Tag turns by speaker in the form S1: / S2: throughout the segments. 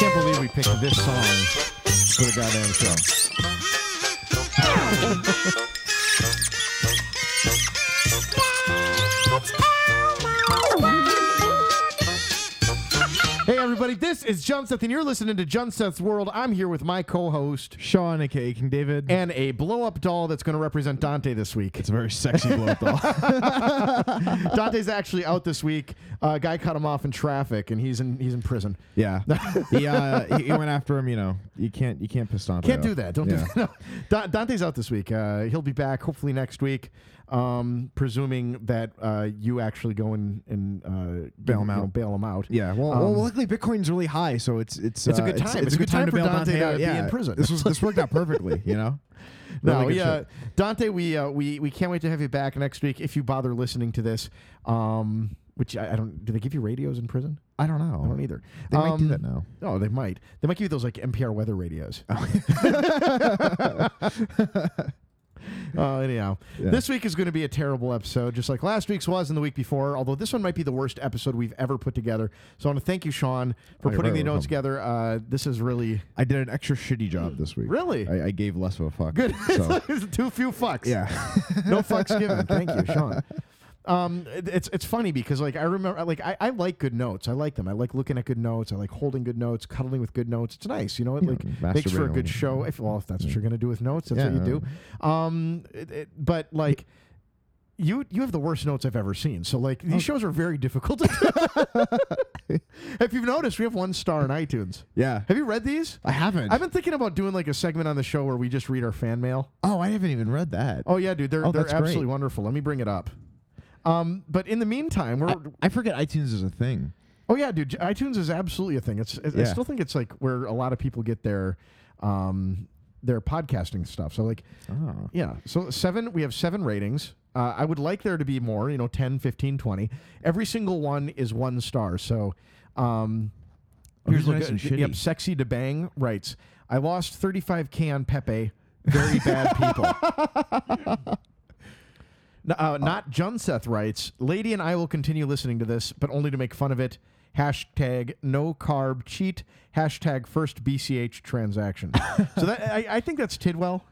S1: picked this song for the goddamn show. Hey, everybody, this is John Seth, and you're listening to John Seth's World. I'm here with my co host
S2: Sean, aka King David.
S1: and a blow up doll that's going to represent Dante this week.
S2: it's a very sexy blow up doll.
S1: Dante's actually out this week. Uh, a guy cut him off in traffic, and he's in, he's in prison.
S2: yeah, he, uh, he, he went after him. You know, you can't you can't piss Dante.
S1: Can't
S2: off.
S1: do that. Don't
S2: Yeah.
S1: do that. No. Da- Dante's out this week. Uh, he'll be back hopefully next week, um, presuming that uh, you actually go and, and uh,
S2: Bail him
S1: you know,
S2: out.
S1: bail him out.
S2: Yeah, well,
S1: Um,
S2: well, luckily Bitcoin's really high, so it's it's
S1: It's a
S2: uh,
S1: good time. It's a good time for
S2: bail
S1: Dante to
S2: out.
S1: be
S2: yeah.
S1: in prison.
S2: This was this worked out perfectly, you know.
S1: No,
S2: Really good
S1: we, uh,
S2: shit.
S1: Dante, we, uh, we we can't wait to have you back next week if you bother listening to this. Um, which I, I don't. Do they give you radios in prison?
S2: I don't know.
S1: I don't either.
S2: They might do
S1: Um,
S2: that now.
S1: Oh, they might. They might give you those like NPR weather radios. uh, anyhow,
S2: Oh. Yeah.
S1: this week is going to be a terrible episode, just like last week's was and the week before. Although this one might be the worst episode we've ever put together. So I want to thank you, Sean, for
S2: Oh, you're
S1: putting the
S2: very
S1: notes
S2: welcome.
S1: together. Uh, this is really
S2: I did an extra shitty job this week.
S1: Really?
S2: I, I gave less of a fuck.
S1: good.
S2: So,
S1: It's too few fucks.
S2: yeah.
S1: no fucks given. Thank you, Sean. Um, it- it's it's funny because like I remember like I, I like good notes. I like them. I like looking at good notes. I like holding good notes, cuddling with good notes. It's nice, you know. It like makes for a
S2: masturbating
S1: good
S2: on-
S1: show. If well, if that's what you're gonna do with notes, that's what
S2: Yeah,
S1: you do. Um, it, it, but like. You, you have the worst notes I've ever seen. So like these shows are very difficult. if you've noticed, we have one star on iTunes.
S2: Yeah.
S1: Have you read these?
S2: I haven't.
S1: I've been thinking about doing like a segment on the show where we just read our fan mail.
S2: oh, I haven't even read that.
S1: Oh yeah, dude, they're
S2: Oh,
S1: they're
S2: that's great.
S1: absolutely wonderful. Let me bring it up. Um, but in the meantime, we're
S2: I, I forget iTunes is a thing.
S1: oh yeah, dude, iTunes is absolutely a thing. It's I- I
S2: Yeah.
S1: still think it's like where a lot of people get their um their podcasting stuff. So like
S2: Oh.
S1: yeah, so seven we have seven ratings. Uh, I would like there to be more, you know, 10, 15, 20. Every single one is one star. So um
S2: Oh, these are
S1: look-
S2: nice and
S1: Yep,
S2: shitty.
S1: sexy to bang writes, I lost 35k on Pepe. Very bad people. N- Uh, not John Seth writes, Lady and I will continue listening to this, but only to make fun of it. Hashtag no carb cheat. Hashtag first BCH transaction. so that I, I think that's Tidwell.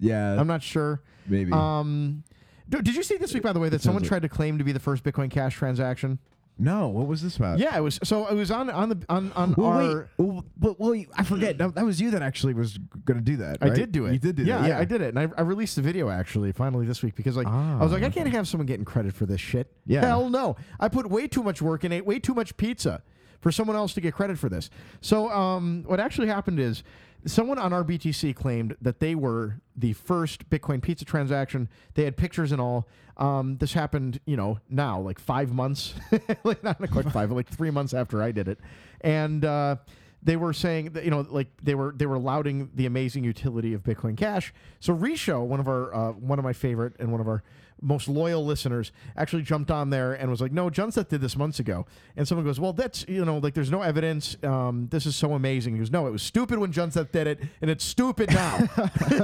S2: Yeah.
S1: I'm not sure.
S2: maybe.
S1: Um, d- did you see this week, by the way, that someone
S2: like-
S1: tried to claim to be the first Bitcoin Cash transaction?
S2: no. What was this about?
S1: Yeah, it was. So it was on on the on on
S2: Well,
S1: our.
S2: Uh, wait. Well, but well, you- I forget. That, that was you that actually was going to do that.
S1: I
S2: right?
S1: did do it.
S2: You did do
S1: yeah,
S2: that.
S1: I- I, did it, and I, I released the video actually finally this week because like I was
S2: Ah,
S1: like I can't have someone getting credit for this shit.
S2: Yeah.
S1: hell no. I put way too much work and ate way too much pizza for someone else to get credit for this. So um, what actually happened is someone on our BTC claimed that they were the first Bitcoin pizza transaction. They had pictures and all. Um, this happened, you know, now like five months, like not quite five, but like three months after I did it, and. Uh, they were saying that you know like they were they were lauding the amazing utility of Bitcoin Cash. So Risho, one of our uh, one of my favorite and one of our most loyal listeners, actually jumped on there and was like, "No, Junseth did this months ago." And someone goes, "Well, that's you know like there's no evidence. Um, this is so amazing." He goes, "No, it was stupid when Junseth did it, and it's stupid now." and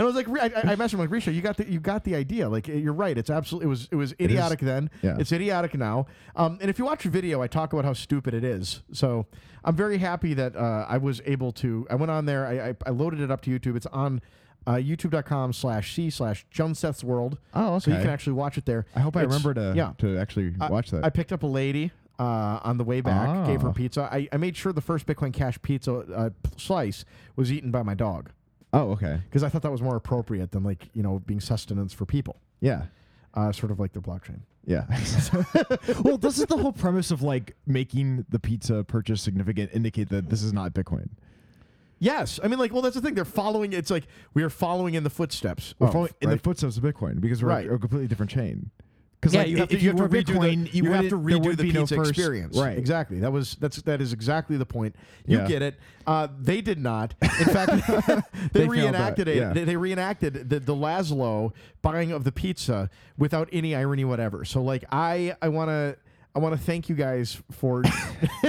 S1: I was like, I, I I messaged him like, "Risho, you got the you got the idea. Like you're right. It's absolutely it was it was
S2: is.
S1: idiotic then.
S2: Yeah.
S1: It's idiotic now. Um, and if you watch the video, I talk about how stupid it is. So I'm very happy that uh, I was able to. I went on there. I, I, I loaded it up to YouTube. It's on uh, YouTube.com slash c slash Joan Seth's World.
S2: Oh,
S1: So you
S2: okay.
S1: can actually watch it there.
S2: I hope I
S1: It's-
S2: remember to
S1: Yeah.
S2: to actually
S1: I-
S2: watch that.
S1: I picked up a lady uh, on the way back.
S2: Ah.
S1: Gave her pizza. I, I made sure the first Bitcoin Cash pizza uh, slice was eaten by my dog
S2: oh, okay.
S1: because I thought that was more appropriate than like you know being sustenance for people,
S2: Yeah.
S1: uh, sort of like their blockchain.
S2: Yeah. well, this is the whole premise of like making the pizza purchase significant indicate that this is not Bitcoin.
S1: Yes, I mean, like, well, that's the thing. They're following. It's like we are following in the footsteps.
S2: We're
S1: of,
S2: following in
S1: Oh,
S2: the
S1: right?
S2: footsteps of Bitcoin because we're
S1: Right.
S2: a completely different chain. Because
S1: Yeah,
S2: like,
S1: you have
S2: i-
S1: to-
S2: if
S1: you have
S2: were
S1: to redo the-
S2: Bitcoin, you,
S1: you have
S2: wouldn't-
S1: to
S2: there
S1: redo
S2: would
S1: the
S2: be no
S1: pizza
S2: first-
S1: experience.
S2: Right.
S1: Exactly. That was that's that is exactly the point. You
S2: Yeah.
S1: get it. Uh, they did not. In fact, they,
S2: They failed
S1: reenacted
S2: that,
S1: it.
S2: yeah.
S1: They, they reenacted the the Laszlo buying of the pizza without any irony whatever. So like I I want to I want to thank you guys for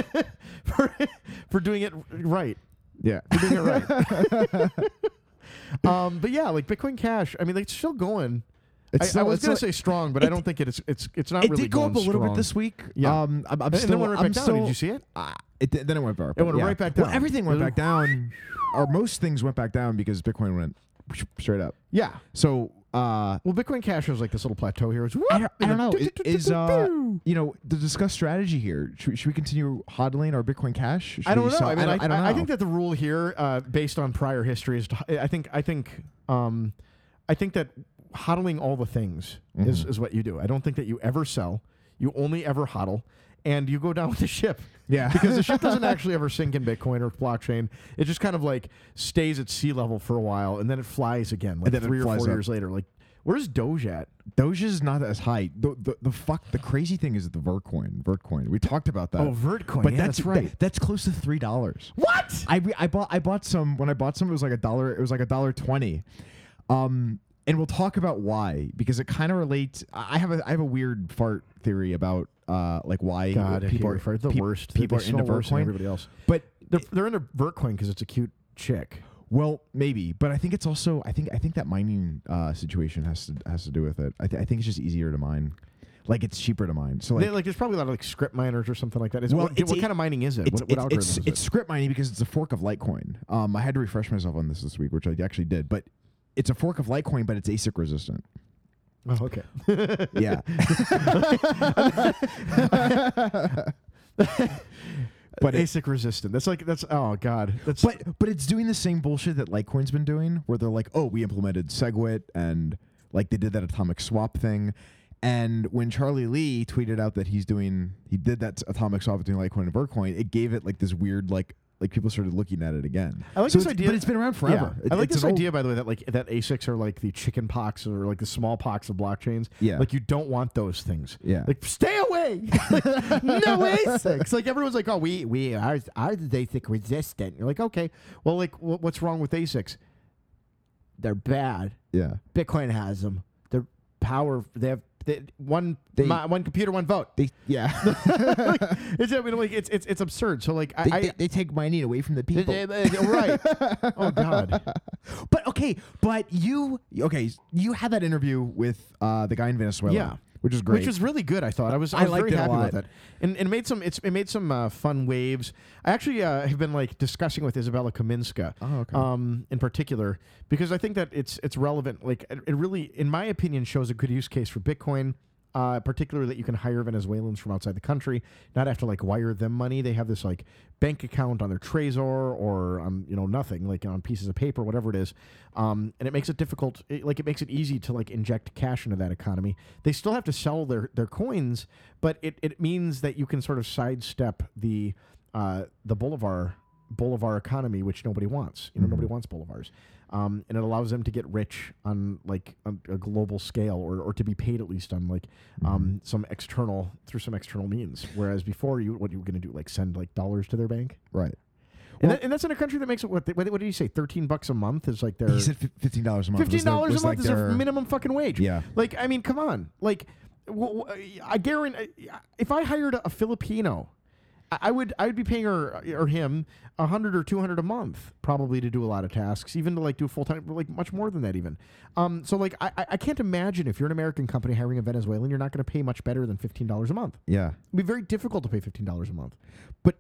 S1: for for doing it right.
S2: Yeah.
S1: You're doing it right. um, but yeah, like Bitcoin Cash. I mean, like, it's still going. I,
S2: It's
S1: I
S2: still-
S1: was
S2: it's
S1: going to
S2: still-
S1: say strong, but I don't think it is. It's it's not
S2: it
S1: really
S2: did go up
S1: going
S2: a little
S1: strong.
S2: bit this week.
S1: Yeah.
S2: um, I'm, I'm
S1: And
S2: still.
S1: then it went right
S2: I'm
S1: back down.
S2: still,
S1: Did you see it?
S2: Uh, it did- then it went back.
S1: It went right back
S2: Well,
S1: down.
S2: everything went
S1: Ooh.
S2: back down, or most things went back down because Bitcoin went straight up.
S1: Yeah.
S2: So uh,
S1: Well, Bitcoin Cash was like this little plateau here. It's
S2: I don't, I don't know. I- Is uh, you know to discuss strategy here? Should, we- should we continue hodling our Bitcoin Cash? Should
S1: I don't
S2: we
S1: know.
S2: sell-
S1: I mean, I,
S2: don't
S1: I,
S2: know.
S1: think that the rule here, uh, based on prior history, is to, I think I think um, I think that hodling all the things is,
S2: Mm-hmm.
S1: is what you do. I don't think that you ever sell. You only ever hodl, and you go down with the ship.
S2: Yeah.
S1: because the ship doesn't actually ever sink in Bitcoin or blockchain. It just kind of like stays at sea level for a while, and then it flies again, like
S2: then it
S1: three or four
S2: flies up. Uh,
S1: years later. Like, where's Doge at?
S2: Doge is not as high. The, the the fuck the crazy thing is the Vertcoin. Vertcoin. We talked about that.
S1: Oh, Vertcoin.
S2: But
S1: Yeah,
S2: that's,
S1: that's right.
S2: that- that's close to three dollars.
S1: What?
S2: I re- I bought I bought some when I bought some it was like a dollar it was like a dollar twenty, um and we'll talk about why because it kind of relates. I I have a I have a weird fart theory about uh like why
S1: God, I
S2: people
S1: hear-
S2: are
S1: they're the
S2: peop-
S1: worst. They-
S2: People
S1: they
S2: are into
S1: smell worse than
S2: Vertcoin,
S1: everybody else.
S2: but
S1: They're, they're into Vertcoin because it's a cute chick.
S2: Well, maybe, but I think it's also I think I think that mining uh, situation has to has to do with it. I, th- I think it's just easier to mine, like it's cheaper to mine. So like,
S1: They- like, there's probably a lot of like script miners or something like that. Is
S2: Well,
S1: what,
S2: it's-
S1: what
S2: it-
S1: kind of mining is it?
S2: it's,
S1: what
S2: it's,
S1: what algorithm
S2: it's,
S1: is
S2: it's script mining because it's a fork of Litecoin. Um, I had to refresh myself on this this week, which I actually did, but it's a fork of Litecoin, but it's ASIC resistant.
S1: it? Oh, okay.
S2: Yeah, But it-
S1: ASIC resistant. That's like that's oh god. That's
S2: but but it's doing the same bullshit that Litecoin's been doing, where they're like, oh, we implemented SegWit and like they did that atomic swap thing. And when Charlie Lee tweeted out that he's doing, he did that atomic swap between Litecoin and Bitcoin, it gave it like this weird like like people started looking at it again.
S1: I like
S2: So
S1: this
S2: it's-
S1: idea,
S2: but it's been around forever.
S1: Yeah.
S2: It-
S1: I like
S2: it's
S1: this
S2: an old-
S1: idea, by the way, that like that ASICs are like the chicken pox or like the smallpox of blockchains.
S2: Yeah.
S1: like you don't want those things.
S2: Yeah.
S1: like stay away. Like, no ASICs. Like everyone's like, oh, we we ours ours is ASIC resistant. You're like, okay, well, like wh- what's wrong with ASICs? They're bad.
S2: yeah.
S1: Bitcoin has them. They're power. They have they, one
S2: They-
S1: mi- one computer, one vote.
S2: They yeah.
S1: It's, I mean, like it's it's it's absurd. So like I.
S2: they,
S1: I
S2: they, they take mining away from the people.
S1: right. oh God.
S2: But okay, but you okay, you had that interview with uh, the guy in Venezuela.
S1: Yeah.
S2: Which is great.
S1: Which was really good. I thought I was
S2: I
S1: I was
S2: liked
S1: very
S2: it a
S1: happy
S2: lot.
S1: with it, and and made some it's it made some uh, fun waves. I actually uh, have been like discussing with Isabella Kaminska,
S2: Oh, okay.
S1: um, in particular because I think that it's it's relevant. Like it, it really, in my opinion, shows a good use case for Bitcoin. Uh, particularly that you can hire Venezuelans from outside the country, not have to like wire them money. They have this like bank account on their Trezor or on you know nothing like on pieces of paper, whatever it is, um, and it makes it difficult. It, like it makes it easy to like inject cash into that economy. They still have to sell their their coins, but it, it means that you can sort of sidestep the uh, the Bolivar Bolivar economy, which nobody wants. You know, nobody wants Bolivars, um, and it allows them to get rich on like a, a global scale, or, or to be paid at least on like um, some external through some external means. Whereas before, you what you were going to do like send like dollars to their bank,
S2: right.
S1: and, that, and that's in a country that makes it what they, what, what did you say thirteen bucks a month is like their
S2: He said fif- fifteen dollars a month. was
S1: fifteen
S2: their-
S1: dollars a
S2: was
S1: month
S2: like
S1: is
S2: their-
S1: their minimum fucking wage.
S2: Yeah.
S1: like I mean, come on, like w- w- I guarantee if I hired a Filipino. I- I would I would be paying her or him a hundred or two hundred a month probably to do a lot of tasks, even to like do full time, like much more than that even. Um, so like I, I- I can't imagine if you're an American company hiring a Venezuelan, you're not going to pay much better than fifteen dollars a month.
S2: Yeah,
S1: It'd be very difficult to pay fifteen dollars a month.
S2: but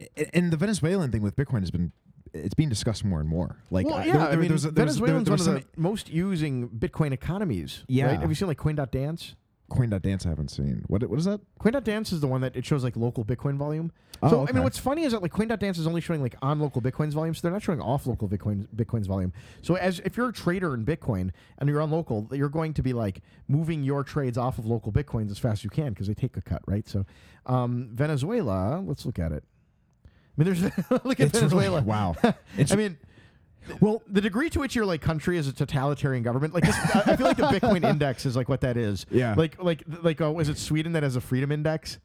S2: a- and the Venezuelan thing with Bitcoin has been it's being discussed more and more. Like,
S1: Well,
S2: I-
S1: yeah,
S2: there-
S1: I
S2: there-
S1: mean,
S2: there's a- there's-
S1: Venezuelans
S2: there, there was
S1: one
S2: some
S1: of the most using Bitcoin economies.
S2: Yeah.
S1: right? have you seen like Coin.dance?
S2: Coin.dance I haven't seen. What what is that?
S1: Coin.dance is the one that it shows like local Bitcoin volume.
S2: Oh,
S1: so I
S2: okay.
S1: mean, what's funny is that like Coin.dance is only showing like on local Bitcoin's volume, so they're not showing off local Bitcoin Bitcoin's volume. So as if you're a trader in Bitcoin and you're on local, you're going to be like moving your trades off of local Bitcoins as fast as you can because they take a cut, right? So um, Venezuela, let's look at it. I mean, there's look at
S2: It's really-
S1: Venezuela.
S2: wow. It's-
S1: I mean, well, the degree to which your like country is a totalitarian government, like this, I I feel like the Bitcoin index is like what that is.
S2: Yeah.
S1: Like like like uh, was it Sweden that has a freedom index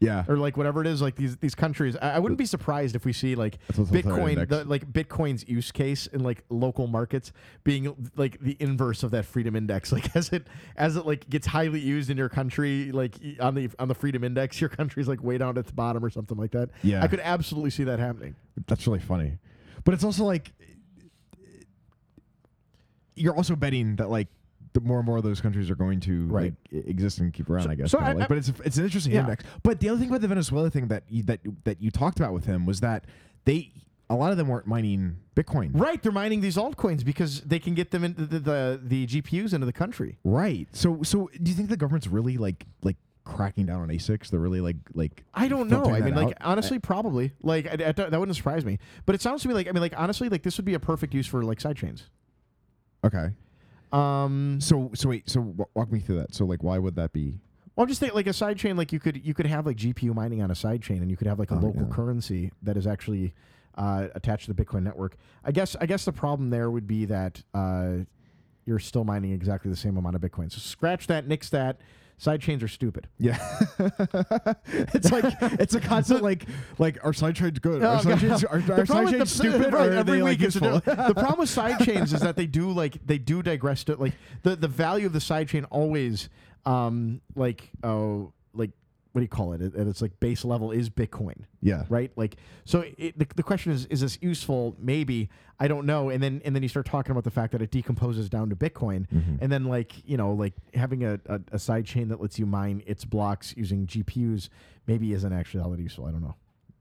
S2: yeah,
S1: or like whatever it is? Like these these countries, I, I wouldn't be surprised if we see like
S2: That's what's on the third
S1: Bitcoin,
S2: index.
S1: the, like Bitcoin's use case in like local markets being like the inverse of that freedom index. Like as it as it like gets highly used in your country, like y- on the on the freedom index, your country's like way down at the bottom or something like that.
S2: Yeah.
S1: I could absolutely see that happening.
S2: that's really funny. But it's also like you're also betting that like the more and more of those countries are going to
S1: Right.
S2: like, e- exist and keep around. I guess.
S1: so
S2: now,
S1: I-
S2: like,
S1: I-
S2: but it's a, it's an interesting
S1: Yeah.
S2: index. But the other thing about the Venezuela thing that you, that that you talked about with him was that they a lot of them weren't mining Bitcoin.
S1: Right, they're mining these altcoins because they can get them into the, the, the GPUs into the country.
S2: Right. So so do you think the government's really like like cracking down on ASICs? They're really like like
S1: I don't know.
S2: filtering
S1: I mean,
S2: that
S1: like
S2: out?
S1: honestly, probably. Like I, I don't- that wouldn't surprise me. But it sounds to me like I mean, like honestly, like this would be a perfect use for like sidechains.
S2: okay.
S1: Um,
S2: So so wait. So wa- walk me through that. So like, why would that be?
S1: well, I'm just thinking like a sidechain. Like you could you could have like GPU mining on a sidechain, and you could have like a
S2: Oh,
S1: local
S2: yeah.
S1: currency that is actually uh, attached to the Bitcoin network. I guess I guess the problem there would be that uh, you're still mining exactly the same amount of Bitcoin. So scratch that, nix that. Sidechains are stupid.
S2: Yeah, it's like it's a constant like like are side trades good? Are
S1: Oh,
S2: side
S1: God.
S2: trades, are,
S1: The
S2: are side
S1: problem with
S2: trades
S1: the-
S2: stupid?
S1: right,
S2: or are
S1: every
S2: they like
S1: week it's a
S2: useful?
S1: different- the problem with sidechains is that they do like they do digress to like the, the value of the sidechain always um like oh like what do you call it? It- it's like base level is Bitcoin,
S2: yeah,
S1: right? Like so it, the, the question is is this useful? Maybe I don't know. And then and then you start talking about the fact that it decomposes down to Bitcoin, and then like you know like having a, a, a sidechain that lets you mine its blocks using GPUs maybe isn't actually all that useful. I don't know.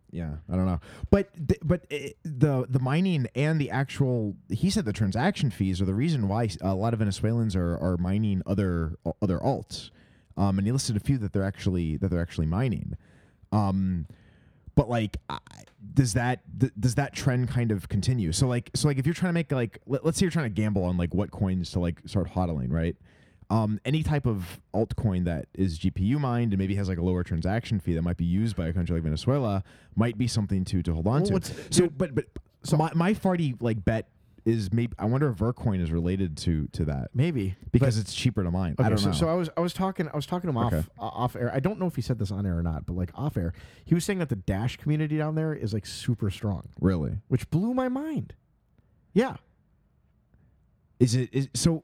S2: yeah. I don't know, but th- but i the the mining and the actual he said the transaction fees are the reason why s- a lot of Venezuelans are are mining other other alts, um, and he listed a few that they're actually that they're actually mining, um, but like I, does that th- does that trend kind of continue so like so like if you're trying to make like let, us say you're trying to gamble on like what coins to like start hodling right um, any type of altcoin that is GPU mined and maybe has like a lower transaction fee that might be used by a country like Venezuela might be something to to hold on
S1: Well,
S2: to.
S1: what's-
S2: So, but but so my my farty like bet is maybe I wonder if Vercoin is related to to that
S1: Maybe
S2: because it's cheaper to mine. I
S1: Okay,
S2: don't
S1: so,
S2: know.
S1: so I was I was talking I was talking to him off
S2: Okay.
S1: uh, off air. I don't know if he said this on air or not, but like off air, he was saying that the Dash community down there is like super strong,
S2: really,
S1: which blew my mind. Yeah,
S2: Is it is so?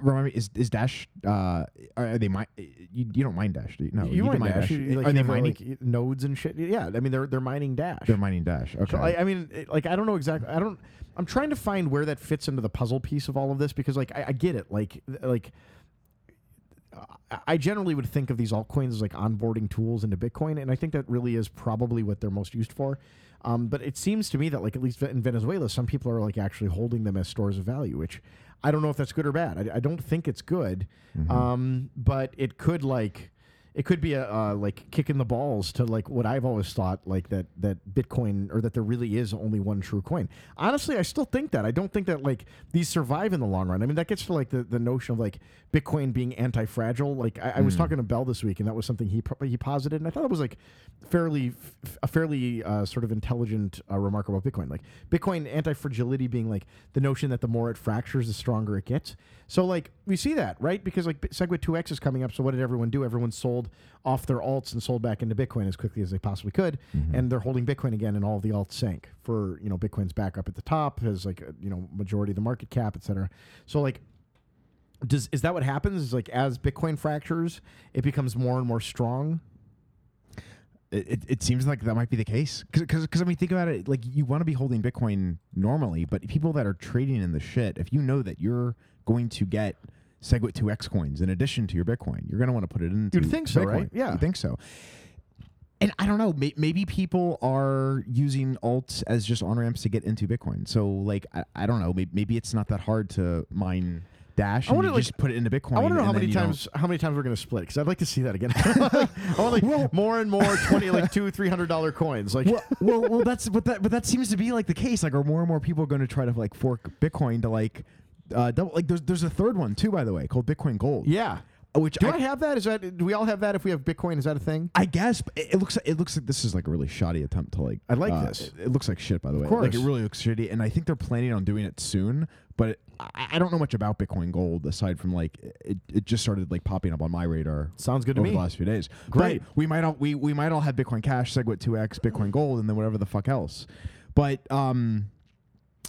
S2: Remind me, is is Dash? Uh, are they mine? You, you don't mind Dash? Do you? No,
S1: you,
S2: do
S1: mine
S2: mine
S1: Dash? You, like,
S2: are
S1: you
S2: they
S1: have,
S2: mining?
S1: like, nodes and shit? Yeah, I mean they're they're mining Dash.
S2: They're mining Dash. Okay.
S1: So I, I mean, it- like, I don't know exactly. I don't. I'm trying to find where that fits into the puzzle piece of all of this because, like, I, I get it. Like, th- like, I- I generally would think of these altcoins as like onboarding tools into Bitcoin, and I think that really is probably what they're most used for. Um, but it seems to me that, like, at least in Venezuela, some people are like actually holding them as stores of value, which I don't know if that's good or bad. I, I don't think it's good, um, but it could like. It could be a uh, like kick in the balls to like what I've always thought, like that that Bitcoin or that there really is only one true coin. Honestly, I still think that. I don't think that like these survive in the long run. I mean, that gets to like the, the notion of like Bitcoin being anti fragile. Like I, I was talking to Bell this week, and that was something he pro- he posited, and I thought it was like fairly f- a fairly uh, sort of intelligent uh, remark about Bitcoin. Like Bitcoin anti fragility being like the notion that the more it fractures, the stronger it gets. So like we see that right because like Segwit 2x is coming up. So what did everyone do? Everyone sold off their alts and sold back into Bitcoin as quickly as they possibly could, and they're holding Bitcoin again, and all of the alts sank for you know Bitcoin's back up at the top as like uh, you know majority of the market cap, et cetera. So like does is that what happens? Is like as Bitcoin fractures, it becomes more and more strong.
S2: it, it, it seems like that might be the case because I mean think about it like you want to be holding Bitcoin normally, but people that are trading in the shit, if you know that you're going to get Segwit two X coins in addition to your Bitcoin, you're gonna want to put it into
S1: You'd think so,
S2: Bitcoin.
S1: right? Yeah.
S2: you think so. And I don't know, may, maybe people are using alts as just on ramps to get into Bitcoin. So like I, I don't know, maybe, maybe it's not that hard to mine Dash
S1: I
S2: and
S1: wonder,
S2: you
S1: like-
S2: just put it into Bitcoin.
S1: I want to know
S2: and
S1: how
S2: then
S1: many
S2: you don't-
S1: times how many times we're gonna split because I'd like to see that again. I want like more and more twenty like two three hundred dollar coins. Like
S2: well, well, well, that's but that but that seems to be like the case. Like, are more and more people going to try to like fork Bitcoin to like uh, double? Like, there's there's a third one too, by the way, called Bitcoin Gold.
S1: yeah.
S2: uh, which
S1: Do
S2: I,
S1: I have that? Is that do we all have that? If we have Bitcoin, is that a thing?
S2: I guess but it it looks it looks like this is like a really shoddy attempt to like.
S1: I like
S2: uh,
S1: this.
S2: It, it looks like shit, by the way. Like
S1: course.
S2: it really looks shitty, and I think they're planning on doing it soon. But it, I, I don't know much about Bitcoin Gold aside from like it, it just started like popping up on my radar.
S1: Sounds good to
S2: over
S1: me.
S2: The last few days. But
S1: Great.
S2: we might all we we might all have Bitcoin Cash, Segwit 2x, Bitcoin Gold, and then whatever the fuck else. But um,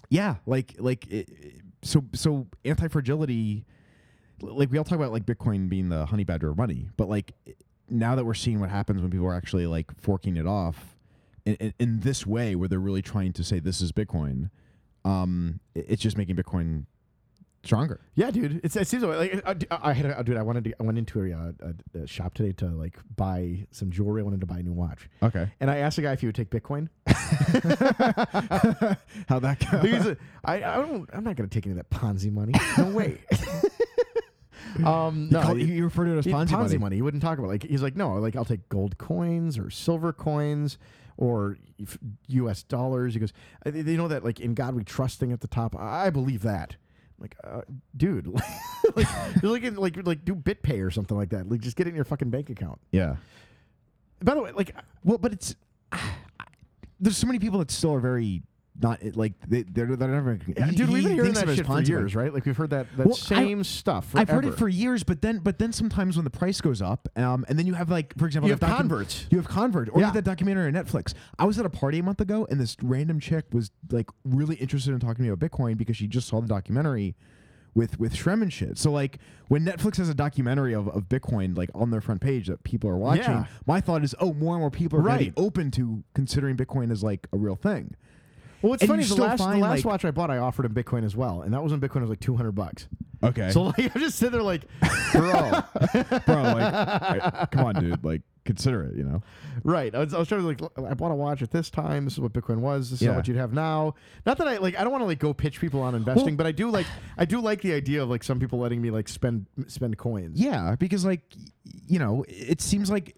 S2: yeah, like like it, it- so so anti fragility like we all talk about like Bitcoin being the honey badger of money, but like now that we're seeing what happens when people are actually like forking it off in, in, in this way, where they're really trying to say this is Bitcoin, um, it- it's just making Bitcoin stronger.
S1: Yeah, dude. It's, it seems like I, I, I had a, dude. I wanted to. I went into a, uh, a, a shop today to like buy some jewelry. I wanted to buy a new watch,
S2: Okay.
S1: and I asked the guy if he would take Bitcoin.
S2: How that goes?
S1: He's a, I, I don't. I'm not gonna take any of that Ponzi money. No way. um, no,
S2: Call-
S1: he-
S2: you, you refer to it as
S1: he-
S2: Ponzi, money.
S1: He wouldn't talk about it. like he's like no. Like I'll take gold coins or silver coins or if- U.S. dollars. He goes, "Uh, they- you know that like in God we trust thing at the top. I I believe that. I'm like, uh, dude, like, you're looking like like do BitPay or something like that. Like just get it in your fucking bank account.
S2: Yeah.
S1: By the way, like
S2: Well, but it's there's so many people that still are very not it- like they, they're they're never.
S1: yeah,
S2: he-
S1: dude, we've
S2: he
S1: been hearing
S2: thinks of
S1: that
S2: it as
S1: shit for
S2: Ponzi money.
S1: years, right? Like we've heard that that
S2: Well, I-
S1: same stuff.
S2: I've heard it
S1: forever.
S2: for years, but then but then sometimes when the price goes up, um, and then you have like for example
S1: You
S2: that
S1: have converts.
S2: you have convert, or you
S1: Yeah.
S2: have that documentary on Netflix. I was at a party a month ago, and this random chick was like really interested in talking to me about Bitcoin because she just saw the documentary with with Shrem and shit. So like when Netflix has a documentary of, of Bitcoin like on their front page that people are watching,
S1: Yeah.
S2: my thought is oh more and more people are gonna be
S1: Right.
S2: open to considering Bitcoin as like a real thing.
S1: Well, it's
S2: And
S1: funny.
S2: you
S1: The
S2: still
S1: last, the
S2: find,
S1: last
S2: like-
S1: watch I bought, I offered in Bitcoin as well, and that was in Bitcoin. It was like two hundred bucks.
S2: Okay,
S1: So like, I just sit there like, bro,
S2: bro, like come on, dude, like consider it, you know.
S1: right? I was, I was trying to like, I bought a watch at this time. This is what Bitcoin was. This is
S2: Yeah.
S1: how much you'd have now. Not that I like, I don't want to like go pitch people on investing, but I do like, I do like the idea of like some people letting me like spend spend coins.
S2: Yeah, because like y- you know, it seems like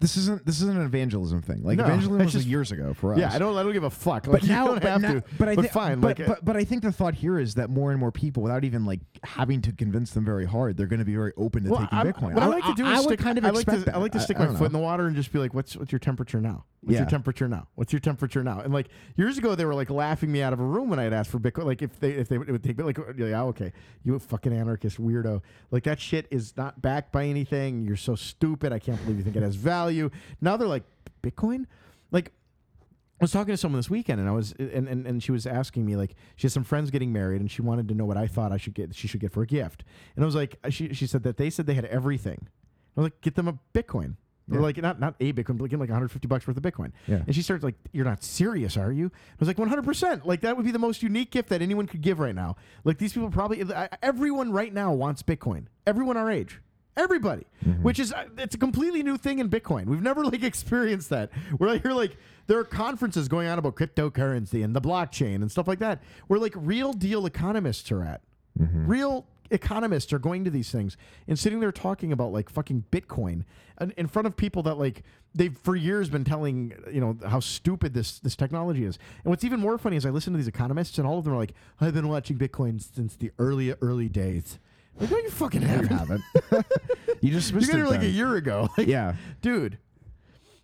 S2: this isn't this isn't an evangelism thing. Like
S1: No,
S2: evangelism
S1: it's
S2: was
S1: just-
S2: like years ago for us.
S1: Yeah, I don't, I don't give a fuck. Like,
S2: But
S1: you
S2: now,
S1: don't
S2: but,
S1: have
S2: now-
S1: to.
S2: but I
S1: but
S2: thi-
S1: fine.
S2: but,
S1: like, uh
S2: but, but I think the thought here is that more and more people, without even like having to convince them very hard, they're going to be very open to
S1: well,
S2: taking
S1: I'm-
S2: Bitcoin.
S1: What I, like to do is
S2: I
S1: stick,
S2: would kind of
S1: I like
S2: expect
S1: to,
S2: that.
S1: I like to stick
S2: I
S1: my
S2: don't
S1: foot in
S2: know.
S1: the water and just be like, "What's what's your temperature now? What's your
S2: Yeah.
S1: temperature now? What's your temperature now?" And like years ago, they were like laughing me out of a room when I had asked for Bitcoin. Like if they if they would, would take like yeah okay, you fucking anarchist weirdo. Like that shit is not backed by anything. You're so stupid. I can't believe you think it has value. Now they're like Bitcoin, like. I was talking to someone this weekend, and I was and, and, and she was asking me like she has some friends getting married, and she wanted to know what I thought I should get she should get for a gift, and I was like uh, she she said that they said they had everything, I was like get them a Bitcoin, Or,
S2: Yeah.
S1: like not not a Bitcoin, but like, get like 150 bucks worth of Bitcoin,
S2: Yeah.
S1: and she starts like you're not serious, are you? I was like 100 percent, like that would be the most unique gift that anyone could give right now. Like these people probably I- everyone right now wants Bitcoin, everyone our age. Everybody, which is uh, it's a completely new thing in Bitcoin. We've never like experienced that. Where I hear like there are conferences going on about cryptocurrency and the blockchain and stuff like that, where like real deal economists are at.
S2: Mm-hmm.
S1: Real economists are going to these things and sitting there talking about like fucking Bitcoin in, in front of people that like they've for years been telling you know how stupid this this technology is. And what's even more funny is I listen to these economists and all of them are like, I've been watching Bitcoin since the early early days. Like, no, you fucking
S2: You
S1: haven't.
S2: haven't. you just
S1: You
S2: missed
S1: got
S2: it.
S1: here like a
S2: then.
S1: year ago. Like,
S2: Yeah.
S1: dude.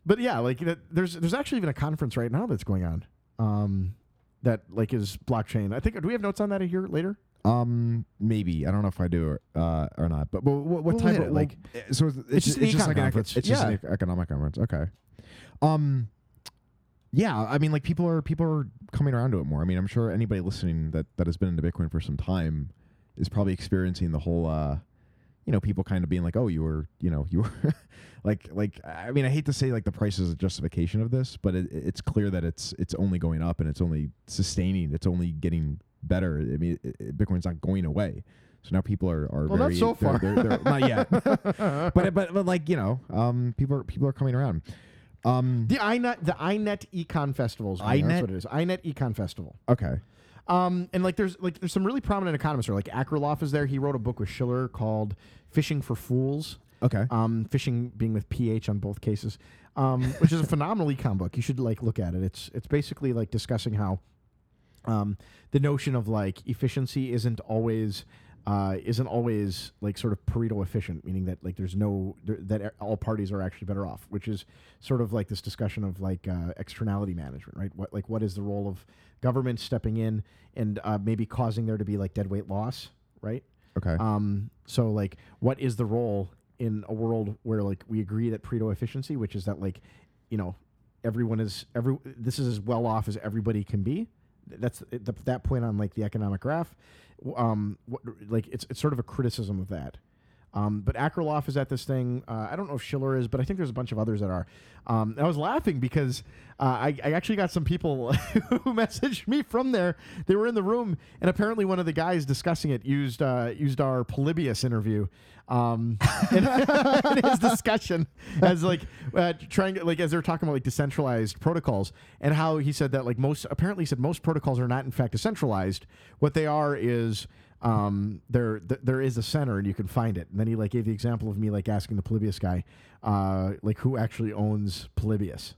S1: But yeah, like that, there's there's actually even a conference right now that's going on. Um, that like is blockchain. I think do we have notes on that here later?
S2: Um, maybe I don't know if I do or, uh, or not. But, but what, what
S1: We'll
S2: type
S1: hit
S2: of
S1: it,
S2: like? uh, So it's, it's,
S1: just
S2: just,
S1: an
S2: it's just
S1: econ
S2: like an eco-
S1: conference.
S2: it's just
S1: Yeah.
S2: an ec- economic conference. Okay. Um, yeah. I mean, like people are people are coming around to it more. I mean, I'm sure anybody listening that that has been into Bitcoin for some time is probably experiencing the whole, uh, you know, people kind of being like, oh, you were, you know, you were, like, like. I mean, I hate to say like the price is a justification of this, but it, it's clear that it's it's only going up and it's only sustaining. It's only getting better. I mean, i i- Bitcoin's not going away. So now people are are
S1: Well, not
S2: very
S1: so
S2: they're-
S1: far.
S2: they're- they're- not yet, but, but but like you know, um, people are people are coming around. Um,
S1: The iNet the iNet Econ Festival is going on.
S2: iNet?
S1: that's what it is. iNet Econ Festival.
S2: okay,
S1: Um, and like there's like there's some really prominent economists there. Like Akerlof is there. He wrote a book with Schiller called Fishing for Fools.
S2: okay,
S1: Um, fishing being with ph on both cases, um, which is a phenomenal econ book. You should like look at it. It's it's basically like discussing how um, the notion of like efficiency isn't always uh, isn't always like sort of Pareto efficient, meaning that like there's no there, that e- all parties are actually better off, which is sort of like this discussion of like uh, externality management, right? What like what is the role of government stepping in and uh, maybe causing there to be like deadweight loss, right?
S2: okay,
S1: Um, so like, what is the role in a world where like we agree that Pareto efficiency, which is that like, you know, everyone is every this is as well off as everybody can be. Th- That's at the, that point on like the economic graph. W- Um, what, like it's it's sort of a criticism of that. Um, but Akraloff is at this thing. Uh, I don't know if Schiller is, but I think there's a bunch of others that are. Um, and I was laughing because uh, I, I actually got some people who messaged me from there. They were in the room, and apparently one of the guys discussing it used uh, used our Polybius interview um, in, in his discussion as like uh, trying to like as they're talking about like decentralized protocols and how he said that like most apparently he said most protocols are not in fact decentralized. What they are is um, there th- there is a center and you can find it. And then he like gave the example of me like asking the Polybius guy, uh, like who actually owns Polybius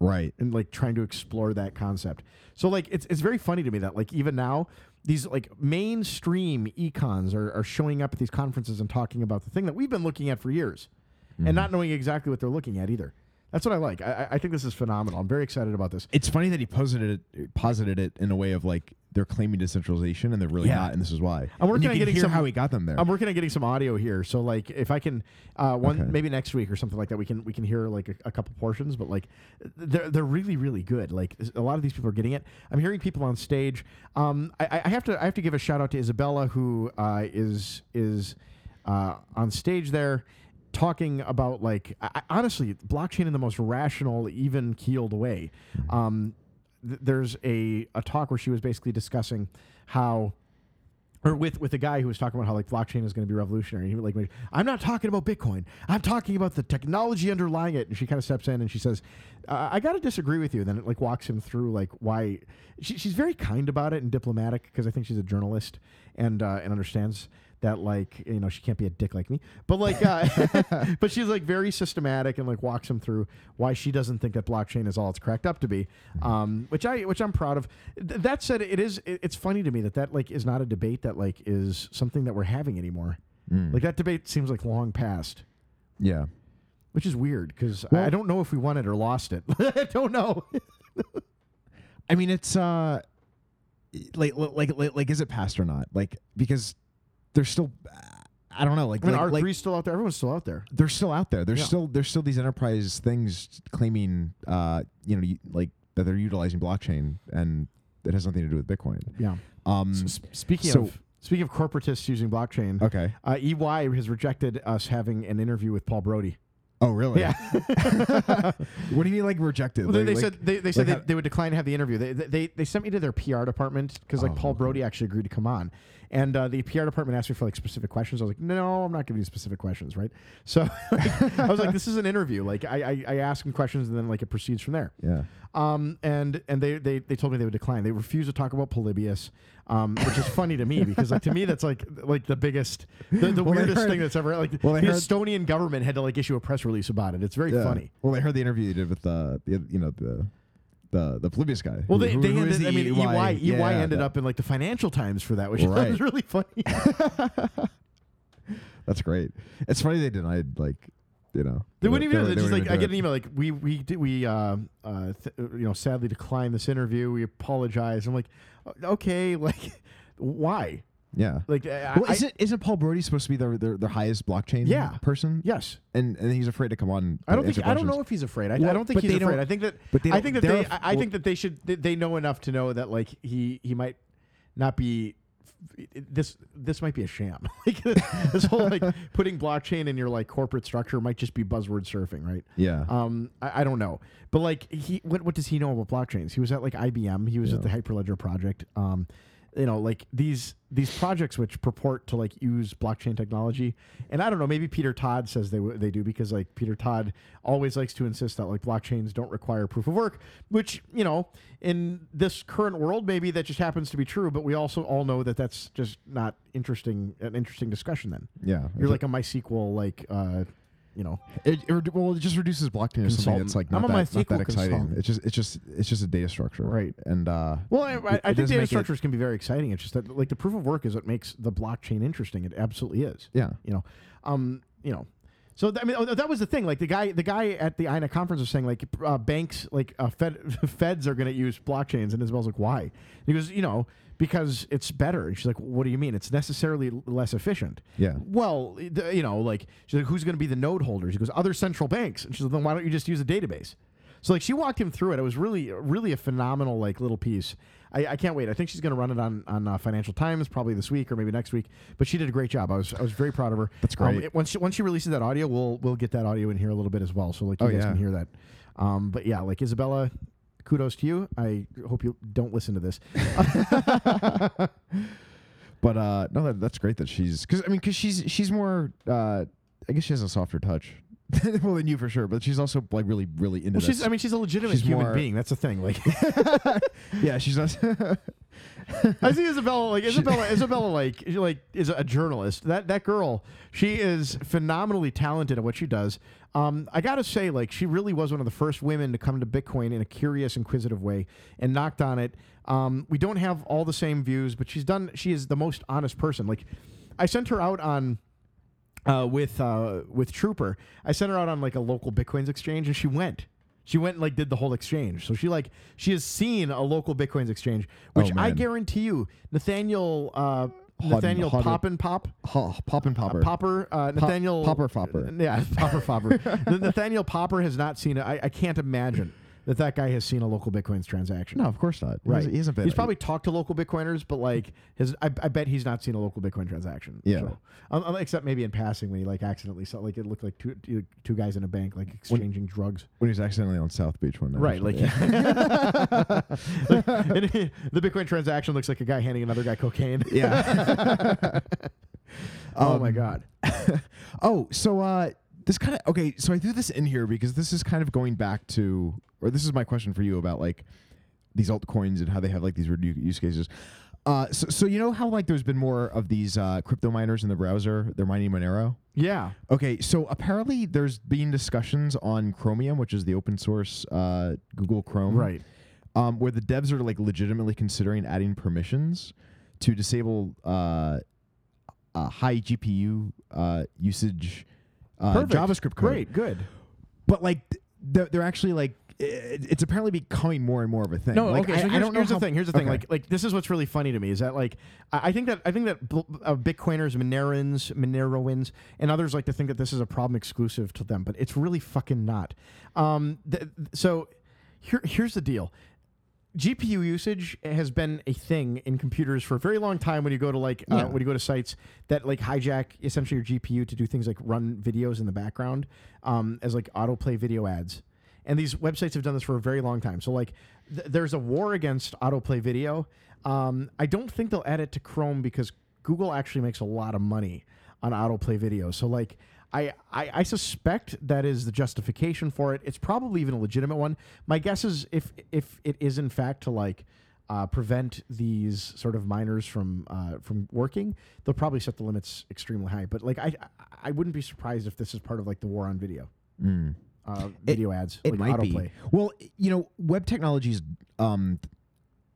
S2: Right.
S1: and like trying to explore that concept. So like it's it's very funny to me that like even now these like mainstream econs are, are showing up at these conferences and talking about the thing that we've been looking at for years and not knowing exactly what they're looking at either. That's what I like. I, I I think this is phenomenal. I'm very excited about this.
S2: It's funny that he posited it, posited it in a way of like they're claiming decentralization and they're really
S1: Yeah.
S2: not, and this is why.
S1: I'm working
S2: and you
S1: on
S2: can
S1: getting
S2: hear
S1: some-
S2: how he got them there.
S1: I'm working on getting some audio here, so like if I can, uh, one
S2: Okay.
S1: maybe next week or something like that, we can we can hear like a, a couple portions. But like, they're they're really really good. Like a lot of these people are getting it. I'm hearing people on stage. Um, I- I, I have to I have to give a shout out to Isabella who uh, is is uh, on stage there. Talking about like I, I- honestly, blockchain in the most rational, even keeled way.
S2: Mm-hmm.
S1: Um, th- there's a a talk where she was basically discussing how or with with a guy who was talking about how like blockchain is going to be revolutionary. He was like, I'm not talking about Bitcoin. I'm talking about the technology underlying it. And she kind of steps in and she says, uh, I got to disagree with you. Then it like walks him through like why she, she's very kind about it and diplomatic because I think she's a journalist and uh, and understands that like you know she can't be a dick like me but like uh, but she's like very systematic and like walks him through why she doesn't think that blockchain is all it's cracked up to be um, which i which i'm proud of Th- that said it is it- it's funny to me that that like is not a debate that like is something that we're having anymore like that debate seems like long past
S2: Mm. yeah.
S1: which is weird because
S2: Well-
S1: I don't know if we won it or lost it. I don't know.
S2: I mean, it's uh, like like like, like is it past or not? Like because they're still, I don't know. Like
S1: I mean,
S2: like,
S1: R
S2: like-
S1: three's still out there. Everyone's still out there.
S2: they're still out there. There's
S1: Yeah.
S2: still there's still these enterprise things claiming, uh, you know, you- like that they're utilizing blockchain and it has nothing to do with Bitcoin.
S1: Yeah.
S2: Um,
S1: S- speaking
S2: so-
S1: of speaking of corporatists using blockchain,
S2: okay.
S1: uh, EY has rejected us having an interview with Paul Brody.
S2: Oh, really?
S1: Yeah.
S2: what do you mean, like rejected?
S1: Well, they,
S2: Like-
S1: they
S2: like-
S1: said they, they said
S2: like
S1: they,
S2: how-
S1: they would decline to have the interview. They, they- they, they sent me to their PR department because like
S2: Oh,
S1: Paul
S2: okay.
S1: Brody actually agreed to come on, and uh, the PR department asked me for like specific questions. I was like, no, I'm not giving you specific questions, right? So like, I was like, this is an interview. Like I, I I ask him questions and then like it proceeds from there.
S2: yeah.
S1: Um, and and they, they they told me they would decline. They refused to talk about Polybius, um, which is funny to me because like to me that's like like the biggest, the, the
S2: Well, they
S1: weirdest
S2: heard-
S1: thing that's ever like
S2: well,
S1: the
S2: they heard-
S1: Estonian government had to like issue a press release about it. It's very
S2: Yeah.
S1: funny.
S2: Well, I heard the interview you did with the, the you know the the the Polybius guy.
S1: Well,
S2: who-
S1: they,
S2: who-
S1: they
S2: who is
S1: ended,
S2: the
S1: I mean, E EY, EY
S2: Yeah,
S1: ended
S2: that-
S1: up in like the Financial Times for that, which
S2: Right.
S1: was really funny.
S2: That's great. It's funny they denied like, you know.
S1: They wouldn't even.
S2: were-
S1: do it. They're just
S2: wouldn't
S1: like I
S2: even
S1: get an
S2: do it.
S1: email like we we did, we uh, uh th- you know sadly declined this interview. We apologize. I'm like, okay, like why?
S2: Yeah.
S1: Like I,
S2: Well,
S1: I-
S2: isn't isn't Paul Brody supposed to be their their, their highest blockchain
S1: Yeah.
S2: person?
S1: yes.
S2: And and he's afraid to come on.
S1: I don't
S2: and answer
S1: think I don't
S2: questions.
S1: know if he's afraid. I, I
S2: Well,
S1: don't think
S2: but
S1: he's
S2: they don't-
S1: afraid. I think that
S2: but they
S1: I
S2: don't-
S1: think that
S2: they're
S1: they
S2: af-
S1: I, I think that they should they, they know enough to know that like he he might not be this this might be a sham. like this whole like putting blockchain in your like corporate structure might just be buzzword surfing, right?
S2: Yeah.
S1: Um, I, I don't know, but like he, what what does he know about blockchains? He was at like IBM. He was at the Hyperledger project. Um, you know, like these these projects which purport to like use blockchain technology, and I don't know. Maybe Peter Todd says they w- they do because like Peter Todd always likes to insist that like blockchains don't require proof of work, which you know in this current world maybe that just happens to be true. But we also all know that that's just not interesting. An interesting discussion. Then
S2: yeah.
S1: you're like a MySQL like uh, you know
S2: It, it redu- well, it just reduces blockchain to something that's like
S1: Consultant. I'm
S2: not,
S1: a
S2: that,
S1: MySQL
S2: not that exciting.
S1: consultant.
S2: It's just it's just it's just a data structure,
S1: Right.
S2: And uh,
S1: Well, I, I,
S2: it
S1: I think
S2: does make
S1: data
S2: it-
S1: structures can be very exciting. It's just that like the proof of work is what makes the blockchain interesting. It absolutely is.
S2: yeah,
S1: You know, um, you know. So th- I mean, oh, th- that was the thing. Like the guy, the guy at the INA conference was saying, like uh, banks, like uh, Fed, Feds are going to use blockchains, and Isabel's like, why? he goes, you know, because it's better. And she's like, what do you mean? It's necessarily l- less efficient.
S2: Yeah.
S1: Well, eh, i- the- you know, like she's like, who's going to be the node holders? He goes, other central banks. And she's like, then why don't you just use a database? So like she walked him through it. It was really really a phenomenal like little piece. I, I can't wait. I think she's going to run it on on uh, Financial Times probably this week or maybe next week. But she did a great job. I was I was very proud of her.
S2: That's
S1: Um,
S2: great.
S1: it- once she, once she releases that audio, we'll we'll get that audio in here a little bit as well. So like you
S2: Oh,
S1: guys
S2: yeah.
S1: can hear that. Um, but yeah, like Isabella, kudos to you. I hope you don't listen to this.
S2: But uh, no, that, that's great that she's because I mean because she's she's more uh, I guess she has a softer touch. well, than you for sure, but she's also like really, really into
S1: Well,
S2: this.
S1: she's I mean she's a legitimate
S2: she's
S1: human
S2: more-
S1: being. That's the thing. Like
S2: yeah, she's not.
S1: I see Isabella like Isabella Isabella like she, like is a journalist. That that girl, she is phenomenally talented at what she does. Um, I gotta say, like she really was one of the first women to come to Bitcoin in a curious, inquisitive way and knocked on it. Um, we don't have all the same views, but she's done. She is the most honest person. Like I sent her out on uh, with uh, with Trooper. I sent her out on like a local Bitcoins exchange, and she went. She went and like did the whole exchange. So she like she has seen a local Bitcoins exchange, which
S2: Oh,
S1: I
S2: man.
S1: guarantee you, Nathaniel uh, Nathaniel
S2: Hodden-
S1: Pop and Pop.
S2: Ho- pop and popper.
S1: Popper, uh, Nathaniel
S2: Popper Fopper.
S1: yeah, Popper Fopper. N- Nathaniel Popper has not seen. I I, I can't imagine that that guy has seen a local Bitcoins transaction.
S2: no, of course not. He
S1: right?
S2: hasn't- He hasn't been.
S1: He's probably talked to local Bitcoiners, but like his, I, I bet he's not seen a local Bitcoin transaction.
S2: Yeah.
S1: So, um, um, except maybe in passing when he like accidentally saw like it looked like two two, two guys in a bank like exchanging drugs.
S2: when he was accidentally on South Beach one night. or
S1: Right, like,
S2: something.
S1: Like, and he- the Bitcoin transaction looks like a guy handing another guy cocaine.
S2: yeah. um,
S1: oh my god!
S2: oh, so uh, this kind of okay. So I threw this in here because this is kind of going back to, or this is my question for you about like these altcoins and how they have like these weird u- use cases. Uh, so, so you know how like there's been more of these uh, crypto miners in the browser. They're mining Monero.
S1: Yeah,
S2: Okay, so apparently there's been discussions on Chromium, which is the open source uh, Google Chrome,
S1: right.
S2: um, where the devs are like legitimately considering adding permissions to disable uh, uh, high GPU uh, usage uh,
S1: Perfect.
S2: JavaScript code.
S1: Great, good.
S2: But like th- they're, they're actually like i- it's apparently becoming more and more of a thing.
S1: No,
S2: like,
S1: okay.
S2: I,
S1: so
S2: I
S1: here's,
S2: don't know
S1: here's
S2: how-
S1: the thing. Here's the thing.
S2: okay.
S1: Like, like this is what's really funny to me is that like I, I think that I think that bl- uh, Bitcoiners, Monerans, Moneroans, and others like to think that this is a problem exclusive to them, but it's really fucking not. Um, th- th- so here, here's the deal. GPU usage has been a thing in computers for a very long time. When you go to like uh,
S2: Yeah.
S1: when you go to sites that like hijack essentially your GPU to do things like run videos in the background um, as like autoplay video ads, and these websites have done this for a very long time. So like th- there's a war against autoplay video. Um, I don't think they'll add it to Chrome because Google actually makes a lot of money on autoplay video. So like I, I I suspect that is the justification for it. It's probably even a legitimate one. My guess is if if it is in fact to like uh, prevent these sort of miners from uh, from working, they'll probably set the limits extremely high. But like I I- I wouldn't be surprised if this is part of like the war on video. Uh, video ads,
S2: Mm. It
S1: like
S2: might
S1: autoplay.
S2: be. Well, you know, web technologies. Um,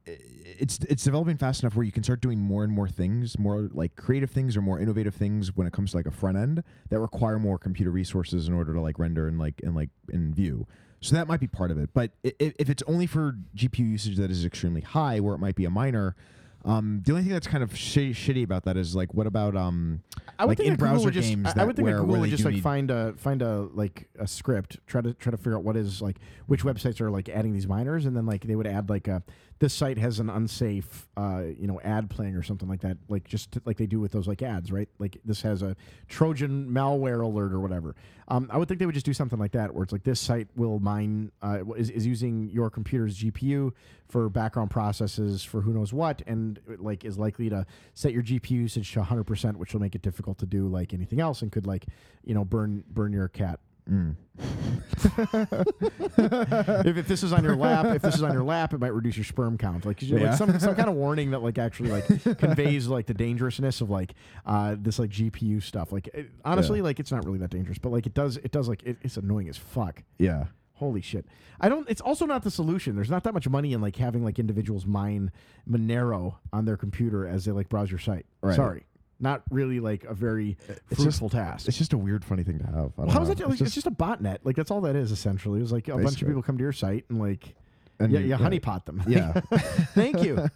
S2: it's it's developing fast enough where you can start doing more and more things, more like creative things or more innovative things when it comes to like a front end that require more computer resources in order to like render and like and like in view. So that might be part of it. But i- i- if it's only for GPU usage that is extremely high, where it might be a minor. Um, the only thing that's kind of sh- shitty about that is like, what about um,
S1: I would
S2: like
S1: think
S2: in
S1: that Google
S2: browser
S1: would just.
S2: games?
S1: I- I
S2: that
S1: would think
S2: where,
S1: that
S2: where
S1: Google would
S2: they
S1: just
S2: do
S1: like
S2: need-
S1: find a find a like a script, try to try to figure out what is like which websites are like adding these minors, and then like they would add like a this site has an unsafe uh, you know ad playing or something like that, like just to- like they do with those like ads, right? Like this has a Trojan malware alert or whatever. Um, I would think they would just do something like that, where it's like this site will mine uh, is is using your computer's GPU for background processes for who knows what, and like is likely to set your GPU usage to 100, percent which will make it difficult to do like anything else, and could like you know burn burn your cat.
S2: Mm,
S1: if, if this is on your lap, if this is on your lap, it might reduce your sperm count. Like, 'cause you- like,
S2: Yeah.
S1: some some kind of warning that like actually like conveys like the dangerousness of like uh, this like GPU stuff. Like it, honestly, like it's not really that dangerous, but like it does it does like it, it's annoying as fuck.
S2: yeah,
S1: Holy shit! I don't. It's also not the solution. There's not that much money in like having like individuals mine Monero on their computer as they like browse your site.
S2: Right.
S1: Sorry, not really like a very
S2: It's just-
S1: fruitful task.
S2: it's just a weird, funny thing to have. I don't
S1: How is
S2: know.
S1: that? Like, it's, just, a botnet. Like that's all that is essentially. It was like a bunch of
S2: Basically.
S1: people come to your site and like
S2: and
S1: yeah,
S2: you-
S1: you honeypot them.
S2: Yeah.
S1: Thank you.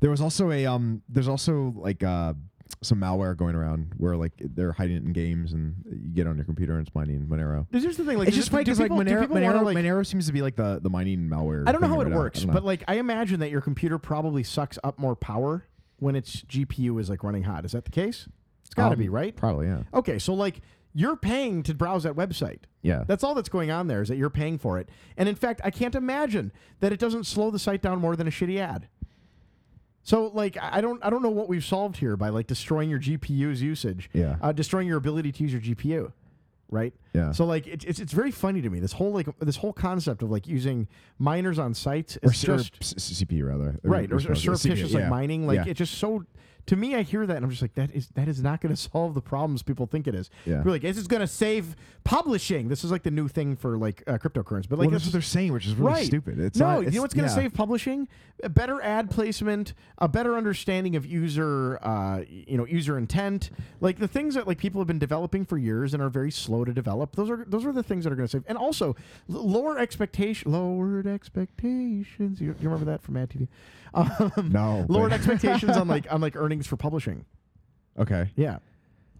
S2: there was also a um there's also like uh some malware going around where like they're hiding it in games, and you get on your computer and it's mining Monero.
S1: Here's the thing. Like,
S2: it's
S1: do-
S2: just funny
S1: do
S2: because like
S1: people- do
S2: Monero,
S1: people wanna,
S2: Monero,
S1: like-
S2: Monero seems to be like the, the mining malware.
S1: I don't know
S2: thing
S1: how it
S2: right now. I
S1: works,
S2: don't know.
S1: but like I imagine that your computer probably sucks up more power when its GPU is like running hot. Is that the case? It's got to
S2: Um,
S1: be, right?
S2: probably yeah,
S1: Okay, so like you're paying to browse that website.
S2: yeah.
S1: That's all that's going on there is that you're paying for it. And in fact, I can't imagine that it doesn't slow the site down more than a shitty ad. So like I I don't I don't know what we've solved here by like destroying your GPU's usage.
S2: Yeah.
S1: Uh, destroying your ability to use your GPU. Right?
S2: Yeah.
S1: So like it's it's, it's very funny to me. This whole like this whole concept of like using miners on sites
S2: or,
S1: is
S2: or
S1: just
S2: s- s- CPU rather
S1: right or, or
S2: sorry,
S1: surreptitious
S2: CPU,
S1: like
S2: yeah.
S1: mining like
S2: Yeah.
S1: it's just so to me i hear that and i'm just like that is that is not going to solve the problems people think it is
S2: Yeah.
S1: People are like this is going to save publishing this is like the new thing for like uh, cryptocurrency but like
S2: well, that's
S1: this
S2: what they're saying, which is really
S1: right
S2: stupid. It's
S1: no
S2: not,
S1: you know
S2: it's-
S1: what's going to
S2: yeah.
S1: save publishing a better ad placement a better understanding of user uh, y- you know user intent like the things that like people have been developing for years and are very slow to develop those are those are the things that are going to save and also l- lower expectation lowered expectations you, you remember that from ad tv um,
S2: No,
S1: lowered
S2: but-
S1: expectations on like on like earnings for publishing.
S2: Okay.
S1: Yeah.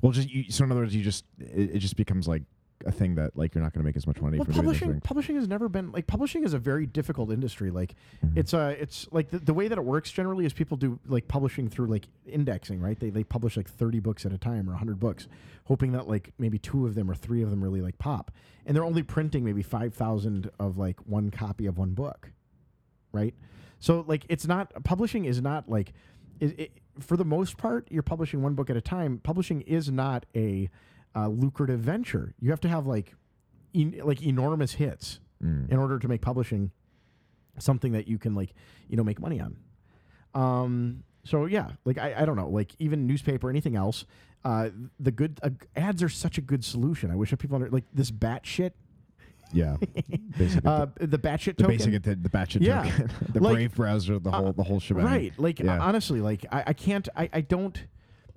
S2: Well, just you, so in other words, you just it, it just becomes like a thing that like you're not going to make as much money
S1: Well,
S2: from doing this
S1: publishing
S2: thing.
S1: publishing has never been like publishing is a very difficult industry. Like
S2: Mm-hmm.
S1: it's uh it's like the, the way that it works generally is people do like publishing through like indexing, right? They they publish like 30 books at a time or 100 books, hoping that like maybe two of them or three of them really like pop. And they're only printing maybe 5,000 of like one copy of one book. Right? So like it's not publishing is not like it, it, for the most part you're publishing one book at a time. Publishing is not a uh, lucrative venture. You have to have like en- like enormous hits
S2: Mm.
S1: in order to make publishing something that you can like you know make money on um so yeah like i, I don't know like even newspaper anything else uh the good uh, ads are such a good solution i wish that people under like this bat shit
S2: Yeah. Basically,
S1: uh
S2: the,
S1: the bat shit
S2: the
S1: token
S2: basic the, the batch of
S1: Yeah.
S2: token, the
S1: Like, uh,
S2: Brave browser, the whole the whole shebang.
S1: right like
S2: Yeah.
S1: honestly like i, I can't I, I don't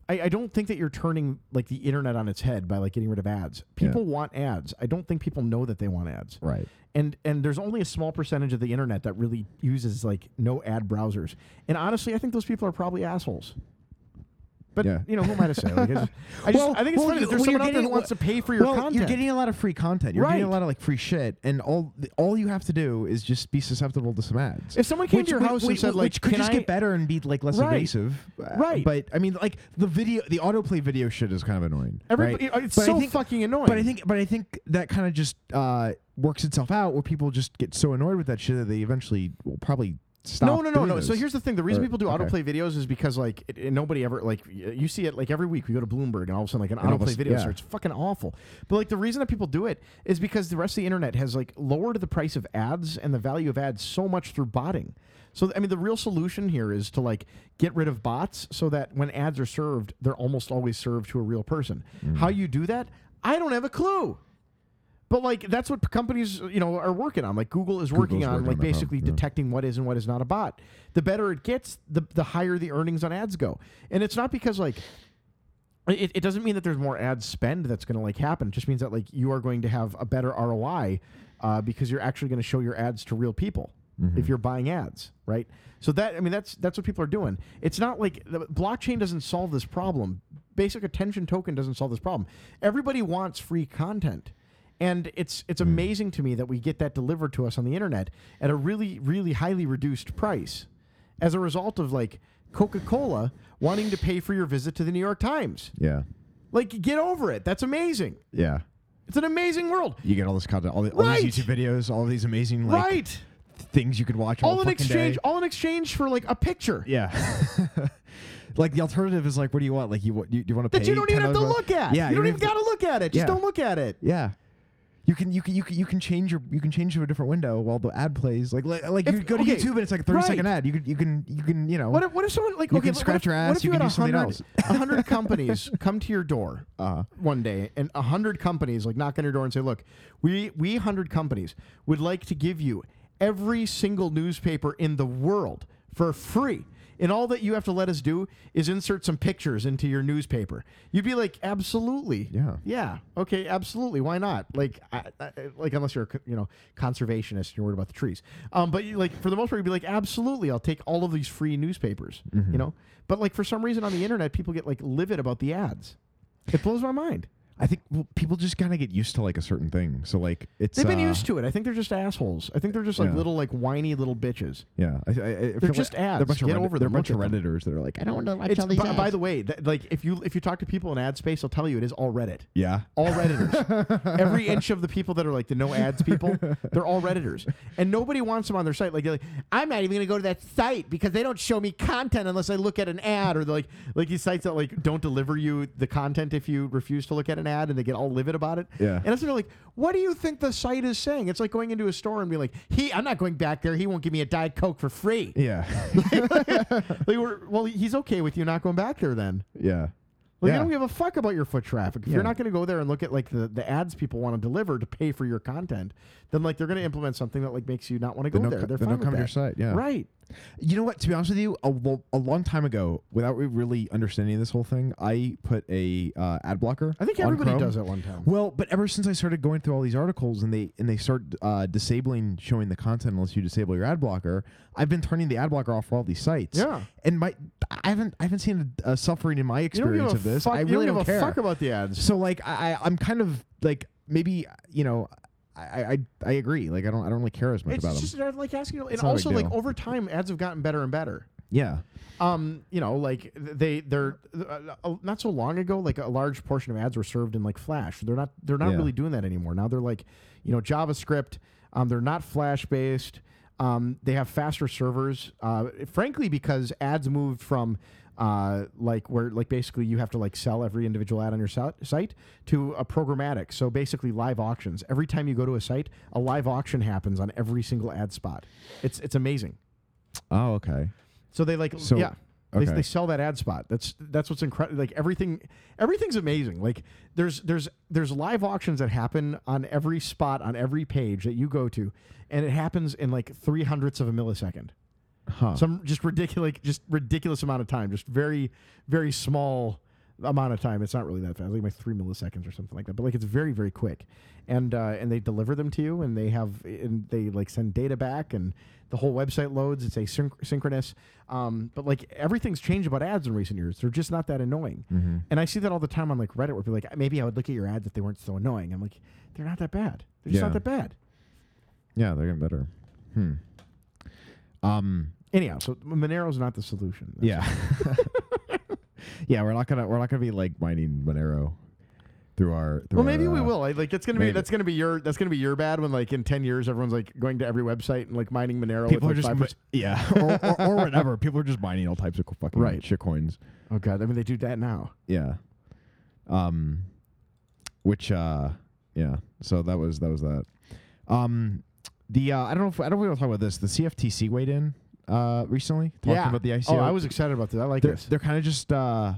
S1: I, I don't think that you're turning like the internet on its head by like getting rid of ads
S2: Yeah.
S1: people want ads i don't think people know that they want ads
S2: Right.
S1: and and there's only a small percentage of the internet that really uses like no ad browsers. And honestly, I think those people are probably assholes. But
S2: Yeah.
S1: you know, who am I to say? Like, I, just, I, just- I think it's funny that there's someone out there that wants to pay for your
S2: well,
S1: content.
S2: You're getting a lot of free content. You're getting a
S1: Right.
S2: lot of like free shit, and all th- all you have to do is just be susceptible to some ads.
S1: If someone came
S2: Which-
S1: to your
S2: which-
S1: house and
S2: which-
S1: said, like,
S2: which could
S1: "Can
S2: just
S1: I-"
S2: get better and be like less
S1: Right.
S2: invasive, uh,
S1: Right.
S2: But I mean, like the video, the autoplay video shit is kind of annoying.
S1: Everybody- uh,
S2: right?
S1: it's
S2: But I
S1: so
S2: think-
S1: fucking annoying.
S2: But I think, but I think that kind of just uh, works itself out where people just get so annoyed with that shit that they eventually will probably stop.
S1: no, no, no,
S2: doing
S1: no.
S2: Those.
S1: So here's the thing: the reason
S2: Or-
S1: people do
S2: okay.
S1: autoplay videos is because like it, it- nobody ever like y- you see it like every week we go to Bloomberg and all of a sudden like an
S2: And all of a
S1: autoplay
S2: s-
S1: video
S2: yeah.
S1: starts. It's fucking awful. But like the reason that people do it is because the rest of the internet has like lowered the price of ads and the value of ads so much through botting. So I mean, the real solution here is to like get rid of bots so that when ads are served, they're almost always served to a real person. How
S2: Mm.
S1: you do that? I don't have a clue. But like that's what companies you know are working on. Like Google is working
S2: Google's
S1: on
S2: working
S1: like
S2: on that
S1: basically
S2: problem, yeah.
S1: detecting what is and what is not a bot. The better it gets, the the higher the earnings on ads go. And it's not because like it, it doesn't mean that there's more ad spend that's going to like happen. It just means that like you are going to have a better ROI uh, because you're actually going to show your ads to real people if you're buying ads, right? So that I mean that's that's what people are doing. It's not like the blockchain doesn't solve this problem. Basic attention token doesn't solve this problem. Everybody wants free content. And it's it's amazing to me that we get that delivered to us on the internet at a really really highly reduced price as a result of like Coca-Cola wanting to pay for your visit to the New York Times.
S2: yeah,
S1: Like, get over it. That's amazing.
S2: yeah.
S1: It's an amazing world.
S2: You get all this content, all, the, all
S1: Right.
S2: these YouTube videos, all these amazing like
S1: right.
S2: things you could watch. All,
S1: All in
S2: fucking
S1: exchange
S2: day.
S1: all in exchange for like a picture.
S2: Yeah. like the alternative is like, what do you want? Like you wa- you, you want to pay
S1: That you don't even have
S2: $10
S1: to
S2: a month?
S1: look at.
S2: Yeah,
S1: you don't
S2: don't
S1: even gotta look at it. Just
S2: Yeah.
S1: don't look at it.
S2: Yeah. You can you can you can you can change your you can change to a different window while the ad plays. Like like, like
S1: If-
S2: you go to
S1: okay,
S2: YouTube and it's like a thirty second
S1: right.
S2: ad. You can you can you can you know.
S1: What if, what if someone like
S2: You
S1: okay,
S2: can
S1: what
S2: scratch
S1: if,
S2: your
S1: what
S2: ass,
S1: if
S2: you
S1: had
S2: can do something
S1: 100
S2: else.
S1: 100 companies come to your door uh,
S2: Uh-huh.
S1: one day and 100 companies like knock on your door and say, "Look, we we 100 companies would like to give you every single newspaper in the world for free and all that you have to let us do is insert some pictures into your newspaper. You'd be like, absolutely,
S2: Yeah.
S1: yeah, okay, absolutely, why not? Like, I, I, like unless you're a co- you know conservationist and you're worried about the trees, um, but you, like for the most part, you'd be like, absolutely, I'll take all of these free newspapers,
S2: Mm-hmm.
S1: you know. But like for some reason on the internet, people get like livid about the ads. It blows my mind.
S2: I think well, people just kind of get used to like a certain thing. So like it's
S1: They've been
S2: uh,
S1: used to it. I think they're just assholes. I think they're just like
S2: Yeah.
S1: little like whiny little bitches.
S2: Yeah, I, I, I they're
S1: just ads.
S2: They're a bunch
S1: Get
S2: of Reddit-
S1: over
S2: They're a
S1: them.
S2: bunch of
S1: Look at them.
S2: redditors that are like, I don't want to watch
S1: It's,
S2: all these.
S1: by, by
S2: ads."
S1: the way, th- like if you if you talk to people in ad space, I'll tell you it is all Reddit.
S2: yeah,
S1: All redditors. Every inch of the people that are like the no ads people, they're all redditors, and nobody wants them on their site. Like they're like, I'm not even going to go to that site because they don't show me content unless I look at an ad, or they're like like these sites that like don't deliver you the content if you refuse to look at an ad, and they get all livid about it.
S2: Yeah.
S1: and it's sort of like, what do you think the site is saying? It's like going into a store and being like, he, I'm not going back there. He won't give me a diet coke for free.
S2: yeah,
S1: Like, we're, well, he's okay with you not going back there then.
S2: yeah.
S1: Like, I
S2: yeah.
S1: don't give a fuck about your foot traffic. If
S2: Yeah.
S1: you're not going to go there and look at like the, the ads people want to deliver to pay for your content, then like they're going to implement something that like makes you not want to go
S2: Then don't
S1: there.
S2: co-
S1: They're
S2: then
S1: fine
S2: don't
S1: with
S2: come to your
S1: that.
S2: site, yeah.
S1: Right.
S2: You know what? To be honest with you, a, lo- a long time ago, without re- really understanding this whole thing, I put a uh, ad blocker.
S1: I think
S2: on
S1: everybody
S2: Chrome.
S1: does at one time.
S2: Well, but ever since I started going through all these articles and they and they start uh, disabling showing the content unless you disable your ad blocker, I've been turning the ad blocker off for all these sites.
S1: Yeah.
S2: and my I haven't I haven't seen a, a suffering in my
S1: You don't
S2: experience
S1: give a
S2: of this.
S1: fuck.
S2: I
S1: you
S2: really
S1: don't give
S2: care.
S1: a fuck about the ads.
S2: So like I I- I'm kind of like maybe you know I I, I agree. Like I don't I don't really care as much
S1: It's
S2: about
S1: just
S2: them.
S1: not like asking, and
S2: It's not a big
S1: also like
S2: deal.
S1: over time, ads have gotten better and better.
S2: Yeah.
S1: um, you know, like th- they they're uh, uh, not so long ago. Like a large portion of ads were served in like Flash. They're not they're not
S2: Yeah.
S1: really doing that anymore. Now they're like, you know, JavaScript. Um, they're not Flash based. Um, they have faster servers. Uh, frankly, because ads moved from uh, like where like basically you have to like sell every individual ad on your si- site to a programmatic. So basically live auctions. Every time you go to a site, a live auction happens on every single ad spot. It's it's amazing.
S2: Oh okay.
S1: So they like
S2: So-
S1: yeah. They,
S2: okay.
S1: they sell that ad spot. That's that's what's incredible. Like everything, everything's amazing. Like there's there's there's live auctions that happen on every spot on every page that you go to, and it happens in like three hundredths of a millisecond.
S2: Huh.
S1: Some just ridiculous, like, just ridiculous amount of time. Just very very small amount of time. It's not really that fast. Like my three milliseconds or something like that. But like it's very very quick, and uh, and they deliver them to you, and they have and they like send data back, and the whole website loads. It's asynchronous. synchronous. Um, but like everything's changed about ads in recent years. They're just not that annoying.
S2: Mm. mm-hmm.
S1: And I see that all the time on like Reddit, where people are like maybe I would look at your ads if they weren't so annoying. I'm like, they're not that bad. They're just
S2: Yeah.
S1: not that bad.
S2: yeah, they're getting better. Hmm. Um.
S1: Anyhow, so Monero's not the solution. That's
S2: Yeah. yeah, we're not gonna we're not gonna be like mining Monero through our. Through
S1: Well, maybe
S2: our,
S1: we
S2: uh,
S1: will. I, like that's gonna be
S2: maybe.
S1: that's gonna be your that's gonna be your bad when like in ten years everyone's like going to every website and like mining Monero.
S2: People are
S1: with,
S2: just
S1: like,
S2: mi- yeah, or, or, or whatever. People are just mining all types of co- fucking
S1: Right.
S2: shit coins.
S1: oh god, I mean they do that now.
S2: Yeah. Um, which uh, yeah. So that was that was that. Um, the uh, I don't know if I don't know if we'll talk about this. The CFTC weighed in uh recently talking
S1: yeah,
S2: about the ICO.
S1: Oh, I was excited about this. I like
S2: they're,
S1: this.
S2: they're kind of just uh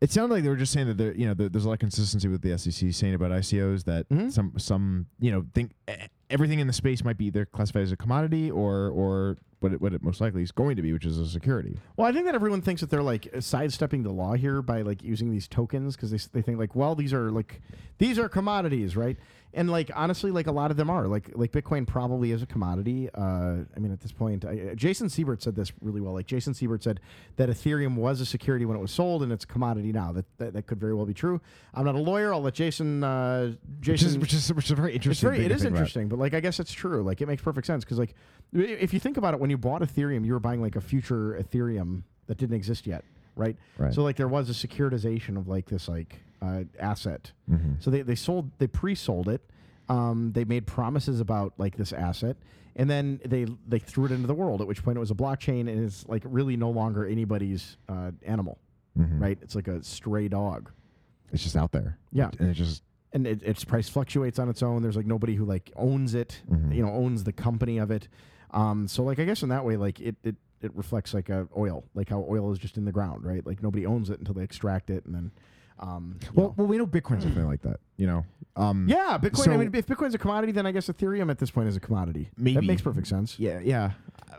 S2: it sounded like they were just saying that there you know there, there's a lot of consistency with the SEC saying about ICOs that
S1: Mhm.
S2: some some you know think e- everything in the space might be either classified as a commodity or or what it, what it most likely is going to be which is a security.
S1: Well, I think that everyone thinks that they're like sidestepping the law here by like using these tokens because they, s- they think like, well, these are like these are commodities, right? And like honestly, like a lot of them are like like Bitcoin probably is a commodity. Uh, I mean, at this point, I, uh, Jason Siebert said this really well. Like Jason Siebert said that Ethereum was a security when it was sold, and it's a commodity now. That that, that could very well be true. I'm not a lawyer. I'll let Jason uh,
S2: Which
S1: Jason
S2: is, which is which is a very
S1: it's
S2: interesting.
S1: very
S2: thing
S1: it
S2: to
S1: is
S2: think about.
S1: interesting but like i guess it's true like it makes perfect sense because like i- if you think about it when you bought ethereum you were buying like a future ethereum that didn't exist yet right,
S2: Right.
S1: so like there was a securitization of like this like uh, asset
S2: Mm-hmm.
S1: so they, they sold they pre-sold it um, they made promises about like this asset and then they they threw it into the world at which point it was a blockchain and it's like really no longer anybody's uh, animal
S2: Hmm.
S1: right it's like a stray dog
S2: Mm-hmm. It's just out there.
S1: Yeah.
S2: and it's just
S1: and it, its price fluctuates on its own. There's like nobody who like owns it,
S2: Mm-hmm.
S1: you know, owns the company of it. Um, so like I guess in that way, like it it, it reflects like a oil, like how oil is just in the ground, right? Like nobody owns it until they extract it, and then um, you
S2: well
S1: know.
S2: well we know Bitcoin's something like that. You know. Um,
S1: yeah, Bitcoin.
S2: so-
S1: I mean, if Bitcoin's a commodity, then I guess Ethereum at this point is a commodity.
S2: Maybe.
S1: that makes perfect sense.
S2: Yeah, yeah. I-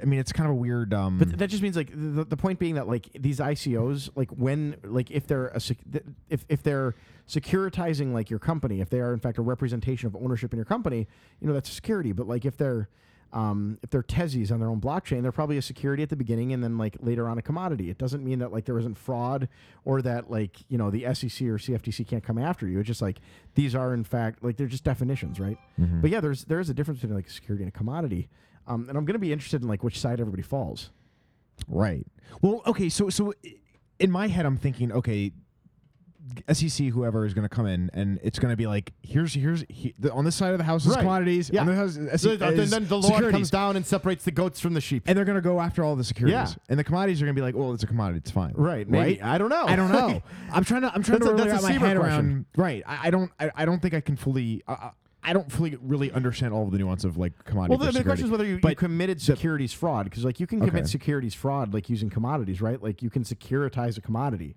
S2: I mean, it's kind of a weird. Um,
S1: But th- that just means like the, the point being that like these ICOs, like when like if they're a sec- th- if if they're securitizing like your company, if they are in fact a representation of ownership in your company, you know that's a security. But like if they're um, if they're tezies on their own blockchain, they're probably a security at the beginning and then like later on a commodity. It doesn't mean that like there isn't fraud or that like you know the SEC or CFTC can't come after you. It's just like these are in fact like they're just definitions, right? But yeah, there's there is a difference between like a security and a commodity. Um, and I'm going to be interested in like which side everybody falls.
S2: Right. Well, okay. So, so i- in my head, I'm thinking, okay, SEC, whoever is going to come in, and it's going to be like, here's here's he, the, on this side of the house is
S1: Right.
S2: commodities,
S1: Yeah.
S2: on the house is,
S3: So then,
S2: is
S3: then the Lord
S2: securities.
S3: comes down and separates the goats from the sheep.
S2: and they're going to go after all the securities,
S1: Yeah.
S2: and the commodities are going to be like, well, it's a commodity, it's fine,
S1: Right, maybe. I don't know.
S2: I don't know. I'm trying to. I'm trying
S1: That's
S2: to
S1: a-
S2: really
S1: that's a
S2: wrap my
S1: Siebert
S2: head around. Right. I, I don't. I, I don't think I can fully. I, I- I don't fully really understand all of the nuance of like commodity.
S1: Well, the,
S2: versus
S1: the question
S2: security.
S1: is whether you, you
S2: But-
S1: committed securities fraud because, like, you can commit
S2: Okay.
S1: securities fraud like using commodities, right? Like, you can securitize a commodity,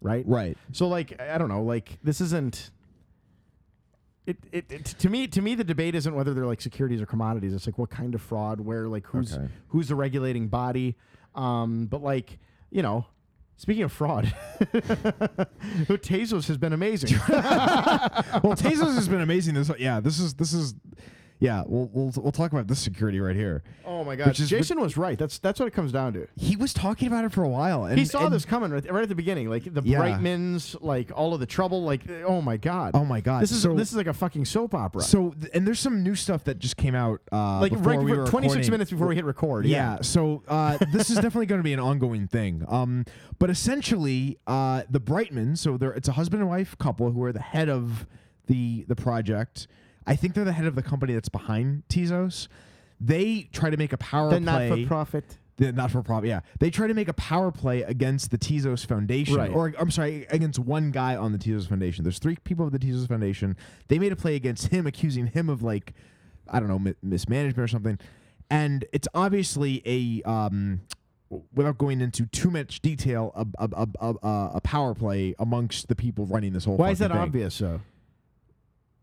S1: right?
S2: Right.
S1: So, like, I I don't know. Like, this isn't. It, it, it to me to me the debate isn't whether they're like securities or commodities. It's like what kind of fraud, where, like, who's
S2: Okay.
S1: who's the regulating body, um, but like you know. Speaking of fraud, Tezos has been amazing.
S2: well, Tezos has been amazing. This, yeah, this is this is, yeah. We'll we'll, we'll talk about this security right here.
S1: oh my gosh,
S2: Which is-
S1: Jason was right. That's that's what it comes down to.
S2: He was talking about it for a while. And,
S1: he saw
S2: and-
S1: this coming right, right at the beginning, like the
S2: Yeah.
S1: Brightmans, like all of the trouble, like oh my god,
S2: Oh my god!
S1: this is
S2: so,
S1: this is like a fucking soap opera.
S2: so th- and there's some new stuff that just came out. Uh,
S1: like
S2: before
S1: right
S2: we
S1: before-
S2: were
S1: 26
S2: recording.
S1: minutes before we hit record.
S2: Yeah.
S1: Yeah.
S2: So uh, this is definitely going to be an ongoing thing. Um, but essentially, uh, the Brightman. So they're it's a husband and wife couple who are the head of the the project. I think they're the head of the company that's behind Tezos. They try to make a power
S1: the
S2: play.
S1: not-for-profit.
S2: the not for profit. Yeah, they try to make a power play against the Tezos Foundation,
S1: Right.
S2: or I'm sorry, against one guy on the Tezos Foundation. There's three people of the Tezos Foundation. They made a play against him, accusing him of like, I don't know, mi- mismanagement or something. And it's obviously a um, w- without going into too much detail, a, a, a, a, a power play amongst the people running this whole.
S1: Why is that
S2: fucking thing.
S1: obvious? So,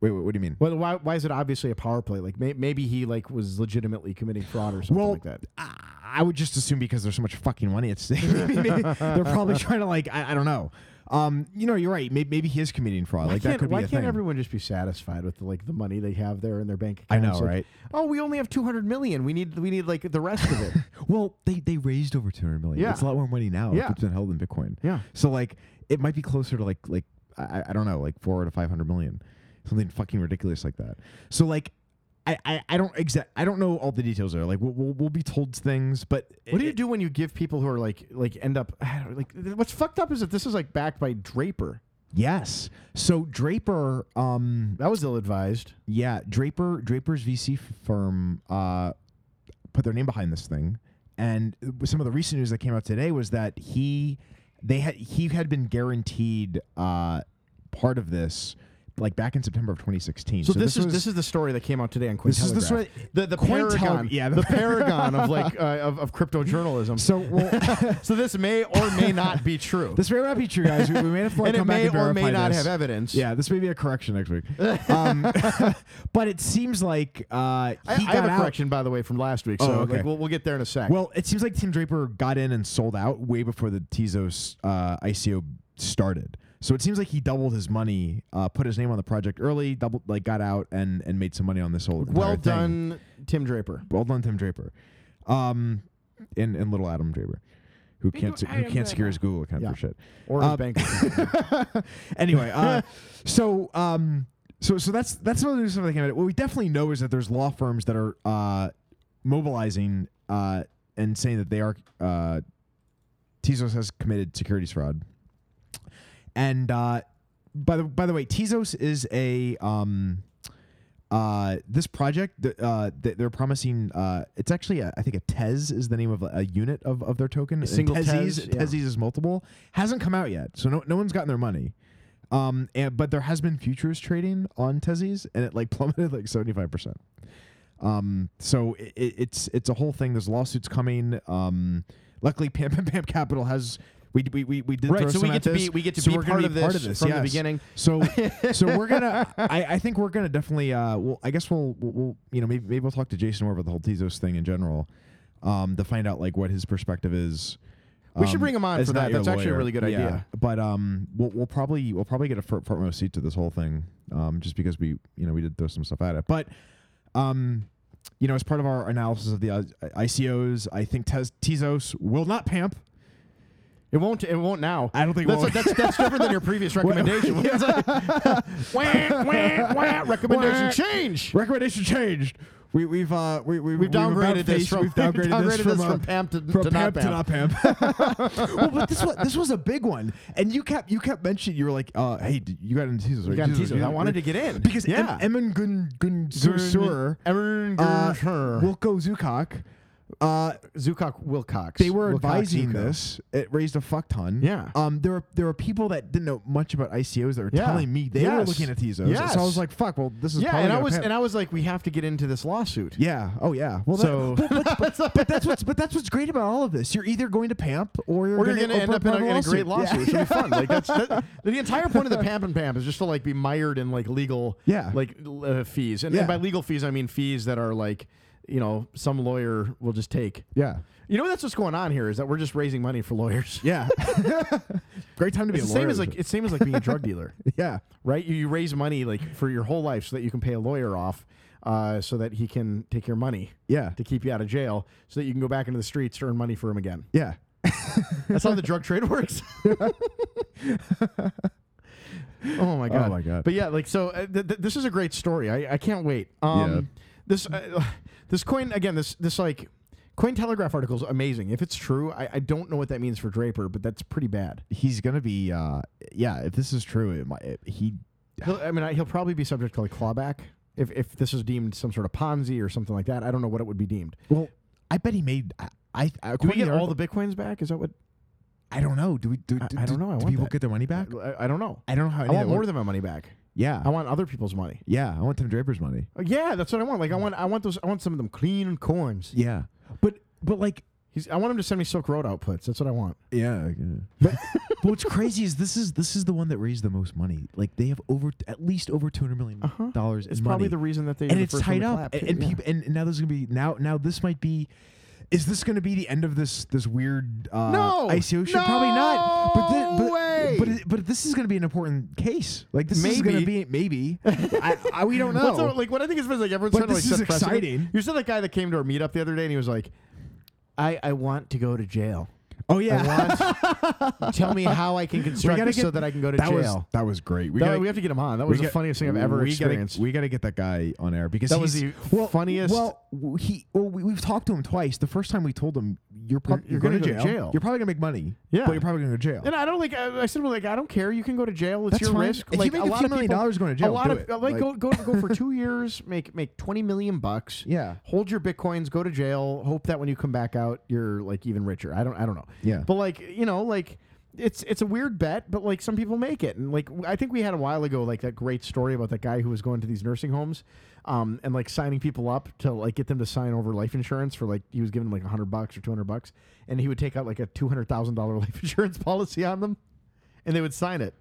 S2: Wait, wait, what do you mean?
S1: well, why why is it obviously a power play? Like may, maybe he like was legitimately committing fraud or something
S2: Well,
S1: like that.
S2: I I would just assume because there's so much fucking money at stake. They're probably trying to like I, I don't know. Um, you know, you're right. Maybe, maybe he is committing fraud.
S1: Why
S2: like that
S1: can't-
S2: could be
S1: why
S2: a
S1: can't
S2: thing.
S1: everyone just be satisfied with like the money they have there in their bank
S2: I
S1: account?
S2: know,
S1: It's like,
S2: right?
S1: Oh, we only have 200 million. We need we need like the rest of it.
S2: Well, they they raised over 200 million.
S1: Yeah.
S2: It's a lot more money now. if
S1: Yeah.
S2: It's been held in Bitcoin.
S1: Yeah.
S2: So like it might be closer to like like I, I don't know, like 4 to 500 million. Something fucking ridiculous like that. So like I, I, I don't exact I don't know all the details there. Like we'll, we'll, we'll be told things, but
S1: What do
S2: it-
S1: you do when you give people who are like like end up like th- what's fucked up is that this is like backed by Draper.
S2: Yes. So Draper, um,
S1: That was ill advised.
S2: Yeah, Draper Draper's VC firm uh, put their name behind this thing, and uh, some of the recent news that came out today was that he they had he had been guaranteed uh, part of this like back in September of 2016.
S1: So, this, is
S2: was-
S1: this is the story that came out today on Cointelegraph.
S2: This is the story-
S1: The the
S2: Cointele-
S1: paragon.
S2: yeah, the-
S1: the, paragon of like uh, of, of crypto journalism. So,
S2: so well.
S1: this may or may not be true.
S2: this may not be true, guys. We, we may have to like,
S1: and it
S2: come
S1: may
S2: back and
S1: or
S2: verify
S1: may not
S2: this.
S1: have evidence.
S2: Yeah, this may be a correction next week. Um, but it seems like uh,
S1: I,
S2: he
S1: I
S2: got
S1: have a
S2: out.
S1: correction by the way from last week.
S2: Oh,
S1: So
S2: okay.
S1: like, we'll, we'll get there in a sec.
S2: Well, it seems like Tim Draper got in and sold out way before the Tezos uh, ICO started. So it seems like he doubled his money, uh, put his name on the project early, doubled like got out and and made some money on this whole.
S1: well
S2: entire thing.
S1: done, Tim Draper.
S2: well done, Tim Draper, um, and and little Adam Draper, who can't se- who can't secure his Google account
S1: Yeah.
S2: for shit.
S1: Or
S2: Uh,
S1: his bank. account.
S2: anyway, uh, so um, so so that's that's some of the new stuff that came out. What we definitely know is that there's law firms that are uh, mobilizing uh, and saying that they are uh, Tezos has committed securities fraud. And uh, by the by the way, Tezos is a um, uh, this project. th- Uh, th- they're promising. Uh, it's actually a, I think a TES is the name of a, a unit of, of their token. And
S1: single
S2: TESIs,
S1: TES, yeah.
S2: TESIs is multiple. Hasn't come out yet, so no, no one's gotten their money. Um, and, but there has been futures trading on TESIs, and it like plummeted like seventy five percent. Um, so i i- it's it's a whole thing. There's lawsuits coming. Um, luckily, Pam Pam Pam Capital has we we we, we did
S1: Right,
S2: throw
S1: so we get
S2: some at
S1: to
S2: this.
S1: be- we get to
S2: So
S1: be
S2: we're gonna
S1: part of
S2: part
S1: this
S2: of this
S1: from the
S2: yes.
S1: beginning.
S2: So so we're gonna I, I think we're gonna definitely uh we'll, I guess we'll, we'll we'll you know maybe maybe we'll talk to Jason more about the whole Tezos thing in general. um, to find out like what his perspective is. um,
S1: We should bring him on
S2: as
S1: for
S2: not
S1: that.
S2: your
S1: That's actually a
S2: lawyer.
S1: really good
S2: Yeah.
S1: idea.
S2: But um, we'll, we'll probably we'll probably get a front, front row seat to this whole thing, um, just because we you know we did throw some stuff at it. But um, you know, as part of our analysis of the uh, ICOs, I think Tez- Tezos will not pamp.
S1: It won't. It won't now.
S2: I don't think
S1: that's,
S2: we'll-
S1: that's that's different than your previous recommendation. It's like, wah, wah, wah, recommendation
S2: Wah.
S1: change.
S2: Recommendation changed. We, we've uh, we, we,
S1: We've
S2: about
S1: downgraded this
S2: faced-
S1: from-
S2: we've downgraded, this from, uh,
S1: from pamp to-
S2: from
S1: to not
S2: pamp to not pamp. well, but this was this was a big one, and you kept you kept mentioning you were like, uh, hey, did- you got into Tezos. Right?
S1: We got
S2: Tezos,
S1: teasers. I
S2: right?
S1: wanted to get in
S2: because
S1: yeah.
S2: em- Emin Gun Gun Sur- Sur,
S1: Emin
S2: uh,
S1: Gershur.
S2: Wilco Zukok, uh,
S1: Zukok Wilcox.
S2: they were
S1: Wilcox
S2: advising
S1: Zukok.
S2: this. It raised a fuck ton.
S1: Yeah.
S2: Um. There were there were people that didn't know much about ICOs that were
S1: Yeah.
S2: telling me they were
S1: Yes.
S2: looking at Tezos.
S1: Yes.
S2: So I was like, fuck. Well, this is
S1: Yeah,
S2: probably
S1: and I
S2: gonna
S1: was
S2: pan-
S1: and I was like, we have to get into this lawsuit.
S2: Yeah. Oh, yeah. Well,
S1: So-
S2: that, but, but- but- but that's what's but that's what's great about all of this. You're either going to pamp or you're
S1: Or you're
S2: going to
S1: end up in a, in a great lawsuit. It
S2: Yeah.
S1: should be fun. Like that's that, the entire point of the Pamp and Pamp is just to like be mired in like legal,
S2: Yeah.
S1: like l- uh, fees. And,
S2: Yeah.
S1: and by legal fees, I mean fees that are like, you know, some lawyer will just take.
S2: Yeah.
S1: You know, that's what's going on here is that we're just raising money for lawyers.
S2: Yeah. great time to be
S1: It's
S2: a
S1: the same
S2: lawyer,
S1: as
S2: isn't
S1: like it's same as like being a drug dealer,
S2: it? yeah.
S1: right? You, you raise money like for your whole life so that you can pay a lawyer off, uh, so that he can take your money
S2: Yeah.
S1: to keep you out of jail, so that you can go back into the streets to earn money for him again.
S2: Yeah.
S1: That's how the drug trade works. oh my god!
S2: my God.
S1: But yeah, like so, uh, th- th- this is a great story. I, I can't wait. Um,
S2: Yeah.
S1: This uh, this coin again. This this like Coin Telegraph article is amazing. If it's true, I, I don't know what that means for Draper, but that's pretty bad.
S2: He's gonna be. uh Yeah. If this is true, it might. It, he.
S1: He'll, I mean, I, he'll probably be subject to like clawback if if this is deemed some sort of Ponzi or something like that. I don't know what it would be deemed.
S2: Well, I bet he made. I. I, I
S1: Do we get all the bitcoins back? Is that what?
S2: I don't know. Do we? Do,
S1: I-
S2: do,
S1: I don't know. I
S2: do
S1: want
S2: people
S1: that.
S2: get their money back?
S1: I, I don't know.
S2: I don't know how.
S1: I
S2: any of
S1: want
S2: that
S1: more
S2: work-
S1: than my money back.
S2: Yeah.
S1: I want other people's money.
S2: yeah. I want Tim Draper's money.
S1: Uh, Yeah, that's what I want.
S2: Mm.
S1: Like I want I want those I want some of them clean coins.
S2: Yeah. But but like
S1: He's I want him to send me Silk Road outputs. That's what I want.
S2: Yeah. But, but what's crazy is this is this is the one that raised the most money. Like they have over at least over two hundred million
S1: Uh-huh.
S2: dollars.
S1: It's
S2: in
S1: probably
S2: money.
S1: the reason that they
S2: and
S1: were the
S2: it's
S1: first one
S2: tied
S1: to
S2: up.
S1: clap,
S2: And,
S1: too.
S2: and
S1: Yeah.
S2: people and, and now there's gonna be now now this might be. Is this going to be the end of this this weird uh,
S1: No!
S2: ICO shit? Probably not. But thi-
S1: No
S2: but,
S1: way!
S2: but it- but this is going to be an important case. Like this is going
S1: Maybe.
S2: to be maybe. I, I, we don't know.
S1: What's the- like what I think is funny is like everyone's
S2: But
S1: trying to like
S2: this is
S1: set precedent.
S2: exciting.
S1: You said that guy that came to our meetup the other day and he was like, I I want to go to jail.
S2: oh yeah,
S1: I want tell me how I can construct
S2: gotta
S1: this
S2: get-
S1: so that I can go to
S2: that
S1: jail.
S2: was that was great. We
S1: That-
S2: gotta-
S1: we have to get him on. That
S2: We
S1: was the
S2: got-
S1: funniest thing I've ever
S2: we gotta-
S1: experienced.
S2: we got to get that guy on air because
S1: That was
S2: he's-
S1: the funniest-
S2: Well, w- he well we, we've talked to him twice. The first time we told him you're prob-
S1: You're- you're
S2: you're, going
S1: gonna
S2: to
S1: go
S2: jail.
S1: to jail.
S2: You're probably going to make money.
S1: Yeah.
S2: but you're probably going to go to jail.
S1: and I don't like. I, I said, well, like, I don't care. You can go to jail. It's
S2: That's
S1: your
S2: fine.
S1: risk.
S2: If you
S1: like,
S2: make
S1: a
S2: a
S1: lot
S2: few
S1: of
S2: million
S1: people-
S2: dollars going to
S1: A
S2: jail,
S1: lot
S2: do
S1: of
S2: it.
S1: like,
S2: Like-
S1: go go go for two years. Make make twenty million bucks.
S2: Yeah.
S1: Hold your bitcoins. Go to jail. Hope that when you come back out, you're like even richer. I don't. I don't know.
S2: Yeah.
S1: But like, you know, like. It's it's a weird bet, but like some people make it, and like w- I think we had a while ago like that great story about that guy who was going to these nursing homes, um, and like signing people up to like get them to sign over life insurance for like he was giving them like hundred bucks or two hundred bucks, and he would take out like a two hundred thousand dollar life insurance policy on them, and they would sign it.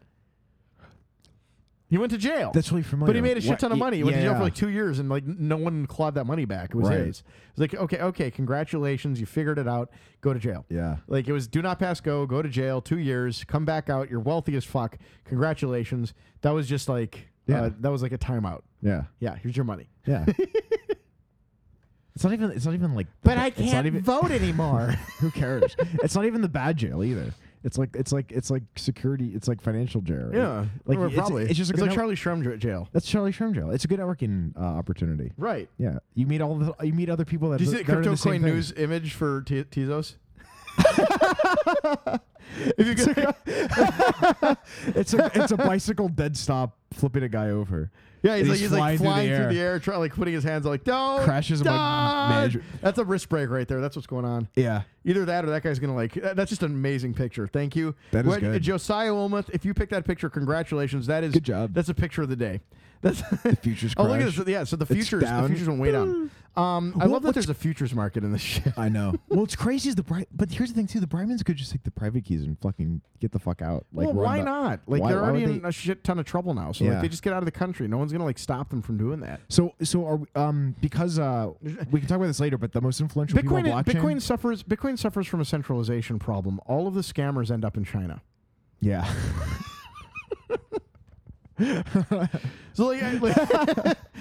S1: He went to jail.
S2: That's really familiar.
S1: But he made a shit
S2: What-
S1: ton of money. He went to
S2: yeah,
S1: jail
S2: yeah.
S1: for like two years, and like no one clawed that money back. It was
S2: Right.
S1: his. It was like, okay, okay, congratulations, you figured it out. Go to jail.
S2: Yeah.
S1: Like it was, do not pass go. Go to jail. Two years. Come back out. You're wealthy as fuck. Congratulations. That was just like,
S2: Yeah.
S1: uh, that was like a timeout.
S2: yeah,
S1: Yeah, here's your money.
S2: yeah. it's not even. It's not even like.
S1: But I
S2: it's not
S1: can't
S2: even-
S1: vote anymore.
S2: Who cares? it's not even the bad jail either. It's like it's like it's like security. It's like financial jail. right?
S1: yeah,
S2: like
S1: Or
S2: it's,
S1: probably.
S2: It's just a
S1: it's
S2: good
S1: like
S2: network-
S1: Charlie Shrem jail.
S2: That's Charlie Sherm jail. It's a good networking uh, opportunity.
S1: Right.
S2: Yeah, you meet all the you meet other people that.
S1: Did you see
S2: that
S1: the
S2: are in
S1: crypto
S2: the same
S1: coin
S2: thing.
S1: news image for Te- Tezos? if you could,
S2: It's a it's a bicycle dead stop flipping a guy over.
S1: yeah, he's
S2: And
S1: like he's like flying through the,
S2: air.
S1: air, trying like putting his hands like don't
S2: Crashes above
S1: dodge!"
S2: manager-
S1: That's a wrist break right there. That's what's going on.
S2: Yeah,
S1: Either that or that guy's gonna like. that- That's just an amazing picture. Thank you.
S2: That is
S1: What-
S2: good.
S1: Josiah Wilmoth. If you picked that picture, congratulations. That is
S2: Good job.
S1: That's a picture of the day. That's
S2: the future's.
S1: oh look at
S2: crash.
S1: this. Yeah, so the
S2: It's
S1: futures the
S2: down.
S1: futures went way down. Um, I
S2: Wha-
S1: love that
S2: what's-
S1: there's a futures market in this shit.
S2: I know. well, it's crazy. Is the bri- but here's the thing too. The Brymans could just take the private key monkeys and fucking get the fuck out. Like,
S1: well,
S2: we're on
S1: why
S2: the-
S1: not? Like
S2: why-
S1: they're
S2: why would
S1: already
S2: they-
S1: in a shit ton of trouble now, so
S2: Yeah.
S1: like they just get out of the country. No one's gonna like stop them from doing that.
S2: So, so are we, um because uh we can talk about this later, but the most influential people on
S1: Bitcoin,
S2: blockchain.
S1: Bitcoin suffers. Bitcoin suffers from a centralization problem. All of the scammers end up in China.
S2: yeah,
S1: So like, I- like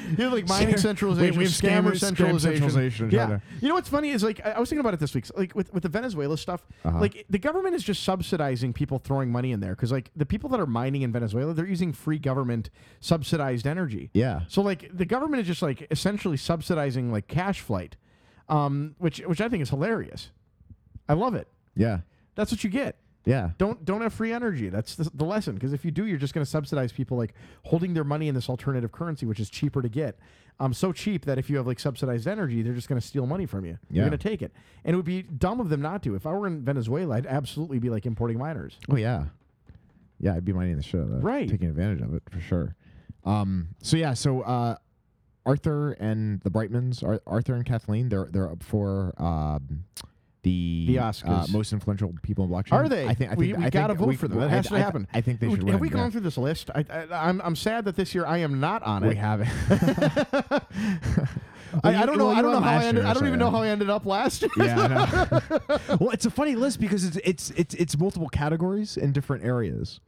S1: you have like mining centralization,
S2: we have
S1: scammer
S2: scammers- scam
S1: centralization.
S2: centralization in
S1: yeah.
S2: China.
S1: You know what's funny is like I, I was thinking about it this week. So, Like with, with the Venezuela stuff,
S2: Uh-huh.
S1: like the government is just subsidizing people throwing money in there because like the people that are mining in Venezuela, they're using free government subsidized energy.
S2: yeah.
S1: So like the government is just like essentially subsidizing like cash flight, um, which which I think is hilarious. I love it.
S2: Yeah.
S1: That's what you get.
S2: Yeah.
S1: Don't don't have free energy. That's the, the lesson. Because if you do, you're just going to subsidize people like holding their money in this alternative currency, which is cheaper to get. Um, so cheap that if you have like subsidized energy, they're just going to steal money from you.
S2: Yeah.
S1: You're going to take it, and it would be dumb of them not to. If I were in Venezuela, I'd absolutely be like importing miners.
S2: Oh yeah, yeah. I'd be mining the shit out of that,
S1: Right.
S2: taking advantage of it for sure. Um. So yeah. So uh, Arthur and the Brightmans, Ar- Arthur and Kathleen, they're they're up for um. The,
S1: The
S2: uh,
S1: Oscars.
S2: most influential people in blockchain.
S1: Are they?
S2: I think. I think.
S1: we, we
S2: I think
S1: gotta vote
S2: we-
S1: for them.
S2: I-
S1: That has
S2: I-
S1: to
S2: I-
S1: happen.
S2: I think they
S1: We-
S2: should
S1: Have
S2: win,
S1: we
S2: yeah.
S1: gone through this list? I, I, I'm I'm sad that this year I am not on
S2: We
S1: it.
S2: haven't.
S1: I, I don't know. I don't know how I ended. I don't even know
S2: how.
S1: how I ended up last year.
S2: Yeah. I know. well, it's a funny list because it's it's it's it's multiple categories in different areas.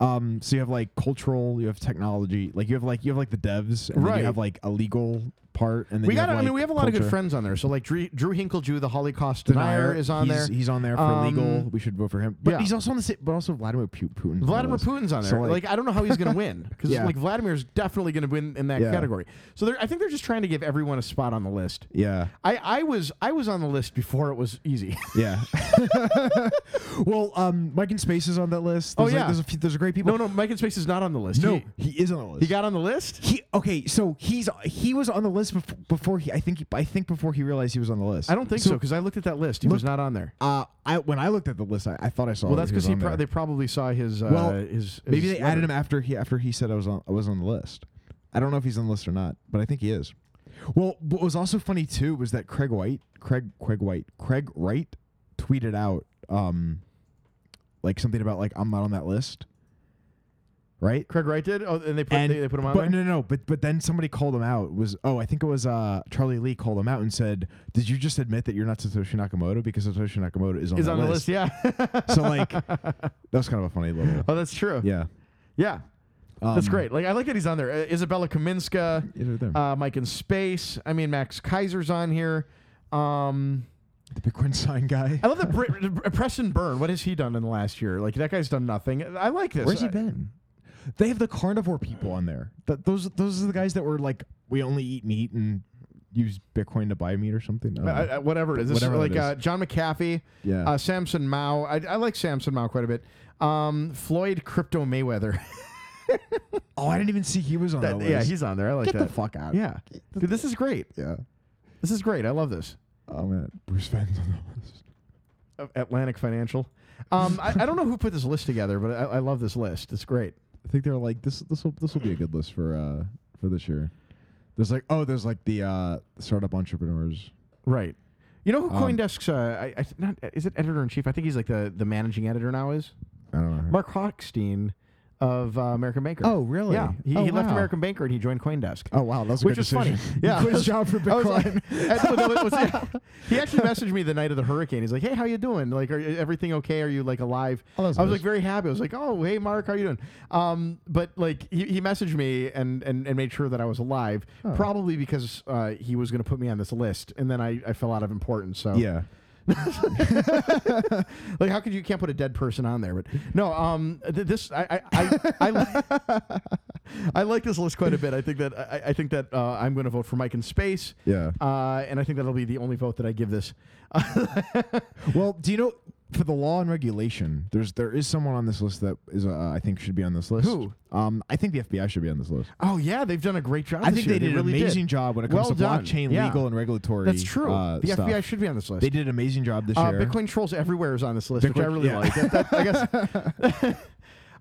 S2: Um, so you have like cultural, you have technology, like you have like you have like the devs, and then
S1: Right.
S2: you have like a legal part, and then
S1: We
S2: you
S1: got.
S2: Have,
S1: I mean,
S2: like,
S1: we have a lot of good
S2: culture.
S1: friends on there. So like Drew, Drew Hinkle Jew, the Holocaust denier, is on
S2: he's,
S1: there.
S2: He's on there for
S1: Um,
S2: legal. We should vote for him. But
S1: yeah.
S2: he's also on the same. But also Vladimir Pu- Putin.
S1: Vladimir Putin's on there.
S2: So, like-
S1: like, I don't know how he's going to win because
S2: Yeah.
S1: like Vladimir's definitely going to win in that
S2: Yeah.
S1: category. So they're, I think they're just trying to give everyone a spot on the list.
S2: Yeah.
S1: I, I was I was on the list before it was easy.
S2: Yeah. well, um, Mike and Space is on that list.
S1: Oh,
S2: There's, like,
S1: yeah.
S2: there's a few, there's a great people.
S1: no, no, Mike and Space is not on the list.
S2: no,
S1: he,
S2: he, is on the list.
S1: he got on the list.
S2: He okay, so he's he was on the list bef- before he I think I think before he realized he was on the list.
S1: I don't think so because I looked at that list. He was not on there.
S2: Uh, I when I looked at the list, I, I thought I saw.
S1: Well,
S2: that
S1: that's
S2: Oh, was
S1: because he
S2: on
S1: pro-
S2: there.
S1: they probably saw his uh,
S2: Well,
S1: his
S2: maybe
S1: his
S2: they added
S1: letter.
S2: him after he after he said I was on I was on the list. I don't know if he's on the list or not, but I think he is. Well, what was also funny too was that Craig White, Craig Craig White, Craig Wright tweeted out um like something about like I'm not on that list. Right?
S1: Craig Wright did. Oh, and they put they, they put him on
S2: but
S1: there.
S2: no, no, no, but but then somebody called him out. Was oh, I think it was uh, Charlie Lee called him out and said, "Did you just admit that you're not Satoshi Nakamoto because Satoshi Nakamoto is on,
S1: Is
S2: that
S1: on the list. Yeah.
S2: So like, that was kind of a funny little.
S1: oh, that's true.
S2: Yeah,
S1: Yeah.
S2: um,
S1: That's great. Like I like that he's on there. Uh, Isabella Kaminska,
S2: yeah, they're there.
S1: uh, Mike in Space. I mean, Max Kaiser's on here. Um,
S2: the Bitcoin sign guy.
S1: I love that Br- Preston Byrne. What has he done in the last year? Like that guy's done nothing. I like this.
S2: Where's he
S1: I-
S2: been? They have the carnivore people on there. Th- those those are the guys that were like, we only eat meat and use Bitcoin to buy meat or something. I don't
S1: I-
S2: know.
S1: I- Uh, whatever it is, this
S2: Whatever
S1: is like
S2: that
S1: Uh, John McAfee,
S2: Yeah.
S1: uh, Samson Mao. I, I like Samson Mao quite a bit. Um, Floyd Crypto Mayweather.
S2: oh, I didn't even see he was on that,
S1: That-
S2: list.
S1: yeah, he's on there. I like
S2: get
S1: that.
S2: the fuck out.
S1: yeah, Dude, this is great.
S2: yeah.
S1: This is great. I love this.
S2: Oh man, Bruce Vann's on the list.
S1: Uh, Atlantic Financial. Um, I, I don't know who put this list together, but I, I love this list. It's great.
S2: I think they're like this. This will this will be a good list for uh for this year. There's like oh there's like the uh startup entrepreneurs.
S1: Right. You know who
S2: Um,
S1: CoinDesk's? Uh, I, I not is it editor in chief? I think he's like the the managing editor now. Is
S2: I don't know.
S1: Mark Hochstein of uh, American Banker.
S2: Oh, really?
S1: Yeah. He,
S2: Oh,
S1: he left
S2: wow.
S1: American Banker and he joined CoinDesk.
S2: oh wow, that's a
S1: Which
S2: good
S1: is
S2: decision.
S1: funny. Yeah.
S2: Quit his job for
S1: I was like-
S2: Bitcoin.
S1: and what- what- what's- he actually messaged me the night of the hurricane. He's like, "Hey, how you doing? Like, are everything okay? Are you like alive?"
S2: Oh,
S1: I
S2: that's
S1: was
S2: nice.
S1: like very happy. I was like, "Oh, hey, Mark, how you doing?" Um, but like he, he messaged me and, and and made sure that I was alive,
S2: Oh.
S1: probably because uh, he was going to put me on this list, and then I, I fell out of importance. So
S2: yeah.
S1: like how could you can't put a dead person on there? But no, um, th- this I I I, I, li- I like this list quite a bit. I think that I, I think that uh, I'm going to vote for Mike in Space.
S2: Yeah.
S1: Uh, and I think that'll be the only vote that I give this.
S2: Well, do you know for the law and regulation, there's there is someone on this list that is uh, I think should be on this list.
S1: Who?
S2: Um, I think the FBI should be on this list.
S1: Oh yeah, they've done a great job.
S2: I
S1: this
S2: think
S1: year.
S2: they did
S1: really
S2: an amazing
S1: did.
S2: job when it comes
S1: Well
S2: to
S1: done.
S2: blockchain,
S1: Yeah.
S2: legal, and regulatory.
S1: That's true.
S2: Uh,
S1: the
S2: stuff.
S1: FBI should be on this list.
S2: They did an amazing job this
S1: uh,
S2: year.
S1: Bitcoin trolls everywhere is on this list, which
S2: Bitcoin-
S1: I really
S2: yeah.
S1: like. That- that- I guess.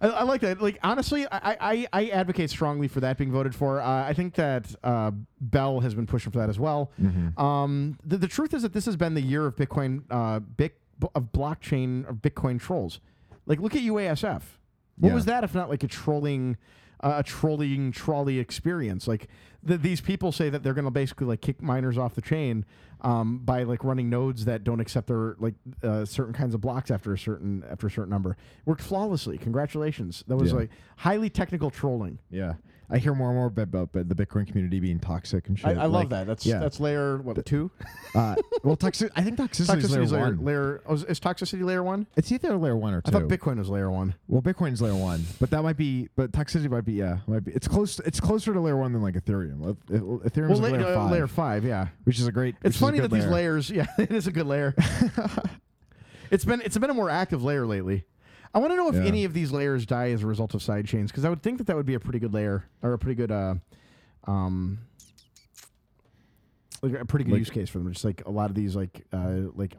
S1: I, I like that. Like honestly, I, I, I advocate strongly for that being voted for. Uh, I think that uh, Bell
S2: Mm-hmm.
S1: has been pushing for that as well. Um, the, the truth is that this has been the year of Bitcoin uh, Bic, b- of blockchain or Bitcoin trolls. Like, look at UASF. What
S2: Yeah.
S1: was that if not like a trolling, uh, a trolling trolley experience? Like, th- these people say that they're going to basically like kick miners off the chain um, by like running nodes that don't accept their like uh, certain kinds of blocks after a certain after a certain number. Worked flawlessly. Congratulations. That was
S2: Yeah.
S1: like highly technical trolling.
S2: Yeah, I hear more and more about, about the Bitcoin community being toxic and shit.
S1: I, I
S2: Like,
S1: love that. That's
S2: yeah.
S1: that's layer what two?
S2: Uh, well, toxic. I think toxicity is
S1: Toxicity
S2: layer,
S1: is layer,
S2: one.
S1: layer oh, is, is toxicity layer one?
S2: It's either layer one or
S1: I
S2: two.
S1: thought Bitcoin was layer one.
S2: well, Bitcoin's layer one, but that might be. But toxicity might be. Yeah, might be. It's close. It's closer to layer one than like Ethereum. Eth- Ethereum's
S1: Well,
S2: like
S1: layer,
S2: layer five,
S1: layer five, yeah.
S2: which is a great. which
S1: It's
S2: is a
S1: funny
S2: good
S1: that these
S2: layer.
S1: layers, yeah, it is a good layer. it's been it's been a more active layer lately. I want to know if
S2: Yeah.
S1: any of these layers die as a result of side chains because I would think that that would be a pretty good layer or a pretty good uh, um, like a pretty good
S2: Like-
S1: use case for them. Just like a lot of these like uh like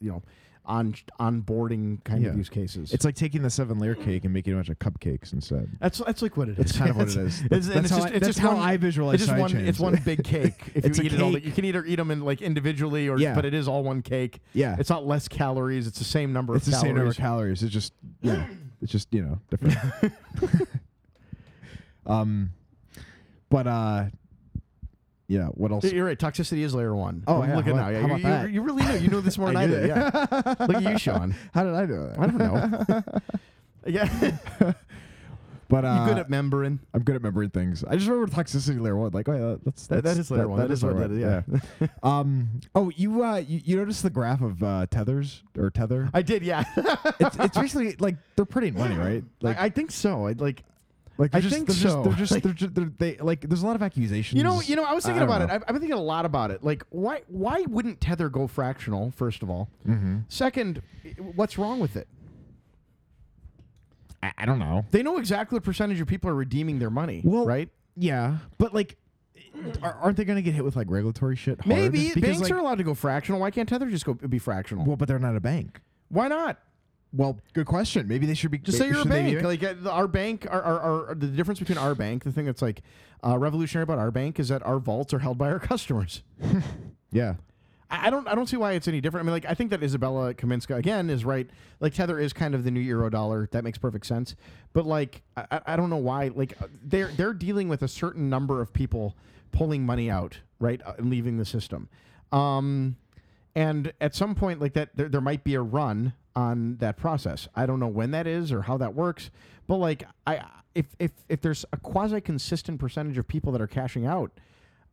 S1: you know on onboarding kind
S2: Yeah.
S1: of use cases.
S2: It's like taking the seven layer cake and making a bunch of cupcakes instead.
S1: that's that's like what it is.
S2: That's kind of what it
S1: It's,
S2: is.
S1: and
S2: That's
S1: it's
S2: how
S1: just,
S2: I-
S1: it's
S2: that's
S1: just
S2: how
S1: one,
S2: I visualize
S1: It's just
S2: side
S1: one.
S2: chains.
S1: It's one big cake. If
S2: It's a
S1: you eat it all,
S2: cake.
S1: you can either eat them in like individually, or
S2: Yeah.
S1: but it is all one cake.
S2: Yeah.
S1: it's not less calories. It's the same number
S2: It's
S1: of
S2: the
S1: calories.
S2: same number of calories. It's just yeah. It's just you know different. um, but uh, yeah. What else?
S1: Y- You're right. Toxicity is layer one.
S2: Oh,
S1: I'm
S2: yeah,
S1: looking now.
S2: how about-
S1: Yeah,
S2: how
S1: you,
S2: about
S1: you-
S2: that?
S1: you really know. You know this more than I,
S2: I
S1: do.
S2: did it.
S1: Yeah. Look at you, Sean.
S2: How did I do that?
S1: I don't know. yeah,
S2: But uh,
S1: you good at membering.
S2: I'm good at remembering things. I just remember toxicity layer one. Like, oh yeah, that's,
S1: That-
S2: that's
S1: that is layer one. That is what that is,
S2: yeah. um. Oh, you uh, you, you noticed the graph of uh, tethers or tether?
S1: I did. Yeah,
S2: it's it's basically like they're pretty money, right? Like,
S1: I, I think so. I like.
S2: like they're
S1: I
S2: just,
S1: think
S2: they're just-
S1: so.
S2: they're just they're just they're, they like there's a lot of accusations.
S1: You know, you know. I was
S2: I- I
S1: thinking
S2: don't
S1: about it.
S2: know.
S1: I've, I've been thinking a lot about it. Like, why why wouldn't Tether go fractional? First of all,
S2: Mhm.
S1: second, i- what's wrong with it?
S2: I, I don't know.
S1: They know exactly what percentage of people are redeeming their money,
S2: Well,
S1: right?
S2: Yeah, but like, are, aren't they going to get hit with like regulatory shit? Hard?
S1: Maybe
S2: Because,
S1: banks
S2: like-
S1: are allowed to go fractional. Why can't Tether just go be fractional?
S2: Well, but they're not a bank.
S1: Why not?
S2: Well, good question. Maybe they should be.
S1: Just
S2: may-
S1: say you're a
S2: should they be
S1: bank. Like uh, the- our bank, our, our, our the difference between our bank, the thing that's like uh, revolutionary about our bank is that our vaults are held by our customers.
S2: yeah.
S1: I I don't. I don't see why it's any different. I mean, like I think that Isabella Kaminska again is right. Like Tether is kind of the new euro dollar. That makes perfect sense. But like I, I- I don't know why. Like uh, they're they're dealing with a certain number of people pulling money out, right, uh, and leaving the system. Um, and at some point, like that, there, there might be a run on that process. I don't know when that is or how that works. But like I, if if if there's a quasi consistent percentage of people that are cashing out.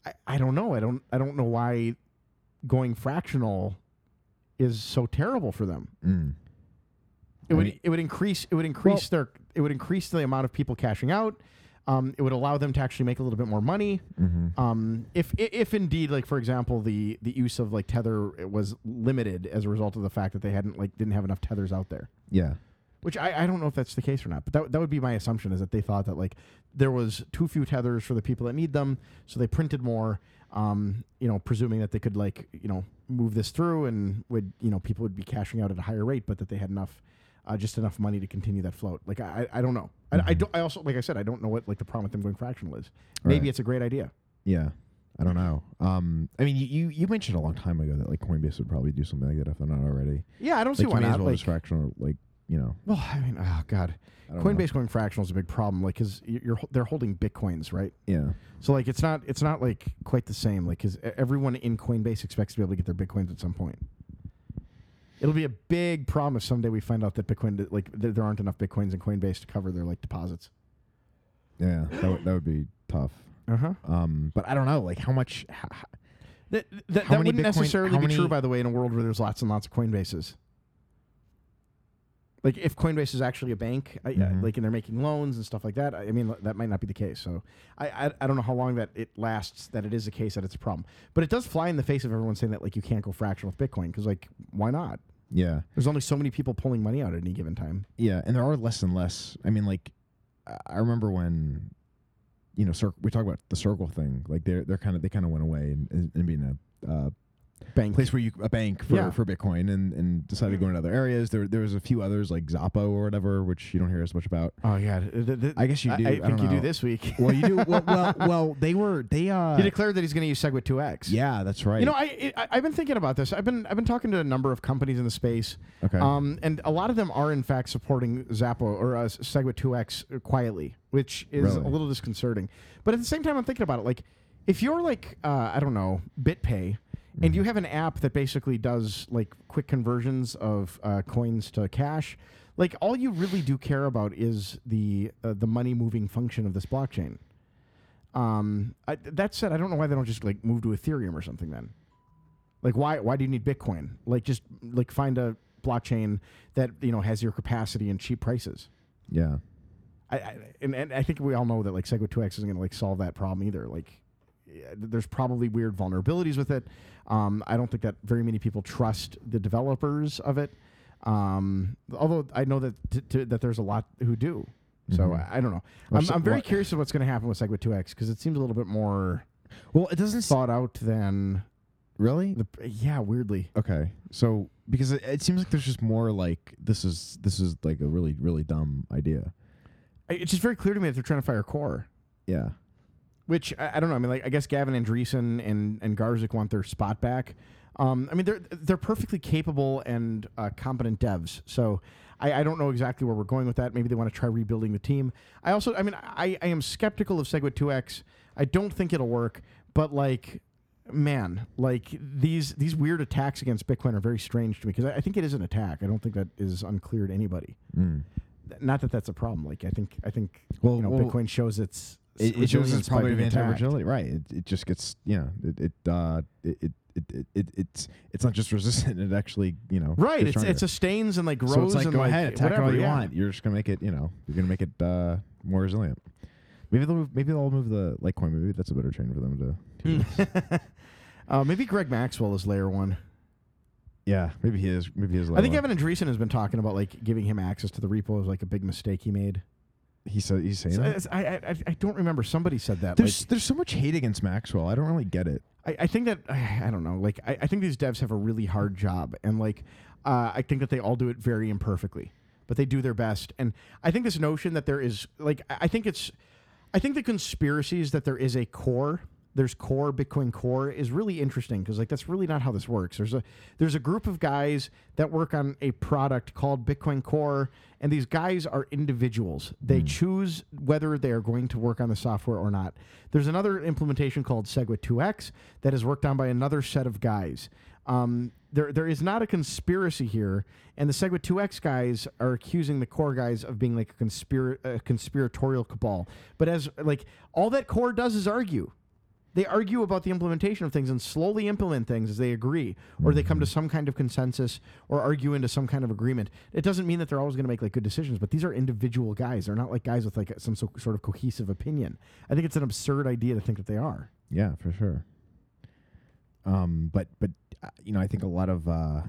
S1: I, I don't know. I don't. I don't know why going fractional is so terrible for them.
S2: Mm.
S1: It
S2: I
S1: would
S2: mean-
S1: it would increase it would increase their it would increase the amount of people cashing out. Um, it would allow them to actually make a little bit more money. Um, if i- if indeed, like for example, the the use of like tether was limited as a result of the fact that they hadn't like didn't have enough tethers out there.
S2: Yeah.
S1: Which I, I don't know if that's the case or not, but that, that would be my assumption is that they thought that like there was too few tethers for the people that need them, so they printed more. Um, you know, presuming that they could like you know move this through and would you know people would be cashing out at a higher rate, but that they had enough, uh, just enough money to continue that float. Like I I I don't know. I, I don't. I also like I said I don't know what like the problem with them going fractional is. Maybe
S2: Right.
S1: it's a great idea.
S2: Yeah. I don't know. Um, I mean, you, you you mentioned a long time ago that like Coinbase would probably do something like that if they're not already.
S1: Yeah, I don't see
S2: Like, you
S1: why
S2: may as
S1: not.
S2: well
S1: like,
S2: just fractional, like you know.
S1: well, I mean, oh god,
S2: I don't know.
S1: Coinbase going fractional is a big problem. Like, cause you're, you're they're holding bitcoins, right?
S2: Yeah.
S1: So like it's not it's not like quite the same like because everyone in Coinbase expects to be able to get their bitcoins at some point. It'll be a big problem if someday we find out that Bitcoin like there, there aren't enough bitcoins in Coinbase to cover their like deposits.
S2: Yeah. That would that would be tough.
S1: Uh huh.
S2: Um, but I don't know, like how much. h- h-
S1: That that,
S2: How
S1: that
S2: many
S1: wouldn't
S2: Bitcoin-
S1: necessarily
S2: how
S1: be true
S2: many-
S1: by the way in a world where there's lots and lots of Coinbases. Like if Coinbase is actually a bank, I,
S2: Mhm.
S1: uh, like and they're making loans and stuff like that. I I mean that might not be the case. So I, I I don't know how long that it lasts. That it is the case that it's a problem, but it does fly in the face of everyone saying that like you can't go fractional with Bitcoin because like why not?
S2: yeah.
S1: There's only so many people pulling money out at any given time.
S2: Yeah, and there are less and less. I mean, like, I- I remember when, you know, cir- we talk about the circle thing. Like, they're they're kind of they kind of went away and, and being a uh,
S1: Bank.
S2: place where you a bank for,
S1: Yeah. Mm-hmm.
S2: for Bitcoin and, and decided to go into other areas. There there was a few others like Zappo or whatever, which you don't hear as much about.
S1: Oh yeah, th- th- th-
S2: I guess you do.
S1: I,
S2: I
S1: think
S2: don't
S1: you do
S2: know.
S1: this week.
S2: Well, you do well. Well, well they were they uh.
S1: he declared that he's going to use SegWit 2x.
S2: yeah, that's right.
S1: You know, I, I I've been thinking about this. I've been I've been talking to a number of companies in the space.
S2: Okay.
S1: Um, and a lot of them are in fact supporting Zappo or uh, SegWit 2x quietly, which is a
S2: Really?
S1: little disconcerting. But at the same time, I'm thinking about it. Like, if you're like uh, I don't know BitPay, and you have an app that basically does like quick conversions of uh, coins to cash. Like all you really do care about is the uh, the money moving function of this blockchain. Um, I, that said, I don't know why they don't just like move to Ethereum or something. Then, like, why why do you need Bitcoin? Like, just like find a blockchain that you know has your capacity and cheap prices.
S2: yeah.
S1: I, I and, and I think we all know that like Segwit 2x isn't going to like solve that problem either. Like, yeah, th- there's probably weird vulnerabilities with it. Um, I don't think that very many people trust the developers of it. Um, although I know that t- t- that there's a lot who do. So
S2: Mhm.
S1: I, I don't know.
S2: Or
S1: I'm,
S2: so-
S1: I'm very
S2: what-
S1: curious of what's going to happen with Segwit 2x because it seems a little bit more
S2: Well, it doesn't
S1: thought out than
S2: really.
S1: the yeah weirdly
S2: Okay, so because it, it seems like there's just more like this is this is like a really really dumb idea.
S1: I- it's just very clear to me that they're trying to fire core
S2: Yeah.
S1: which I, I don't know i mean like i guess gavin andreessen and and garzik want their spot back um, i mean they're they're perfectly capable and uh, competent devs so I, I don't know exactly where we're going with that maybe they want to try rebuilding the team i also i mean i, I am skeptical of segwit 2x i don't think it'll work but like man like these these weird attacks against bitcoin are very strange to me because I, I think it is an attack i don't think that is unclear to anybody
S2: Mm.
S1: th- not that that's a problem. Like I think I think
S2: Well,
S1: Hmm. you know
S2: well,
S1: Bitcoin shows its
S2: It, it shows its probably
S1: resilience by being
S2: anti
S1: attacked.
S2: fragility, right? It, it just gets you know it it uh it it, it, it, it it's it's not just resistant. It actually you know
S1: Right.
S2: gets
S1: It's
S2: stronger.
S1: it sustains and like grows
S2: so it's like
S1: and
S2: go
S1: like
S2: ahead attack
S1: whatever,
S2: all you
S1: yeah.
S2: want. You're just gonna make it you know you're gonna make it uh more resilient. Maybe they'll move, maybe they'll move the Litecoin. Maybe that's a better train for them to. to do this.
S1: Uh, maybe Greg Maxwell is layer one. uh,
S2: yeah, maybe he is. Maybe he is.
S1: I think
S2: Litecoin.
S1: Evan Andreessen has been talking about like giving him access to the repo is like a big mistake he made.
S2: he said he's saying
S1: So
S2: that.
S1: I, I, I, I don't remember. Somebody said that.
S2: There's there's so much hate against Maxwell. I don't really get it.
S1: I, I think that I don't know. Like I, I think these devs have a really hard job, and like uh, I think that they all do it very imperfectly, but they do their best. And I think this notion that there is like I I think it's I think the conspiracies that there is a core. There's core Bitcoin core is really interesting because like that's really not how this works. There's a there's a group of guys that work on a product called Bitcoin Core, and these guys are individuals. They choose whether they are going to work on the software or not. There's another implementation called SegWit 2x that is worked on by another set of guys. Um, there, there is not a conspiracy here, and the SegWit 2x guys are accusing the core guys of being like a, conspira- a conspiratorial cabal. But as like all that core does is argue. They argue about the implementation of things and slowly implement things as they agree, or they come to
S2: Mm-hmm.
S1: some kind of consensus or argue into some kind of agreement. It doesn't mean that they're always going to make like good decisions, but these are individual guys. They're not like guys with like some so, sort of cohesive opinion. I think it's an absurd idea to think that they are.
S2: Yeah, for sure. Um, but but uh, you know, I think a lot of uh,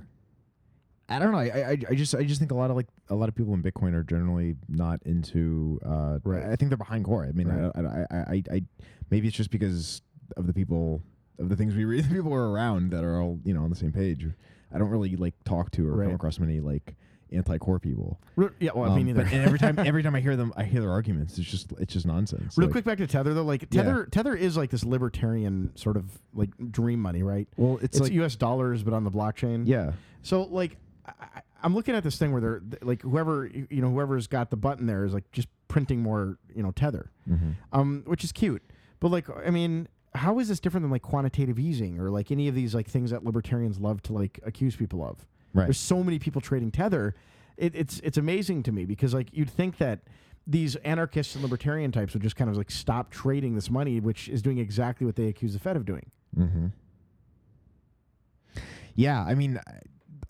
S2: I don't know. I, I I just I just think a lot of like a lot of people in Bitcoin are generally not into. Uh,
S1: Right.
S2: I think they're behind core. I mean,
S1: Right.
S2: I, I, I I I maybe it's just because of the people of the things we read, the people are around that are all you know on the same page. I don't really like talk to or
S1: Right.
S2: come across many like anti-core people.
S1: Yeah, well,
S2: Um,
S1: I mean,
S2: but and every time every time I hear them, I hear their arguments. It's just it's just nonsense.
S1: Real
S2: Like,
S1: quick back to Tether though, like
S2: Yeah.
S1: Tether, Tether is like this libertarian sort of like dream money, right?
S2: Well, it's,
S1: It's,
S2: like
S1: U.S. dollars, but on the blockchain.
S2: yeah.
S1: So like, I, I- I'm looking at this thing where they're th- like whoever you know whoever's got the button there is like just printing more you know Tether,
S2: Mm-hmm.
S1: um, which is cute. But like, I mean, how is this different than like quantitative easing or like any of these like things that libertarians love to like accuse people of?
S2: Right.
S1: There's so many people trading Tether. It, it's it's amazing to me because like you'd think that these anarchists and libertarian types would just kind of like stop trading this money, which is doing exactly what they accuse the Fed of doing.
S2: Mm-hmm. Yeah, I mean, I-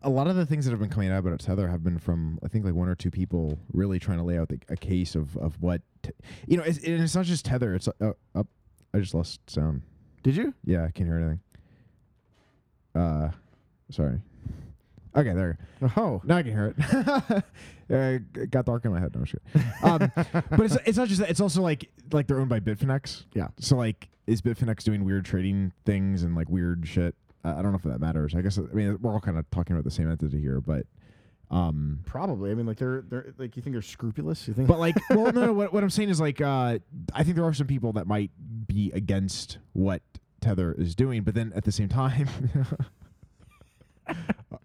S2: a lot of the things that have been coming out about Tether have been from I think like one or two people really trying to lay out the, a case of of what t- you know. It's, and it's not just Tether. It's uh, uh, up. I just lost sound.
S1: Did you?
S2: Yeah, I can't hear anything. Uh, sorry. Okay, there. we go.
S1: Oh,
S2: Now I can hear it. Yeah, it got dark in my head. No shit. Um, but it's it's not just that. It's also like like they're owned by Bitfinex.
S1: Yeah.
S2: So like, is Bitfinex doing weird trading things and like weird shit? I I don't know if that matters. I guess I mean we're all kind of talking about the same entity here, but um,
S1: Probably. I mean, like they're they're like you think they're scrupulous. You think,
S2: But like, well, no, no. What, what I'm saying is like, uh, I think there are some people that might be against what Tether is doing, but then at the same time,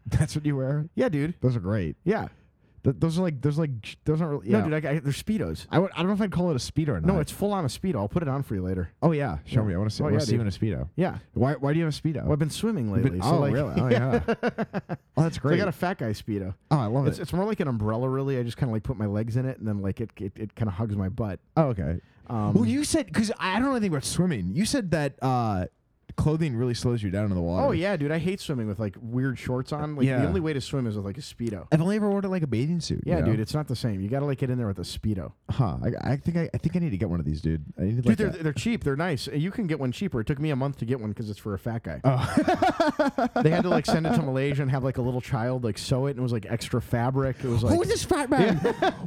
S2: that's what you wear.
S1: yeah, dude.
S2: Those are great.
S1: Yeah.
S2: Th- those are like, those are like, sh- those aren't really. Yeah.
S1: No, dude. I, I, they're speedos.
S2: I, would, I don't know if I'd call it a speedo or not.
S1: No, it's full on a speedo. I'll put it on for you later.
S2: Oh yeah, show
S1: Yeah.
S2: me. I want to see.
S1: Oh,
S2: I wanna
S1: yeah,
S2: see you in
S1: dude.
S2: a speedo.
S1: Yeah.
S2: Why? Why do you have a speedo?
S1: Well, I've been swimming
S2: But-
S1: lately. so,
S2: oh
S1: like,
S2: really? Oh yeah. oh, that's
S1: So I
S2: great.
S1: got a fat guy speedo.
S2: oh, I love
S1: It's,
S2: it.
S1: it's more like an umbrella, really. I just kind of like put my legs in it, and then like it it, it kind of hugs my butt.
S2: Oh okay.
S1: Um,
S2: well, you said because I don't know anything about swimming. You said that uh, clothing really slows you down in the water.
S1: Oh yeah, dude. I hate swimming with like weird shorts on. Like
S2: Yeah.
S1: the only way to swim is with like a speedo.
S2: I've only ever ordered like a bathing suit. you
S1: Yeah,
S2: know?
S1: dude. It's not the same. You got to like get in there with a speedo.
S2: Huh. I, I think I, I think I need to get one of these, dude. I need to
S1: Dude,
S2: like
S1: they're,
S2: a-
S1: they're cheap. They're nice. You can get one cheaper. It took me a month to get one because it's for a fat guy.
S2: Oh.
S1: They had to like send it to Malaysia and have like a little child like sew it, and it was like extra fabric. It was like
S2: Who is this fat man?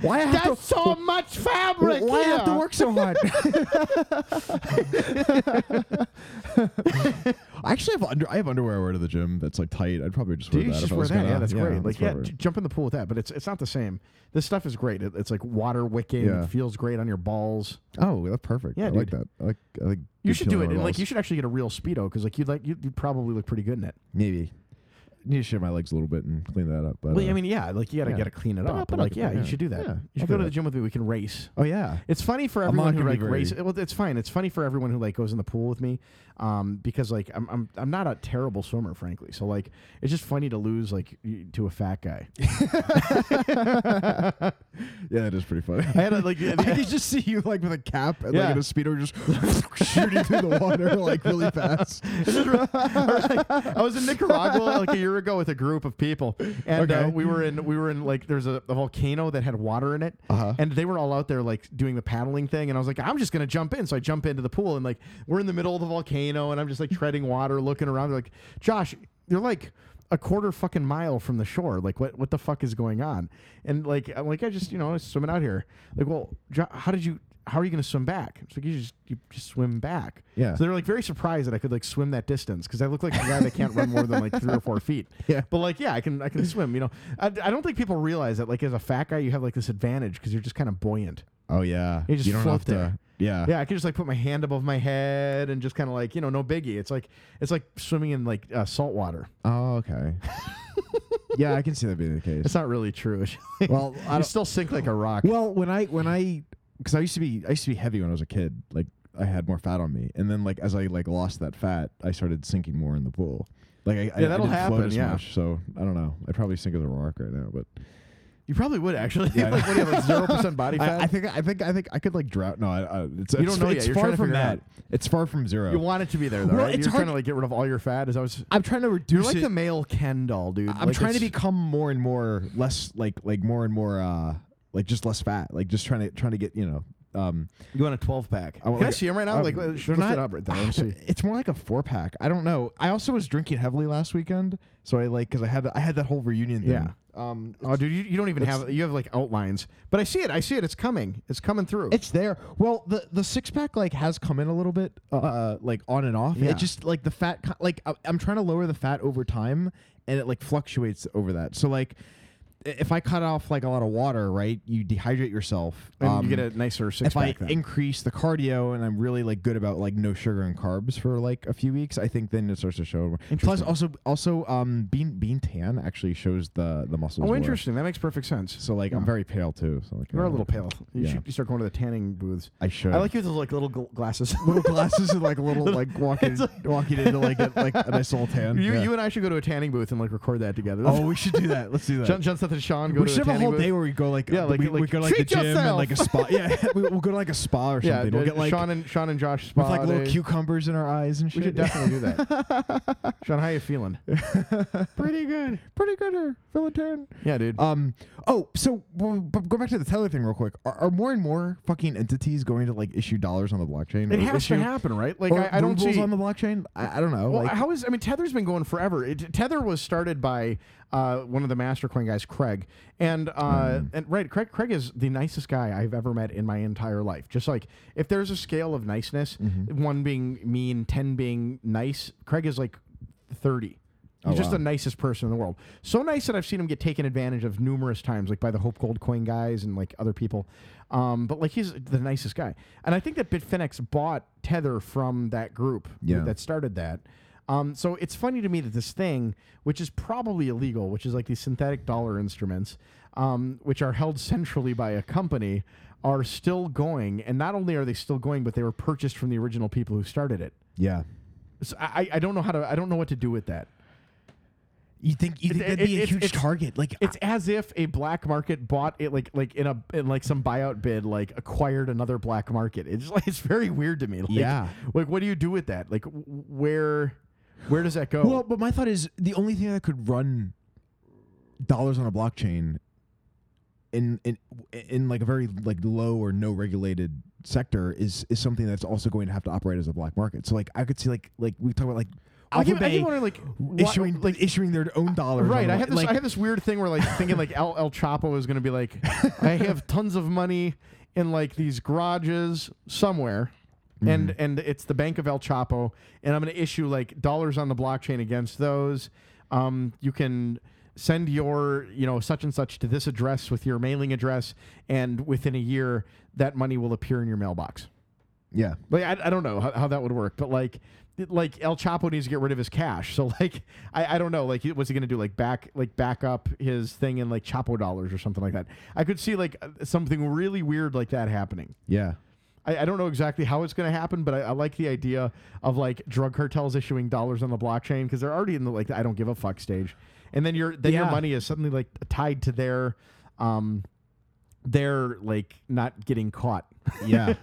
S2: Why I have to,
S1: so much fabric.
S2: why I have to work so hard? I actually have under I have underwear I wear to the gym that's like tight. I'd probably just
S1: Do
S2: wear
S1: you
S2: that.
S1: just
S2: if I
S1: wear
S2: was
S1: that?
S2: gonna-
S1: yeah, that's great. Like,
S2: that's
S1: yeah,
S2: what I
S1: j-
S2: wear.
S1: jump in the pool with that, but it's it's not the same. This stuff is great. It, it's like water wicking.
S2: Yeah.
S1: It feels great on your balls.
S2: oh, that's perfect.
S1: Yeah,
S2: I like
S1: dude.
S2: that. I like I like.
S1: You should do it, and like you
S2: should
S1: should actually get a real speedo because like you'd like you'd, you'd probably look pretty good in it.
S2: maybe need to shave my legs a little bit and clean that up. But
S1: Well, I
S2: uh,
S1: mean, yeah, like you gotta
S2: yeah.
S1: gotta clean it
S2: But I'll
S1: up. But
S2: put it
S1: like,
S2: up-
S1: yeah,
S2: yeah.
S1: you should do that.
S2: Yeah,
S1: you
S2: I'll
S1: should go
S2: do
S1: to
S2: it.
S1: the gym with me. We can race.
S2: oh yeah,
S1: It's funny for
S2: I'm
S1: everyone
S2: not
S1: who
S2: gonna
S1: like
S2: be
S1: race.
S2: very-
S1: Well, it's fine. It's funny for everyone who like goes in the pool with me, um, because like I'm, I'm I'm not a terrible swimmer, frankly. So like it's just funny to lose like y- to a fat guy.
S2: yeah, that is pretty funny.
S1: I had a, like the-
S2: I could just see you like with a cap and
S1: Yeah.
S2: like in a speedo just shooting through the water like really fast.
S1: I was in Nicaragua like a year ago with a group of people, and uh,
S2: Okay.
S1: we were in we were in like there's a, a volcano that had water in it,
S2: Uh-huh.
S1: and they were all out there like doing the paddling thing, and I was like, I'm just gonna jump in, so I jump into the pool, and like we're in the middle of the volcano, and I'm just like treading water, looking around. They're like, Josh, you're like. A quarter fucking mile from the shore, like what? What the fuck is going on? And like, I'm like, I just, you know, I was swimming out here. Like, well, Jo- how did you? How are you going to swim back? It's like you just, you just swim back.
S2: Yeah.
S1: So they're like very surprised that I could like swim that distance because I look like a guy that can't run more than like three or four feet.
S2: Yeah.
S1: But like, yeah, I can I can swim. You know, I, I don't think people realize that like as a fat guy you have like this advantage because you're just kind of buoyant.
S2: Oh yeah,
S1: You just float
S2: have to-
S1: there.
S2: Yeah.
S1: Yeah, I can just like put my hand above my head and just kind of like you know no biggie. It's like it's like swimming in like uh, salt water.
S2: Oh okay. yeah, I can see that being the case.
S1: It's not really true.
S2: Well,
S1: you
S2: I don't,
S1: still sink like a rock.
S2: well, when I when I because I used to be I used to be heavy when I was a kid. Like I had more fat on me, and then like as I like lost that fat, I started sinking more in the pool. Like I, I- I,
S1: that'll
S2: didn't
S1: happen,
S2: Float as
S1: yeah.
S2: Much, so I don't know. I probably sink as a rock right now, but
S1: You probably would actually.
S2: Yeah.
S1: like what do you have like zero percent body fat?
S2: I, I think I think I think I could like drown. No, I, I, it's,
S1: You don't
S2: it's-
S1: know yet.
S2: It's
S1: You're
S2: far
S1: trying to
S2: from
S1: figure it
S2: that.
S1: out.
S2: It's far from zero.
S1: you want it to be there though,
S2: Well,
S1: right?
S2: it's
S1: You're
S2: hard-
S1: trying to like get rid of all your fat. Is I was.
S2: I'm trying to reduce.
S1: You're like
S2: it.
S1: the male Ken doll, dude.
S2: I'm
S1: Like,
S2: trying to
S1: it's-
S2: become more and more less like like more and more uh like just less fat. Like just trying to trying to get you know. Um,
S1: You want a 12 pack? I
S2: want
S1: Can I
S2: like-
S1: see them right now?
S2: um,
S1: like, uh, sh- lift it up right there. Let me see.
S2: It's more like a four pack. I don't know. I also was drinking heavily last weekend, so I like because I had I had that whole reunion. Thing.
S1: Yeah.
S2: Um,
S1: Oh, dude, you, you don't even have you have like outlines, but I see it. I see it. It's coming. It's coming through.
S2: It's there. Well, the the six pack like has come in a little bit, uh, like on and off.
S1: Yeah.
S2: It just like the fat, co- like I- I'm trying to lower the fat over time, and it like fluctuates over that. So like, i- if I cut off like a lot of water, right, you dehydrate yourself.
S1: and
S2: um,
S1: you get a nicer six
S2: if I
S1: pack. Then.
S2: increase the cardio and I'm really like good about like no sugar and carbs for like a few weeks, I think then it starts to show. Plus,
S1: Interesting.
S2: also also um being being tan actually shows the the muscles.
S1: oh,
S2: more.
S1: interesting. That makes perfect sense.
S2: So like I'm very pale too. So like
S1: You're
S2: uh,
S1: a little pale. You
S2: Yeah.
S1: should you start going to the tanning booths.
S2: I should.
S1: I like you with those like little gl- glasses.
S2: little glasses and like a little like walking walking into like a, like a nice little tan.
S1: you
S2: Yeah.
S1: you and I should go to a tanning booth and like record that together.
S2: oh, we should do that. Let's do that.
S1: John, John, Seth, and Sean go
S2: we
S1: to a
S2: should have a
S1: tanning
S2: whole
S1: booth.
S2: day where we go like uh,
S1: Yeah, like-
S2: we, we
S1: like,
S2: go like the
S1: treat
S2: gym and
S1: yourself!
S2: like a spa. Yeah, we, we'll go to like a spa or
S1: yeah,
S2: something. we'll
S1: uh,
S2: get like
S1: Sean and Sean and Josh spa
S2: with like little
S1: day.
S2: cucumbers in our eyes and shit.
S1: We should definitely do that. Sean, how you feeling? Pretty good.
S2: Pretty good here, feeling tan.
S1: Yeah, dude.
S2: Um. Oh, so well, but go back to the Tether thing real quick. Are, are more and more fucking entities going to like issue dollars on the blockchain?
S1: It
S2: or
S1: has to
S2: issue-
S1: happen, right? Like
S2: or
S1: I, I don't
S2: rubles
S1: see.
S2: on the blockchain. I, I don't know.
S1: well,
S2: like,
S1: how is? I mean, Tether's been going forever. It, Tether was started by uh, one of the Mastercoin guys, Craig, and uh,
S2: Hmm.
S1: and right, Craig. Craig is the nicest guy I've ever met in my entire life. Just like if
S2: Mm-hmm.
S1: there's a scale of niceness, one being mean, ten being nice, Craig is like 30. He's
S2: Oh,
S1: just
S2: wow.
S1: the nicest person in the world. So nice that I've seen him get taken advantage of numerous times, like by the Hope Gold Coin guys and like other people. Um, but like he's the nicest guy, and I think that Bitfinex bought Tether from that group
S2: Yeah.
S1: that started that. Um, so it's funny to me that this thing, which is probably illegal, which is like these synthetic dollar instruments, um, which are held centrally by a company, are still going. And not only are they still going, but they were purchased from the original people who started it.
S2: Yeah.
S1: So I, I- I don't know how to I don't know what to do with that.
S2: You think you
S1: It-
S2: think that'd
S1: it-
S2: be a
S1: it's-
S2: huge
S1: it's-
S2: target? Like
S1: It's as if a black market bought it like like in a in like some buyout bid like acquired another black market. It's like it's very weird to me. Like,
S2: Yeah.
S1: Like what do you do with that? Like w- where where does that go?
S2: Well, but my thought is the only thing that could run dollars on a blockchain in in in like a very like low or no regulated sector is is something that's also going to have to operate as a black market. So like I could see like like we talk about like
S1: I
S2: Alpha
S1: keep, I keep
S2: Bay
S1: wondering like why-
S2: issuing like issuing their own dollars. on
S1: Right,
S2: the-
S1: I had this.
S2: like,
S1: I had this weird thing where, like, thinking like El, El Chapo is going to be like, I have tons of money in like these garages somewhere,
S2: Mm-hmm.
S1: and and it's the bank of El Chapo, and I'm going to issue like dollars on the blockchain against those. Um, you can send your you know such and such to this address with your mailing address, and within a year that money will appear in your mailbox.
S2: yeah.
S1: Like I, I don't know how, how that would work, but like it- like El Chapo needs to get rid of his cash. So like I, I don't know like what's he gonna do like back like back up his thing in like Chapo dollars or something like that. I could see like uh, something really weird like that happening.
S2: Yeah.
S1: I, I don't know exactly how it's gonna happen, but I, I like the idea of like drug cartels issuing dollars on the blockchain because they're already in the like I don't give a fuck stage, and then your then your
S2: Yeah.
S1: money is suddenly like tied to their um their like not getting caught.
S2: Yeah.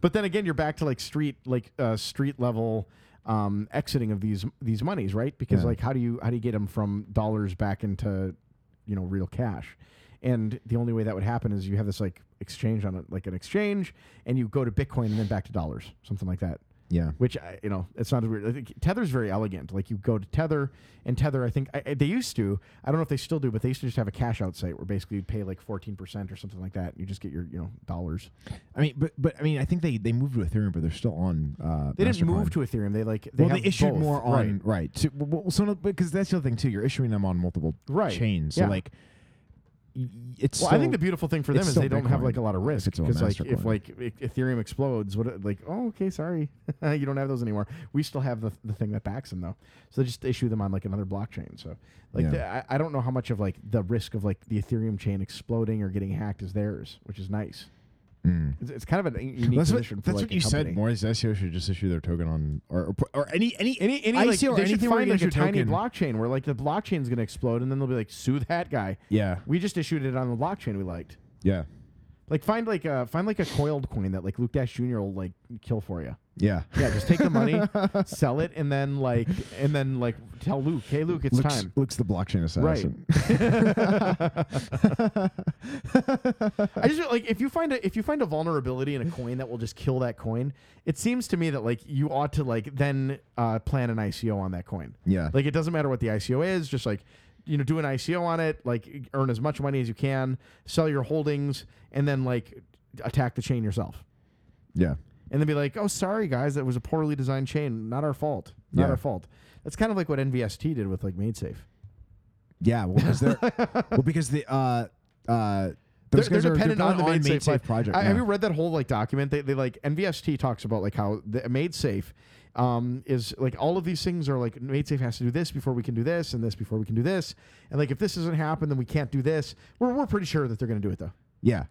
S1: But then again, you're back to like street like uh, street level um, exiting of these these monies, right? Because
S2: Yeah.
S1: like how do you how do you get them from dollars back into you know real cash? And the only way that would happen is you have this like exchange on a, like an exchange, and you go to Bitcoin and then back to dollars, something like that.
S2: yeah.
S1: Which I, you know, it's not as weird. I think Tether's very elegant. Like you go to Tether, and Tether, I think I, I- they used to. I don't know if they still do, but they used to just have a cash out site where basically you'd pay like fourteen percent or something like that, and you just get your you know dollars.
S2: I mean, but but I mean, I think they they moved to Ethereum, but they're still on. Uh,
S1: They didn't
S2: MasterCard.
S1: move to Ethereum. They like they
S2: well, they
S1: have
S2: issued
S1: both.
S2: more
S1: Right.
S2: on right. So, well, so no, because that's the other thing too. You're issuing them on multiple
S1: Right.
S2: chains. So
S1: Yeah.
S2: like, y- y- it's.
S1: Well, I
S2: still-
S1: think the beautiful thing for them
S2: it's
S1: is they
S2: still
S1: don't have
S2: Bitcoin
S1: like a lot of
S2: if
S1: risk
S2: it's all
S1: because like if
S2: Mastercoin.
S1: like E- Ethereum explodes, what like oh okay sorry you don't have those anymore. We still have the, the thing that backs them though, so they just issue them on like another blockchain. So like
S2: Yeah.
S1: the, I, I don't know how much of like the risk of like the Ethereum chain exploding or getting hacked is theirs, which is nice.
S2: Mm.
S1: It's, it's kind of a unique
S2: That's what,
S1: position. for,
S2: that's
S1: like,
S2: what
S1: a
S2: you said.
S1: company.
S2: More is ICO E should just issue their token on or or, put- or any any
S1: Any, any
S2: ICO
S1: like,
S2: or
S1: they should
S2: anything where
S1: find
S2: you
S1: like a
S2: issue
S1: tiny
S2: token.
S1: blockchain where like the blockchain's gonna explode and then they'll be like sue that guy.
S2: Yeah,
S1: We just issued it on the blockchain we liked.
S2: yeah,
S1: Like find like a find like a coiled coin that like Luke Dash Jr. will like kill for you.
S2: yeah.
S1: Yeah, just take the money, sell it, and then like and then like tell Luke, hey Luke, it's
S2: looks,
S1: time.
S2: Looks the blockchain assassin.
S1: I just feel like if you find a if you find a vulnerability in a coin that will just kill that coin, it seems to me that like you ought to like then uh, plan an ICO on that coin.
S2: Yeah.
S1: Like it doesn't matter what the ICO is, just like you know, do an ICO on it, like earn as much money as you can, sell your holdings, and then like attack the chain yourself.
S2: yeah,
S1: and then be like, "Oh, sorry guys, that was a poorly designed chain. Not our fault. Not
S2: Yeah.
S1: our fault." That's kind of like what NVST did with like MadeSafe.
S2: yeah. Well, because they're well because the uh uh
S1: They're,
S2: those
S1: they're
S2: guys are-
S1: dependent on the
S2: dependent
S1: MadeSafe,
S2: MadeSafe
S1: like-
S2: project.
S1: I, Have
S2: yeah.
S1: you read that whole like document? They, they like NVST talks about like how the MadeSafe um, is like all of these things are like MadeSafe has to do this before we can do this, and this before we can do this, and like if this doesn't happen, then we can't do this. We're, we're pretty sure that they're going to do it though.
S2: yeah,
S1: Like,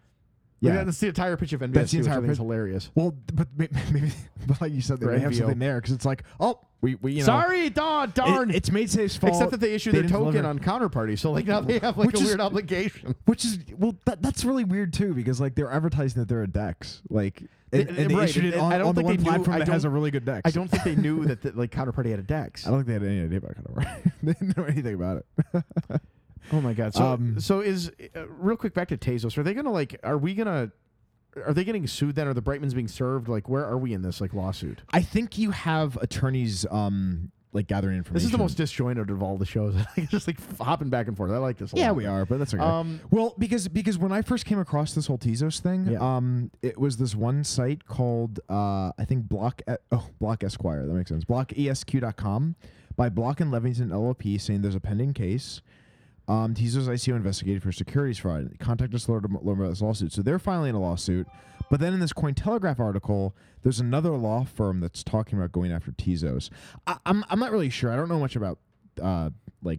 S2: yeah.
S1: that's the entire pitch of NVST.
S2: the
S1: which I
S2: entire
S1: think is
S2: pitch.
S1: hilarious.
S2: Well, th- but may- maybe, but like you said, they
S1: Or
S2: may have
S1: NVO.
S2: something there because it's like, oh, we, we you know,
S1: Sorry, daw, darn.
S2: it, it's MadeSafe's fault.
S1: Except that they issue their
S2: didn't
S1: token
S2: deliver.
S1: on counterparty, so like now they have like
S2: Which
S1: a
S2: is-
S1: weird obligation.
S2: which is well, that, that's really weird too because like they're advertising that they're a Dex, like, and,
S1: They-
S2: and they
S1: right,
S2: issued it
S1: and
S2: on,
S1: I don't
S2: on the
S1: think
S2: one
S1: they knew-
S2: platform
S1: I
S2: that has a
S1: don't-
S2: really good Dex.
S1: I don't think they knew that the, like counterparty had a dex.
S2: I don't think they had any idea about Counterparty. they didn't know anything about it.
S1: Oh my god! So
S2: Um,
S1: so is uh, real quick back to Tezos. Are they gonna like? Are we gonna? Are they getting sued then? Are the Brightmans being served? Like, where are we in this like lawsuit?
S2: I think you have attorneys um like gathering information.
S1: This is the most disjointed of all the shows. Just like hopping back and forth. I like this. A
S2: Yeah,
S1: lot.
S2: we are, but that's okay.
S1: Um,
S2: well, because because when I first came across this whole Tezos thing,
S1: Yeah.
S2: um, it was this one E site called uh, I think Block E- oh Block Esquire that makes sense. BlockESQ.com. by Block and Levington LLP, saying there's a pending case. Um, Tezos ICO investigated for securities fraud. Contact us to learn learn about this lawsuit. So they're filing a lawsuit. But then in this Cointelegraph article, there's another law firm that's talking about going after Tezos. I, I'm, I'm not really sure. I don't know much about uh, like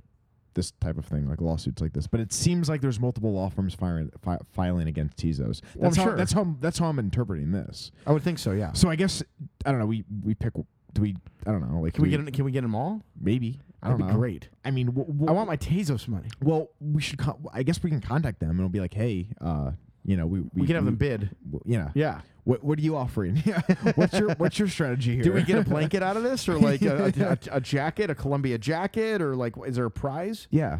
S2: this type of thing, like lawsuits like this. But it seems like there's multiple law firms firing, fi- filing against Tezos. That's
S1: Well, I'm
S2: how,
S1: sure.
S2: That's how that's how I'm interpreting this.
S1: I would think so. Yeah.
S2: So I guess I don't know. We we pick. Do we? I don't know. Like
S1: Can we get? 'em- Can we get them all?
S2: maybe? I
S1: That'd
S2: don't
S1: be
S2: know.
S1: great.
S2: I mean, w- w-
S1: I want my Tezos money.
S2: well, we should. Con- I guess we can contact them and it'll be like, hey, uh, you know, we we,
S1: We, can have
S2: we-
S1: them bid.
S2: w- You know,
S1: Yeah.
S2: What what are you offering? Yeah. what's your what's your strategy here?
S1: Do we get a blanket out of this, or like a, a, a, a jacket, a Columbia jacket, or like is there a prize,
S2: yeah.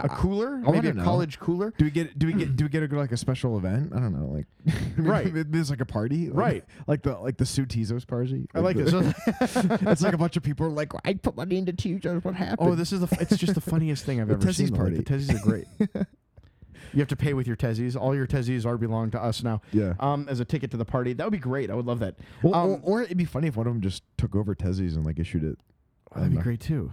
S1: a
S2: I-
S1: cooler,
S2: I
S1: maybe
S2: wanna
S1: a
S2: know.
S1: college cooler?
S2: Do we get do we get do we get a, like a special event? I don't know, like
S1: Right.
S2: There's like a party, like-
S1: Right.
S2: Like the like the Sue Tezos party.
S1: I like this.
S2: the-
S1: So-
S2: it's like a bunch of people are like I put money into Tezos. What happened?
S1: oh, this is the. f- It's just the funniest thing I've
S2: The
S1: ever
S2: Tezzies
S1: seen. though. Like,
S2: party.
S1: the Tezzies are great. you have to pay with your Tezzies. All your Tezzies are belong to us now.
S2: Yeah.
S1: Um, as a ticket to the party, that would be great. I would love that.
S2: Well,
S1: Um,
S2: or, or it'd be funny if one of them just took over Tezzy's and like issued it. I
S1: that'd be
S2: dunno.
S1: great too.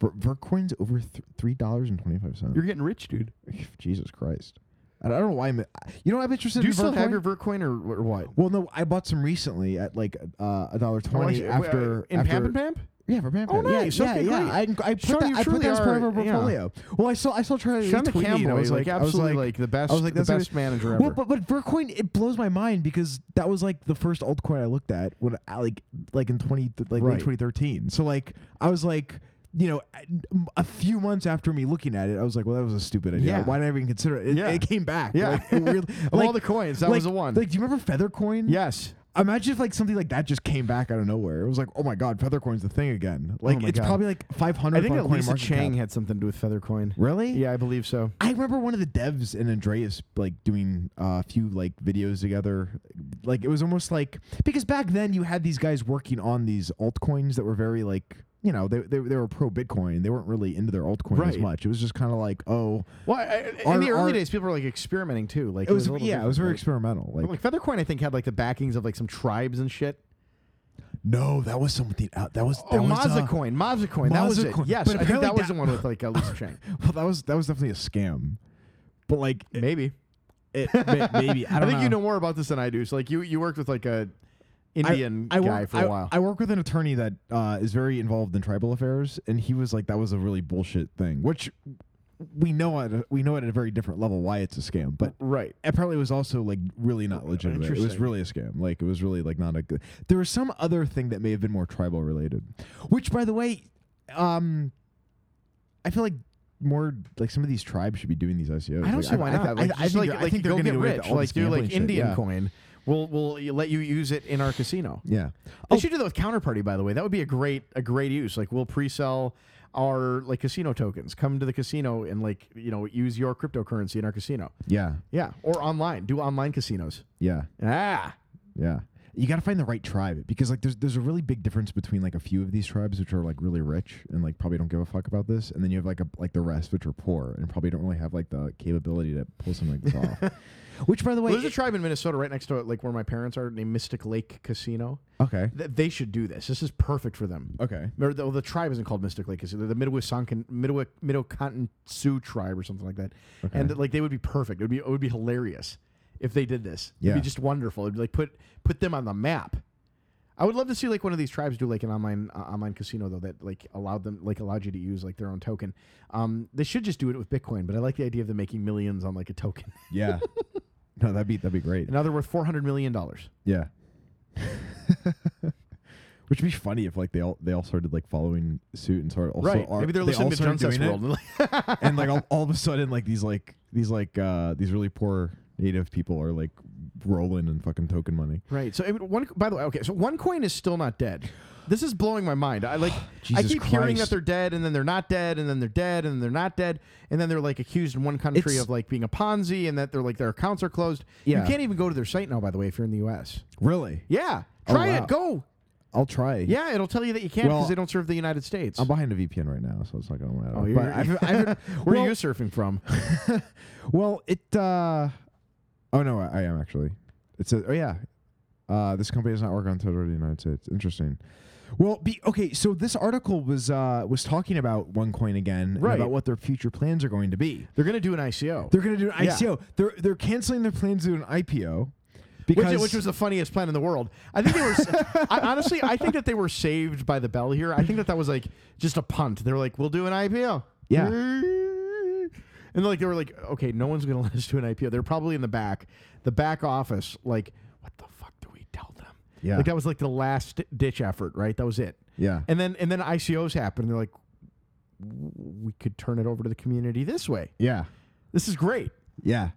S2: Ver- Vercoin's over th- three dollars and twenty five cents.
S1: You're getting rich, dude.
S2: Jesus Christ! I don't know why I'm. You know, what I'm interested.
S1: Do
S2: in
S1: you still have
S2: Vercoin?
S1: your Vercoin or, or what?
S2: Well, no, I bought some recently at like uh, a dollar
S1: Oh, I
S2: twenty
S1: see.
S2: after
S1: in
S2: after,
S1: Pamp and Pamp.
S2: Yeah, for Pampa.
S1: Oh, nice.
S2: Yeah,
S1: Okay,
S2: yeah, yeah.
S1: great.
S2: I, I put
S1: Sean,
S2: that,
S1: you
S2: I put
S1: truly
S2: that as part of
S1: are-
S2: our
S1: yeah.
S2: portfolio. Well, I saw I saw Charlie
S1: Sean
S2: Lee tweeting it. I
S1: McCamboy
S2: was
S1: is
S2: like,
S1: like
S2: I was
S1: absolutely
S2: like-
S1: like the best,
S2: I was like,
S1: the
S2: that's what
S1: best
S2: it-
S1: manager ever.
S2: Well, but but Vercoin, it blows my mind because that was like the first altcoin I looked at when I, like like in twenty like
S1: Right.
S2: late twenty thirteen. So like I was like. You know, I- m- a few months after me looking at it, I was like, "Well, that was a stupid idea.
S1: Yeah.
S2: Why did I even consider it?" It,
S1: Yeah.
S2: it came back.
S1: Yeah.
S2: like, it really,
S1: of
S2: like-
S1: all the coins, that
S2: like-
S1: was the one.
S2: Like, do you remember Feathercoin?
S1: yes.
S2: Imagine if like something like that just came back out of nowhere. It was like, oh my god, Feathercoin's the thing again. Like
S1: Oh my
S2: it's
S1: God.
S2: probably like five hundred.
S1: I think that Lisa
S2: market
S1: Chang
S2: Cap.
S1: had something to do with Feathercoin.
S2: Really?
S1: Yeah, I believe so.
S2: I remember one of the devs and Andreas like doing uh, a few like videos together. Like it was almost like because back then you had these guys working on these altcoins that were very like you know they they, they were pro Bitcoin. They weren't really into their altcoin as
S1: Right.
S2: much. It was just kind of like oh
S1: Well, I, I-
S2: Our-
S1: in the early
S2: our-
S1: days, people were like experimenting too. Like
S2: it was,
S1: a little
S2: yeah it was very
S1: different,
S2: experimental. Like,
S1: right? But, like Feathercoin, I think had like the backings of like some tribes and shit.
S2: no that was something out that was that
S1: oh,
S2: was, uh,
S1: Mazda coin, Mazda coin, that was it.
S2: Mazda coin.
S1: Yes,
S2: But
S1: I think
S2: apparently
S1: that was
S2: that-
S1: the one with like uh, Lisa Chang.
S2: well that was that was definitely a scam. But like
S1: Maybe.
S2: It, may- maybe I
S1: I,
S2: don't
S1: think you know more about this than I do. So like you, you worked with like a Indian
S2: I
S1: guy
S2: work,
S1: for a
S2: I-
S1: while.
S2: I work with an attorney that uh, is very involved in tribal affairs, and he was like, "That was a really bullshit thing," which we know at a, we know at a very different level why it's a scam, but.
S1: right.
S2: Apparently, it was also like really not legitimate. It was
S1: Oh, Interesting.
S2: really a scam. Like it was really like not a good. There was some other thing that may have been more tribal related, which, by the way, um, I feel like more like some of these tribes should be doing these ICOs.
S1: I don't
S2: Like,
S1: see why
S2: I,
S1: not.
S2: I,
S1: like,
S2: I, I
S1: just
S2: think
S1: like,
S2: they're- I
S1: like,
S2: think they're
S1: go
S2: gonna
S1: get
S2: do away with
S1: rich.
S2: all this
S1: Like do
S2: gambling
S1: like
S2: shit.
S1: Indian
S2: Yeah.
S1: coin. We'll we'll let you use it in our casino.
S2: Yeah. Oh,
S1: They should do that with counterparty, by the way. That would be a great a great use. Like we'll pre-sell our like casino tokens. Come to the casino and like you know use your cryptocurrency in our casino.
S2: Yeah.
S1: Yeah, or online. Do online casinos.
S2: Yeah.
S1: Ah,
S2: Yeah. You got to find the right tribe because like there's there's a really big difference between like a few of these tribes which are like really rich and like probably don't give a fuck about this and then you have like a like the rest which are poor and probably don't really have like the capability to pull something like this off. Which by the way,
S1: well, there's a
S2: it-
S1: tribe in Minnesota right next to like where my parents are, named Mystic Lake Casino.
S2: okay.
S1: Th- They should do this. This is perfect for them.
S2: Okay.
S1: Or the, well, the tribe isn't called Mystic Lake Casino. They're the Midwisankan, Midwi, Midocontin Sioux tribe or something like that. And like they would be perfect. It would be it would be hilarious if they did this. It'd
S2: Yeah.
S1: be just wonderful. It'd be like put put them on the map. I would love to see like one of these tribes do like an online uh, online casino though that like allowed them like allowed you to use like their own token. Um, they should just do it with Bitcoin, but I like the idea of them making millions on like a token.
S2: Yeah. no, that'd be that'd be great.
S1: and now they're worth four hundred million dollars.
S2: Yeah. Which would be funny if like they all they all started like following suit and started also
S1: Right?
S2: are-
S1: Maybe they're
S2: they
S1: listening
S2: all
S1: to
S2: started
S1: John Seth's
S2: doing it.
S1: World. and, like,
S2: and like all, all of a sudden like these like these like uh these really poor native people are like rolling in fucking token money
S1: Right. So it, would- one. By the way, okay. So one coin is still not dead. This is blowing my mind. I like. I
S2: Jesus
S1: keep hearing that
S2: Christ.
S1: they're dead, and then they're not dead, and then they're dead, and they're not dead, and then they're like accused in one country
S2: It's-
S1: of like being a Ponzi, and that they're like their accounts are closed.
S2: Yeah.
S1: You can't even go to their site now. By the way, if you're in the U.S.
S2: really
S1: Yeah.
S2: Oh,
S1: Try
S2: wow.
S1: it. Go.
S2: i'll try
S1: Yeah. It'll tell you that you can't because
S2: Well,
S1: they don't serve the United States.
S2: i'm behind a vpn right now so it's not gonna matter
S1: Oh, you're-
S2: but I've, I've,
S1: Where
S2: well,
S1: are you surfing from?
S2: well it uh oh no i, I am actually it says oh yeah uh this company does not work on territory of the united states interesting Well, be, okay, so this article was uh, was talking about OneCoin again, and
S1: Right.
S2: about what their future plans are going to be.
S1: They're going to do an ICO,
S2: They're going to do an
S1: Yeah.
S2: ICO. They're they're canceling their plans to do an IPO because
S1: which, which was the funniest plan in the world. I think they were s- I, honestly. I think that they were saved by the bell here. I think that that was like just a punt. They were like, "We'll do an IPO."
S2: Yeah.
S1: And like they were like, "Okay, no one's going to let us do an IPO." They're probably in the back, the back office. Like, what the fuck do we tell them?
S2: Yeah.
S1: Like that was like the last ditch effort, right? That was it.
S2: yeah.
S1: And then and then ICOs happen. And they're like, "We could turn it over to the community this way.
S2: Yeah.
S1: This is great."
S2: Yeah.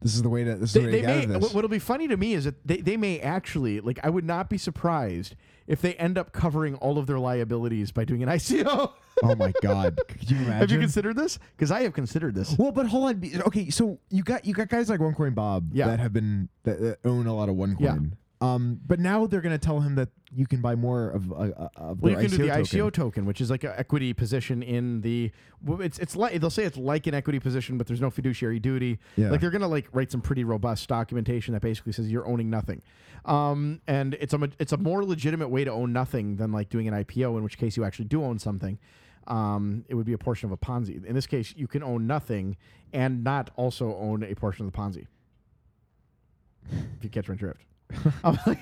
S2: This is the way to this is
S1: They,
S2: the way
S1: they
S2: to get out
S1: may.
S2: of this.
S1: What, what'll be funny to me is that they, they may actually like. I would not be surprised if they end up covering all of their liabilities by doing an ICO.
S2: oh my god. Could you imagine?
S1: have you considered this? Because I have considered this.
S2: well, but hold on. be- Okay, so you got you got guys like OneCoin Bob
S1: Yeah.
S2: that have been that, that own a lot of OneCoin.
S1: Yeah.
S2: Um, but now they're going to tell him that you can buy more of uh, uh, of
S1: Well, you
S2: their
S1: can do the
S2: ICO token.
S1: ICO token, which is like an equity position in the. well, It's it's like they'll say it's like an equity position, but there's no fiduciary duty.
S2: Yeah.
S1: Like they're gonna like write some pretty robust documentation that basically says you're owning nothing, um, and it's a ma- it's a more legitimate way to own nothing than like doing an IPO, in which case you actually do own something. Um, it would be a portion of a Ponzi. In this case, you can own nothing and not also own a portion of the Ponzi. If you catch my drift. Um, like-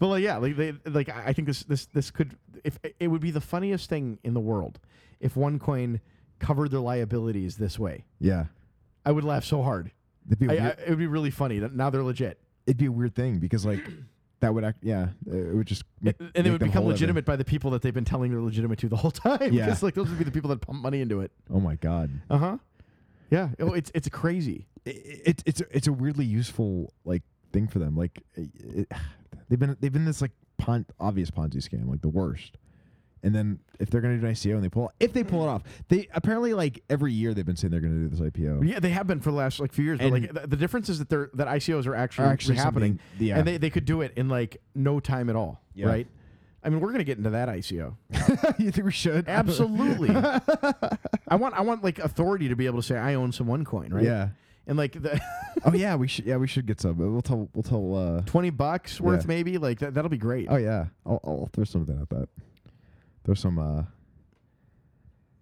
S1: but like yeah, like they like I I think this this this could if it would be the funniest thing in the world if OneCoin covered their liabilities this way.
S2: Yeah.
S1: I would laugh so hard.
S2: It'd be, a
S1: I, I,
S2: weird,
S1: it would be really funny that now they're legit,
S2: it'd be a weird thing because like that would act yeah it would just make,
S1: and
S2: make
S1: it would
S2: them
S1: become
S2: whole every-
S1: legitimate by the people that they've been telling they're legitimate to the whole time.
S2: Yeah.
S1: 'Cause, like those would be the people that pump money into it.
S2: Oh my god.
S1: Uh huh. Yeah. Oh, it's it's crazy.
S2: it, it's a- it's a weirdly useful like thing for them. Like i- it, they've been they've been this like pon- obvious Ponzi scam, like the worst. And then if they're gonna do an ICO and they pull if they pull it off, they apparently like every year they've been saying they're gonna do this IPO.
S1: Yeah, they have been for the last like few years. But
S2: And-
S1: like the, the difference is that they're that ICOs are actually,
S2: Are actually
S1: happening,
S2: something- yeah.
S1: and they, they could do it in like no time at all, right?
S2: Yeah.
S1: I mean, we're gonna get into that ICO.
S2: you think we should?
S1: Absolutely. I want I want like authority to be able to say I own some OneCoin, right?
S2: Yeah.
S1: And like the
S2: Oh yeah, we should. Yeah, we should get some. We'll tell. We'll tell. Uh,
S1: twenty bucks worth
S2: Yeah.
S1: maybe like that, that'll be great.
S2: oh yeah, I'll, I'll throw something at that. Throw some. Uh,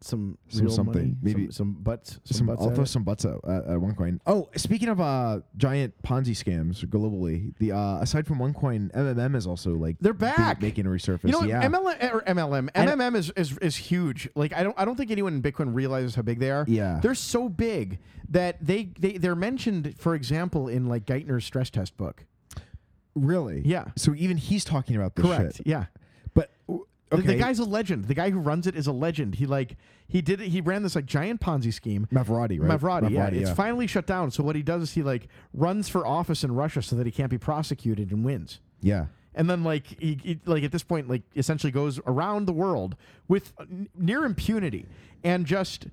S1: some
S2: Some
S1: real
S2: something,
S1: money,
S2: maybe-
S1: some, some butts, some,
S2: some,
S1: butts.
S2: I'll
S1: at
S2: throw
S1: it.
S2: some butts out at, at OneCoin. Oh, speaking of uh, giant Ponzi scams globally, the uh, aside from OneCoin, MMM is also like
S1: They're
S2: be-
S1: back.
S2: making a resurface.
S1: You know,
S2: yeah,
S1: MLM or MLM,
S2: And-
S1: MMM is, is is huge. Like I don't I don't think anyone in Bitcoin realizes how big they are.
S2: Yeah.
S1: they're so big that they they they're mentioned, for example, in like Geithner's stress test book.
S2: really.
S1: Yeah.
S2: So even he's talking about this
S1: Correct.
S2: shit.
S1: Yeah.
S2: But w-
S1: The-
S2: okay,
S1: The, guy's a legend. The guy who runs it is a legend. He like he did it, he ran this like giant Ponzi scheme.
S2: Mavrati, right?
S1: Mavrati, yeah,
S2: Mavrati,
S1: it's finally shut down. So what he does is he like runs for office in Russia so that he can't be prosecuted and wins.
S2: Yeah.
S1: And then like he, he like at this point like essentially goes around the world with uh, n- near impunity and just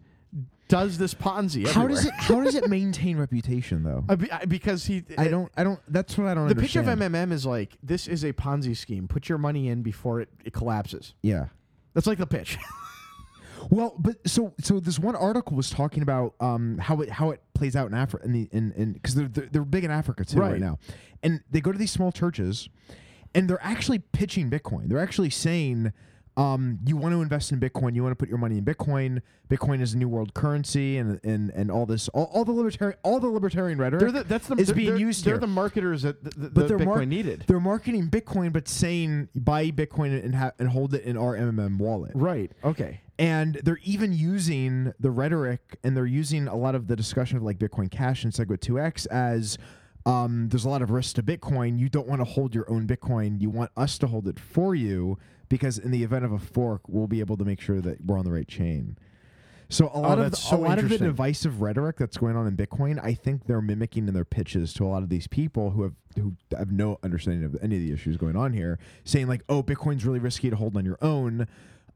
S1: does this Ponzi.
S2: How does it?
S1: everywhere.
S2: How does it maintain reputation though?
S1: Uh, be- I- because he
S2: I don't. I don't. That's what I don't.
S1: the pitch of
S2: understand.
S1: MMM is like this is a Ponzi scheme. Put your money in before it, it collapses.
S2: Yeah.
S1: That's like the pitch.
S2: Well, but so so this one article was talking about um, how it how it plays out in Africa in the in in because they're, they're they're big in Africa too right.
S1: Right.
S2: now, and they go to these small churches, and they're actually pitching Bitcoin. They're actually saying. Um, you want to invest in Bitcoin. You want to put your money in Bitcoin. Bitcoin is a new world currency, and and, and all this, all, all the libertarian, all the libertarian rhetoric
S1: They're the, that's the
S2: is
S1: they're-
S2: being
S1: they're-
S2: used
S1: They're
S2: here.
S1: the marketers that the, the,
S2: But
S1: the
S2: they're
S1: Bitcoin
S2: mar-
S1: needed.
S2: They're marketing Bitcoin, but saying buy Bitcoin and ha- and hold it in our MMM wallet.
S1: Right. Okay.
S2: and they're even using the rhetoric and they're using a lot of the discussion of like Bitcoin Cash and SegWit2x as um, there's a lot of risk to Bitcoin. You don't want to hold your own Bitcoin. You want us to hold it for you because in the event of a fork, we'll be able to make sure that we're on the right chain. So a lot of the,
S1: Oh, that's
S2: a
S1: so
S2: lot of the
S1: interesting.
S2: divisive rhetoric that's going on in Bitcoin, I think they're mimicking in their pitches to a lot of these people who have who have no understanding of any of the issues going on here, saying like, "Oh, Bitcoin's really risky to hold on your own."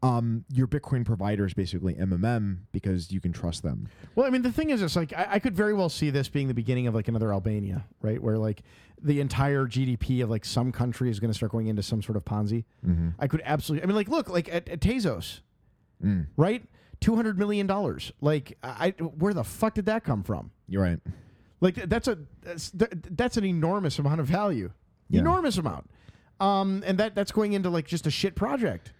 S2: Um, your Bitcoin provider is basically MMM because you can trust them.
S1: Well, I mean, the thing is, it's like I, I could very well see this being the beginning of like another Albania, right? Where like the entire GDP of like some country is going to start going into some sort of Ponzi. I could absolutely. I mean, like look, like at, at Tezos,
S2: Mm,
S1: right? Two hundred million dollars. Like, I, I- where the fuck did that come from?
S2: You're right.
S1: Like that's a that's, that's an enormous amount of value,
S2: Yeah.
S1: enormous amount. Um, and that that's going into like just a shit project.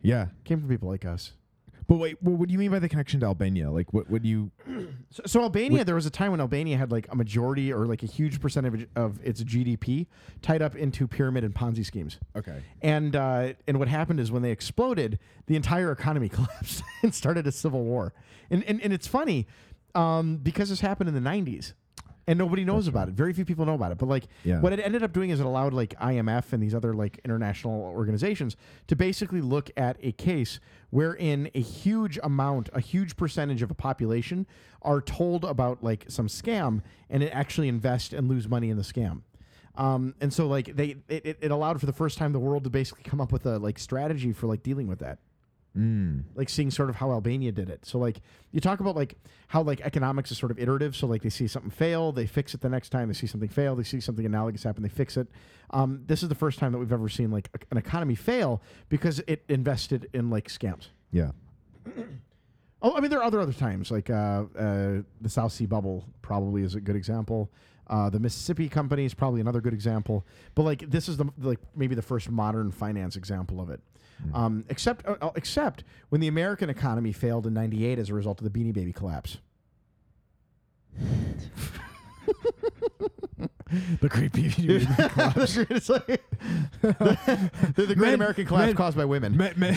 S2: Yeah.
S1: Came from people like us.
S2: But wait, well, what do you mean by the connection to Albania? Like, what would you?
S1: So, so Albania, there was a time when Albania had like a majority or like a huge percentage of its GDP tied up into pyramid and Ponzi schemes.
S2: Okay.
S1: And uh, and what happened is when they exploded, the entire economy collapsed and started a civil war. And and, and it's funny um, because this happened in the '90s, and nobody knows about it. Very few people know about it. But like,
S2: Yeah.
S1: what it ended up doing is it allowed like IMF and these other like international organizations to basically look at a case wherein a huge amount, a huge percentage of a population are told about like some scam and it actually invest and lose money in the scam. Um, and so like they it, it- it allowed for the first time the world to basically come up with a like strategy for like dealing with that.
S2: mm,
S1: Like seeing sort of how Albania did it. So like you talk about like how like economics is sort of iterative. So like they see something fail, they fix it the next time. They see something fail, they see something analogous happen, they fix it. Um, this is the first time that we've ever seen like a- an economy fail because it invested in like scams.
S2: Yeah.
S1: Oh, I mean, there are other other times like uh, uh, the South Sea Bubble probably is a good example. Uh, the Mississippi Company is probably another good example. But like this is the like maybe the first modern finance example of it.
S2: Mm.
S1: Um, except uh, uh, except when the American economy failed in '98 as a result of the Beanie Baby collapse.
S2: The great PvP.
S1: It's like- the, the Great
S2: Men-
S1: American collapse
S2: men-
S1: caused by women.
S2: men, men,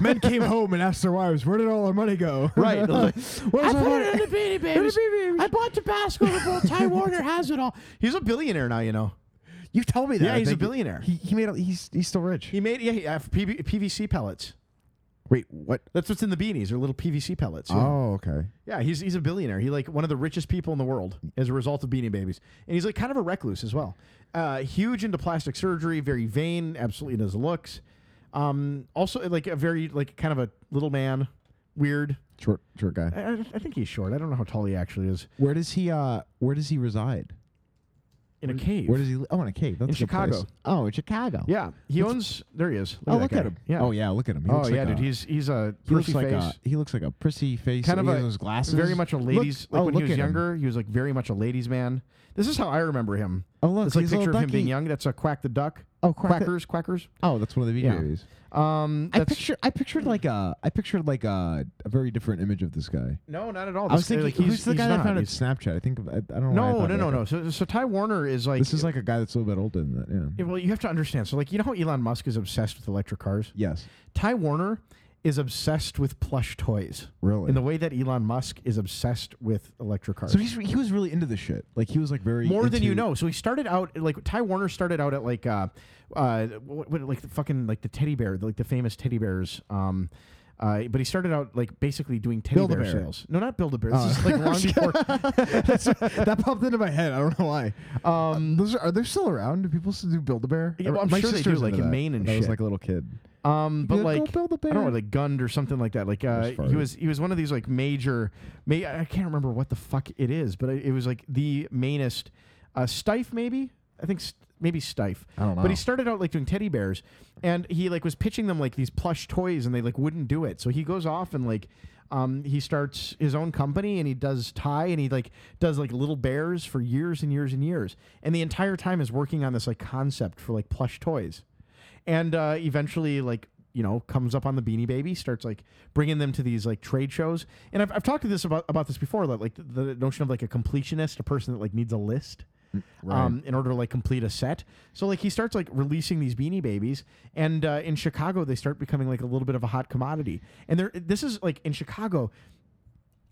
S2: men came home and asked their wives, "Where did all our money go?"
S1: Right.
S2: Where's our money?
S1: the Beanie Babies. I bought Tabasco before Ty Warner has it all. He's a billionaire now, you know.
S2: you told me that.
S1: Yeah,
S2: I
S1: he's a
S2: think.
S1: billionaire.
S2: He, he made. A, he's he's still rich.
S1: He made yeah, he, uh, PV, PVC pellets.
S2: Wait, what?
S1: That's what's in the beanies, or little PVC pellets. yeah.
S2: Oh, okay.
S1: Yeah, he's he's a billionaire. He like one of the richest people in the world as a result of Beanie Babies, and he's like kind of a recluse as well. Uh, huge into plastic surgery, very vain, absolutely in his looks. Um, also like a very like kind of a little man, weird.
S2: Short short guy.
S1: I, I I think he's short. I don't know how tall he actually is.
S2: Where does he uh where does he reside?
S1: In a cave.
S2: Where does he li- Oh, in a cave. That's
S1: In
S2: a good place.
S1: Chicago.
S2: Oh, in Chicago.
S1: yeah, he owns. There he is.
S2: Oh,
S1: that
S2: look
S1: guy.
S2: at him.
S1: Yeah.
S2: Oh, yeah, look at him. He
S1: Oh
S2: looks
S1: yeah,
S2: like
S1: dude.
S2: A,
S1: He's he's a
S2: he looks
S1: prissy
S2: like
S1: face.
S2: a he looks like a prissy face.
S1: kind of
S2: he
S1: a
S2: has those glasses.
S1: Very much a
S2: Look-
S1: ladies.
S2: oh,
S1: like when he
S2: look
S1: was
S2: at him.
S1: younger, he was like very much a ladies man. This is how I remember him.
S2: Oh, look,
S1: it's like
S2: he's a
S1: picture of
S2: little
S1: him being
S2: ducky.
S1: young. That's a quack the duck.
S2: Oh, Quack the-
S1: quackers, quackers.
S2: Oh, that's one of the
S1: Yeah.
S2: videos.
S1: Um,
S2: I
S1: that's-
S2: picture I pictured like a I pictured like a, a very different image of this guy.
S1: no, not at all.
S2: I was
S1: This guy,
S2: thinking
S1: Oh, like,
S2: who's
S1: he's,
S2: the
S1: he's
S2: guy
S1: not.
S2: that I found on
S1: He's-
S2: Snapchat? I think of- I, I don't know. why I
S1: No,
S2: thought
S1: no,
S2: that
S1: no,
S2: guy.
S1: no. So, so Ty Warner is like.
S2: This is like a guy that's a little bit older than that. Yeah.
S1: Yeah, well, you have to understand. So, like, you know how Elon Musk is obsessed with electric cars.
S2: yes.
S1: Ty Warner is obsessed with plush toys.
S2: Really.
S1: In the way that Elon Musk is obsessed with electric cars.
S2: so he's re- he was really into this shit. Like he was like very
S1: more than you
S2: into-
S1: know. So he started out like Ty Warner started out at like uh, uh, what, what like the fucking like the teddy bear, like the famous teddy bears. Um, uh, but he started out like basically doing teddy
S2: Build-A-Bear.
S1: bear sales. No, not build a bear.
S2: Oh.
S1: This is like long before.
S2: that popped into my head. I don't know why. Um, those are, are they still around? Do people still do Build a Bear?
S1: Yeah, well, I'm sure they do, like, in Maine and
S2: I was
S1: shit.
S2: like a little kid.
S1: Um, but
S2: Go
S1: like
S2: Build-A-Bear.
S1: I don't know, like Gund or something like that. Like uh,
S2: Just
S1: he
S2: farted.
S1: was he was one of these like major. Ma- I can't remember what the fuck it is, but it, it was like the mainest. Uh, Stife maybe I think st- maybe Stife.
S2: I don't
S1: But
S2: know.
S1: he started out like doing teddy bears, and he like was pitching them like these plush toys, and they like wouldn't do it. So he goes off and like. Um, he starts his own company and he does tie and he like does like little bears for years and years and years and the entire time is working on this like concept for like plush toys and uh, eventually like you know comes up on the beanie baby starts like bringing them to these like trade shows and i've, I've talked to this about, about this before that like the, the notion of like a completionist a person that like needs a list um, in order to like complete a set so like he starts like releasing these beanie babies and uh, in chicago they start becoming like a little bit of a hot commodity and they're this is like in chicago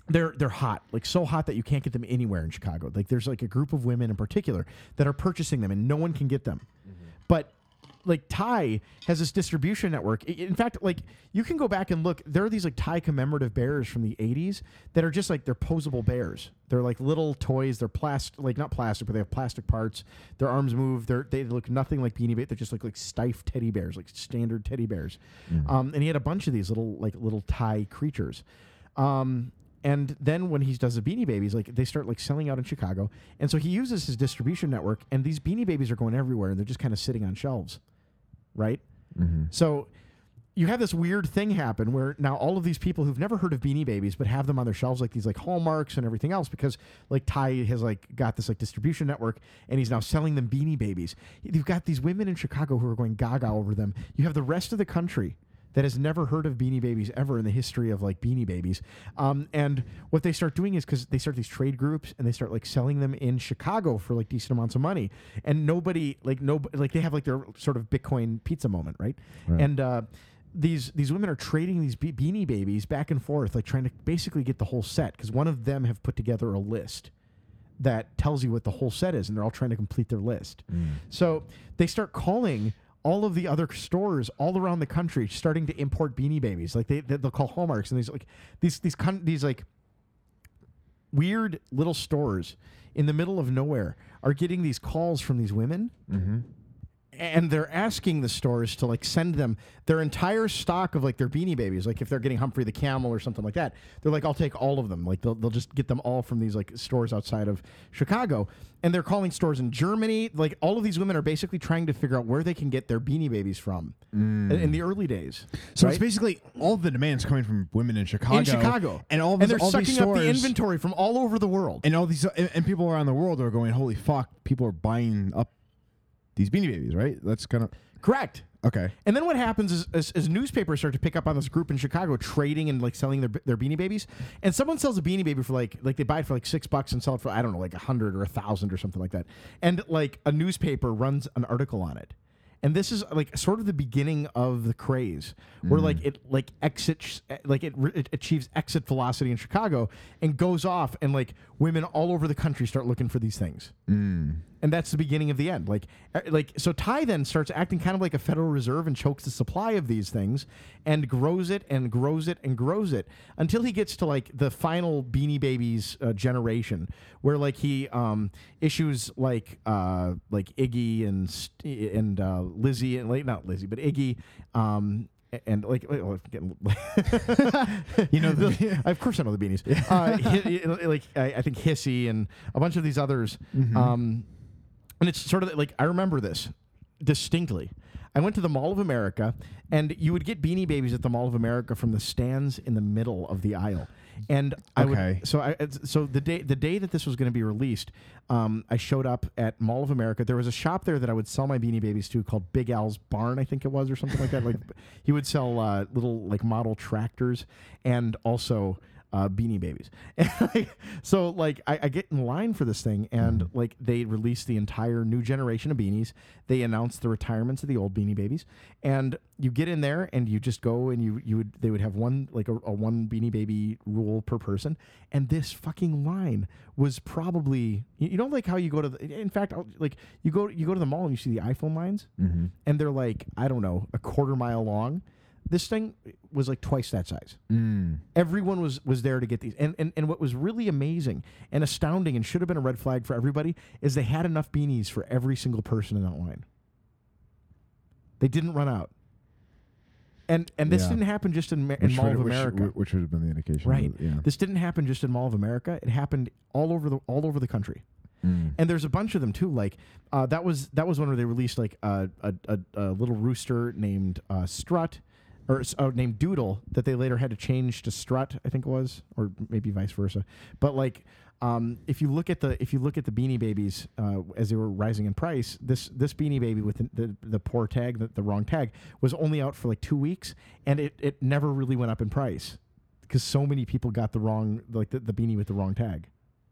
S1: they're they're hot, like so hot that you can't get them anywhere in Chicago. Like there's like a group of women in particular that are purchasing them, and no one can get them. But like Thai has this distribution network. I- In fact, like you can go back and look. There are these like Thai commemorative bears from the '80s that are just like they're posable bears. They're like little toys. They're plastic, like not plastic, but they have plastic parts. Their arms move. They're they look nothing like Beanie Babies. They're just like like stiff teddy bears, like standard teddy bears. Um, and he had a bunch of these little like little Thai creatures. Um, and then when he does the Beanie Babies, like they start like selling out in Chicago, and so he uses his distribution network, and
S2: Mm-hmm.
S1: these Beanie Babies are going everywhere, and they're just kind of sitting on shelves, right? So you have this weird thing happen where now all of these people who've never heard of Beanie Babies but have them on their shelves like these like hallmarks and everything else because like Ty has like got this like distribution network and he's now selling them Beanie Babies. You've got these women in Chicago who are going gaga over them. You have the rest of the country that has never heard of Beanie Babies ever in the history of like Beanie Babies. Um, and what they start doing is because they start these trade groups and they start like selling them in Chicago for like decent amounts of money. And nobody like no like they have like their sort of Bitcoin pizza moment, right? And uh, these these women are trading these be- Beanie Babies back and forth, like trying to basically get the whole set because one of them have put together a list that tells you what the whole set is, and they're all trying to complete their list. So they start calling all of the other stores all around the country, starting to import Beanie Babies. Like they they- they'll call Hallmarks and these like these these con- these like weird little stores in the middle of nowhere are getting these calls from these women and they're asking the stores to like send them their entire stock of like their beanie babies like if they're getting humphrey the camel or something like that they're like i'll take all of them like they'll, they'll just get them all from these like stores outside of chicago and they're calling stores in germany like all of these women are basically trying to figure out where they can get their beanie babies from in, in the early days
S2: So
S1: right?
S2: it's basically all the demands coming from women in Chicago.
S1: in chicago
S2: and all of
S1: and
S2: these-
S1: they're
S2: all
S1: sucking
S2: these
S1: up the
S2: stores-
S1: inventory from all over the world
S2: and all these and, and people around the world are going, "Holy fuck!" People are buying up these Beanie Babies, right? That's kind of
S1: correct
S2: okay.
S1: And then what happens is, is, is newspapers start to pick up on this group in Chicago trading and like selling their, their beanie babies. And someone sells a beanie baby for like like they buy it for like six bucks and sell it for I don't know like a hundred or a thousand or something like that. And like a newspaper runs an article on it. And this is like sort of the beginning of the craze, where like it like exits eh, like it, re- it achieves exit velocity in Chicago and goes off, and like women all over the country start looking for these things and that's the beginning of the end. Like, uh, like so, Ty then starts acting kind of like a Federal Reserve and chokes the supply of these things, and grows it and grows it and grows it until he gets to like the final Beanie Babies uh, generation, where like he um, issues like uh, like Iggy and St- and uh, Lizzie and like not Lizzie but Iggy. Um, a- and like, wait, oh, I'm getting-
S2: You know the-
S1: of course I know the beanies. Uh, hi- hi- like I, I think Hissy and a bunch of these others.
S2: Mm-hmm.
S1: Um, and it's sort of like I remember this distinctly. I went to the Mall of America, and you would get Beanie Babies at the Mall of America from the stands in the middle of the aisle. And I
S2: Okay.
S1: would so I it's- so the day the day that this was going to be released, um, I showed up at Mall of America. There was a shop there that I would sell my Beanie Babies to called Big Al's Barn, I think it was, or something like that. Like he would sell uh, little like model tractors and also uh, Beanie Babies. And like, so like I, I get in line for this thing, and like they release the entire new generation of beanies. They announce the retirements of the old Beanie Babies, and you get in there and you just go and you you would they would have one like a, a one Beanie Baby rule per person, and this fucking line was probably you, you know like how you go to the, in fact I'll- like you go you go to the mall and you see the iPhone lines, and they're like I don't know a quarter mile long. This thing was like twice that size
S2: mm.
S1: everyone was was there to get these and, and and what was really amazing and astounding and should have been a red flag for everybody is they had enough beanies for every single person in that line they didn't run out and and this
S2: Yeah.
S1: didn't happen just in, Ma- in Mall
S2: would-
S1: of America
S2: which, which would have been the indication,
S1: right
S2: Yeah.
S1: this didn't happen just in Mall of America it happened all over the all over the country
S2: Mm.
S1: and there's a bunch of them too. Like uh, that was that was one where they released like a a, a, a little rooster named uh, Strut, or s- uh, named Doodle that they later had to change to Strut, I think it was, or maybe vice versa. But like, um, if you look at the if you look at the Beanie Babies uh, as they were rising in price, this this Beanie Baby with the the, the poor tag, the, the wrong tag, was only out for like two weeks, and it it never really went up in price because so many people got the wrong like the, the beanie with the wrong tag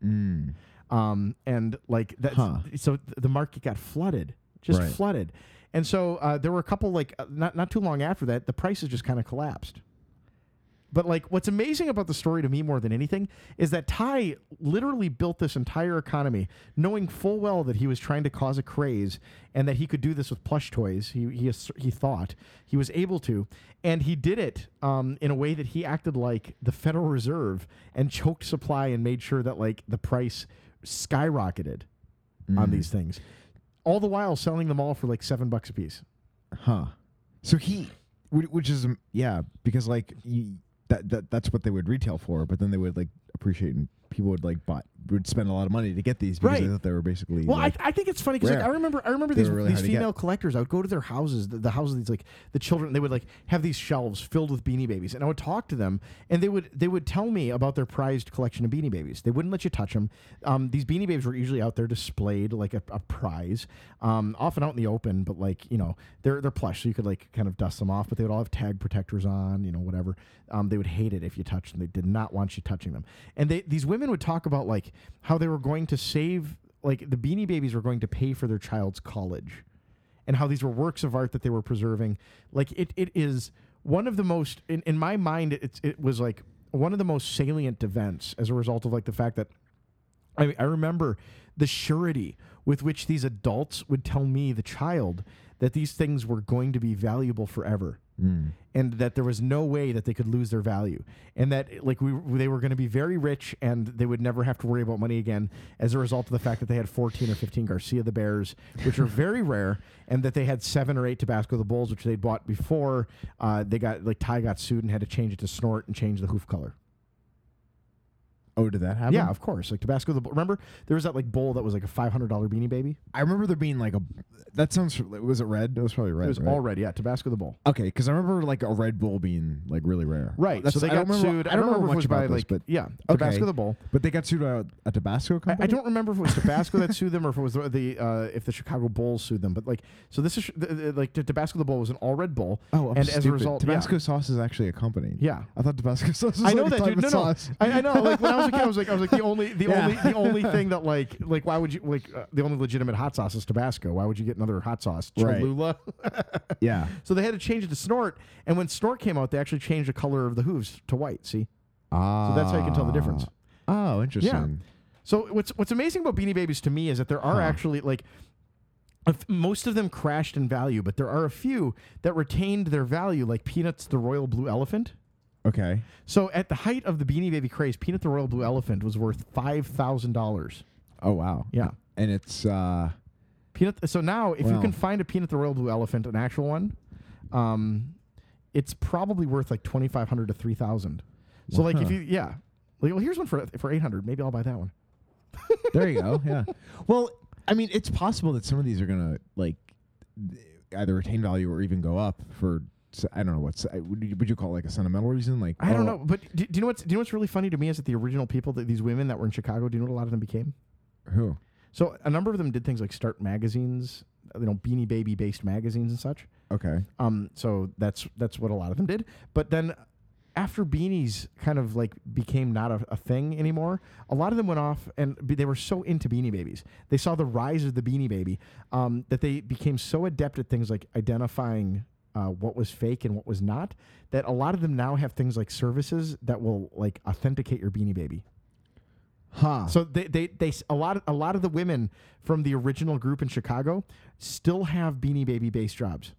S2: Mm.
S1: um, and like that's
S2: Huh.
S1: so th- the market got flooded, just
S2: Right.
S1: flooded, and so uh, there were a couple like uh, not not too long after that, the prices just kind of collapsed. But like, what's amazing about the story to me more than anything is that Ty literally built this entire economy, knowing full well that he was trying to cause a craze and that he could do this with plush toys. He he ass- he thought he was able to, and he did it um, in a way that he acted like the Federal Reserve and choked supply and made sure that like the price skyrocketed
S2: Mm.
S1: on these things, all the while selling them all for like seven bucks a piece.
S2: Huh. So he, whi- which is um, yeah, because like you, that that that's what they would retail for, but then they would like appreciate and people would like buy would spend a lot of money to get these because
S1: Right.
S2: they thought they were basically
S1: Well,
S2: like,
S1: I, I think it's funny because like,
S2: rare.
S1: I remember I remember
S2: They
S1: these
S2: were really
S1: these
S2: hard to get.
S1: female collectors. I would go to their houses, the, the houses of these like the children. They would like have these shelves filled with Beanie Babies, and I would talk to them, and they would they would tell me about their prized collection of Beanie Babies. They wouldn't let you touch them. Um, these Beanie Babies were usually out there displayed like a, a prize, um, often out in the open, but like you know they're they're plush, so you could like kind of dust them off. But they would all have tag protectors on, you know whatever. Um, they would hate it if you touched them. They did not want you touching them. And they these women would talk about like how they were going to save like the Beanie Babies were going to pay for their child's college, and how these were works of art that they were preserving. Like it, it is one of the most in, in my mind. It's it was like one of the most salient events as a result of like the fact that I, I remember the surety with which these adults would tell me, the child, that these things were going to be valuable forever.
S2: mm.
S1: And that there was no way that they could lose their value, and that like we they were going to be very rich, and they would never have to worry about money again as a result of the fact that they had fourteen or fifteen Garcia the Bears, which are very rare, and that they had seven or eight Tabasco the Bulls, which they'd bought before uh, they got like Ty got sued and had to change it to snort and change the hoof color.
S2: oh did that happen
S1: Yeah, of course. Like Tabasco the Bull. Remember, there was that like bowl that was like a five hundred dollar Beanie Baby.
S2: I remember there being like a that sounds was it red it was probably red
S1: it was
S2: right?
S1: already yeah Tabasco the Bowl.
S2: okay because I remember like a Red Bull being like really rare
S1: Right.
S2: That's-
S1: so they
S2: I
S1: got
S2: don't remember,
S1: sued.
S2: I don't remember
S1: if it
S2: much
S1: was
S2: about
S1: by
S2: this,
S1: like
S2: but
S1: yeah
S2: Okay.
S1: Tabasco the Bowl.
S2: but they got sued by a Tabasco
S1: I,
S2: company
S1: I don't remember if it was Tabasco that sued them or if it was the, the uh, if the Chicago Bulls sued them. But like so this is th- th- like the Tabasco the Bowl was an all red bowl.
S2: Oh, I'm
S1: and as
S2: stupid.
S1: a result, yeah.
S2: Tabasco sauce is actually a company.
S1: Yeah.
S2: I thought Tabasco sauce. Was
S1: I know
S2: like a
S1: that
S2: type
S1: dude.
S2: of
S1: No, no,
S2: sauce.
S1: I, I know. Like when I was a kid, I was like, I was like the only, the
S2: Yeah.
S1: only, the only thing that like, like why would you like uh, the only legitimate hot sauce is Tabasco? Why would you get another hot sauce?
S2: Right.
S1: Cholula.
S2: Yeah,
S1: So they had to change it to Snort, and when Snort came out, they actually changed the color of the hooves to white. See,
S2: ah,
S1: so that's how you can tell the difference. Ah.
S2: Oh, interesting.
S1: So what's what's amazing about Beanie Babies to me is that there are
S2: Huh.
S1: actually like. a f- Most of them crashed in value, but there are a few that retained their value, like Peanuts the Royal Blue Elephant.
S2: Okay,
S1: So, at the height of the Beanie Baby craze, Peanut the Royal Blue Elephant was worth five thousand dollars.
S2: oh wow,
S1: Yeah,
S2: and it's uh,
S1: Peanut. So now, if you
S2: Wow.
S1: can find a Peanut the Royal Blue Elephant, an actual one, um, it's probably worth like twenty five hundred to three thousand. So like if
S2: Wow.
S1: you yeah, like, well here's one for for eight hundred. Maybe I'll buy that one.
S2: there you go. Yeah, well, I mean, it's possible that some of these are gonna like either retain value or even go up for s- I don't know what's I- would you, would you call it like a sentimental reason? Like
S1: I don't
S2: oh,
S1: know, but do, do you know what's do you know what's really funny to me is that the original people that these women that were in Chicago, do you know what a lot of them became?
S2: who.
S1: So a number of them did things like start magazines, you know, Beanie Baby based magazines and such.
S2: Okay,
S1: Um, so that's that's what a lot of them did. But then after beanies kind of like became not a, a thing anymore, a lot of them went off and be, they were so into Beanie Babies. They saw the rise of the Beanie Baby um, that they became so adept at things like identifying. Uh, what was fake and what was not that a lot of them now have things like services that will like authenticate your beanie baby
S2: huh?
S1: so they, they, they s- a lot of, a lot of the women from the original group in chicago still have beanie baby based jobs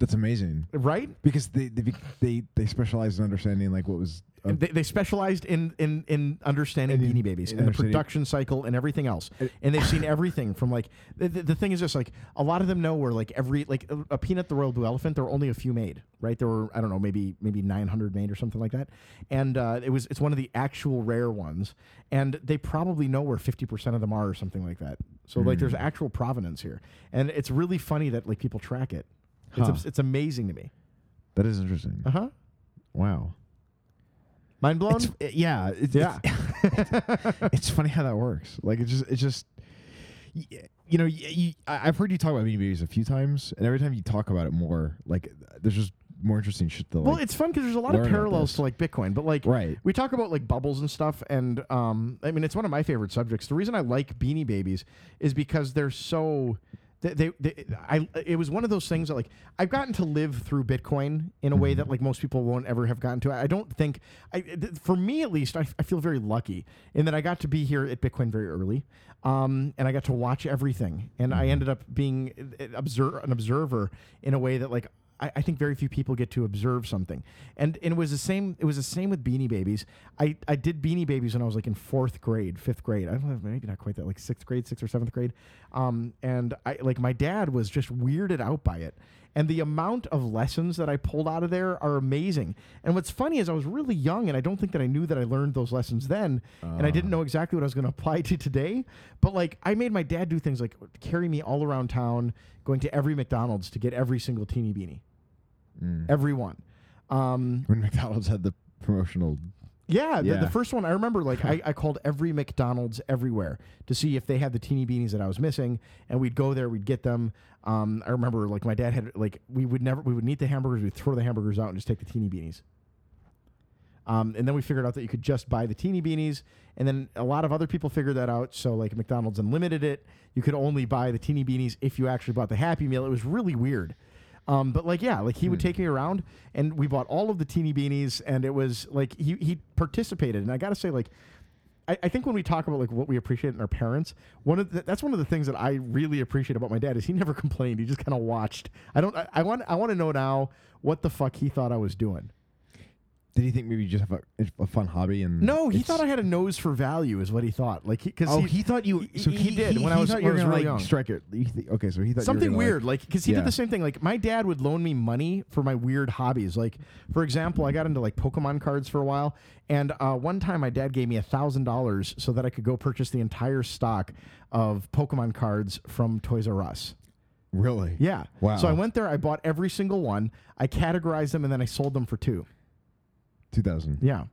S2: that's amazing
S1: right
S2: because they they bec- they, they specialize in understanding like what was uh,
S1: And they, they specialized in in in understanding
S2: And in-
S1: Beanie Babies
S2: in
S1: and the
S2: understanding-
S1: production cycle and everything else,
S2: And-
S1: and they've seen everything from like the, the, the thing is just like a lot of them know where like every like a, a peanut the royal blue elephant there were only a few made right there were I don't know maybe maybe nine hundred made or something like that, and uh, it was it's one of the actual rare ones, and they probably know where fifty percent of them are or something like that. So like
S2: Hmm.
S1: there's actual provenance here, and it's really funny that like people track it. It's
S2: Huh.
S1: abs- it's amazing to me.
S2: that is interesting.
S1: Uh huh.
S2: Wow.
S1: Mind blown.
S2: It's, it- yeah, it's,
S1: Yeah.
S2: It's, it's funny how that works. Like it just, it just, y- eh, you know, y- you, I- I've heard you talk about Beanie Babies a few times, and every time you talk about it more, like there's just more interesting shit. To, like,
S1: Well, it's fun because there's a lot of
S2: learn about
S1: parallels
S2: this.
S1: to like Bitcoin, but like
S2: Right.
S1: we talk about like bubbles and stuff, and um, I mean it's one of my favorite subjects. The reason I like Beanie Babies is because they're so. They, they, they, I, it was one of those things that like I've gotten to live through Bitcoin in a
S2: Mm-hmm.
S1: way that like most people won't ever have gotten to. I, I don't think, I, th- for me at least, I, I feel very lucky in that I got to be here at Bitcoin very early, um, and I
S2: Mm-hmm.
S1: eh, got to watch everything, and I ended up being uh, obser- an observer in a way that like I, I think very few people get to observe something. And, and it was the same. It was the same with Beanie Babies. I, I did Beanie Babies when I was like in fourth grade, fifth grade. I don't know, maybe not quite that, like sixth grade, sixth or seventh grade. Um, and I like my dad was just weirded out by it. And the amount of lessons that I pulled out of there are amazing. And what's funny is I was really young, and I don't think that I knew that I learned those lessons then, and I didn't know exactly what I was going to apply to today. But like, I made my dad do things like carry me all around town, going to every McDonald's to get every single teeny beanie,
S2: mm.
S1: every one. Um,
S2: When McDonald's had the promotional,
S1: yeah, The,
S2: Yeah.
S1: the first one I remember, like I, I called every McDonald's everywhere to see if they had the teeny beanies that I was missing, and we'd go there, we'd get them. Um, I remember, like my dad had, like we would never, we would eat the hamburgers, we'd throw the hamburgers out and just take the teeny beanies. Um, and then we figured out that you could just buy the teeny beanies, and then a lot of other people figured that out. So like McDonald's unlimited it, you could only buy the teeny beanies if you actually bought the Happy Meal. It was really weird. Um, but like yeah, like he would take me around, and we bought all of the teeny beanies, and it was like he he participated, and I gotta say like. I, I think when we talk about like what we appreciate in our parents, one of the, that's one of the things that I really appreciate about my dad is he never complained. He just kind of watched. I don't. I, I want. I want to know now what the fuck he thought I was doing.
S2: did he think maybe you just have a, it's a fun hobby and
S1: No, he
S2: it's-
S1: thought I had a nose for value, is what he thought. Like, because
S2: Oh, he, thought you.
S1: he-
S2: so
S1: he did when I was-
S2: thought
S1: when I
S2: you were
S1: was
S2: gonna,
S1: really
S2: like,
S1: young.
S2: Strike it. He th- okay, so he thought you were
S1: something
S2: gonna, like-
S1: weird, like, because he
S2: Yeah.
S1: did the same thing. Like, my dad would loan me money for my weird hobbies. Like, for example, I got into like Pokemon cards for a while, and uh, one time my dad gave me a thousand dollars so that I could go purchase the entire stock of Pokemon cards from Toys R Us.
S2: really.
S1: Yeah.
S2: Wow.
S1: So I went there, I bought every single one, I categorized them, and then I sold them for two.
S2: Two thousand.
S1: Yeah.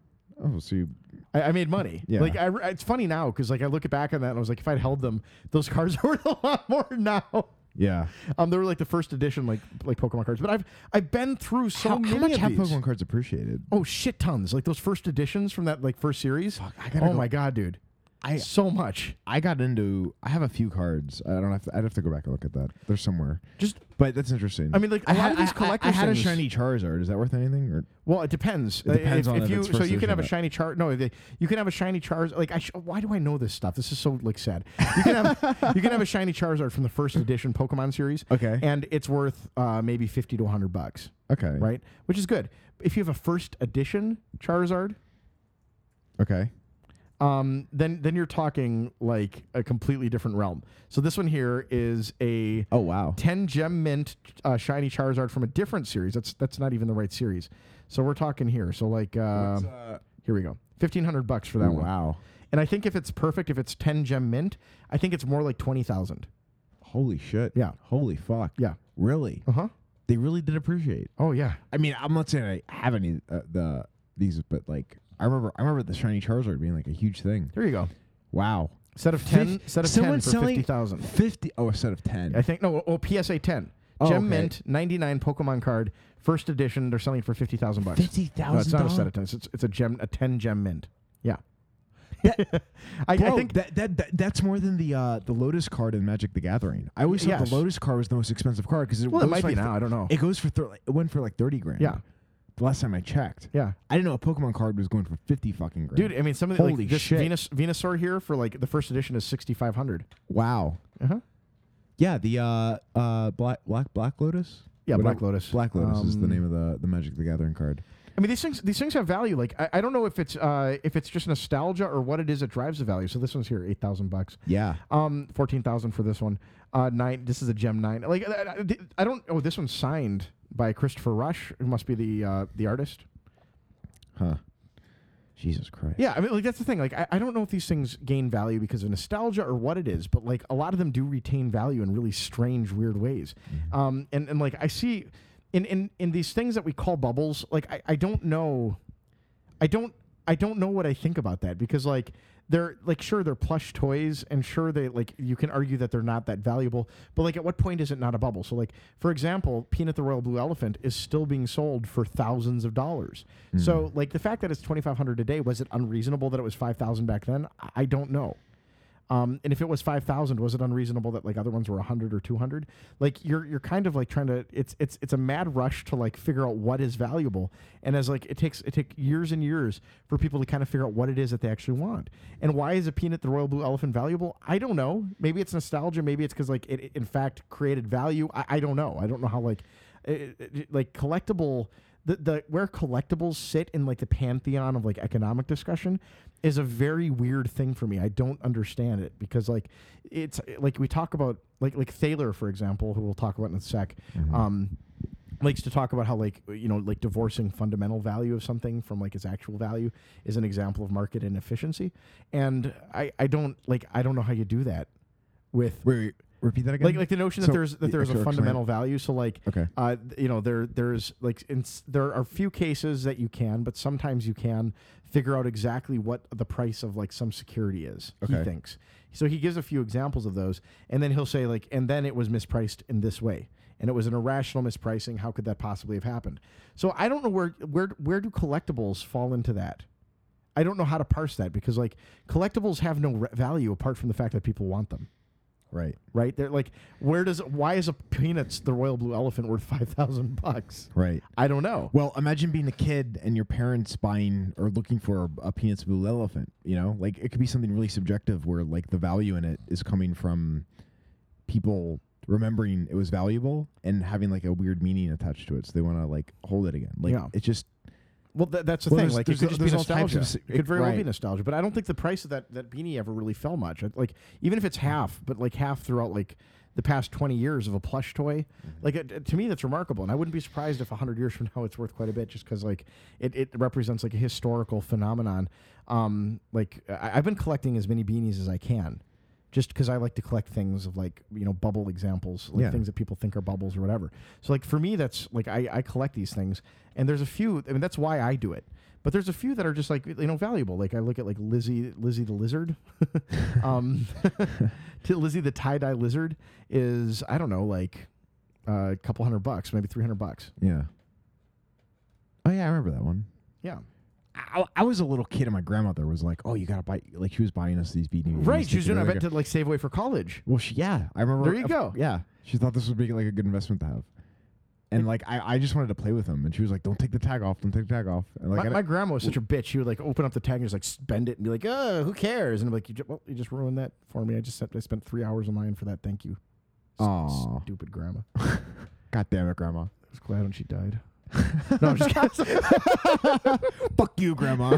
S2: Oh, so you,
S1: I, I made money.
S2: Yeah.
S1: Like I, re- it's funny now because like I look back on that and I was like, if I'd held them, those cards are worth a lot more now.
S2: yeah.
S1: Um, they were like the first edition, like like Pokemon cards. But I've I've been through so
S2: how,
S1: many
S2: how much
S1: of
S2: have
S1: these.
S2: Pokemon cards appreciated?
S1: Oh shit, tons! Like those first editions from that like first series.
S2: I gotta
S1: oh
S2: go-
S1: my god, dude!
S2: I-
S1: so much.
S2: I got into. I have a few cards. I don't have. To, I'd have to go back and look at that. They're somewhere.
S1: Just
S2: But that's interesting.
S1: I mean, like a
S2: I
S1: lot
S2: had,
S1: of these
S2: I- I-
S1: collectors.
S2: I, had a
S1: things-
S2: shiny Charizard. Is that worth anything? Or
S1: Well, it depends.
S2: It depends
S1: if,
S2: on
S1: if
S2: if
S1: you
S2: it's
S1: so
S2: first
S1: you can have a
S2: edition or
S1: shiny chart. No, they, you can have a shiny Charizard. Like I sh- why do I know this stuff? This is so like sad. You can have you can have a shiny Charizard from the first edition Pokemon series.
S2: Okay.
S1: and it's worth uh, maybe fifty to hundred bucks,
S2: okay.
S1: right? Which is good. If you have a first edition Charizard,
S2: Okay.
S1: um, then then you're talking like a completely different realm. So this one here is a
S2: Oh wow.
S1: 10 gem mint uh, shiny Charizard from a different series. That's that's not even the right series. So we're talking here. So like, uh,
S2: What's, uh,
S1: here we go, fifteen hundred bucks for that one.
S2: wow.
S1: And I think if it's perfect, if it's 10 gem mint, I think it's more like twenty thousand.
S2: Holy shit.
S1: Yeah.
S2: Holy fuck.
S1: Yeah.
S2: Really.
S1: Uh huh.
S2: They really did appreciate.
S1: Oh yeah.
S2: I mean, I'm not saying I have any uh, the these, but like I remember, I remember the shiny Charizard being like a huge thing.
S1: Here you go.
S2: Wow.
S1: Set of ten. set of ten
S2: Someone
S1: for
S2: selling
S1: fifty thousand.
S2: Fifty. Oh, a set of ten.
S1: I think no. Oh, PSA ten.
S2: Oh,
S1: gem
S2: okay.
S1: mint ninety nine Pokemon card first edition. They're selling for fifty thousand bucks.
S2: Fifty
S1: No, it's
S2: thousand.
S1: not a set of ten. It's, it's a gem a ten gem mint. Yeah. I,
S2: Bro,
S1: I think
S2: that, that that that's more than the uh, the Lotus card in Magic the Gathering. I always thought
S1: Yes.
S2: the Lotus card was the most expensive card because it,
S1: well, it
S2: goes
S1: might
S2: for
S1: be
S2: like
S1: now. I don't know.
S2: It goes for thir- like, it went for like thirty grand.
S1: Yeah.
S2: The last time I checked.
S1: yeah.
S2: I didn't know a Pokemon card was going for fifty fucking grand.
S1: Dude, I mean, some of the,
S2: Holy
S1: like this
S2: shit.
S1: Venus Venusaur here for like the first edition is sixty five hundred.
S2: wow.
S1: Uh huh.
S2: Yeah, the uh uh black black black lotus.
S1: Yeah,
S2: Whatever-
S1: Black Lotus.
S2: Black Lotus is the
S1: Um,
S2: name of the the Magic the Gathering card.
S1: I mean, these things these things have value. Like I, I don't know if it's uh, if it's just nostalgia or what it is that drives the value. So this one's here, eight thousand bucks.
S2: Yeah.
S1: Um, fourteen thousand for this one. Uh, nine. This is a gem nine. Like I, I- I don't. Oh, this one's signed by Christopher Rush, who must be the uh, the artist.
S2: Huh. Jesus Christ.
S1: Yeah, I mean, like that's the thing. Like, I, I don't know if these things gain value because of nostalgia or what it is, but like a lot of them do retain value in really strange, weird ways. Um, and and like I see, in in in these things that we call bubbles, like I, I don't know, I don't I don't know what I think about that because like they're like sure they're plush toys and sure they like you can argue that they're not that valuable, but like at what point is it not a bubble? So like for example, Peanut the Royal Blue Elephant is still being sold for thousands of dollars. So like the fact that it's twenty five hundred today was it unreasonable that it was five thousand back then? I- I don't know. Um, and if it was five thousand, was it unreasonable that like other ones were hundred or two hundred? Like you're you're kind of like trying to it's it's it's a mad rush to like figure out what is valuable, and as like it takes it take years and years for people to kind of figure out what it is that they actually want. And why is a peanut the royal blue elephant valuable? I don't know. Maybe it's nostalgia. Maybe it's because like it, it in fact created value. I, I don't know. I don't know how like it- it- it- Uh, like collectible the, the where collectibles sit in like the pantheon of like economic discussion is a very weird thing for me. I don't understand it because like it's uh, like we talk about like like Thaler for example, who we'll talk about in a sec.
S2: Mm-hmm.
S1: Um, likes to talk about how like you know like divorcing fundamental value of something from like its actual value is an example of market inefficiency and i i don't like i don't know how you do that with
S2: Wait, wait, repeat that again.
S1: like like the notion
S2: So,
S1: that there's
S2: the
S1: that there's a
S2: actual claim-
S1: fundamental value so like
S2: Okay.
S1: uh, th- you know there there's like in, s- there are few cases that you can but sometimes you can figure out exactly what the price of like some security is he
S2: Okay.
S1: thinks so he gives a few examples of those and then he'll say like and then it was mispriced in this way and it was an irrational mispricing how could that possibly have happened so i don't know where where where do collectibles fall into that i don't know how to parse that because like collectibles have no re- value apart from the fact that people want them
S2: Right.
S1: right? They're like, where does why is a peanuts the royal blue elephant worth five thousand bucks?
S2: Right.
S1: I don't know.
S2: Well, imagine being a kid and your parents buying or looking for a, a peanuts blue elephant. You know, like it could be something really subjective where like the value in it is coming from people remembering it was valuable and having like a weird meaning attached to it, so they want to like hold it again. Like
S1: Yeah.
S2: it's just
S1: Well, th- that's the
S2: Well,
S1: thing.
S2: there's-
S1: like, it
S2: there's-
S1: could just be
S2: there's all types
S1: nostalgia.
S2: of
S1: It,
S2: s-
S1: could very well be
S2: right.
S1: nostalgia, but I don't think the price of that that beanie ever really fell much. I'd- Like, even if it's half, but like half throughout like the past twenty years of a plush toy,
S2: Mm-hmm.
S1: like it, it- to me that's remarkable, and I wouldn't be surprised if hundred years from now it's worth quite a bit, just because like it, it represents like a historical phenomenon. Um, like I, I've been collecting as many beanies as I can. Just because I like to collect things of like you know bubble examples, like
S2: Yeah.
S1: things that people think are bubbles or whatever. So like for me, that's like I, I collect these things, and there's a few. I mean, that's why I do it. But there's a few that are just like you know valuable. Like I look at like Lizzie, Lizzie the lizard, um, to Lizzie the tie dye lizard is I don't know like uh, a couple hundred bucks, maybe three hundred bucks.
S2: yeah. Oh yeah, I remember that one.
S1: Yeah,
S2: I, I was a little kid and my grandmother was like, "Oh, you gotta buy." Like she was buying us these beanies.
S1: right. She was doing
S2: I
S1: I bet to like save away for college.
S2: Well, she, yeah, I remember.
S1: There you
S2: of-
S1: go.
S2: Yeah, she thought this would be like a good investment to have, and like I, I just wanted to play with him, and she was like, "Don't take the tag off, don't take the tag off." And like,
S1: my,
S2: I
S1: my grandma was such a bitch. She would like open up the tag and just like spend it and be like, "Oh, who cares?" And I'm like, you, ju- well, "You just ruined that for me. I just I spent three hours online for that. Thank you, S-
S2: Aw.
S1: stupid grandma."
S2: God damn it, grandma!
S1: I was glad when she died. no, I'm just kidding.
S2: Fuck you, grandma!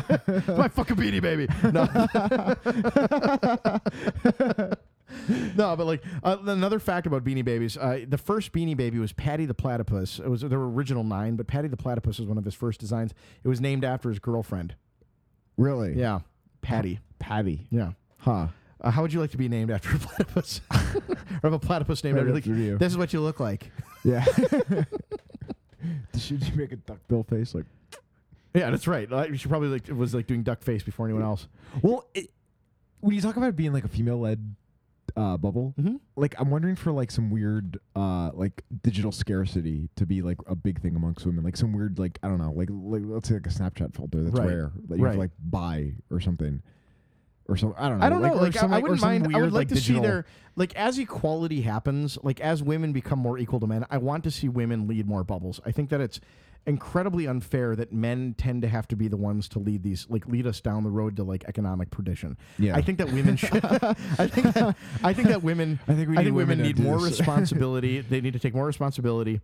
S1: my fucking beanie baby. No, no but like uh, another fact about beanie babies uh, the first beanie baby was Patty the Platypus. It was There were original nine, but Patty the Platypus was one of his first designs. It was named after his girlfriend.
S2: really?
S1: Yeah. Patty.
S2: Patty.
S1: Yeah.
S2: Huh?
S1: Uh, how would you like to be named after a platypus? or have a platypus named
S2: Right
S1: after
S2: after you.
S1: like, This is what you look like.
S2: Yeah. Should you make a duckbill face? Like,
S1: Yeah, that's right. Like, she probably like was like doing duck face before anyone else.
S2: well, it, when you talk about it being like a female-led uh, bubble,
S1: Mm-hmm.
S2: like I'm wondering for like some weird uh like digital scarcity to be like a big thing amongst women, like some weird like I don't know, like like let's say like a Snapchat filter that's
S1: Right.
S2: rare that you have to
S1: Right.
S2: like buy or something, or some I don't know.
S1: I don't know.
S2: or
S1: Like,
S2: some,
S1: I, I
S2: or
S1: wouldn't
S2: some
S1: mind. I
S2: weird,
S1: would like, to
S2: digital-
S1: see their like as equality happens, like as women become more equal to men. I want to see women lead more bubbles. I think that it's incredibly unfair that men tend to have to be the ones to lead these, like lead us down the road to like economic perdition.
S2: Yeah.
S1: I think that women should. I think that I think that women.
S2: I think we need
S1: women,
S2: women to
S1: need
S2: do
S1: more
S2: this.
S1: responsibility. they need to take more responsibility.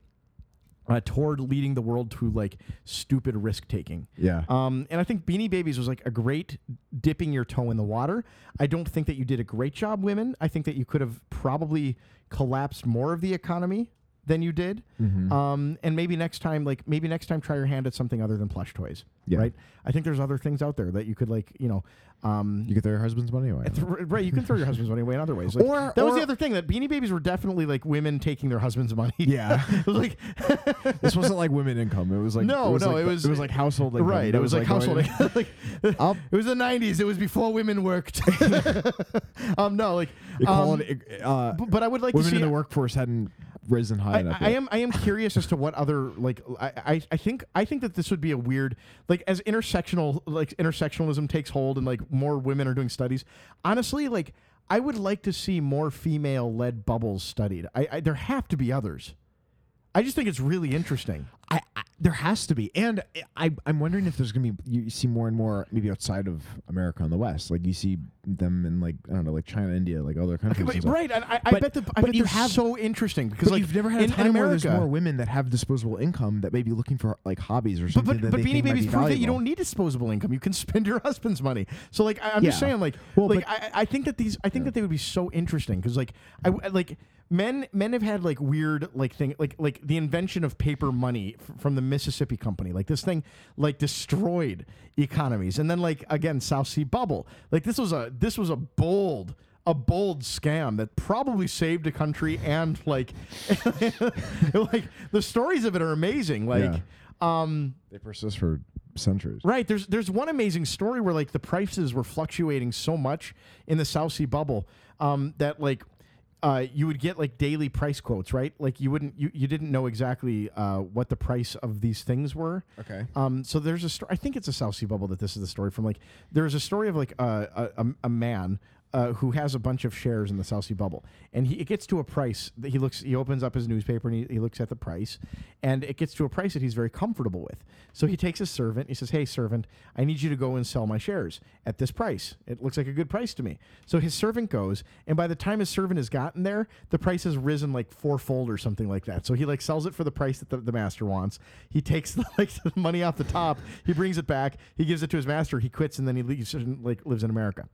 S1: Uh, toward leading the world to like stupid risk taking.
S2: Yeah.
S1: Um, and I think Beanie Babies was like a great dipping your toe in the water. I don't think that you did a great job, women. I think that you could have probably collapsed more of the economy than you did.
S2: Mm-hmm.
S1: Um, and maybe next time, like maybe next time, try your hand at something other than plush toys.
S2: Yeah.
S1: Right. I think there's other things out there that you could like, you know, um,
S2: you could throw your husband's money away.
S1: th- right. You can throw your husband's money away in other ways. Like,
S2: Or-
S1: that was the
S2: or-
S1: other thing that Beanie Babies were definitely like women taking their husband's money.
S2: Yeah,
S1: it was like
S2: this wasn't like women income. It was like
S1: No,
S2: it was
S1: no,
S2: like
S1: it
S2: the-
S1: was-
S2: it was like household income.
S1: right. It was, like,
S2: going-
S1: household. like,
S2: I'll-
S1: it was the '90s. It was before women worked. um, no, like, um,
S2: equality. uh,
S1: b- but I would like to
S2: women
S1: see.
S2: in the workforce hadn't risen high
S1: I,
S2: enough.
S1: I
S2: yet.
S1: am I am curious as to what other like I, I I think I think that this would be a weird like as intersectional like intersectionalism takes hold and like more women are doing studies. Honestly, like I would like to see more female led bubbles studied. I, I there have to be others. I just think it's really interesting.
S2: I, I there has to be, and I I'm wondering if there's gonna be you see more and more maybe outside of America in the West, like you see them in like I don't know, like China, India, like other countries. and
S1: But-
S2: stuff.
S1: right, and I, I
S2: But-
S1: bet the I
S2: but
S1: bet
S2: you
S1: they're
S2: have-
S1: so interesting because
S2: Because
S1: like
S2: you've never had a
S1: in,
S2: time
S1: in
S2: where
S1: America,
S2: there's more women that have disposable income that may be looking for like hobbies or
S1: But
S2: something.
S1: but,
S2: that
S1: but
S2: they
S1: Beanie
S2: think might
S1: Babies
S2: be
S1: prove that you
S2: valuable.
S1: don't need disposable income. You can spend your husband's money. So like I, I'm just
S2: Yeah.
S1: saying like
S2: Well,
S1: like
S2: but-
S1: I, I think that these I think that they would be so interesting because like I I- like men men have had like weird like thing like like the invention of paper money f- from the Mississippi Company like this thing like destroyed economies and then like again South Sea bubble like this was a this was a bold. A bold scam that probably saved a country and like, like the stories of it are amazing. Like, um,
S2: They persist for centuries.
S1: Right. There's there's one amazing story where like the prices were fluctuating so much in the South Sea bubble um, that like uh, you would get like daily price quotes, right? Like you wouldn't you, you didn't know exactly uh, what the price of these things were.
S2: Okay.
S1: Um, so there's a story. I think it's a South Sea bubble that this is the story from. Like there's a story of like uh, a a, a- a man. Uh, who has a bunch of shares in the South Sea bubble, and he it gets to a price that he looks he opens up his newspaper and he, he looks at the price, and it gets to a price that he's very comfortable with. So he takes his servant. He says, "Hey servant, I need you to go and sell my shares at this price. It looks like a good price to me." So his servant goes, and by the time his servant has gotten there, the price has risen like fourfold or something like that. So he like sells it for the price that the, the master wants. He takes the, like the money off the top. He brings it back. He gives it to his master. He quits and then he leaves and like lives in America.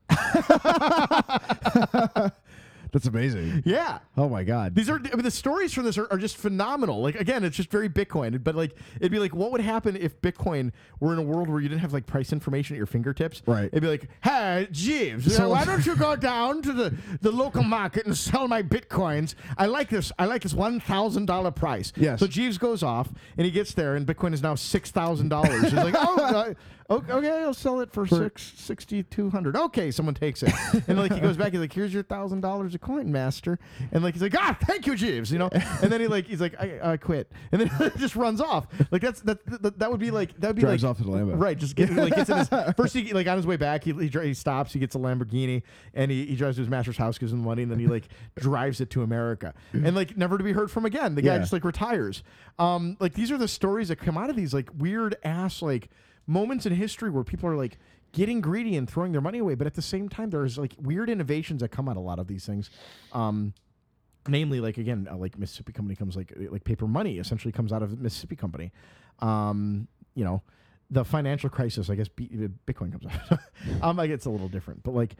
S2: That's amazing.
S1: Yeah.
S2: Oh my god.
S1: These are I mean, the stories from this are, are just phenomenal. Like again, it's just very Bitcoin. But like it'd be like, what would happen if Bitcoin were in a world where you didn't have like price information at your fingertips?
S2: Right.
S1: It'd be like, hey Jeeves, uh,
S2: So-
S1: why don't you go down to the, the local market and sell my bitcoins? I like this. I like this one thousand dollar price.
S2: Yes.
S1: So Jeeves goes off and he gets there, and Bitcoin is now six thousand dollars. He's like, oh, uh, o- okay, I'll sell it for, six sixty two hundred. Okay, someone takes it, and like he goes back, he's like, here's your thousand dollars a coin, master, and like he's like, ah, thank you, Jeeves, you know, and then he like he's like, I, I quit, and then he just runs off. Like that's that that, that would be like that would be
S2: Drives
S1: like
S2: off to the Lambo.
S1: right? Just get, like gets in his first he like on his way back, he, he, dri- he stops, he gets a Lamborghini, and he, he drives to his master's house, gives him the money, and then he like drives it to America, and like never to be heard from again. The guy
S2: Yeah.
S1: just like retires. Um, like these are the stories that come out of these like weird ass like moments in history where people are like getting greedy and throwing their money away, but at the same time, there's like weird innovations that come out of a lot of these things. Um, namely like again uh, like mississippi company comes like like paper money essentially comes out of mississippi company um you know the financial crisis i guess B- uh, bitcoin comes out um like it's a little different but like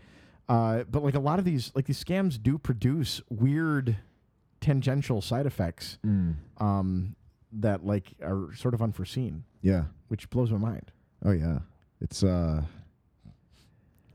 S1: uh but like a lot of these like these scams do produce weird tangential side effects
S2: Mm.
S1: um that like are sort of unforeseen
S2: Yeah.
S1: which blows my mind
S2: Oh yeah. It's uh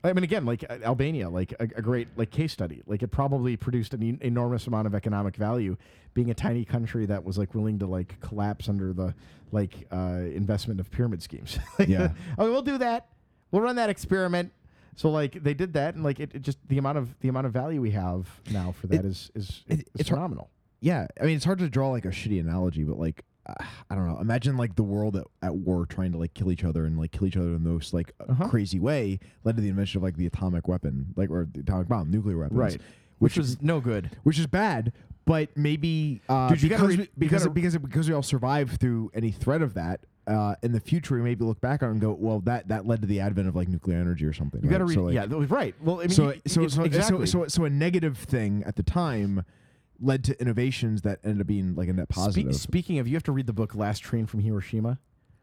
S1: I mean, again, like uh, Albania, like a, a great like case study. Like it probably produced an en- enormous amount of economic value, being a tiny country that was like willing to like collapse under the like uh, investment of pyramid schemes. Like,
S2: Yeah.
S1: oh, we'll do that. We'll run that experiment. So like they did that, and like it, it just the amount of the amount of value we have now for that
S2: It-
S1: is is
S2: it-
S1: is
S2: it's hard-
S1: phenomenal.
S2: yeah, I mean it's hard to draw like a shitty analogy, but like uh, I don't know. Imagine like the world at, at war trying to like kill each other and like kill each other in the most like
S1: Uh-huh.
S2: crazy way led to the invention of like the atomic weapon, like or the atomic bomb, nuclear weapons.
S1: Right.
S2: Which, was
S1: was no good.
S2: which is bad. But maybe uh,
S1: Dude, you gotta
S2: because
S1: read-
S2: we-
S1: you
S2: because
S1: gotta-
S2: because because we all survived through any threat of that. Uh, in the future, we maybe look back on it and go, well, that that led to the advent of like nuclear energy or something.
S1: You
S2: right?
S1: got to read.
S2: So, like,
S1: yeah, that was right. Well, I mean,
S2: so,
S1: y-
S2: so,
S1: y-
S2: so,
S1: exactly.
S2: so, so, so a negative thing at the time led to innovations that ended up being like a net
S1: Spe-
S2: positive.
S1: speaking of, you have to read the book "Last Train from Hiroshima."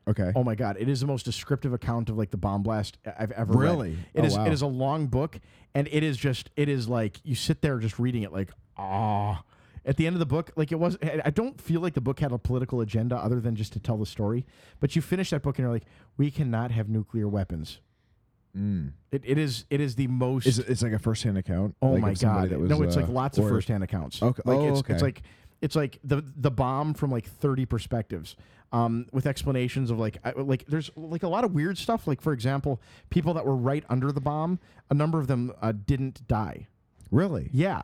S2: okay.
S1: Oh my god, it is the most descriptive account of like the bomb blast I- I've ever read.
S2: Really?
S1: It
S2: Oh,
S1: is-
S2: wow.
S1: it is a long book and it is just it is like you sit there just reading it like ah at the end of the book like it was I I don't feel like the book had a political agenda other than just to tell the story, but you finish that book and you're like we cannot have nuclear weapons.
S2: Mm.
S1: It, it is it is the most
S2: Is it, it's like a first-hand account.
S1: Oh
S2: like,
S1: my
S2: of somebody
S1: god!
S2: that was,
S1: no, it's
S2: uh,
S1: like lots of
S2: or-
S1: first-hand accounts.
S2: Okay-
S1: Like
S2: oh,
S1: it's, it's
S2: okay.
S1: like it's like the the bomb from like thirty perspectives, um, with explanations of like I, like there's like a lot of weird stuff. Like for example, people that were right under the bomb, a number of them uh, didn't die.
S2: Really?
S1: Yeah,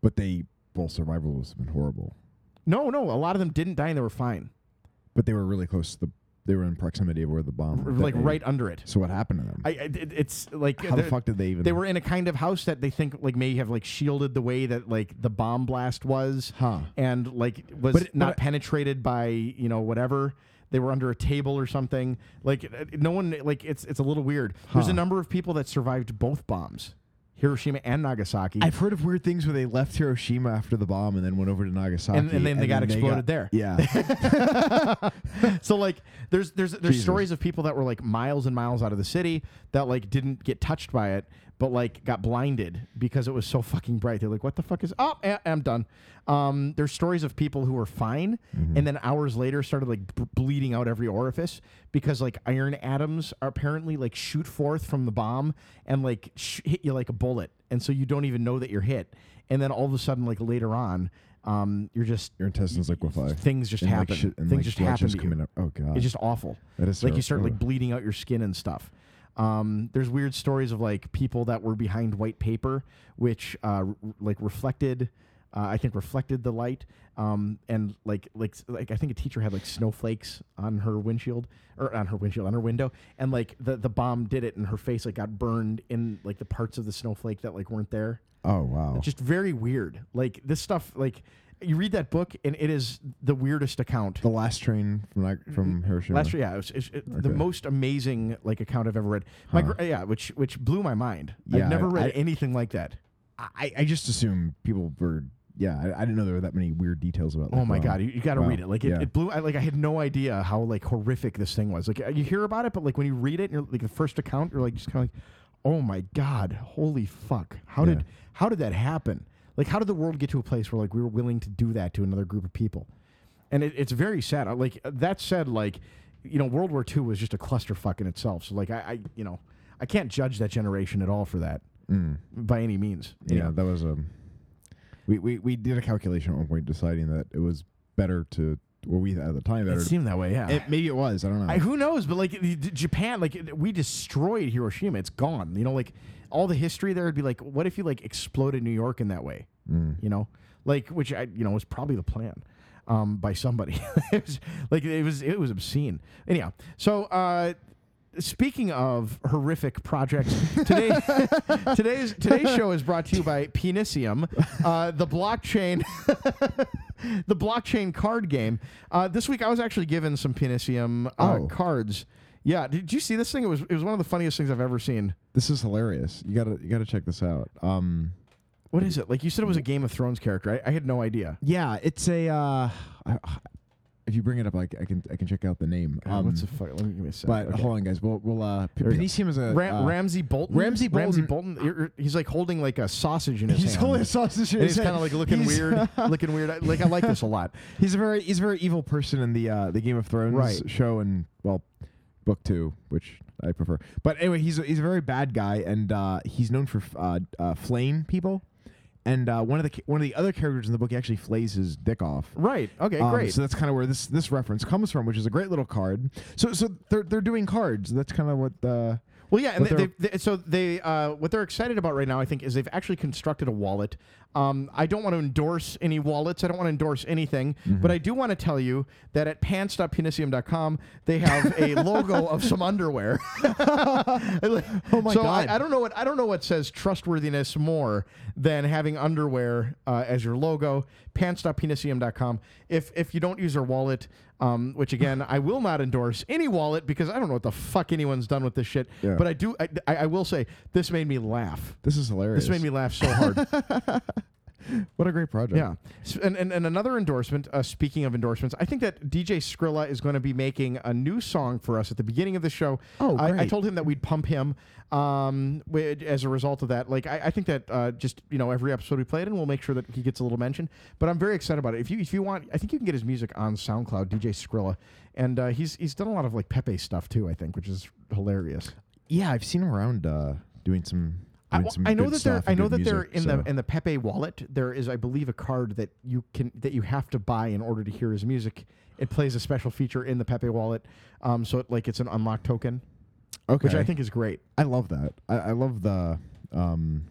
S2: But they well, survival was been horrible.
S1: no, no, a lot of them didn't die and they were fine,
S2: But they were really close to the. They were in proximity of where the bomb.
S1: R-
S2: that
S1: like
S2: they-
S1: right under it.
S2: So what happened to them?
S1: I, I it- it's like
S2: How the
S1: they're-
S2: fuck did they even?
S1: They were in a kind of house that they think like may have like shielded the way that like the bomb blast was.
S2: Huh.
S1: and like was
S2: But it-
S1: not
S2: but I-
S1: penetrated by you know whatever. They were under a table or something. Like uh, no one like it's it's a little weird. There's a
S2: Huh.
S1: number of people that survived both bombs, Hiroshima and Nagasaki.
S2: I've heard of weird things where they left Hiroshima after the bomb and then went over to Nagasaki,
S1: And- and then they got exploded there.
S2: Yeah,
S1: so like there's there's there's
S2: Jesus.
S1: stories of people that were like miles and miles out of the city that like didn't get touched by it but like got blinded because it was so fucking bright they're like what the fuck is up oh, i'm done um, there's stories of people who were fine and then hours later started like b- bleeding out every orifice because like iron atoms are apparently like shoot forth from the bomb and like sh- hit you like a bullet and so you don't even know that you're hit and then all of a sudden like later on um, you're just
S2: your intestines liquefy.
S1: things just
S2: And, like,
S1: happen.
S2: shit- and,
S1: things
S2: like,
S1: just
S2: blood
S1: happen
S2: just
S1: to you.
S2: coming up. Oh, God.
S1: it's just awful.
S2: That is
S1: like you
S2: terrible.
S1: start like
S2: Ugh.
S1: bleeding out your skin and stuff. Um, there's weird stories of like people that were behind white paper, which uh, r- like reflected. Uh, I think reflected the light, um, and like like like I think a teacher had like snowflakes on her windshield or on her windshield on her window, and like the the bomb did it, and her face like got burned in like the parts of the snowflake that like weren't there
S2: Oh wow.
S1: just very weird. Like this stuff, like you read that book and it is the weirdest account.
S2: the last train from Nag- from Hiroshima.
S1: Last year, yeah, it was, it's- it- the
S2: Okay.
S1: most amazing like account I've ever read. My gr- yeah, which which blew my mind.
S2: Yeah,
S1: I've never
S2: I-
S1: read
S2: I-
S1: anything like that.
S2: I, I just assume people were. Yeah, I, I didn't know there were that many weird details about.
S1: Oh
S2: that
S1: my
S2: bomb.
S1: god, you, you got to
S2: um, Wow.
S1: read it. Like it,
S2: Yeah.
S1: it blew. I, like I had no idea how like horrific this thing was. Like uh, you hear about it, but like when you read it, and you're like the first account, you're like just kind of like, oh my god, holy fuck, how
S2: Yeah.
S1: did how did that happen? Like how did the world get to a place where like we were willing to do that to another group of people? And it, it's very sad. Uh, Like uh, that said, like you know, World War II was just a clusterfuck in itself. So like I, I you know, I can't judge that generation at all for that
S2: Mm.
S1: by any means. you
S2: Yeah,
S1: know.
S2: that was um We, we we did a calculation at one point deciding that it was better to. Well, we at the time
S1: it
S2: better. to-
S1: seemed that way. Yeah.
S2: it, maybe it was. I don't know.
S1: I, who knows? But like the- the Japan, like it- we destroyed Hiroshima. It's gone. You know, like all the history there would be like, what if you like exploded New York in that way?
S2: Mm.
S1: You know, like which I you know was probably the plan um, by somebody. it was like it was it was obscene. Anyhow, so. uh Speaking of horrific projects, today today's today's show is brought to you by Penisium, uh, the blockchain the blockchain card game. Uh, this week I was actually given some Penisium uh,
S2: Oh.
S1: cards. Yeah, did you see this thing? It was it was one of the funniest things I've ever seen.
S2: This is hilarious. You gotta you gotta check this out. Um.
S1: What is it? Like you said, it was a Game of Thrones character. I, I had no idea.
S2: Yeah, it's a. Uh, I, if you bring it up, I, c- I can I can check out the name.
S1: God,
S2: um,
S1: what's the fuck? Let me give me a second.
S2: but hold on, guys. We'll we'll. Uh, P-
S1: There we go.
S2: Panisium is a.
S1: Ram-
S2: uh,
S1: Ramsey Bolton.
S2: Ramsey
S1: Ramsey Bolton. You're- you're- he's like holding like a sausage in his
S2: He's
S1: hand.
S2: holding a sausage. in
S1: And
S2: his
S1: he's kind of
S2: hand.
S1: like looking
S2: He's-
S1: weird, looking weird. I- Like I like this a lot.
S2: He's a very he's a very evil person in the uh, the Game of Thrones
S1: Right.
S2: show and well, book two, which I prefer. But anyway, he's a, he's a very bad guy, and uh, he's known for f- uh, uh, flaying people. And uh, one of the ca- one of the other characters in the book actually flays his dick off.
S1: Right. Okay.
S2: Um,
S1: great.
S2: So that's kind of where this this reference comes from, which is a great little card. So so they're they're doing cards. That's kind of what the
S1: Well, yeah, and
S2: What
S1: they,
S2: they're-
S1: they, they, so they uh, what they're excited about right now, I think, is they've actually constructed a wallet. Um, I don't want to endorse any wallets. I don't want to endorse anything, but I do want to tell you that at pants.penisium.com they have a logo of some underwear. oh
S2: my
S1: so
S2: God.
S1: I, I don't know what I don't know what says trustworthiness more than having underwear uh, as your logo. Pants.penisium.com. If if you don't use our wallet. Um, which again, I will not endorse any wallet because I don't know what the fuck anyone's done with this shit.
S2: Yeah.
S1: But I do. I, I I will say this made me laugh.
S2: this is hilarious.
S1: This made me laugh so hard.
S2: what a great project.
S1: yeah. S- And, and and another endorsement. Uh, speaking of endorsements, I think that DJ Skrilla is going to be making a new song for us at the beginning of the show.
S2: Oh,
S1: I, I
S2: great.
S1: told him that we'd pump him. Um, wi- as a result of that, like I, I think that uh, just you know every episode we played in, we'll make sure that he gets a little mention. But I'm very excited about it. If you if you want, I think you can get his music on SoundCloud. DJ Skrilla, and uh, he's he's done a lot of like Pepe stuff too. I think, which is hilarious.
S2: yeah. I've seen him around uh, doing some.
S1: I,
S2: doing some
S1: I know
S2: good
S1: that they're
S2: stuff
S1: I
S2: and
S1: know
S2: good
S1: that they're
S2: music,
S1: in
S2: so.
S1: the in the Pepe wallet. There is, I believe, a card that you can that you have to buy in order to hear his music. It plays a special feature in the Pepe wallet, um, so it, like it's an unlocked token,
S2: okay.
S1: which I think is great.
S2: I love that. I, I love the um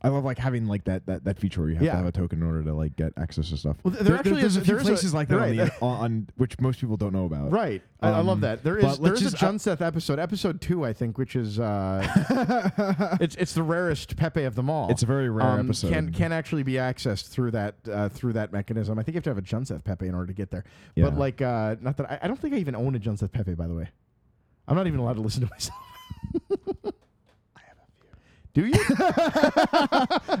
S2: I love like having like that that, that feature where you have
S1: Yeah.
S2: to have a token in order to like get access to stuff.
S1: Well, there actually
S2: there's
S1: is-
S2: a few
S1: there is a-
S2: places like that
S1: right.
S2: on, the, on, on which most people don't know about.
S1: Right. I, I love
S2: Um,
S1: that. There
S2: but
S1: is there
S2: let's
S1: is a
S2: just- I-
S1: John Seth episode, episode two, I think, which is uh, it's it's the rarest Pepe of them all.
S2: It's a very rare
S1: Um,
S2: episode.
S1: Can can actually be accessed through that uh, through that mechanism. I think you have to have a John Seth Pepe in order to get there.
S2: Yeah.
S1: But like, uh, not that I, I don't think I even own a John Seth Pepe. By the way, I'm not even allowed to listen to myself. I have a few. Do you?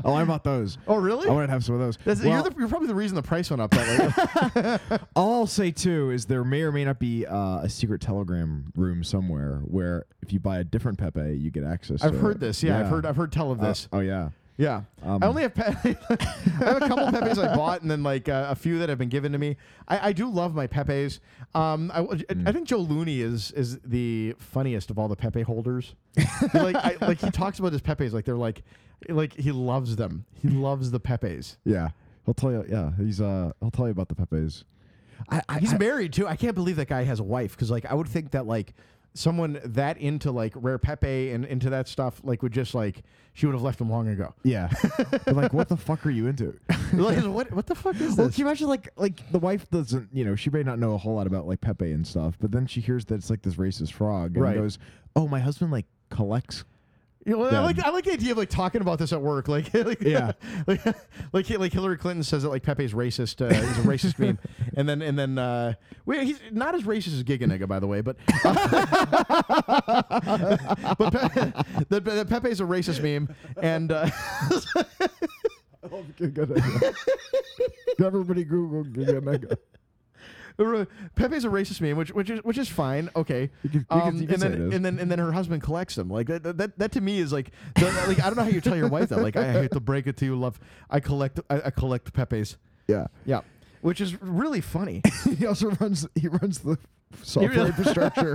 S2: oh, I bought those.
S1: oh, really?
S2: I wanted to have some of those.
S1: That's-
S2: Well,
S1: you're, the, you're probably the reason the price went up that way.
S2: All I'll say too is there may or may not be uh, a secret telegram room somewhere where if you buy a different Pepe, you get access.
S1: I've
S2: to
S1: heard
S2: it.
S1: this. Yeah, I've heard I've heard tell of
S2: Uh,
S1: this.
S2: oh yeah.
S1: Yeah,
S2: Um,
S1: I only have Pepe. I have a couple Pepe's I bought, and then like uh, a few that have been given to me. I, I do love my Pepe's. Um, I, w- I-
S2: Mm.
S1: I think Joe Looney is is the funniest of all the Pepe holders. like I, like he talks about his Pepe's like they're like like he loves them. He loves the Pepe's.
S2: Yeah. He'll tell you. Yeah. He's. Uh. He'll tell you about the Pepe's. I. I
S1: He's
S2: I-
S1: married too. I can't believe that guy has a wife because like I would think that like someone that into like rare Pepe and into that stuff like would just like she would have left him long ago.
S2: yeah. They're like, what the fuck are you into?
S1: like what what the fuck is
S2: Well,
S1: this?
S2: can you imagine like like the wife doesn't you know she may not know a whole lot about like Pepe and stuff, but then she hears that it's like this racist frog and
S1: Right.
S2: goes, "Oh, my husband like collects."
S1: You know, I
S2: Yeah.
S1: like I like the idea of like talking about this at work, like like
S2: Yeah.
S1: like, like like Hillary Clinton says that like Pepe's racist, uh, he's a racist meme, and then and then uh, we, he's not as racist as Giganiga, by the way, but but Pe- that, that Pepe's a racist meme, and uh,
S2: Oh, Everybody Google Giga
S1: uh, Pepe's a racist meme, which which is which is fine, okay, Um,
S2: You can- you can- you can
S1: and
S2: say
S1: then
S2: it is.
S1: and then and then her husband collects them, like that that, that, that to me is like the- like I don't know how you tell your wife that, like I hate to break it to you, love, I collect I, I collect Pepe's.
S2: Yeah.
S1: Yeah. Which is really funny.
S2: he also runs. He runs the software infrastructure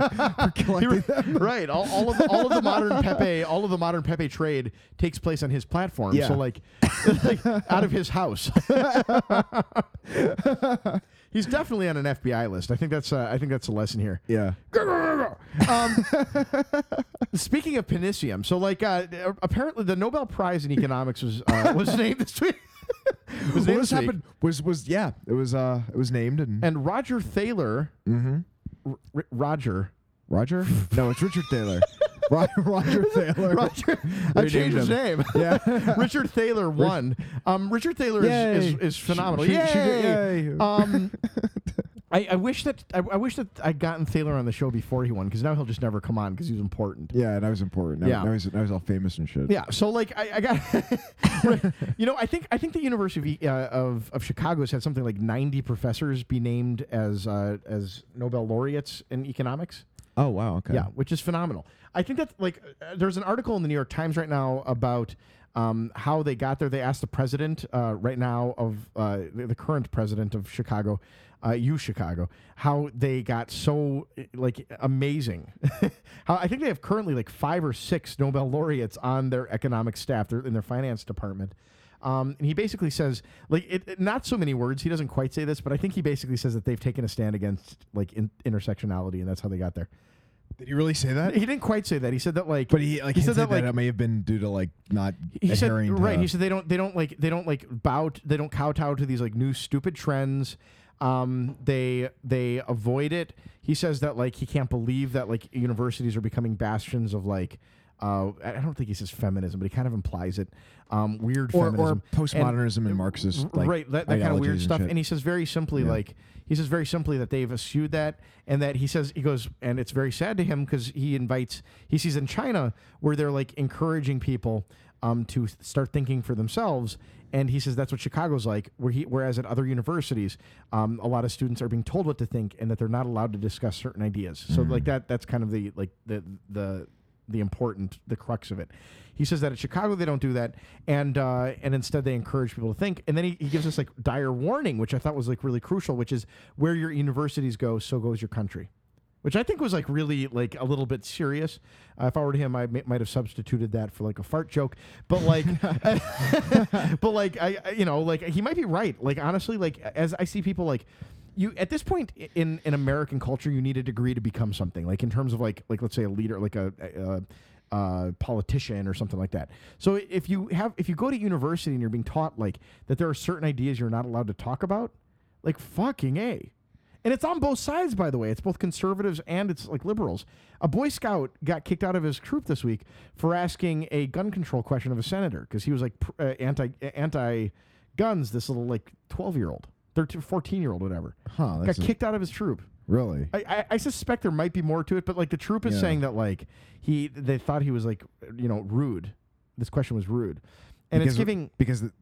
S2: for collecting them.
S1: right. All, all of all of the modern Pepe, all of the modern Pepe trade takes place on his platform.
S2: Yeah.
S1: So like, like out of his house. He's definitely on an FBI list. I think that's uh, I think that's a lesson here.
S2: Yeah.
S1: Um, speaking of Panisium, so like uh, apparently the Nobel Prize in economics was uh, was named this week. was
S2: Well,
S1: named
S2: this
S1: this week.
S2: happened was was yeah. It was uh. It was named and,
S1: and Roger Thaler,
S2: hmm
S1: R- R- Roger,
S2: Roger. no, it's Richard Thaler. Ro- Roger Thaler.
S1: Roger. I
S2: Renamed
S1: changed his name.
S2: Yeah.
S1: Richard Thaler won. Um, Richard Thaler is, is,
S2: Yay.
S1: is phenomenal.
S2: She- she-
S1: Yay!
S2: she did- yay.
S1: Um, I, I wish that I, I wish that I'd gotten Thaler on the show before he won because now he'll just never come on because he was important.
S2: Yeah, and I was important. Now,
S1: Yeah.
S2: now, he's, now he's all famous and shit.
S1: Yeah, so like I, I got, you know, I think I think the University uh, of of Chicago has had something like ninety professors be named as uh, as Nobel laureates in economics.
S2: Oh wow. Okay.
S1: Yeah, which is phenomenal. I think that like uh, there's an article in the New York Times right now about um, how they got there. They asked the president uh, right now of uh, the, the current president of Chicago, uh, U Chicago, how they got so uh, like amazing. how I think they have currently like five or six Nobel laureates on their economic staff, they in their finance department. Um, and he basically says, like, it, it- not so many words. He doesn't quite say this, but I think he basically says that they've taken a stand against like in, intersectionality, and that's how they got there.
S2: Did he really say that?
S1: Uh, He didn't quite say that. He said that like,
S2: But he like
S1: he
S2: he
S1: said
S2: said
S1: that, like-
S2: it may have been due to like not
S1: he said
S2: adhering to-
S1: right. He said they don't they don't like they don't like bow t- they don't kowtow to these like new stupid trends. Um, they they avoid it. He says that like he can't believe that like universities are becoming bastions of like. Uh, I I don't think he says feminism, but he kind of implies it. Um, weird
S2: or, or
S1: feminism And-
S2: postmodernism and, Marxist like,
S1: right that, that kind of
S2: ideologies
S1: weird
S2: and
S1: stuff
S2: shit.
S1: and he says very simply
S2: Yeah.
S1: like he says very simply that they've eschewed that and that he says he goes and it's very sad to him because he invites he sees in china where they're like encouraging people um, to s- start thinking for themselves and he says that's what chicago's like where he, whereas at other universities um, a lot of students are being told what to think and that they're not allowed to discuss certain ideas so
S2: Mm.
S1: like that that's kind of the like the the the important the crux of it he says that at chicago they don't do that and uh, and instead they encourage people to think and then he, he gives us like dire warning which i thought was like really crucial which is where your universities go so goes your country which i think was like really like a little bit serious uh, if i were to him i may, might have substituted that for like a fart joke but like but like I, I- you know like he might be right like honestly like as i see people like you at this point i- in in american culture you need a degree to become something like in terms of like like let's say a leader like a, a uh, politician or something like that. So i- if you have if you go to university and you're being taught like that there are certain ideas you're not allowed to talk about, like fucking a. And it's on both sides, by the way. It's both conservatives and it's like liberals. A Boy Scout got kicked out of his troop this week for asking a gun control question of a senator because he was like pr- uh, anti anti guns. This little like twelve year old, 13, 14 year old, whatever,
S2: Huh,
S1: got
S2: that's a-
S1: kicked out of his troop.
S2: really?
S1: I, I, I suspect there might be more to it, but like the troop is
S2: Yeah.
S1: saying that like he they thought he was like you know rude. This question was rude, and
S2: because
S1: it's giving.
S2: because the,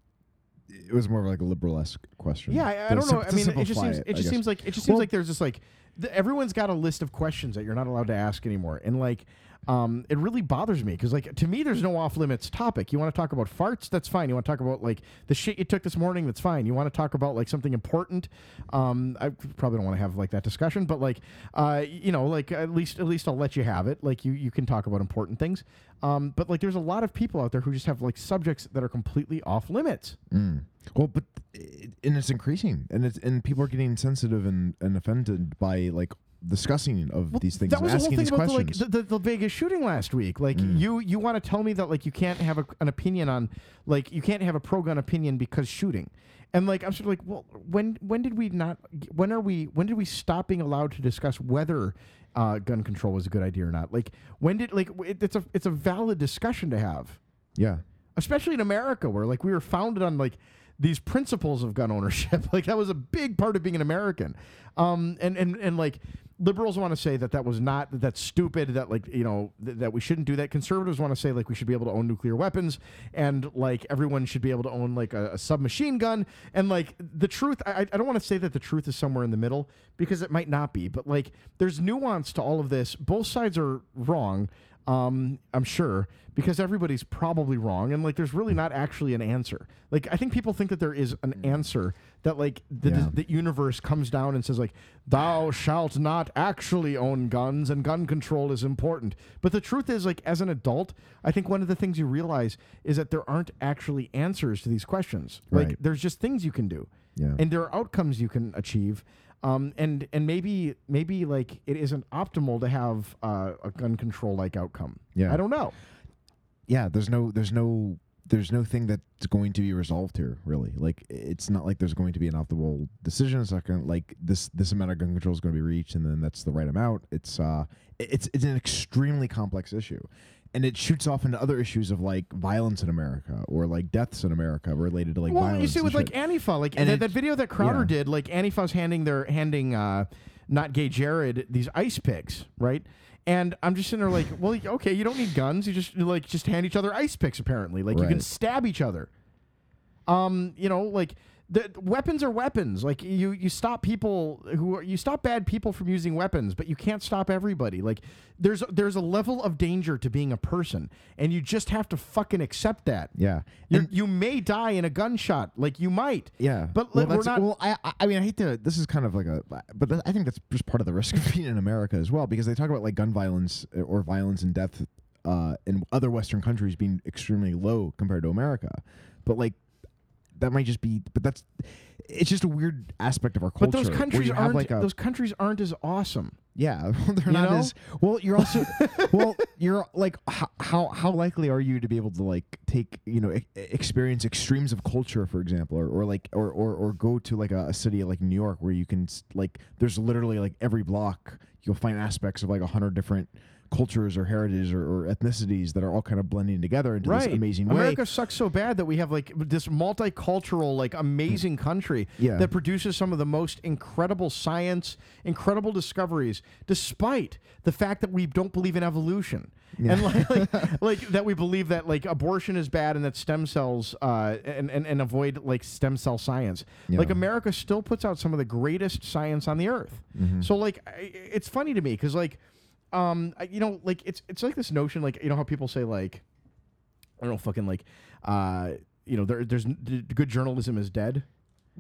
S2: it was more of like a liberal esque question.
S1: Yeah, I, I
S2: To
S1: don't know.
S2: sim-
S1: I
S2: to
S1: mean, it just
S2: simplify
S1: seems it,
S2: I
S1: just
S2: guess.
S1: seems like it just seems
S2: Well-
S1: like there's just like th- everyone's got a list of questions that you're not allowed to ask anymore, and like. Um, it really bothers me because, like, to me, there's no off limits topic. You want to talk about farts? That's fine. You want to talk about like the shit you took this morning? That's fine. You want to talk about like something important? Um, I probably don't want to have like that discussion, but like, uh, you know, like at least at least I'll let you have it. Like, you you can talk about important things. Um, but like, there's a lot of people out there who just have like subjects that are completely off limits.
S2: Mm. Well, but it, and it's increasing, and it's and people are getting sensitive and, and offended by like discussing of
S1: Well,
S2: these things,
S1: That
S2: and
S1: was
S2: asking
S1: the
S2: these
S1: whole thing about
S2: questions.
S1: the, like, the, the, the Vegas shooting last week. Like
S2: Mm.
S1: you, you want to tell me that like you can't have a, an opinion on like you can't have a pro gun opinion because shooting, and like I'm sort of like, well, when when did we not? When are we? When did we stop being allowed to discuss whether uh, gun control was a good idea or not? Like when did like w- it, it's a it's a valid discussion to have,
S2: yeah,
S1: especially in America where like we were founded on like these principles of gun ownership. like that was a big part of being an American. Um, and and and like liberals want to say that that was not that that's stupid. That like you know th- that we shouldn't do that. Conservatives want to say like we should be able to own nuclear weapons and like everyone should be able to own like a, a submachine gun. And like the truth, I, I I don't want to say that the truth is somewhere in the middle because it might not be. But like there's nuance to all of this. Both sides are wrong. Um, I'm sure because everybody's probably wrong, and like there's really not actually an answer. Like I think people think that there is an answer that like the,
S2: Mm. Yeah.
S1: the universe comes down and says like thou shalt not actually own guns and gun control is important but the truth is like as an adult i think one of the things you realize is that there aren't actually answers to these questions like
S2: Right.
S1: there's just things you can do
S2: Yeah.
S1: and there are outcomes you can achieve um, and and maybe maybe like it isn't optimal to have uh, a gun control like outcome
S2: Yeah.
S1: i don't know
S2: yeah. There's no there's no there's no thing that's going to be resolved here really. Like it's not like there's going to be an optimal decision. It's not going like this this amount of gun control is going to be reached, and then that's the right amount. It's uh it's it's an extremely complex issue. And it shoots off into other issues of like violence in America or like deaths in America related to like
S1: well,
S2: violence.
S1: you see
S2: and
S1: with like
S2: shit.
S1: Antifa, like
S2: And
S1: that,
S2: it-
S1: that video that Crowder
S2: yeah.
S1: did, like Antifa's handing their handing uh, not gay Jared these ice picks, right? And I'm just sitting there like, well, okay, you don't need guns. You just like just hand each other ice picks. Apparently, like you can
S2: Right.
S1: stab each other. Um, you know, like the the weapons are weapons. Like you you stop people who are, you stop bad people from using weapons, but you can't stop everybody. Like there's there's a level of danger to being a person, and you just have to fucking accept that.
S2: yeah.
S1: You
S2: And-
S1: you may die in a gunshot, like you might.
S2: Yeah,
S1: but
S2: well,
S1: like, we're
S2: that's-
S1: not.
S2: Well, I, I- I mean, I hate to. This is kind of like a, but that, I think that's just part of the risk of being in America as well, because they talk about like gun violence uh, or violence and death uh, in other Western countries being extremely low compared to America, but like that might just be. But that's it's just a weird aspect of our culture.
S1: but those
S2: where
S1: countries
S2: you have,
S1: aren't.
S2: like a-
S1: those countries aren't as awesome.
S2: yeah, well, they're
S1: You
S2: not
S1: know?
S2: as well. You're also well. You're like h- how how likely are you to be able to like take you know e- experience extremes of culture, for example, or, or like or, or or go to like a, a city like New York where you can s- like there's literally like every block you'll find aspects of like a hundred different cultures or heritages or, or ethnicities that are all kind of blending together into this amazing way.
S1: America sucks so bad that we have like this multicultural, like amazing country
S2: Yeah.
S1: that produces some of the most incredible science, incredible discoveries, despite the fact that we don't believe in evolution. And like, like, like that we believe that like abortion is bad and that stem cells uh, and, and and avoid like stem cell science.
S2: Yeah.
S1: Like America still puts out some of the greatest science on the earth. So like I- it's funny to me because like um I- you know like it's it's like this notion like you know how people say like I don't know, fucking like, uh, you know, there, there's n- d- good journalism is dead,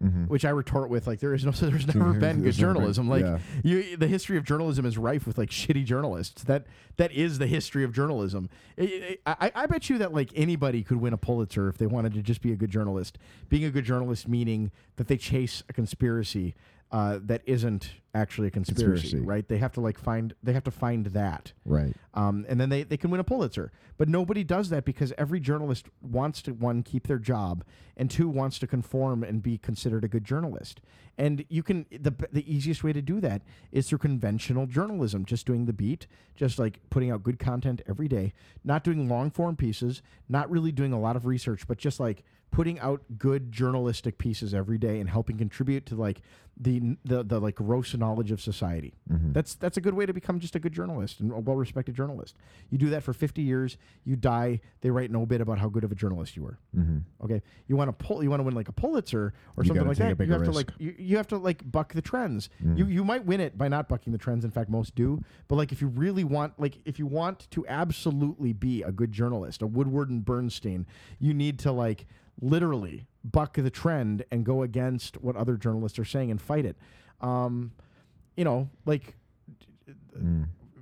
S2: Mm-hmm.
S1: which I retort with like there is no, Mm-hmm. there's never been good
S2: There's never been-
S1: journalism. Like
S2: yeah.
S1: you, the history of journalism is rife with like shitty journalists. That that is the history of journalism. I, I, I- I bet you that like anybody could win a Pulitzer if they wanted to just be a good journalist. Being a good journalist meaning that they chase a conspiracy uh, that isn't actually a conspiracy,
S2: Conspiracy.
S1: right? They have to like find they have to find that,
S2: Right.
S1: um, and then they, they can win a Pulitzer. But nobody does that because every journalist wants to one keep their job, and two wants to conform and be considered a good journalist. And you can the the easiest way to do that is through conventional journalism, just doing the beat, just like putting out good content every day, not doing long form pieces, not really doing a lot of research, but just like putting out good journalistic pieces every day and helping contribute to like the the, the like gross knowledge of society.
S2: Mm-hmm.
S1: That's that's a good way to become just a good journalist and a well-respected journalist. You do that for 50 years, you die, they write an obit about how good of a journalist you were.
S2: Mm-hmm.
S1: Okay, you want to pull, you want to win like a Pulitzer or
S2: You
S1: something
S2: gotta
S1: like
S2: take a
S1: that. You
S2: bigger
S1: have to
S2: risk.
S1: like
S2: Hmm.
S1: you, you have to like buck the trends. You you might win it by not bucking the trends. In fact, most do. But like if you really want, like if you want to absolutely be a good journalist, a Woodward and Bernstein, you need to like literally buck the trend and go against what other journalists are saying and fight it. Um, you know, like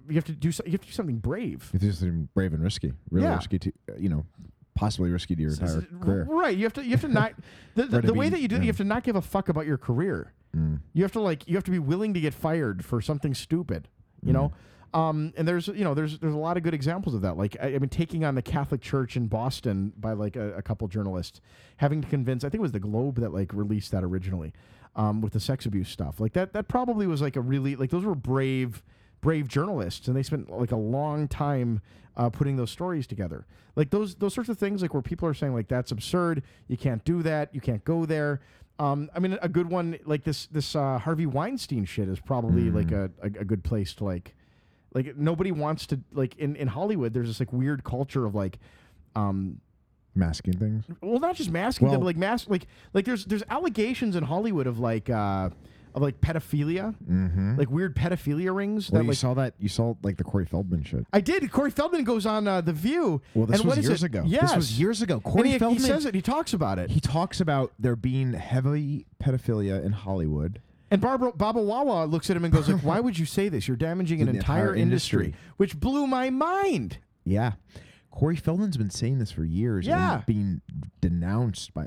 S1: you have to do so, you have to do something brave.
S2: Mm-hmm. It's just um, brave and risky. Really
S1: Yeah.
S2: risky to uh, you know, possibly risky to your
S1: This
S2: entire
S1: is-
S2: career.
S1: Right. You have to you have to not the, the,
S2: Right, I
S1: the way
S2: mean,
S1: that you do it,
S2: yeah.
S1: you have to not give a fuck about your career.
S2: Mm.
S1: You have to like you have to be willing to get fired for something stupid.
S2: Mm-hmm.
S1: You know? Um, and there's you know there's there's a lot of good examples of that. Like I, I mean, taking on the Catholic Church in Boston by like a, a couple journalists, having to convince I think it was the Globe that like released that originally, um, with the sex abuse stuff. Like that that probably was like a really like those were brave brave journalists and they spent like a long time uh, putting those stories together like those those sorts of things like where people are saying like that's absurd you can't do that you can't go there um, i mean a good one like this this uh, harvey weinstein shit is probably like a, a, a good place to like like nobody wants to like in, in hollywood there's this like weird culture of like um,
S2: Masking things.
S1: well, not just masking them,
S2: Well-
S1: like mask, like like there's there's allegations in Hollywood of like uh of like pedophilia, mm-hmm. like weird pedophilia rings
S2: Well,
S1: that
S2: you
S1: like.
S2: saw that. You saw like the Corey Feldman shit.
S1: I did. Corey Feldman goes on uh, the View.
S2: Well, this
S1: and
S2: was
S1: what is
S2: years
S1: it?
S2: ago.
S1: Yes.
S2: This was years ago.
S1: And
S2: Corey
S1: he, he
S2: Feldman
S1: says it. He talks about it.
S2: He talks about there being heavy pedophilia in Hollywood.
S1: And Barbara Baba Wawa looks at him and goes like, "Why would you say this? You're damaging an
S2: The
S1: entire,
S2: entire
S1: industry.
S2: industry.
S1: which blew my mind.
S2: Yeah. Corey Feldman's been saying this for years and
S1: Yeah.
S2: it's being denounced by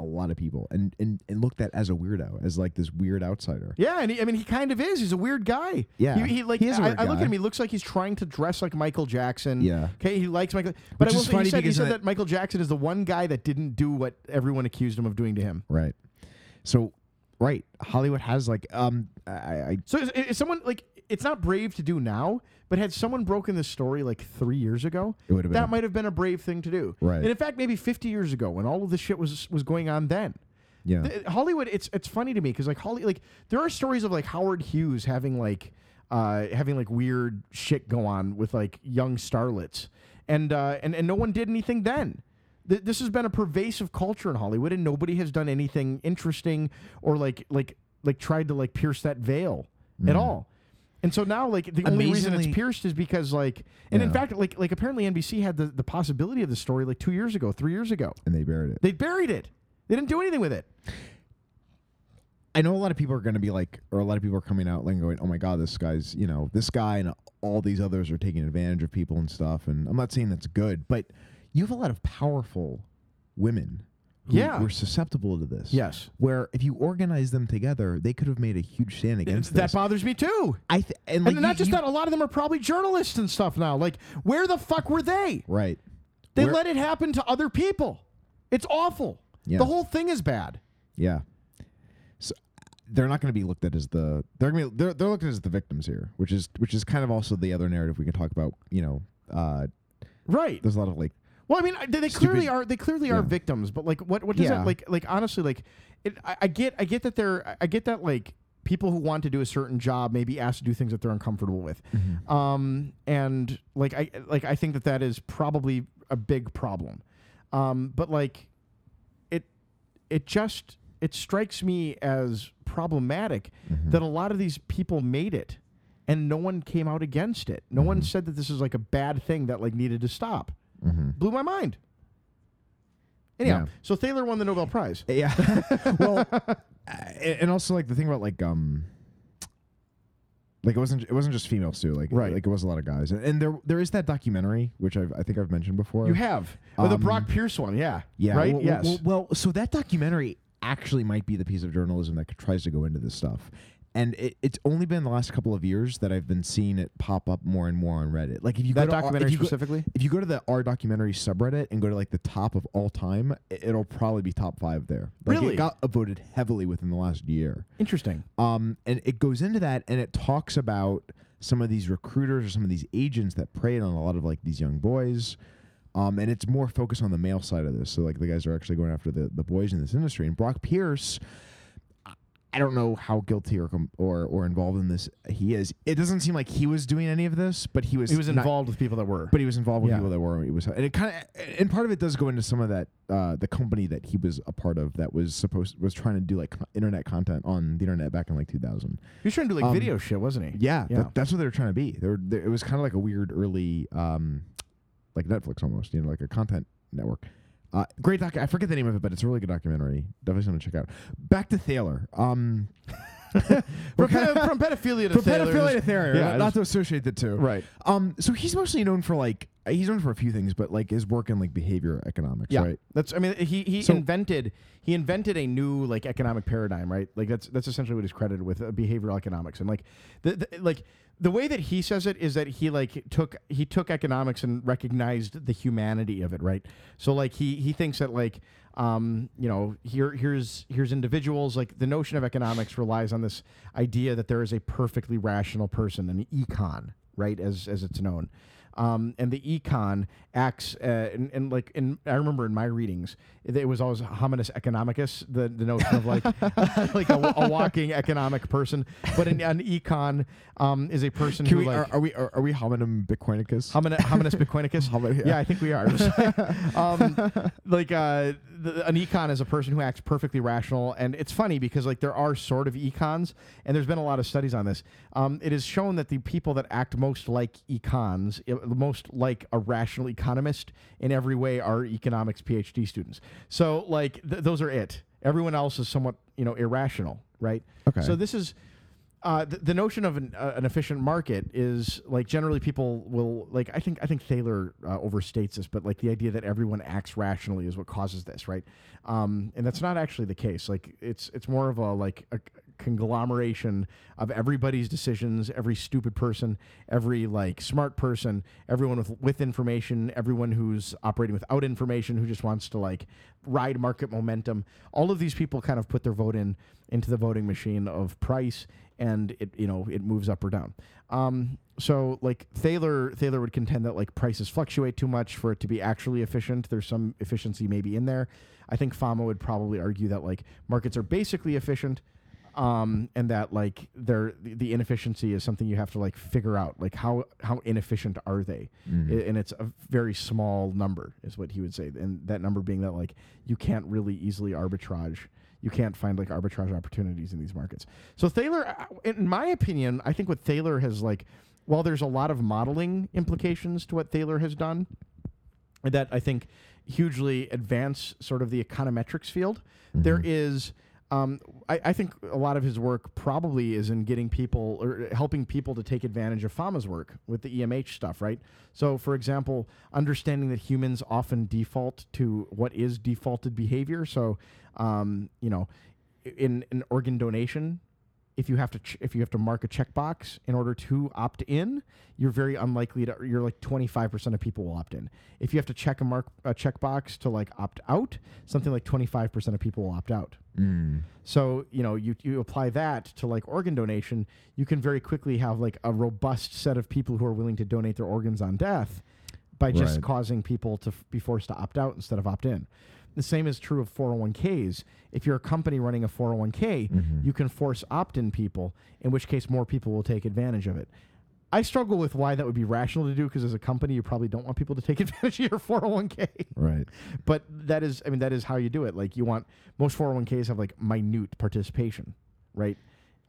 S2: a lot of people and, and, and looked at as a weirdo, as like this weird outsider.
S1: Yeah, and he, I mean, he kind of is. He's a weird guy.
S2: Yeah.
S1: he, he like
S2: He is a
S1: I,
S2: weird
S1: I look
S2: guy.
S1: at him. He looks like he's trying to dress like Michael Jackson.
S2: Yeah.
S1: okay, he likes Michael. But
S2: Which
S1: I will
S2: is
S1: say,
S2: funny
S1: he said, he
S2: because
S1: said
S2: I-
S1: that Michael Jackson is the one guy that didn't do what everyone accused him of doing to him.
S2: Right. So, right. Hollywood has like, um, I, I
S1: So is, is someone like it's not brave to do now, but had someone broken this story like three years ago,
S2: It would've been
S1: that
S2: a-
S1: might have been a brave thing to do.
S2: Right.
S1: And in fact, maybe 50 years ago when all of this shit was was going on then.
S2: yeah.
S1: Th- Hollywood, it's it's funny to me because like Holly, like there are stories of like Howard Hughes having like uh, having like weird shit go on with like young starlets, and uh, and and no one did anything then. Th- this has been a pervasive culture in Hollywood, and nobody has done anything interesting or like like like tried to like pierce that veil at all. And so now, like the only reason it's
S2: Mm. Amazingly-
S1: pierced is because, like, and in
S2: Yeah.
S1: fact, like, like apparently NBC had the, the possibility of the story like two years ago, three years ago.
S2: and they buried it.
S1: They buried it. They didn't do anything with it.
S2: I know a lot of people are going to be like, or a lot of people are coming out like going, oh my God, this guy's, you know, this guy and all these others are taking advantage of people and stuff. And I'm not saying that's good, but you have a lot of powerful women who
S1: Yeah.
S2: were susceptible to this.
S1: Yes.
S2: Where if you organize them together, they could have made a huge stand against
S1: that
S2: this.
S1: bothers me too.
S2: I th- and,
S1: And
S2: like,
S1: not
S2: you-
S1: just
S2: you-
S1: that, a lot of them are probably journalists and stuff now. Like, where the fuck were they?
S2: Right.
S1: They
S2: Where-
S1: let it happen to other people. It's awful.
S2: Yeah.
S1: The whole thing is bad.
S2: Yeah. So they're not going to be looked at as the they're going to be they're, they're looked at as the victims here, which is which is kind of also the other narrative we can talk about. You know, uh,
S1: Right.
S2: there's a lot of like
S1: Well, I mean, I- they, they
S2: Stupid-
S1: clearly are. They clearly
S2: Yeah.
S1: are victims. But like, what? What does
S2: Yeah.
S1: that like? Like, honestly, like, it, I, I get, I get that they're, I- I get that like people who want to do a certain job may be asked to do things that they're uncomfortable with,
S2: Mm-hmm.
S1: um, and like, I, like, I think that that is probably a big problem. Um, but like, it, it just, it strikes me as problematic
S2: Mm.
S1: that a lot of these people made it. And no one came out against it. No
S2: Mm-hmm.
S1: one said that this is like a bad thing that like needed to stop blew my mind. Anyhow,
S2: Yeah.
S1: so Thaler won the Nobel Prize.
S2: yeah. well, a- and also like the thing about like um. Like it wasn't it wasn't just females too like
S1: Right.
S2: like it was a lot of guys and, and there there is that documentary which I've, I think I've mentioned before
S1: You have oh, the
S2: Um,
S1: Brock Pierce one, yeah,
S2: Yeah.
S1: right,
S2: Well,
S1: yes,
S2: Well, well, so that documentary actually might be the piece of journalism that tries to go into this stuff. and it, it's only been the last couple of years that I've been seeing it pop up more and more on Reddit. Like if you
S1: That
S2: go to R-
S1: documentary
S2: if you go,
S1: specifically?
S2: if you go to the R documentary subreddit and go to like the top of all time, i- it'll probably be top five there. Like,
S1: Really?
S2: it got voted heavily within the last year.
S1: Interesting.
S2: Um, and it goes into that and it talks about some of these recruiters or some of these agents that preyed on a lot of like these young boys. Um, and it's more focused on the male side of this. So like the guys are actually going after the, the boys in this industry. And Brock Pierce, I- I don't know how guilty or com- or or involved in this he is. It doesn't seem like he was doing any of this, but he was
S1: He was
S2: not-
S1: involved with people that were.
S2: but he was involved with
S1: Yeah.
S2: people that were it was and it kind of and part of it does go into some of that uh, the company that he was a part of that was supposed was trying to do like co- internet content on the internet back in like 2000
S1: he was trying to do like
S2: um,
S1: video shit, wasn't he?
S2: yeah,
S1: Yeah.
S2: That, that's what they were trying to be they were, they, it was kind of like a weird early um, like netflix almost you know like a content network uh, great doc i forget the name of it but it's a really good documentary definitely something to check out back to thaler um,
S1: From, pedo- from pedophilia to
S2: from
S1: Thaler's-
S2: pedophilia to Thaler,
S1: Yeah,
S2: not,
S1: I
S2: not
S1: just-
S2: to associate the two
S1: Right.
S2: um, so he's mostly known for like he's known for a few things, but like his work in like behavior economics,
S1: Yeah,
S2: right?
S1: that's. I mean, he he
S2: So-
S1: invented he invented a new like economic paradigm, right? Like that's that's essentially what he's credited with uh, behavioral economics, and like the, the like the way that he says it is that he like took he took economics and recognized the humanity of it, right? So like he he thinks that like um you know here here's here's individuals like the notion of economics relies on this idea that there is a perfectly rational person, an econ, right? As as it's known um, and the econ acts uh, and, and like in I remember in my readings it, it was always hominis economicus the, the notion of like like a, a walking economic person but an, an econ um, is a person
S2: Can
S1: who
S2: we,
S1: like
S2: are, are we are, are we hominem bitcoinicus?
S1: Homini- hominis bitcoinicus.
S2: Homin-
S1: yeah.
S2: yeah.
S1: I think we are. um, like uh, the, an econ is a person who acts perfectly rational, and it's funny because like there are sort of econs, and there's been a lot of studies on this. Um, it is shown that the people that act most like econs, i- most like a rational economist in every way, are economics PhD students. So like th- those are it. Everyone else is somewhat you know irrational, right?
S2: Okay.
S1: So this is uh, the, the notion of an, uh, an efficient market is like generally people will like I think I think Thaler uh, overstates this, but like the idea that everyone acts rationally is what causes this, right? Um, and that's not actually the case. Like it's it's more of a like a c- conglomeration of everybody's decisions, every stupid person, every like smart person, everyone with with information, everyone who's operating without information, who just wants to like ride market momentum. All of these people kind of put their vote in into the voting machine of price and it you know it moves up or down. Um, so like Thaler Thaler would contend that like prices fluctuate too much for it to be actually efficient. There's some efficiency maybe in there. I think Fama would probably argue that like markets are basically efficient, um, and that like they're the- the inefficiency is something you have to like figure out like how how inefficient are they, I- and it's a very small number is what he would say, and that number being that like you can't really easily arbitrage you can't find like arbitrage opportunities in these markets. So Thaler, uh, in my opinion, I think what Thaler has like, while there's a lot of modeling implications to what Thaler has done, that I think hugely advance sort of the econometrics field. There is, um, I, I think a lot of his work probably is in getting people or helping people to take advantage of Fama's work with the EMH stuff, right? So, for example, understanding that humans often default to what is defaulted behavior. So, um, you know, i- in an organ donation, if you have to ch- if you have to mark a checkbox in order to opt in, you're very unlikely to. You're like 25% of people will opt in. If you have to check a mark a checkbox to like opt out, something like 25% of people will opt out.
S2: Mm.
S1: So you know you you apply that to like organ donation, you can very quickly have like a robust set of people who are willing to donate their organs on death by just
S2: Right.
S1: causing people to f- be forced to opt out instead of opt in. The same is true of 401ks. If you're a company running a 401k, you can force opt in people, in which case more people will take advantage of it. I struggle with why that would be rational to do because as a company, you probably don't want people to take advantage of your 401k
S2: Right.
S1: but that is i mean that is how you do it like you want most 401ks have like minute participation right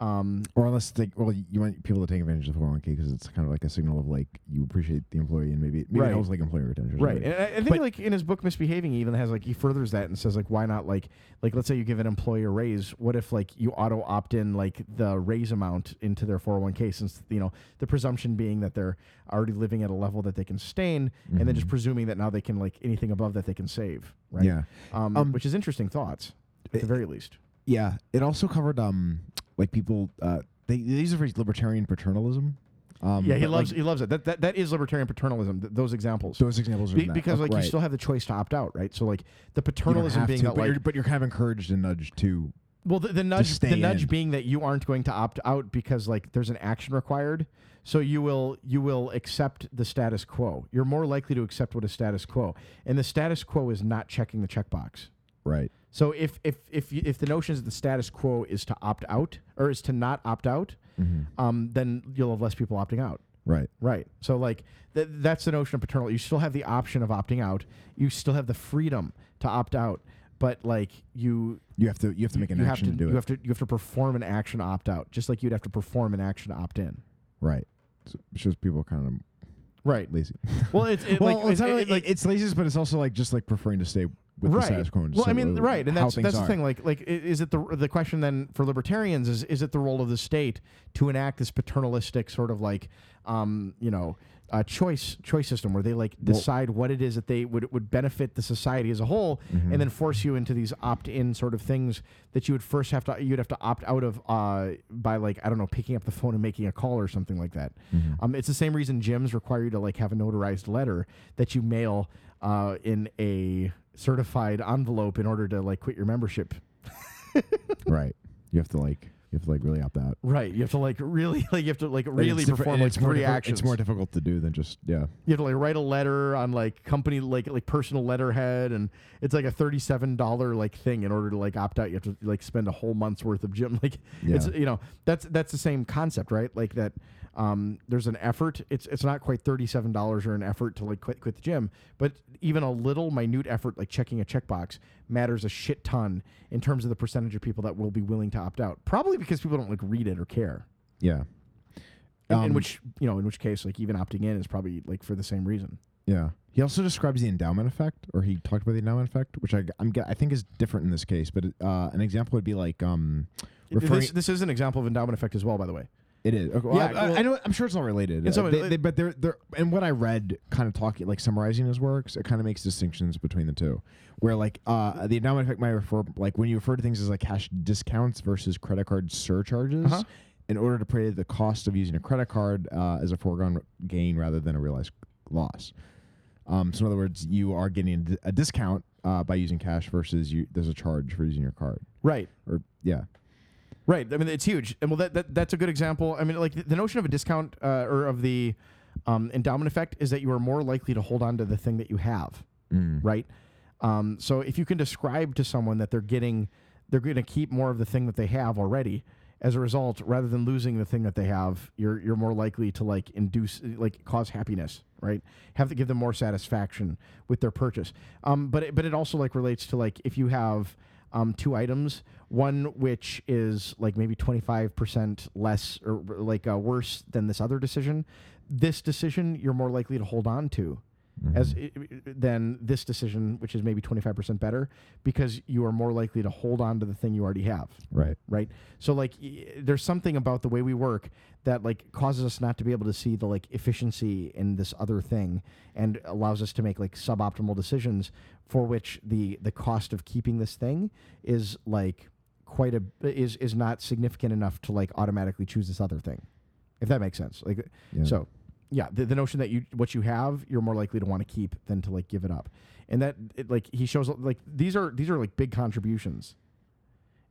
S1: um
S2: Or unless they, well, you want people to take advantage of the 401k because it's kind of like a signal of like you appreciate the employee and maybe maybe
S1: Right.
S2: it helps like employee retention. or
S1: right
S2: something.
S1: and i, I think
S2: But-
S1: like in his book misbehaving he even has like he furthers that and says like why not like like let's say you give an employee a raise what if like you auto opt in like the raise amount into their 401k since you know the presumption being that they're already living at a level that they can sustain and then just presuming that now they can like anything above that they can save right
S2: Mm-hmm. Yeah.
S1: um,
S2: Um, eh,
S1: which is interesting thoughts at the
S2: it-
S1: very least
S2: Yeah. It also covered um like people uh they, these are for libertarian paternalism. Um,
S1: Yeah, he
S2: but, like,
S1: loves he loves it. That that, that is libertarian paternalism. Th- those examples.
S2: those examples. Are
S1: Be-
S2: not-
S1: because like
S2: right.
S1: you still have the choice to opt out, right? So like the
S2: You don't
S1: paternalism
S2: have
S1: being
S2: to,
S1: that
S2: but,
S1: like
S2: you're, but you're kind of encouraged and nudged to.
S1: Well, the, the nudge,
S2: stay
S1: the nudge
S2: in.
S1: being that you aren't going to opt out because like there's an action required, so you will you will accept the status quo. You're more likely to accept what is status quo, and the status quo is not checking the checkbox.
S2: Right.
S1: So if if if you, if the notion is that the status quo is to opt out or is to not opt out, um, then you'll have less people opting out.
S2: Right.
S1: Right. So like th- that's the notion of paternal. You still have the option of opting out. You still have the freedom to opt out, but like you
S2: You have to. You have to make an
S1: you
S2: action
S1: have to,
S2: to, do
S1: you
S2: it.
S1: have to you have to perform an action opt out, just like you'd have to perform an action opt in.
S2: right. So it shows people kind of
S1: Right.
S2: lazy.
S1: Well, it's it,
S2: well,
S1: like,
S2: it's
S1: it-
S2: not
S1: it-
S2: really-
S1: like
S2: it's laziness, but it's also like just like preferring to stay with the
S1: right.
S2: status quo. and
S1: well,
S2: stay
S1: I mean,
S2: with
S1: right, and
S2: how
S1: that's
S2: things
S1: that's the
S2: are.
S1: thing. Like, like i- is it the the question then for libertarians is is it the role of the state to enact this paternalistic sort of like, um, you know. uh choice choice system where they like decide what it is that they would would benefit the society as a whole,
S2: Mm-hmm.
S1: and then force you into these opt in sort of things that you would first have to you'd have to opt out of uh, by like I don't know picking up the phone and making a call or something like that.
S2: Mm-hmm.
S1: Um, it's the same reason gyms require you to like have a notarized letter that you mail uh, in a certified envelope in order to like quit your membership.
S2: Right. You have to like. You have to like really opt out.
S1: Right. You have to like really like you have to like
S2: Like,
S1: really
S2: it's different-
S1: perform
S2: and
S1: like
S2: it's more
S1: three
S2: diffi-
S1: actions.
S2: It's more difficult to do than just yeah.
S1: you have to like write a letter on like company like like personal letterhead and it's like a $37 like thing in order to like opt out you have to like spend a whole month's worth of gym like it's
S2: Yeah.
S1: you know that's that's the same concept right like that um, there's an effort it's it's not quite $37 or an effort to like quit quit the gym but even a little minute effort like checking a checkbox matters a shit ton in terms of the percentage of people that will be willing to opt out probably because people don't like read it or care
S2: Yeah.
S1: in, in
S2: Um,
S1: which you know in which case like even opting in is probably like for the same reason
S2: Yeah. He also describes the endowment effect, or he talked about the endowment effect, which I I'm, ge- I think is different in this case. But uh, an example would be like um, referring.
S1: This, this is an example of endowment effect as well, by the way.
S2: it is. Okay, well,
S1: Yeah,
S2: I, I-
S1: well-
S2: I know. I'm sure it's not related.
S1: In some
S2: Uh,
S1: way-
S2: they- they- but they're they're and what I read, kind of talking like summarizing his works, it kind of makes distinctions between the two, where like uh, the endowment effect might refer like when you refer to things as like cash discounts versus credit card surcharges.
S1: Uh-huh.
S2: In order to pay the cost of using a credit card uh, as a foregone gain rather than a realized loss. Um, so in other words, you are getting a di- a discount uh, by using cash versus you. There's a charge for using your card.
S1: Right.
S2: Or yeah,
S1: Right. I mean, it's huge. And well, that, that that's a good example. I mean, like the, the notion of a discount uh, or of the um, endowment effect is that you are more likely to hold on to the thing that you have.
S2: Mm-hmm.
S1: Right. Um, so if you can describe to someone that they're getting, they're going to keep more of the thing that they have already. As a result, rather than losing the thing that they have, you're you're more likely to like induce, like cause happiness, right? Have to give them more satisfaction with their purchase. Um, but it, but it also like relates to like if you have um, two items. One which is like maybe 25% less or r- like uh, worse than this other decision. This decision you're more likely to hold on to as i- i- than this decision which is maybe 25% better because you are more likely to hold on to the thing you already have
S2: right.
S1: right so like y- there's something about the way we work that like causes us not to be able to see the like efficiency in this other thing and allows us to make like suboptimal decisions for which the the cost of keeping this thing is like quite a is is not significant enough to like automatically choose this other thing if that makes sense like
S2: Yeah.
S1: so yeah the, the notion that you what you have you're more likely to want to keep than to like give it up and that it, like he shows like these are these are like big contributions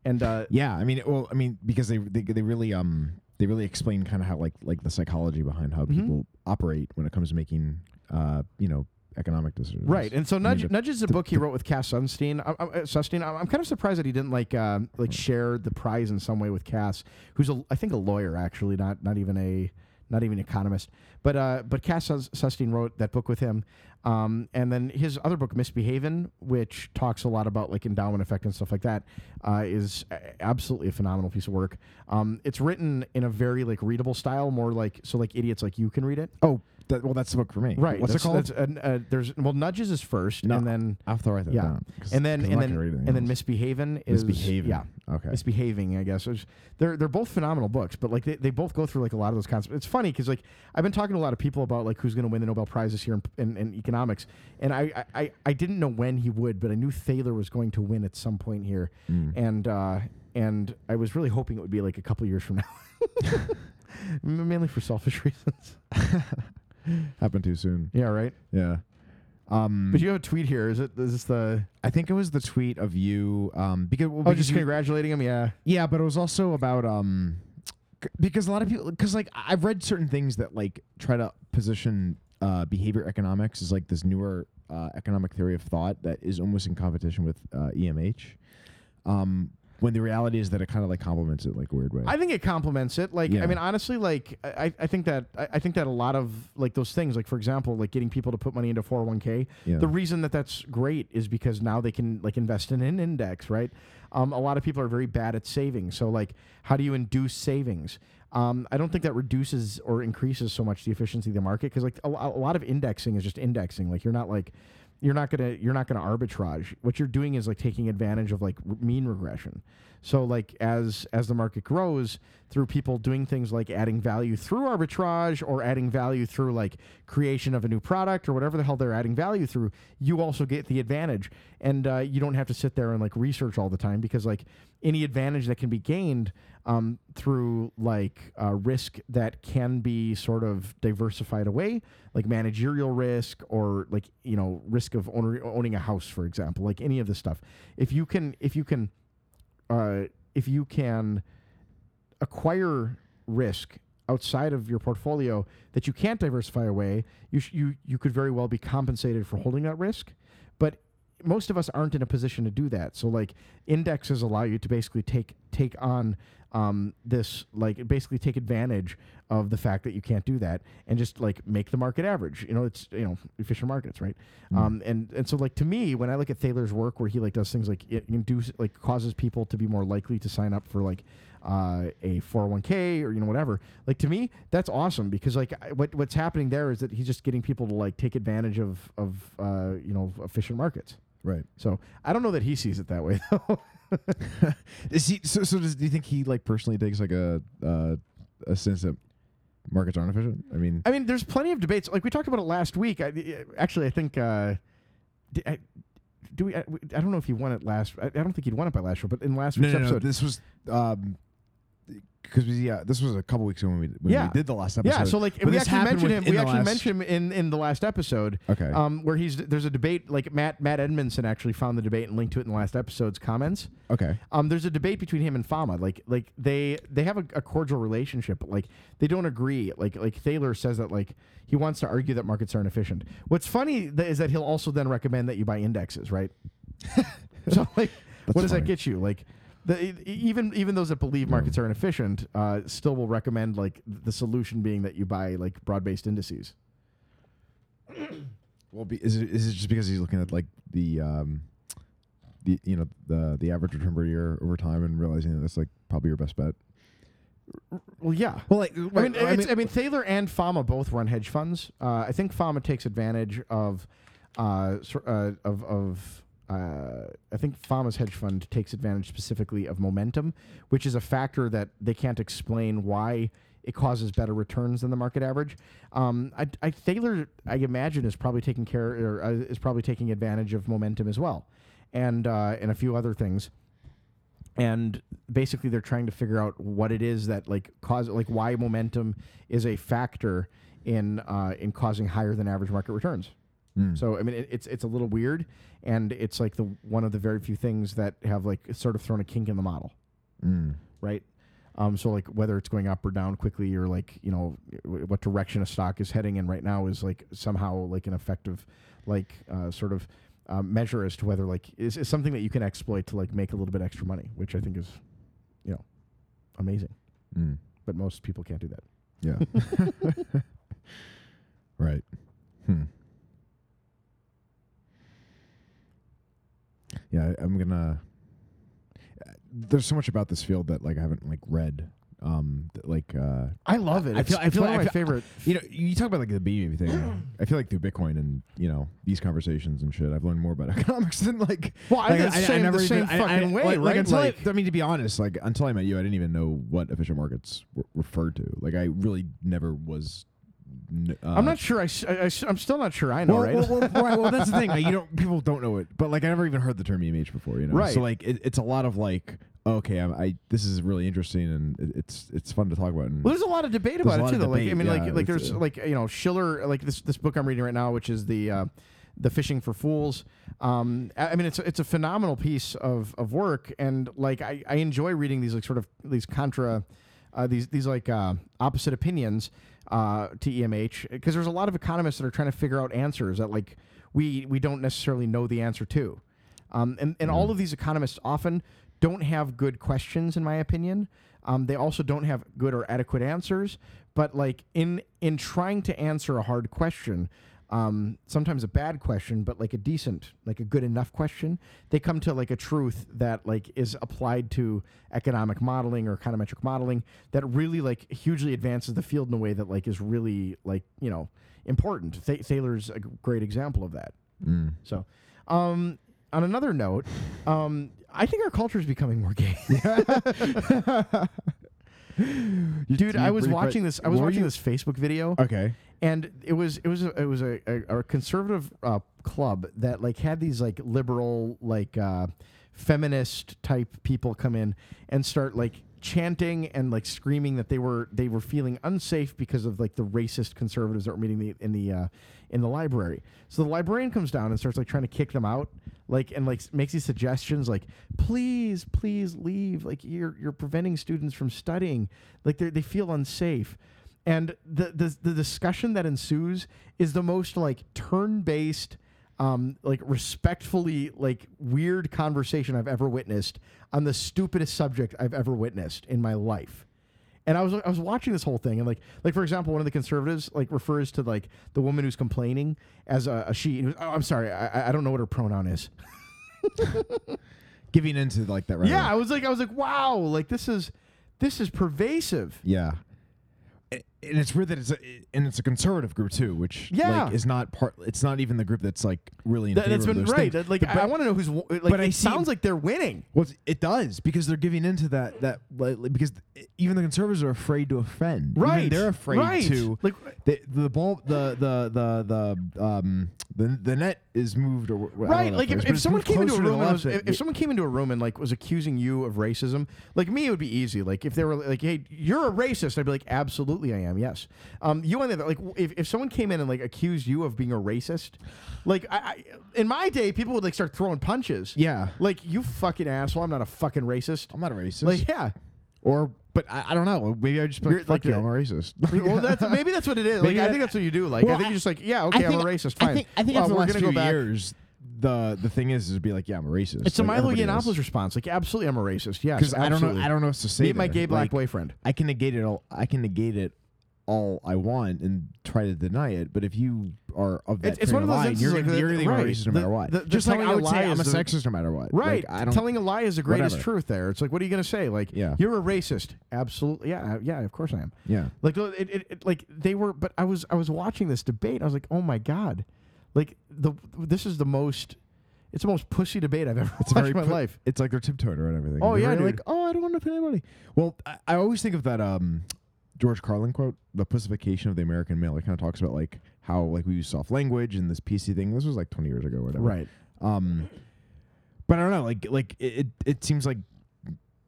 S1: and uh
S2: Yeah, I mean, well, I mean, because they they, they really um they really explain kind of how like like the psychology behind how
S1: Mm-hmm.
S2: people operate when it comes to making uh you know economic decisions.
S1: Right, and so
S2: I mean,
S1: Nudge,
S2: the-
S1: Nudge is a book he wrote with Cass Sunstein. I, I, uh, Sunstein, I'm, I'm kind of surprised that he didn't like uh,
S2: Hmm.
S1: like share the prize in some way with Cass, who's a, I think a lawyer actually, not not even a not even an economist. But uh, but Cass Sus- Sunstein wrote that book with him, um, and then his other book, Misbehavin', which talks a lot about like endowment effect and stuff like that, uh, is a- absolutely a phenomenal piece of work. Um, it's written in a very like readable style, more like so like idiots like you can read it.
S2: Oh, that, well, that's the book for me.
S1: Right.
S2: What's it
S1: that's-
S2: called?
S1: that's an- uh, there's well, nudges is first,
S2: No.
S1: and then
S2: I have to write that
S1: yeah.
S2: down. 'cause-
S1: and then
S2: 'cause I'm
S1: and
S2: not gonna read
S1: then
S2: anything
S1: and then
S2: else.
S1: misbehaving is
S2: misbehaving.
S1: yeah
S2: Okay.
S1: misbehaving I guess It's- they're they're both phenomenal books but like they, they both go through like a lot of those concepts it's funny because like I've been talking to a lot of people about like who's going to win the Nobel Prize this year in, in, in economics and I, I-
S2: Mm. Hmm.
S1: I I didn't know when he would but I knew Thaler was going to win at some point here and uh and I was really hoping it would be like a couple years from now, M- mainly for selfish reasons.
S2: Happened too soon.
S1: Yeah, right.
S2: Yeah. Um,
S1: But you have a tweet here. Is it? Is this the?
S2: I think it was the tweet of you um, because, well,
S1: Oh,
S2: because
S1: just
S2: you-
S1: congratulating him. Yeah.
S2: yeah, but it was also about um, c- because a lot of people because like I- I've read certain things that like try to position uh, behavior economics as like this newer uh, economic theory of thought that is almost in competition with uh, EMH. Um, when the reality is that it kind of like complements it like a weird way.
S1: I think it complements it. Like,
S2: Yeah.
S1: I mean, honestly, like, I, I- I think that I, I think that a lot of like those things, like for example, like getting people to put money into four hundred one k.
S2: Yeah.
S1: The reason that that's great is because now they can like invest in an index, right? Um, a lot of people are very bad at saving, so like, how do you induce savings? Um, I don't think that reduces or increases so much the efficiency of the market because like a, lo- a lot of indexing is just indexing. Like, you're not like you're not gonna you're not gonna arbitrage. What you're doing is like taking advantage of like r- mean regression. So like as as the market grows through people doing things like adding value through arbitrage or adding value through like creation of a new product or whatever the hell they're adding value through, you also get the advantage, and uh, you don't have to sit there and like research all the time because like any advantage that can be gained um, through like uh, risk that can be sort of diversified away, like managerial risk or like you know risk of owner, owning a house, for example, like any of this stuff. If you can, if you can, uh, if you can acquire risk outside of your portfolio that you can't diversify away, you sh- you you could very well be compensated for holding that risk, but most of us aren't in a position to do that. So like indexes allow you to basically take take on um, this like basically take advantage of the fact that you can't do that and just like make the market average. You know, it's you know efficient markets, right? Um, and and so like to me, when I look at Thaler's work where he like does things like it induce like causes people to be more likely to sign up for like uh, a 401k or you know whatever like to me that's awesome because like I, what what's happening there is that he's just getting people to like take advantage of of uh, you know efficient markets
S2: right.
S1: so I don't know that he sees it that way though.
S2: Is he so? So does, do you think he like personally takes like a uh, a sense that markets aren't efficient? I mean,
S1: I mean, there's plenty of debates. Like we talked about it last week. I, I- actually, I think. Uh, di- I, do we? I, we- I don't know if he won it last. I, I don't think he'd won it by last show, but in last
S2: no,
S1: week's
S2: no, no.
S1: episode,
S2: This was um, because yeah, this was a couple weeks ago when we when
S1: Yeah.
S2: we did the last episode.
S1: yeah. So like
S2: But
S1: we
S2: this
S1: actually
S2: happened
S1: mentioned him.
S2: within
S1: We
S2: the
S1: actually
S2: last-
S1: mentioned him in in the last episode.
S2: Okay.
S1: Um, where he's there's a debate like Matt Matt Edmondson actually found the debate and linked to it in the last episode's comments.
S2: okay.
S1: um, there's a debate between him and Fama. Like, like they they have a, a cordial relationship, but like they don't agree. Like, like Thaler says that like he wants to argue that markets aren't efficient. What's funny th- is that he'll also then recommend that you buy indexes, right? so like, what does
S2: funny.
S1: that get you? Like, the, e- even even those that believe markets are inefficient uh, still will recommend like the solution being that you buy like broad based indices.
S2: Well, be, is it, is it just because he's looking at like the um, the you know the the average return per year over time and realizing that that's like probably your best bet?
S1: Well, yeah.
S2: Well, like
S1: I mean, it's, I mean, Thaler and Fama both run hedge funds. Uh, I think Fama takes advantage of, uh, sor- uh, of, of uh, I think Fama's hedge fund takes advantage specifically of momentum, which is a factor that they can't explain why it causes better returns than the market average. Um, I, I Thaler, I imagine, is probably taking care or uh, is probably taking advantage of momentum as well, and uh, and a few other things and basically they're trying to figure out what it is that like cause like why momentum is a factor in uh, in causing higher than average market returns.
S2: Hmm. mm,
S1: So I mean it, it's it's a little weird, and it's like the one of the very few things that have like sort of thrown a kink in the model,
S2: mm,
S1: right? Um, so like whether it's going up or down quickly or like you know w- what direction a stock is heading in right now is like somehow like an effective like uh, sort of uh, measure as to whether like is, is something that you can exploit to like make a little bit extra money, which I think is you know amazing,
S2: mm,
S1: but most people can't do that.
S2: yeah. right. Hmm. Yeah, I- I'm gonna. uh, There's so much about this field that like I haven't like read. Um, that, like uh,
S1: I love it.
S2: I
S1: It's,
S2: feel- I
S1: it's
S2: feel
S1: one
S2: like-
S1: of my
S2: I feel-
S1: favorite.
S2: You know, you talk about like the baby thing. I feel like through Bitcoin and you know these conversations and shit, I've learned more about economics than like.
S1: Well, I
S2: like,
S1: think it's same- the same fucking way,
S2: like, like,
S1: right?
S2: until
S1: Like-
S2: I, I mean, to be honest, like until I met you, I didn't even know what efficient markets were referred to. Like, I really never was n- uh,
S1: I'm not sure. I, am still not sure. I know,
S2: well,
S1: right?
S2: Well, well, right, well, that's the thing. Like, you don't people don't know it, but like I never even heard the term EMH before. You know,
S1: Right.
S2: So like it, it's a lot of like, okay, I, I this is really interesting and it, it's it's fun to talk about. And
S1: Well, there's a lot of debate
S2: Mm.
S1: about
S2: There's a
S1: it
S2: lot
S1: too.
S2: of
S1: Though, like I
S2: debate,
S1: mean,
S2: yeah,
S1: like like
S2: it's,
S1: there's
S2: uh,
S1: like you know Schiller, like this this book I'm reading right now, which is the uh, the Fishing for Fools. Um, I I mean, it's it's a phenomenal piece of of work, and like I, I enjoy reading these like sort of these contra, uh, these these like uh, opposite opinions uh, to EMH because there's a lot of economists that are trying to figure out answers that like we we don't necessarily know the answer to. Um, and and
S2: Mm.
S1: all of these economists often don't have good questions, in my opinion. Um, they also don't have good or adequate answers. But like in in trying to answer a hard question, um, sometimes a bad question, but like a decent, like a good enough question, they come to like a truth that like is applied to economic modeling or econometric modeling that really like hugely advances the field in a way that like is really like you know important. Th- Thaler's a g- great example of that.
S2: mm.
S1: So, um, on another note, um, I think our culture is becoming more gay. Dude, I was watching this. I was watching this Facebook video,
S2: Okay.
S1: and it was it was a, it was a, a, a conservative uh, club that like had these like liberal like uh, feminist type people come in and start like chanting and like screaming that they were they were feeling unsafe because of like the racist conservatives that were meeting the, in the uh, in the library. So the librarian comes down and starts like trying to kick them out, like and like s- makes these suggestions like, please, please leave. Like you're you're preventing students from studying. Like they they feel unsafe. And the, the the discussion that ensues is the most like turn based, um, like respectfully like weird conversation I've ever witnessed on the stupidest subject I've ever witnessed in my life. And I was I was watching this whole thing and like like for example one of the conservatives like refers to like the woman who's complaining as a, a she. And he was, oh, I'm sorry, I, I- I don't know what her pronoun is.
S2: Giving into like that. Right
S1: Yeah,
S2: away.
S1: I was like I was like wow, like this is this is pervasive.
S2: Yeah. A- And it's weird that it's a, and it's a conservative group too, which
S1: Yeah.
S2: like, is not part. It's not even the group that's like really in
S1: That,
S2: favor
S1: that's
S2: of
S1: been
S2: those
S1: right.
S2: things.
S1: That, like
S2: But-
S1: I want to know who's wo- like. it
S2: but I see-
S1: sounds like they're winning.
S2: Well, it's- it does because they're giving into that that like, like, because th- even the conservatives are afraid to offend. Even
S1: Right,
S2: they're afraid
S1: right.
S2: to
S1: Like-
S2: like the the ball the the the the um the, the net is moved or wh- I don't
S1: Right,
S2: know
S1: like if,
S2: phrase, but
S1: if
S2: it's
S1: someone
S2: moved
S1: came into a
S2: closer to the
S1: room and was,
S2: left,
S1: if,
S2: it-
S1: if someone came into a room and like was accusing you of racism, like me, it would be easy. Like if they were like, "Hey, you're a racist," I'd be like, "Absolutely, I am." Yes. Um, you on the other, like w- if, if someone came in and like accused you of being a racist, like I, I in my day, people would like start throwing punches.
S2: yeah,
S1: Like you fucking asshole! I'm not a fucking racist.
S2: I'm not a racist.
S1: Like yeah.
S2: or but I, I don't know. Maybe I just be
S1: You're
S2: like, fuck
S1: like
S2: you,
S1: a-
S2: I'm a racist.
S1: Well, that's maybe that's what it is. Like
S2: Maybe
S1: I
S2: that-
S1: think that's what you do. Like I
S2: Well,
S1: think
S2: I-
S1: you're just like, yeah, okay, I am a racist. Fine.
S2: I think I think
S1: Well,
S2: after the
S1: we're
S2: last
S1: gonna go
S2: few
S1: back.
S2: years, the the thing is is be like yeah, I'm a racist.
S1: It's a
S2: Like,
S1: Milo
S2: everybody is.
S1: Yiannopoulos response. Like absolutely, I'm a racist. Yes,
S2: because I don't know.
S1: absolutely.
S2: I don't know what to say.
S1: Meet my
S2: there.
S1: gay black
S2: Like,
S1: boyfriend.
S2: I can negate it all. I can negate it all I want and try to deny it. But if you are of that
S1: It's- it's
S2: train
S1: one of those
S2: line, you're,
S1: instances like
S2: you're
S1: that-
S2: either gonna be
S1: right.
S2: racist
S1: The-
S2: no matter what.
S1: the- the
S2: Just like
S1: telling
S2: I
S1: a
S2: would
S1: lie
S2: say I'm a
S1: is the-
S2: sexist no matter what.
S1: Right.
S2: Like, I don't.
S1: Telling a lie is the greatest
S2: Whatever.
S1: truth there. It's like, what are you going to say? Like,
S2: Yeah.
S1: you're a racist. Absolutely. Yeah. I- Yeah. Of course I am.
S2: yeah.
S1: Like, it, it, it, like they were, but I was, I was watching this debate. I was like, oh my God. Like, the, this is the most, it's the most pussy debate I've ever
S2: It's
S1: watched
S2: a very
S1: in my
S2: put-
S1: life.
S2: It's like they're tiptoeing around everything.
S1: Oh,
S2: They're
S1: yeah,
S2: very
S1: dude.
S2: like oh I don't want to offend anybody. Well, I, I always think of that um George Carlin quote, the pussification of the American male. It kind of talks about like how like we use soft language and this PC thing. This was like 20 years ago or whatever.
S1: Right.
S2: Um, but I don't know. Like like it, it, it seems like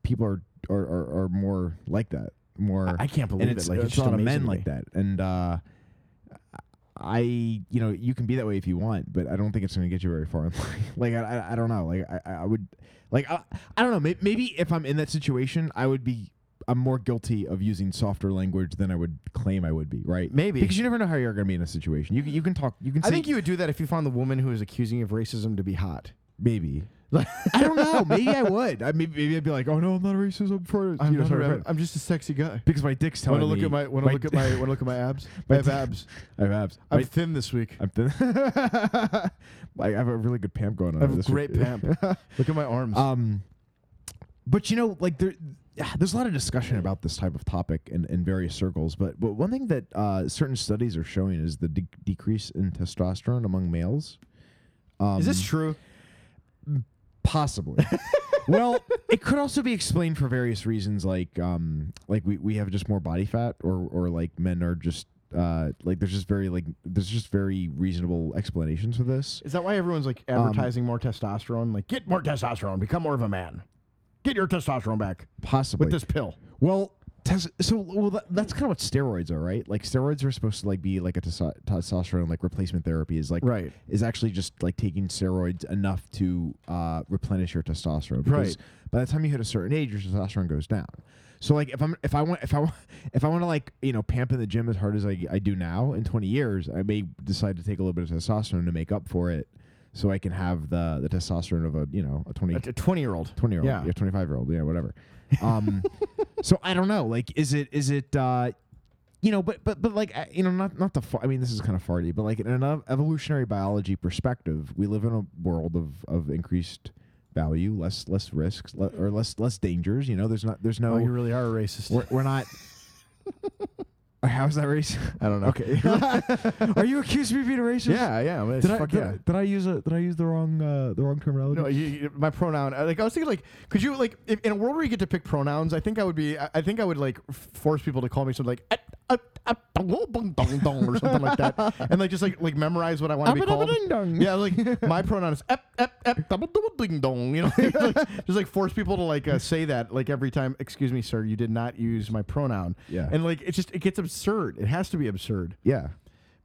S2: people are are, are, are more like that. More
S1: I can't believe
S2: and it's,
S1: it. Like,
S2: it's,
S1: it's, uh,
S2: a
S1: just
S2: lot of
S1: amazing
S2: men
S1: to
S2: like
S1: me.
S2: that. And uh, I, you know, you can be that way if you want, but I don't think it's going to get you very far. in life. like I, I, I don't know. Like I, I I would, like I, I don't know. Maybe, maybe if I'm in that situation, I would be. I'm more guilty of using softer language than I would claim I would be. Right?
S1: Maybe.
S2: because you never know how you're going to be in a situation. You, can- you can talk. You can.
S1: I
S2: say-
S1: think you would do that if you found the woman who is accusing you of racism to be hot.
S2: Maybe. I don't know. Maybe I would. I maybe, maybe I'd be like, oh no, I'm not a racist. I'm for it. you know, sort of friend.
S1: I'm just a sexy guy.
S2: because my dick's telling
S1: Want to look
S2: me.
S1: at my, want
S2: my
S1: to look at my, want to look at my abs? I
S2: my
S1: have
S2: dick-
S1: abs.
S2: I have abs.
S1: I'm
S2: My-
S1: thin this week.
S2: I'm thin. like I have a really good pamp going on.
S1: I have a
S2: this
S1: great
S2: week.
S1: pamp. Look at my arms.
S2: Um, but you know, like there, there's a lot of discussion about this type of topic in, in various circles. But but one thing that uh, certain studies are showing is the de- decrease in testosterone among males. Um,
S1: is this true?
S2: Possibly. well, it could also be explained for various reasons, like um, like we, we have just more body fat, or or like men are just uh, like there's just very like there's just very reasonable explanations for this.
S1: Is that why everyone's like advertising more testosterone? Like, get more testosterone, become more of a man, get your testosterone back
S2: Possibly
S1: with this pill.
S2: Well, tes- so well, that, that's kind of what steroids are, right? Like steroids are supposed to like be like a testo- testosterone like replacement therapy is like
S1: Right.
S2: is actually just like taking steroids enough to uh, replenish your testosterone.
S1: Right.
S2: Because By the time you hit a certain age, your testosterone goes down. So like if I'm if I want if I wa- if I want to like you know pamp in the gym as hard as I, I do now in 20 years, I may decide to take a little bit of testosterone to make up for it, so I can have the the testosterone of a you know a 20
S1: A a twenty-year-old.
S2: 20 year old,
S1: Yeah.
S2: yeah, 25 year old, yeah, whatever. Um, so I don't know, like, is it, is it, uh, you know, but, but, but like, uh, you know, not, not the, fa- I mean, this is kind of farty, but like in an ev- evolutionary biology perspective, we live in a world of, of increased value, less, less risks le- or less, less dangers. You know, there's not, there's no,
S1: Oh, you really are a racist.
S2: we're, we're not, how's that race?
S1: I don't know.
S2: Okay. Are you accusing me of being a racist?
S1: Yeah, yeah. I mean, it's
S2: Did I,
S1: fuck
S2: did,
S1: yeah.
S2: I- did I use a, did I use the wrong, uh, the wrong terminology?
S1: No, you, you- my pronoun. I- Like I was thinking, like, could you like if, in a world where you get to pick pronouns? I think I would be. I, I think I would like f- force people to call me something like. "Ah, ah, ah, dong, oh, bong, dong, dong," or something like that, and like just like like memorize what I want to be called.
S2: Abba-dabba-ding-dong.
S1: Yeah, like my pronoun is ep ep ep double double ding dong. You know, like, just like force people to like uh, say that like every time. Excuse me, sir, you did not use my pronoun.
S2: Yeah.
S1: and like it just it gets absurd. It has to be absurd,
S2: yeah.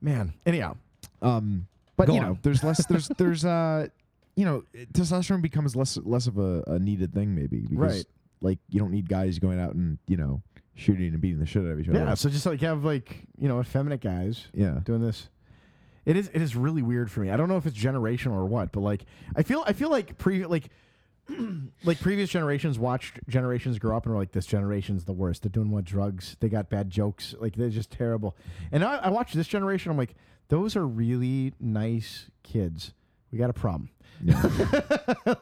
S1: man. Anyhow,
S2: Um, but
S1: Go
S2: you
S1: on.
S2: know, there's less. There's there's uh, you know, testosterone becomes less less of a, a needed thing maybe because
S1: Right.
S2: like you don't need guys going out and you know shooting and beating the shit out of each other.
S1: yeah. So just like have like you know effeminate guys.
S2: yeah.
S1: doing this. It is it is really weird for me. I don't know if it's generational or what, but like I feel I feel like pre like like previous generations watched generations grow up and were like this generation's the worst. They're doing more drugs. They got bad jokes. Like they're just terrible. And I, I watch this generation. I'm like, those are really nice kids. We got a problem.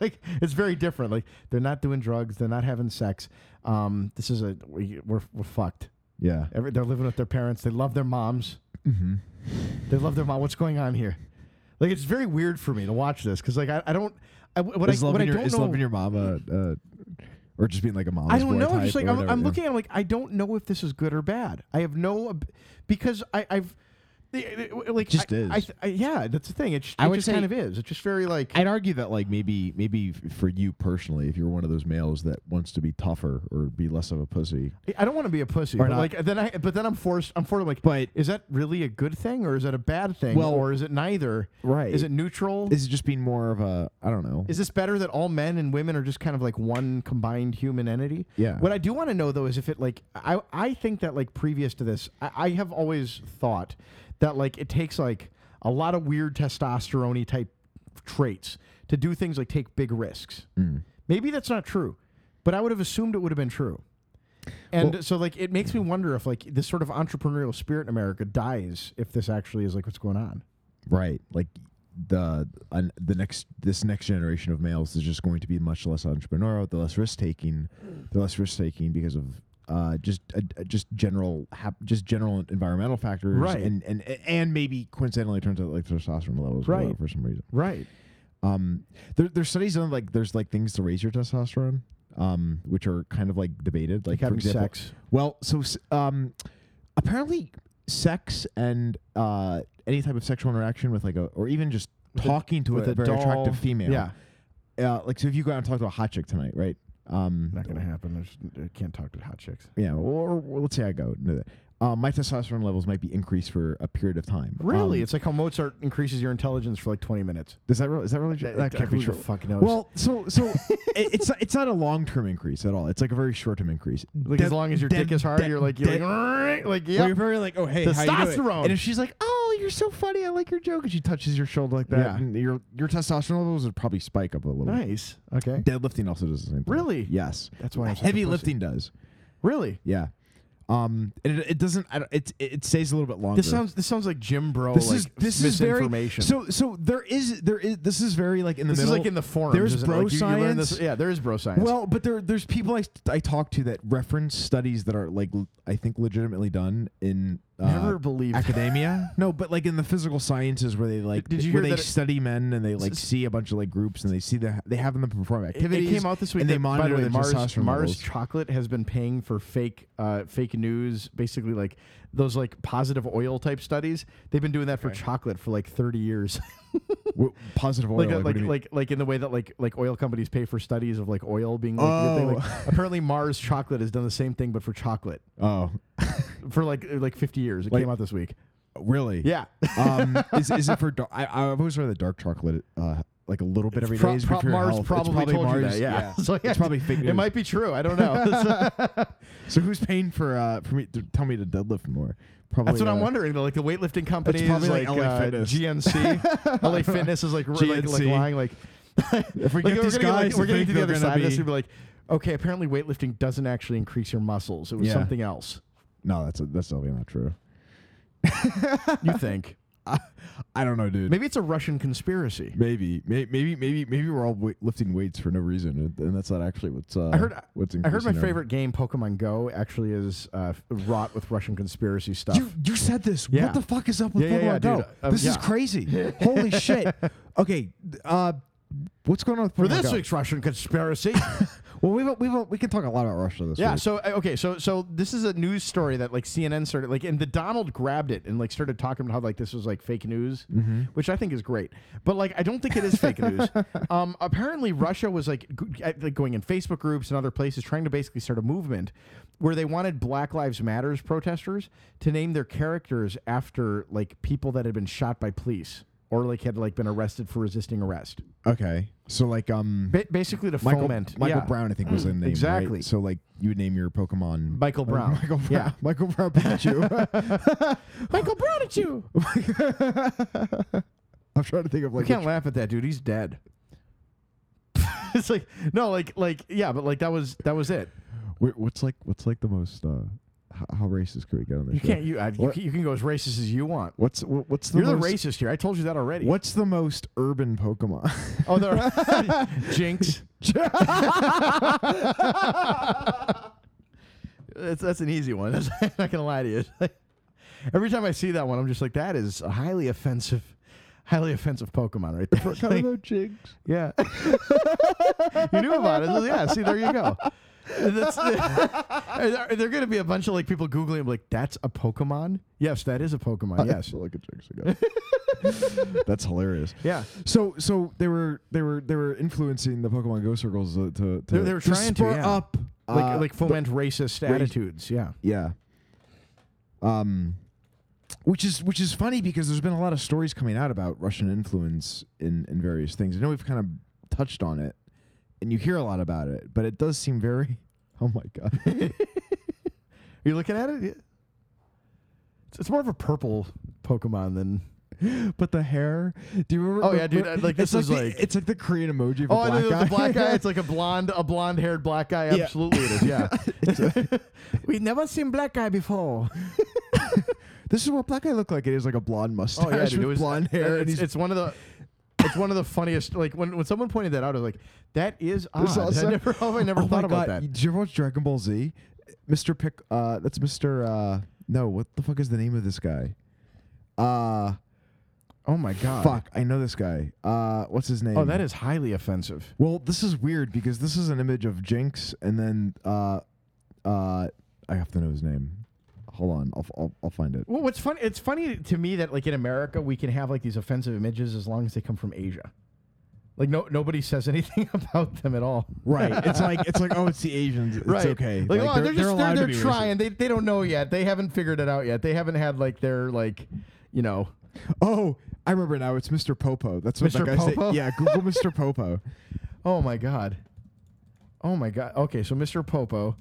S1: like it's very different. Like they're not doing drugs. They're not having sex. Um, this is a we, we're we're fucked.
S2: Yeah.
S1: Every, they're living with their parents. They love their moms.
S2: Mm-hmm.
S1: They love their mom. What's going on here? Like it's very weird for me to watch this because like I, I don't I, what
S2: is
S1: I what
S2: loving
S1: I
S2: your,
S1: don't
S2: is
S1: know
S2: loving your mom uh, uh, or just being like a mom.
S1: I don't know. Just like I'm, I'm looking at it, like I don't know if this is good or bad. I have no ab- because I I've the- the- like
S2: Just
S1: I,
S2: is.
S1: I, I, yeah, that's the thing. It, just-
S2: I
S1: it
S2: would
S1: just
S2: say-
S1: kind of is. It's just very like
S2: I'd argue that like maybe maybe f- for you personally, if you're one of those males that wants to be tougher or be less of a pussy,
S1: I don't want to be a pussy.
S2: Or
S1: But
S2: not.
S1: like then I but then I'm forced. I'm forced. I'm like,
S2: But-
S1: is that really a good thing or is that a bad thing?
S2: Well-
S1: or is it neither?
S2: Right.
S1: Is it neutral?
S2: is it just being more of a I don't know?
S1: Is this better that all men and women are just kind of like one combined human entity?
S2: Yeah.
S1: What I do want to know though is if it like I I think that like previous to this, I, I have always thought that like it takes like a lot of weird testosterone type traits to do things like take big risks.
S2: Mm.
S1: Maybe that's not true, but I would have assumed it would have been true. And so like it makes me wonder if like this sort of entrepreneurial spirit in America dies if this actually is like what's going on.
S2: Right. Like the an the next this next generation of males is just going to be much less entrepreneurial, the less risk taking, the less risk taking because of uh, just uh, uh, just general hap- just general environmental factors,
S1: Right.
S2: And and and maybe coincidentally it turns out like testosterone levels were low
S1: Right.
S2: for some reason.
S1: Right.
S2: Um, there, there's studies on like there's like things to raise your testosterone, um, which are kind of like debated, like,
S1: Like
S2: for
S1: having
S2: example-
S1: sex.
S2: Well, so s- um, apparently, sex and uh, any type of sexual interaction with like a, or even just talking to a,
S1: with a
S2: very
S1: doll.
S2: attractive female.
S1: Yeah.
S2: Uh, like so, if you go out and talk to a hot chick tonight, right? Um,
S1: Not gonna happen. There's, I can't talk to hot chicks.
S2: yeah, or, or let's say I go. no, Uh, my testosterone levels might be increased for a period of time.
S1: Really,
S2: Um,
S1: it's like how Mozart increases your intelligence for like 20 minutes.
S2: Does that really? Is that really? true? That can't be
S1: Who the
S2: true.
S1: fuck knows?
S2: Well, so so it, it's not, it's not a long term increase at all. It's like a very short term increase.
S1: like as
S2: Dead-
S1: long as your
S2: dead-
S1: dick is hard,
S2: dead-
S1: you're like you're
S2: dead-
S1: like like
S2: Well,
S1: yeah.
S2: you're very like, oh hey, how you doing?
S1: Testosterone.
S2: And if she's like, oh, you're so funny, I like your joke, and she touches your shoulder like that,
S1: Yeah.
S2: and your your testosterone levels would probably spike up a little. bit.
S1: Nice. Okay.
S2: Deadlifting also does the same. thing.
S1: Really?
S2: Yes.
S1: That's why I'm such a
S2: heavy
S1: pussy.
S2: lifting does.
S1: Really.
S2: Yeah. Um, and it, it doesn't. I don't, it, it it stays a little bit longer.
S1: This sounds this sounds like Jim Bro.
S2: This
S1: like,
S2: is this is very
S1: misinformation.
S2: so so there is there is this is very like in the
S1: this is
S2: middle.
S1: like in the forums.
S2: There's
S1: isn't it?
S2: bro
S1: Like, you- you learn
S2: science.
S1: this- yeah, there is bro science.
S2: Well, but there there's people I, I talk to that reference studies that are like l- I think legitimately done in uh,
S1: Never believed.
S2: academia. no, but like in the physical sciences where they like
S1: Did you
S2: where
S1: hear
S2: they
S1: that it-
S2: study men and they like
S1: S-
S2: see a bunch of like groups and they see the they have them perform
S1: It,
S2: activities.
S1: it came out this week.
S2: and they
S1: that, by
S2: monitor
S1: the way,
S2: their
S1: Mars,
S2: testosterone
S1: Mars
S2: levels.
S1: Chocolate has been paying for fake, uh, fake news, basically like those like positive oil type studies. They've been doing that for chocolate for like thirty years.
S2: W- positive oil.
S1: like uh,
S2: like, what
S1: like
S2: do you mean?
S1: like like in the way that like like oil companies pay for studies of like oil being like, your thing. Like, apparently Mars chocolate has done the same thing but for chocolate
S2: oh,
S1: for like uh, like 50 years it
S2: Like-
S1: came out this week
S2: really?
S1: yeah
S2: um, is, is it for dark? I, I've always read the dark chocolate, uh, like a little bit every day.
S1: Pro-
S2: is good
S1: pro-
S2: for your
S1: Mars
S2: health. It's
S1: probably, told you that yeah, So, yeah,
S2: it's probably fake news.
S1: it might be true I don't know
S2: So who's paying for uh, for me? To tell me to deadlift more. Probably.
S1: that's what I'm
S2: uh,
S1: wondering like the weightlifting companies
S2: probably like
S1: like,
S2: LA
S1: uh,
S2: Fitness.
S1: GNC LA Fitness is like r- like, like
S2: GNC.
S1: lying like
S2: If
S1: Like,
S2: we get
S1: we're
S2: these
S1: gonna,
S2: guys,
S1: like, we're gonna get to
S2: think
S1: the
S2: they're
S1: other
S2: gonna
S1: side of this
S2: be-
S1: and be like okay apparently weightlifting doesn't actually increase your muscles it was
S2: Yeah.
S1: something else
S2: No, that's that's definitely not true.
S1: you think
S2: I don't know, dude.
S1: maybe it's a Russian conspiracy
S2: Maybe, may- maybe, maybe, maybe we're all wait- lifting weights for no reason, and- and that's not actually what's. Uh,
S1: I heard-
S2: what's.
S1: I heard my
S2: increasing our-
S1: favorite game, Pokemon Go, actually is uh, f- wrought with Russian conspiracy stuff.
S2: You you said this.
S1: Yeah.
S2: What the fuck is up with
S1: Yeah, yeah,
S2: Pokemon
S1: yeah,
S2: Go?
S1: dude. Uh,
S2: this is
S1: yeah.
S2: crazy. Holy shit. Okay, uh, what's going on with Pokemon
S1: For this
S2: Go?
S1: week's Russian conspiracy,
S2: Well, we've we've we can talk a lot about Russia this
S1: yeah.
S2: week.
S1: So uh, okay, so so this is a news story that like CNN started like, and the Donald grabbed it and like started talking about how like this was like fake news,
S2: Mm-hmm.
S1: which I think is great. But like, I don't think it is fake news. Um, apparently, Russia was like, g- at- like going in Facebook groups and other places trying to basically start a movement where they wanted Black Lives Matters protesters to name their characters after like people that had been shot by police or like had like been arrested for resisting arrest.
S2: Okay. So like um,
S1: Ba- basically to
S2: Michael
S1: foment
S2: Michael
S1: yeah.
S2: Brown, I think was the name. right?
S1: Exactly.
S2: So like you would name your Pokemon
S1: Michael Brown.
S2: Mm, Michael Brown.
S1: Yeah.
S2: Michael Brown Pikachu.
S1: Michael Brown at you.
S2: I'm trying to think of
S1: You
S2: like.
S1: can't laugh at that dude. He's dead. it's like no, like like yeah, but like that was that was it.
S2: Wait, what's like what's like the most uh, how, how racist could we get on this?
S1: You
S2: show?
S1: can't you I, you,
S2: What?
S1: can, you can go as racist as you want.
S2: What's wh- what's the
S1: You're the
S2: most,
S1: racist here. I told you that already.
S2: What's the most urban Pokemon?
S1: Oh, there are Jinx. that's, that's an easy one. That's, I'm not gonna lie to you. Every time I see that one, I'm just like, that is a highly offensive, highly offensive Pokemon right there. Like,
S2: Jigs.
S1: Yeah. you knew about it. Well, Yeah. See, there you go. That's the, are there going to be a bunch of like people googling like that's a Pokemon? Yes, that is a
S2: Uh,
S1: Pokemon. Yes.
S2: like a Jigs again. That's hilarious.
S1: Yeah.
S2: So so they were they were they were influencing the Pokemon Go circles to to,
S1: They, they were
S2: to
S1: trying to
S2: spur
S1: yeah.
S2: up
S1: like
S2: uh,
S1: like foment racist attitudes. Yeah.
S2: Yeah. Um, which is which is funny because there's been a lot of stories coming out about Russian influence in in various things. I know we've kind of touched on it, and you hear a lot about it, but it does seem very. Oh my god!
S1: Are you looking at it? Yeah. It's, it's more of a purple Pokemon than.
S2: but the hair. Do you remember?
S1: Oh, yeah, dude, I- like,
S2: it's
S1: this is
S2: the-
S1: like-
S2: it's like the Korean emoji. Of
S1: Oh,
S2: a
S1: I
S2: black
S1: know
S2: guy.
S1: the black guy. It's like a blonde, a blonde-haired black guy.
S2: Yeah.
S1: Absolutely, it is. Yeah. we never seen black guy before.
S2: this is what black guy looked like. It is like a blonde mustache
S1: Oh yeah, dude, it
S2: with
S1: was
S2: blonde hair,
S1: It's,
S2: and he's
S1: it's one of the. It's one of the funniest. Like when, when someone pointed that out, I was like, "That is odd."
S2: It's also-
S1: I never, oh, I never
S2: oh
S1: thought
S2: my
S1: about
S2: God.
S1: that.
S2: Did you ever watch Dragon Ball Z? Mr. Pick uh that's Mr. uh no, what the fuck is the name of this guy? Uh
S1: Oh my god!
S2: fuck, I know this guy. Uh what's his name?
S1: Oh, that is highly offensive.
S2: Well, this is weird because this is an image of Jinx and then uh uh I have to know his name. Hold on, I'll I'll, I'll find it.
S1: Well, what's funny? It's funny to me that like in America we can have like these offensive images as long as they come from Asia. Like no, nobody says anything about them at all.
S2: Right. it's like it's like oh it's the Asians. It's
S1: Right.
S2: okay.
S1: Like, oh, they're, just
S2: allowed
S1: they're, they're
S2: to be racist.
S1: trying. They, they don't know yet. They haven't figured it out yet. They haven't had like their like, you know,
S2: Oh, I remember now. It's Mr. Popo. That's what that
S1: Mr.
S2: guy's name-
S1: Popo?
S2: Yeah, Google Mr. Popo.
S1: Oh my god. Oh my god. Okay, so Mr. Popo.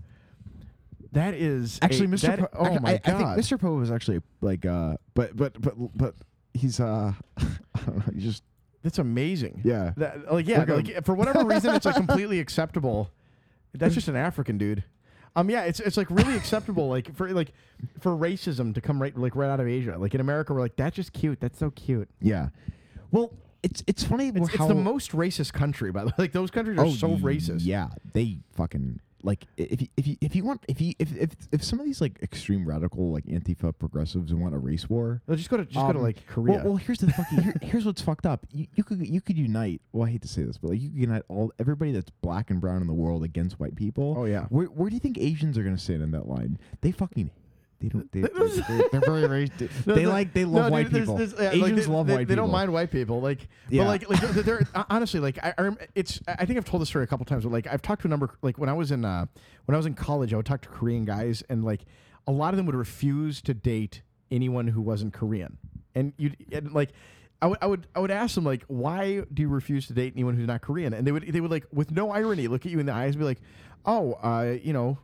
S1: That is a-
S2: Actually, Mr.
S1: that-
S2: Po-
S1: oh
S2: I,
S1: my
S2: I,
S1: god.
S2: I think Mr. Poe was actually like, uh, but but but but he's uh, I don't know. You just
S1: That's amazing.
S2: yeah.
S1: That, like yeah,
S2: Like um, a-
S1: like for whatever reason it's like completely acceptable. That's just an African dude. Um yeah, it's it's like really acceptable like for like for racism to come right like right out of Asia. Like in America we're like that's just cute. That's so cute.
S2: yeah. Well, it's it's funny
S1: It's,
S2: how
S1: it's the most racist country by the way. Like those countries are
S2: oh,
S1: so racist.
S2: Yeah, they fucking like i- if you, if you, if you want if you, if, if if some of these like extreme radical like antifa progressives want a race war,
S1: No, just go to just go to
S2: Um,
S1: like Korea.
S2: Well, well, here's the fucking here, here's what's fucked up. You, you could you could unite. Well, I hate to say this, but like you could unite all everybody that's black and brown in the world against white people.
S1: Oh, yeah.
S2: Where, where do you think Asians are gonna stand in that line? They fucking they don't. They, they, are very racist. They,
S1: No,
S2: they
S1: no,
S2: like they
S1: no,
S2: love
S1: dude,
S2: white
S1: there's-
S2: people.
S1: there's- yeah, like,
S2: Asians
S1: they,
S2: love
S1: they,
S2: white
S1: They
S2: people.
S1: don't mind white people. Like,
S2: Yeah.
S1: but like, like they're, they're- uh, honestly, like I, I, rem- it's. I I think I've told this story a couple times, but like I've talked to a number, like when I was in, uh, when I was in college, I would talk to Korean guys, and like a lot of them would refuse to date anyone who wasn't Korean, and you and like. I would, I would I would ask them like why do you refuse to date anyone who's not Korean and they would they would like with no irony look at you in the eyes and be like oh uh, you know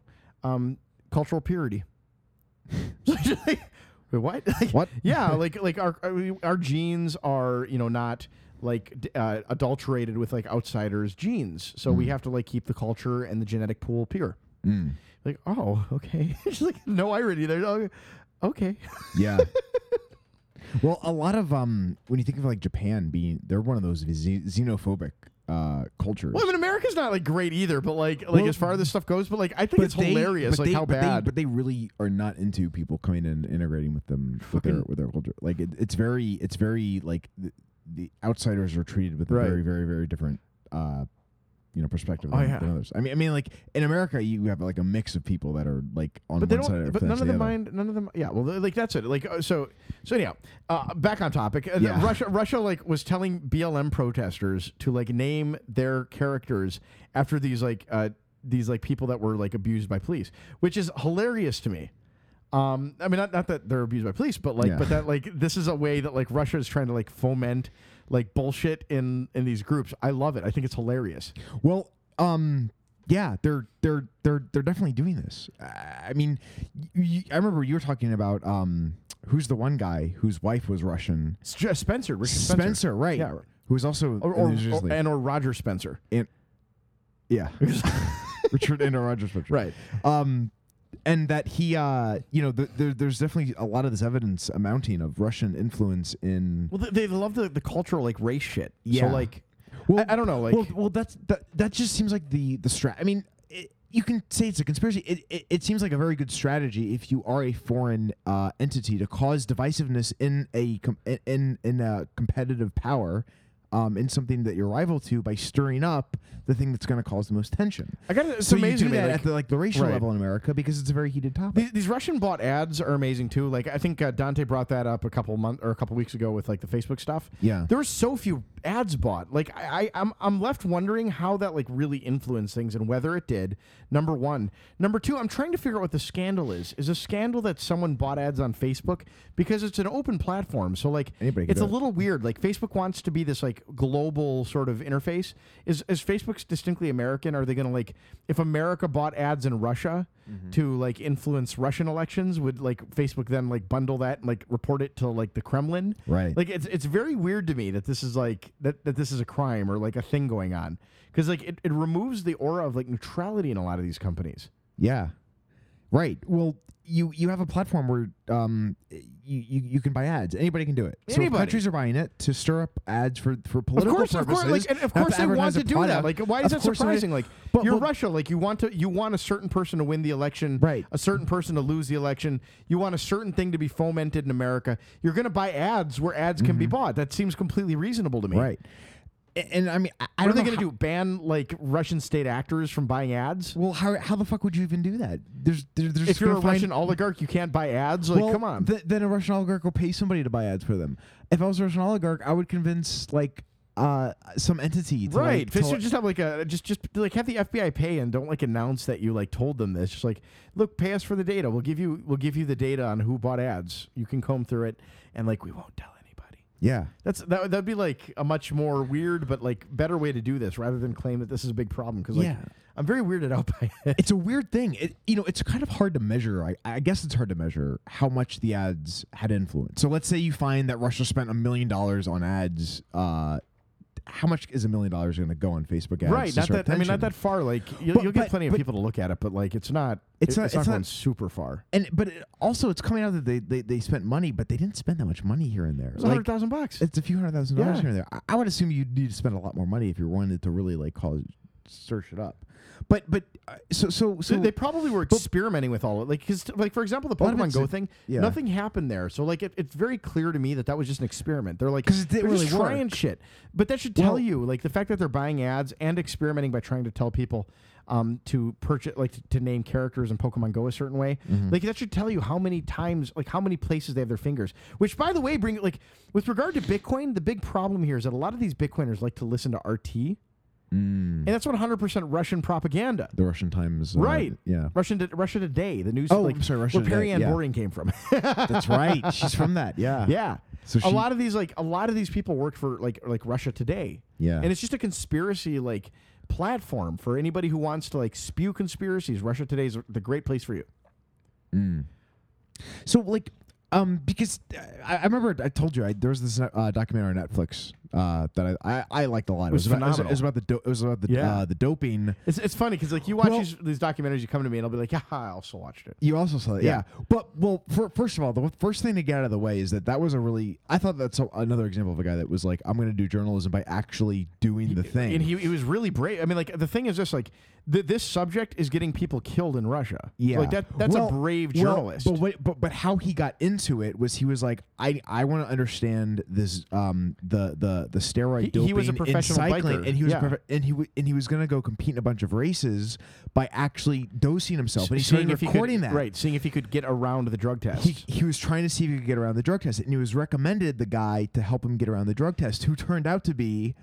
S1: um, cultural purity so you're like, Wait, what? Like,
S2: What?
S1: Yeah, like like our our- our genes are you know not like d- uh, adulterated with like outsiders' genes, so we have to like keep the culture and the genetic pool pure.
S2: Mm.
S1: Like, oh, okay. She's like, no irony there. Oh, Okay.
S2: Yeah. well, a lot of um, when you think of like Japan being, they're one of those xe- xenophobic uh cultures.
S1: Well, I mean, America's not like great either, but like like
S2: Well,
S1: as far as this stuff goes, but like I think
S2: But
S1: it's
S2: they-
S1: hilarious,
S2: but
S1: like
S2: they-
S1: how
S2: but they-
S1: bad.
S2: but they really are not into people coming in and integrating with them with their
S1: Fucking-
S2: with their culture. Like it, it's very it's very like the, the outsiders are treated with
S1: Right.
S2: a very very very different. uh you know, perspective
S1: Oh,
S2: than,
S1: yeah.
S2: than others. I mean, I mean, like in America, you have like a mix of people that are like on
S1: but they
S2: one side
S1: don't.
S2: of
S1: But
S2: the
S1: none of
S2: the
S1: them
S2: other.
S1: mind. None of them. Yeah. Well, like that's it. Like uh, so. So anyhow, uh, back on topic. Uh,
S2: Yeah.
S1: Russia. Russia like was telling BLM protesters to like name their characters after these like uh, these like people that were like abused by police, which is hilarious to me. Um, I mean, not, not that they're abused by police, but like,
S2: Yeah.
S1: but that like this is a way that like Russia is trying to like foment like bullshit in in these groups. I love it. I think it's hilarious.
S2: Well, um, yeah, they're they're they're they're definitely doing this. Uh, I mean, y y I I remember you were talking about um, who's the one guy whose wife was Russian,
S1: It's just Spencer, Richard
S2: Spencer,
S1: Spencer,
S2: right?
S1: Yeah.
S2: Who was also
S1: Or,
S2: in
S1: or,
S2: the Justice
S1: or
S2: League.
S1: and or Roger Spencer.
S2: yeah, Richard and Rogers Richard,
S1: Right.
S2: Um, and that he, uh, you know, th- there, there's definitely a lot of this evidence amounting of Russian influence in.
S1: Well, they, they love the, the cultural like race shit.
S2: Yeah.
S1: So like, I, I don't know. Like,
S2: well, well, that's that. That just seems like the the strat. I mean, it, you can say it's a conspiracy. It, it it seems like a very good strategy if you are a foreign uh, entity to cause divisiveness in a com- in- in in a competitive power. Um, in something that you're rival to by stirring up the thing that's going to cause the most tension.
S1: I got it's
S2: so
S1: amazing
S2: you
S1: to me,
S2: do that
S1: like-
S2: at the like the racial
S1: Right.
S2: level in America because it's a very heated topic.
S1: these, these Russian bought ads are amazing too. Like, I think uh, Dante brought that up a couple month or a couple weeks ago with like the Facebook stuff.
S2: Yeah.
S1: there were so few ads bought. Like, I, I I'm I'm left wondering how that like really influenced things and whether it did. Number one, number two, I'm trying to figure out what the scandal is. Is a scandal that someone bought ads on Facebook because it's an open platform. So like,
S2: Anybody can
S1: it's
S2: do
S1: a
S2: it.
S1: little. little weird. Like Facebook wants to be this like global sort of interface. Is is Facebook's distinctly American? Are they going to like if America bought ads in Russia to like influence Russian elections? Would like Facebook then like bundle that and like report it to like the Kremlin?
S2: Right.
S1: Like it's it's very weird to me that this is like that that this is a crime or like a thing going on because like it, it removes the aura of like neutrality in a lot of these companies.
S2: Yeah. Right. Well, you you have a platform where um you, you, you can buy ads. Anybody can do it. So
S1: Anybody.
S2: if countries are buying it to stir up ads for for political
S1: of course,
S2: purposes.
S1: Of course, like, and of
S2: not
S1: course they
S2: advertise
S1: want to
S2: a
S1: do that.
S2: product.
S1: Like, why
S2: Of
S1: is that
S2: course they want-
S1: surprising? Like,
S2: but-
S1: you're
S2: but-
S1: Russia. Like, you want to, you want a certain person to win the election,
S2: Right.
S1: A certain person to lose the election. You want a certain thing to be fomented in America. You're going to buy ads where ads can be bought. That seems completely reasonable to me.
S2: Mm-hmm. right. A- And, I mean, I, I
S1: What are
S2: don't
S1: they
S2: know
S1: going to do? Ban like Russian state actors from buying ads?
S2: how- Well, how how the fuck would you even do that? There's there, there's
S1: if you're a
S2: gonna find-
S1: Russian oligarch, you can't buy ads. Like,
S2: well,
S1: come on.
S2: th- then a Russian oligarch will pay somebody to buy ads for them. If I was a Russian oligarch, I would convince like uh some entity to like,
S1: Right.
S2: to,
S1: They should
S2: like-
S1: just have like a just just like have the FBI pay and don't like announce that you like told them this. Just like, look, pay us for the data. We'll give you we'll give you the data on who bought ads. You can comb through it and like we won't tell anybody.
S2: yeah.
S1: That's that that'd be like a much more weird but like better way to do this rather than claim that this is a big problem because like
S2: Yeah.
S1: I'm very weirded out by it.
S2: it's a weird thing. It, you know, it's kind of hard to measure. I, I guess it's hard to measure how much the ads had influence. So let's say you find that Russia spent a million dollars on ads. Uh, how much is a million dollars going to go on Facebook ads?
S1: right.
S2: to
S1: Not
S2: start
S1: that I mean not
S2: attention?
S1: that far. Like you'll,
S2: But-
S1: you'll get
S2: but-
S1: plenty of
S2: but-
S1: people to look at it, but like it's not
S2: It's
S1: it's,
S2: not-
S1: not, it's not
S2: it's not-
S1: going super far.
S2: And but it, also, it's coming out that they, they they spent money, but they didn't spend that much money here and there.
S1: It's a
S2: Like
S1: hundred thousand bucks.
S2: it's a few hundred thousand dollars
S1: Yeah.
S2: here and there. I, I would assume you'd need to spend a lot more money if you wanted to really like cause search it up. But but uh, so so so
S1: They- they probably were experimenting with all of it. Like, 'cause, like for example, the
S2: lot of
S1: Pokemon
S2: it's
S1: Go
S2: a-
S1: thing,
S2: yeah.
S1: nothing happened there. So, like, it, it's very clear to me that that was just an experiment. They're like,
S2: 'Cause it didn't
S1: they're just
S2: really
S1: trying
S2: work.
S1: shit. But that should tell
S2: Well-
S1: you, like, the fact that they're buying ads and experimenting by trying to tell people um, to purchase, like, to, to name characters in Pokemon Go a certain way.
S2: Mm-hmm.
S1: Like, that should tell you how many times, like, how many places they have their fingers. Which, by the way, bring like with regard to Bitcoin, the big problem here is that a lot of these Bitcoiners like to listen to RT, and that's 100% Russian propaganda.
S2: Mm. the Russian Times, uh,
S1: Right.
S2: Yeah,
S1: Russian to, Russia Today, the news.
S2: Oh,
S1: like,
S2: I'm sorry, Russia
S1: where Perry
S2: Today,
S1: Ann
S2: yeah.
S1: Boring came from.
S2: that's right. She's from that. Yeah,
S1: yeah.
S2: So
S1: a
S2: she-
S1: lot of these, like a lot of these people work for like like Russia Today.
S2: Yeah.
S1: And it's just a conspiracy like platform for anybody who wants to like spew conspiracies. Russia Today is the great place for you.
S2: So like, um, because I, I remember I told you I, there was this uh, documentary on Netflix uh, that I, I, I liked a lot. It
S1: was
S2: about, it was, it
S1: phenomenal.
S2: was about the do- it was about the
S1: Yeah.
S2: uh, the doping.
S1: It's, it's funny because like you watch
S2: Well-
S1: these, these documentaries, you come to me and I'll be like, yeah, I also watched it.
S2: You also saw that,
S1: Yeah.
S2: yeah. But well, for, first of all, the first thing to get out of the way is that that was a really. I thought that's a, another example of a guy that was like, "I'm going to do journalism by actually doing the thing."
S1: And he, he was really brave. I mean, like the thing is this: like th- this subject is getting people killed in Russia.
S2: Yeah,
S1: like that. That's
S2: Well-
S1: a brave
S2: well,
S1: journalist.
S2: but, what, but but how he got into it was he was like, I I want to understand this um the the the steroid
S1: He-
S2: doping
S1: he was a
S2: in
S1: professional
S2: cycling,
S1: biker,
S2: and he was a
S1: yeah.
S2: profe- and he w- and he was gonna go compete in a bunch of races by actually dosing himself, and he
S1: seeing
S2: started
S1: if he
S2: recording
S1: could,
S2: that.
S1: right, seeing if he could get around the drug test.
S2: He, he was trying to see if he could get around the drug test, and he was recommended the guy to help him get around the drug test, who turned out to be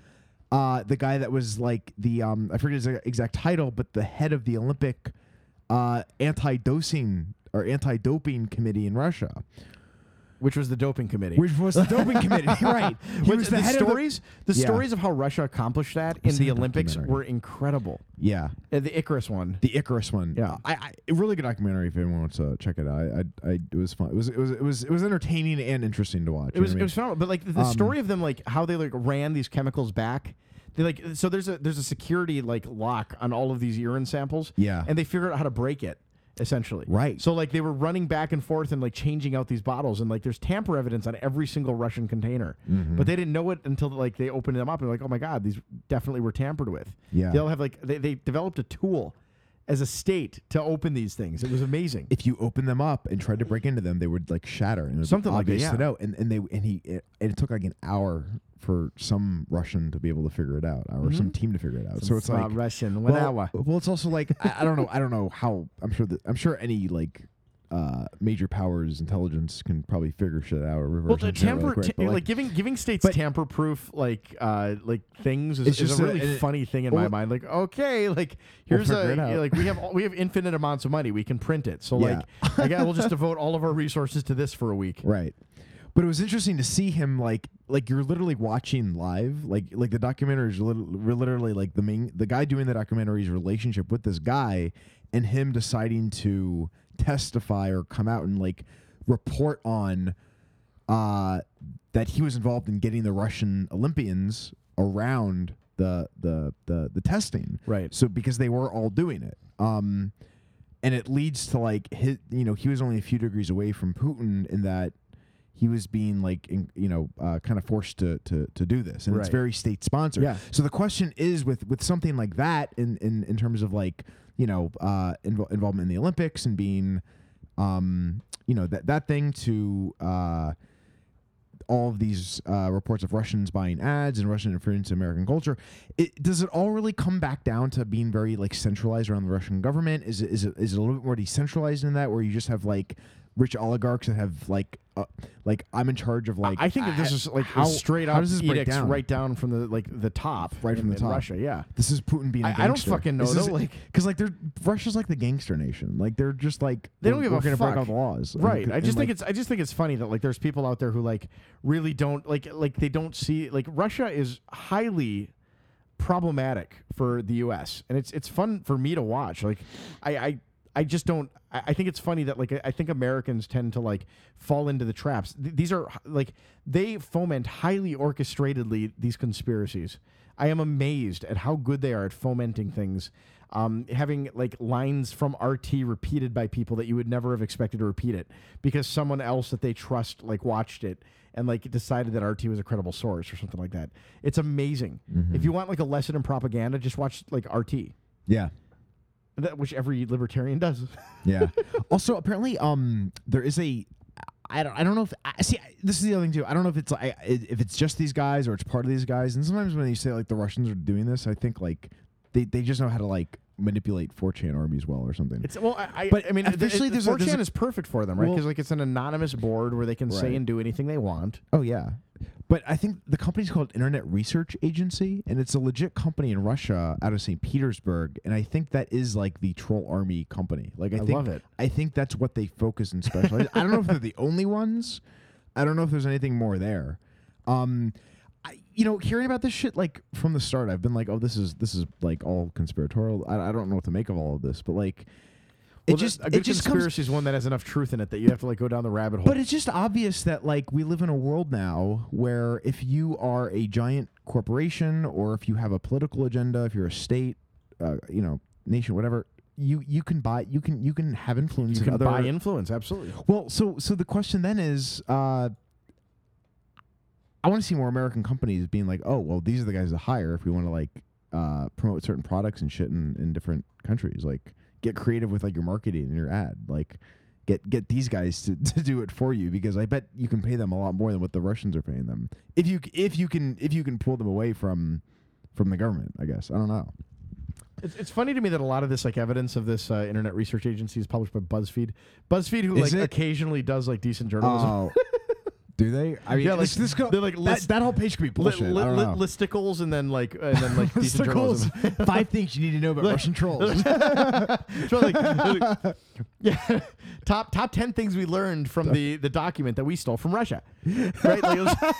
S2: uh, the guy that was like the um, I forget his exact title, but the head of the Olympic uh, anti-dosing or anti-doping committee in Russia,
S1: which was the doping committee.
S2: which was the doping committee, right? He
S1: Which
S2: was
S1: the,
S2: head of
S1: stories, the,
S2: Yeah.
S1: stories of how Russia accomplished that in
S2: seen
S1: the
S2: the
S1: Olympics
S2: documentary.
S1: were incredible.
S2: yeah,
S1: Uh, the Icarus one.
S2: the Icarus one.
S1: Yeah.
S2: I, I a really good documentary if anyone wants to check it out. I, I, I it was fun. It was it was it was it was entertaining and interesting to watch.
S1: It was it was phenomenal. But like the, the
S2: Um,
S1: story of them, like how they like ran these chemicals back. They like so there's a there's a security like lock on all of these urine samples.
S2: Yeah.
S1: and they figured out how to break it essentially.
S2: Right.
S1: So like they were running back and forth and like changing out these bottles and like there's tamper evidence on every single Russian container,
S2: Mm-hmm.
S1: but they didn't know it until like they opened them up and they're like oh my god these definitely were tampered with.
S2: Yeah.
S1: They'll have like they, they developed a tool as a state to open these things. It was amazing.
S2: if you open them up and tried to break into them, they would like shatter. And it was
S1: Something like that,
S2: obvious
S1: yeah.
S2: to know. And and they and he it, and it took like an hour for some Russian to be able to figure it out, or some team to figure it out. so it's
S1: smart
S2: like
S1: Mm-hmm. Russian, one
S2: well,
S1: hour.
S2: Well, it's also like I, I don't know. I don't know how. I'm sure that I'm sure any like. Uh, major powers intelligence can probably figure shit out or reverse
S1: Well, the
S2: engineer really
S1: tamper,
S2: quick,
S1: ta-
S2: but,
S1: like, giving giving states
S2: but-
S1: tamper-proof like uh, like things is,
S2: It's
S1: is
S2: just
S1: a
S2: a-
S1: really
S2: it-
S1: funny thing in my
S2: well-
S1: mind. Like, okay, like here's
S2: figure it
S1: a
S2: out.
S1: like we have all- we have infinite amounts of money, we can print it. So
S2: Yeah.
S1: like, I guess we'll just devote all of our resources to this for a week.
S2: Right. But it was interesting to see him like like you're literally watching live like like the documentary is lit- literally like the main the guy doing the documentary's relationship with this guy and him deciding to testify or come out and like report on uh that he was involved in getting the Russian Olympians around the the the, the testing
S1: Right.
S2: so because they were all doing it um and it leads to like his, you know, he was only a few degrees away from Putin in that he was being like, in, you know, uh, kind of forced to, to to do this, and it's
S1: Right.
S2: very state sponsored.
S1: Yeah.
S2: So the question is, with with something like that, in in in terms of like, you know, uh, invol involvement in the Olympics and being, um, you know, that that thing to. Uh, all of these uh, reports of Russians buying ads and Russian interference in American culture. It, does it all really come back down to being very like centralized around the Russian government? Is it, is it is it a little bit more decentralized in that, where you just have like rich oligarchs that have like uh, like I'm in charge of like uh,
S1: I think that this is like
S2: how
S1: straight
S2: how
S1: up
S2: does this break
S1: edicts
S2: down?
S1: right down from the like the top,
S2: Right
S1: in-
S2: from the
S1: in
S2: top.
S1: Russia, yeah.
S2: This is Putin being. a
S1: I- I don't
S2: gangster.
S1: fucking know,
S2: This is-
S1: though, like-
S2: cause like they're Russia's like the gangster nation. Like they're just like
S1: They don't
S2: we're-
S1: give a
S2: we're gonna
S1: fuck.
S2: break all the laws. And-
S1: Right. I
S2: and,
S1: just
S2: like,
S1: think it's I just think it's funny that like there's people out there who like really don't like like they don't see like Russia is highly problematic for the US. And it's it's fun for me to watch. Like I I I just don't. I, I think it's funny that like I- I think Americans tend to like fall into the traps. Th- these are h- like they foment highly orchestratedly these conspiracies. I am amazed at how good they are at fomenting things. Um, having like lines from RT repeated by people that you would never have expected to repeat it because someone else that they trust like watched it and like decided that RT was a credible source or something like that. It's amazing.
S2: Mm-hmm.
S1: If you want like a lesson in propaganda, just watch like RT.
S2: Yeah.
S1: That, which every libertarian does.
S2: Yeah. also, apparently, um, there is a. I don't. I don't know if. I, see, I- this is the other thing too. I don't know if it's like if it's just these guys or it's part of these guys. And sometimes when you say like the Russians are doing this, I think like they, they just know how to like manipulate 4chan armies well or something.
S1: It's well, I, I-
S2: But
S1: I mean,
S2: officially
S1: officially,
S2: there's
S1: there's
S2: a- there's a-
S1: is perfect for them, right?
S2: Well-
S1: Because like it's an anonymous board where they can
S2: Right.
S1: say and do anything they want.
S2: Oh yeah. But I think the company's called Internet Research Agency, and it's a legit company in Russia out of St. Petersburg, and I think that is like the troll army company. Like I,
S1: I
S2: think
S1: love it.
S2: I think that's what they focus and specialize. I don't know if they're the only ones. I don't know if there's anything more there. Um I, you know, hearing about this shit like from the start, I've been like, "Oh, this is this is like all conspiratorial." I, I don't know what to make of all of this, but like, it
S1: Well, that-
S2: just
S1: a good
S2: it just comes
S1: conspiracy is one that has enough truth in it that you have to like go down the rabbit hole.
S2: but it's just obvious that like we live in a world now where if you are a giant corporation or if you have a political agenda, if you're a state, uh, you know, nation, whatever, you you can buy you can you can have influence
S1: you
S2: in
S1: can
S2: other
S1: buy influence, absolutely.
S2: well, so so the question then is, uh, I want to see more American companies being like, oh, well, these are the guys to hire if we want to like uh, promote certain products and shit in, in different countries. Like, get creative with like your marketing and your ad. Like, get get these guys to, to do it for you because I bet you can pay them a lot more than what the Russians are paying them. If you c- if you can if you can pull them away from from the government, I guess I don't know.
S1: It's, it's funny to me that a lot of this like evidence of this uh, internet research agency is published by BuzzFeed. BuzzFeed, who
S2: Is
S1: like
S2: it?
S1: occasionally does like decent journalism.
S2: Oh. Do they? I mean,
S1: Yeah, like,
S2: this, this co-
S1: they're like
S2: that,
S1: list-
S2: that whole page could be
S1: Li-
S2: bullshit.
S1: li-
S2: I don't
S1: li-
S2: know.
S1: listicles and then like and then like decent journalism.
S2: Five things you need to know about Russian trolls.
S1: So, like, like, yeah, top top ten things we learned from the the document that we stole from Russia, right? Like, it was-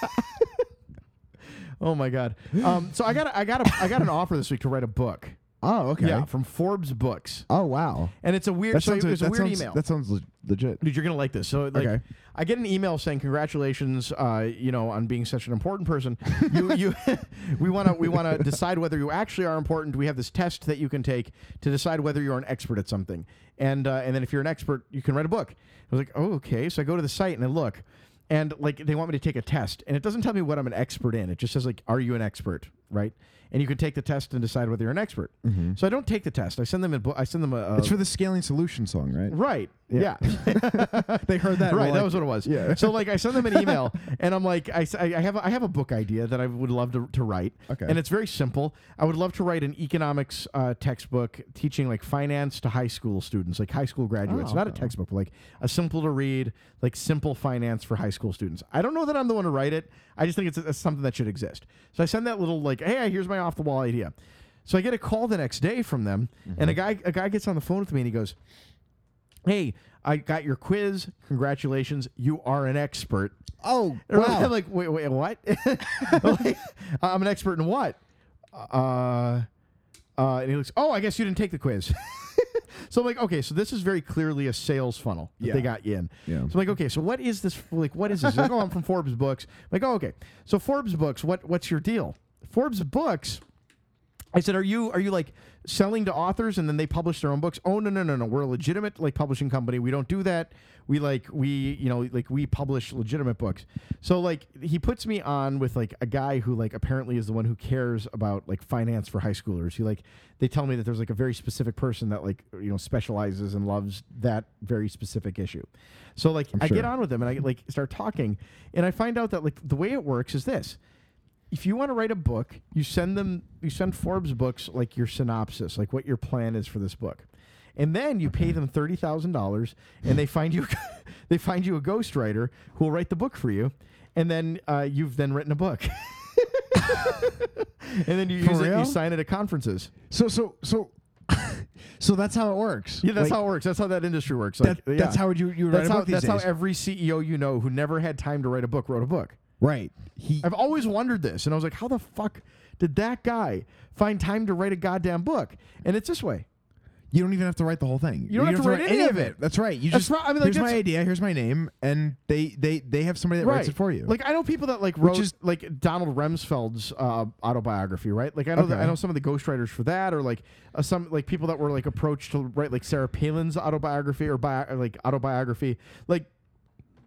S1: oh my god! Um, so I got a- I got a, I got an offer this week to write a book.
S2: oh, okay.
S1: Yeah, from Forbes Books,
S2: Oh, wow.
S1: and it's a weird. So it was a
S2: that
S1: weird
S2: sounds,
S1: email.
S2: That sounds le- legit.
S1: Dude, you're gonna like this. So, like,
S2: Okay.
S1: I get an email saying, "Congratulations, uh, you know, on being such an important person. You, you, we want to, we want to decide whether you actually are important. We have this test that you can take to decide whether you're an expert at something, and uh, and then if you're an expert, you can write a book." I was like, "Oh, okay." So I go to the site and I look, and like they want me to take a test, and it doesn't tell me what I'm an expert in. It just says like, "Are you an expert?" Right? And you can take the test and decide whether you're an expert. So I don't take the test. I send them a bo- I send them a. a
S2: Mm-hmm. It's for the Scaling Solution song, right?
S1: right.
S2: Yeah.
S1: yeah.
S2: They heard that. and
S1: Right,
S2: were
S1: that
S2: like,
S1: was what it was.
S2: Yeah.
S1: So like, I sent them an email, and I'm like, I, s- I- I have a, I have a book idea that I would love to, to write.
S2: Okay.
S1: And it's very simple. I would love to write an economics uh, textbook teaching like finance to high school students, like high school graduates. Not a textbook, but like a simple to read, like simple finance for high school students. I don't know that I'm the one to write it. I just think it's, it's something that should exist. So I send that little like, hey, here's my off the wall idea. So I get a call the next day from them, and a guy a guy gets on the phone with me and he goes hey, I got your quiz. Congratulations, you are an expert.
S2: oh,
S1: And
S2: wow.
S1: I'm like, wait, wait, what? Like, I'm an expert in what? Uh, uh, and he looks, oh, I guess you didn't take the quiz. so I'm like, okay, so this is very clearly a sales funnel that
S2: Yeah.
S1: they got you in.
S2: Yeah.
S1: So I'm like, okay, so what is this? Like, what is this? He's like, oh, I'm from Forbes Books. I'm like, oh, okay. So Forbes Books, what what's your deal? Forbes Books. I said, "Are you are you like selling to authors and then they publish their own books?" Oh no no no no, we're a legitimate like publishing company. We don't do that. We like we you know like we publish legitimate books. So like he puts me on with like a guy who like apparently is the one who cares about like finance for high schoolers. He like they tell me that there's like a very specific person that like you know specializes and loves that very specific issue. So like I
S2: sure.
S1: get on with him and I like start talking and I find out that like the way it works is this if you want to write a book, you send them you send Forbes books like your synopsis, like what your plan is for this book. And then you pay them thirty thousand dollars and they find you they find you a ghostwriter who will write the book for you. And then uh, you've then written a book. and then you
S2: For
S1: use it and
S2: real?
S1: you sign it at conferences.
S2: So, so, so, so that's how it works.
S1: Yeah, that's
S2: Like,
S1: how it works. That's how that industry works.
S2: That,
S1: Like, yeah.
S2: That's how you you
S1: that's
S2: write a book
S1: how
S2: these
S1: that's
S2: days.
S1: how every CEO you know who never had time to write a book wrote a book.
S2: right. He.
S1: I've always wondered this, and I was like, how the fuck did that guy find time to write a goddamn book? And it's this way.
S2: You don't even have to write the whole thing.
S1: You don't have to write any of it.
S2: That's right. You
S1: That's
S2: just
S1: right. I mean, like,
S2: here's my
S1: that's-
S2: idea. Here's my name, and they they they have somebody that writes it for you.
S1: Like I know people that like wrote
S2: is-
S1: like Donald Rumsfeld's uh, autobiography, right? Like I know that,
S2: Okay.
S1: I know some of the ghostwriters for that, or like uh, some like people that were like approached to write like Sarah Palin's autobiography or, bi- or like autobiography. Like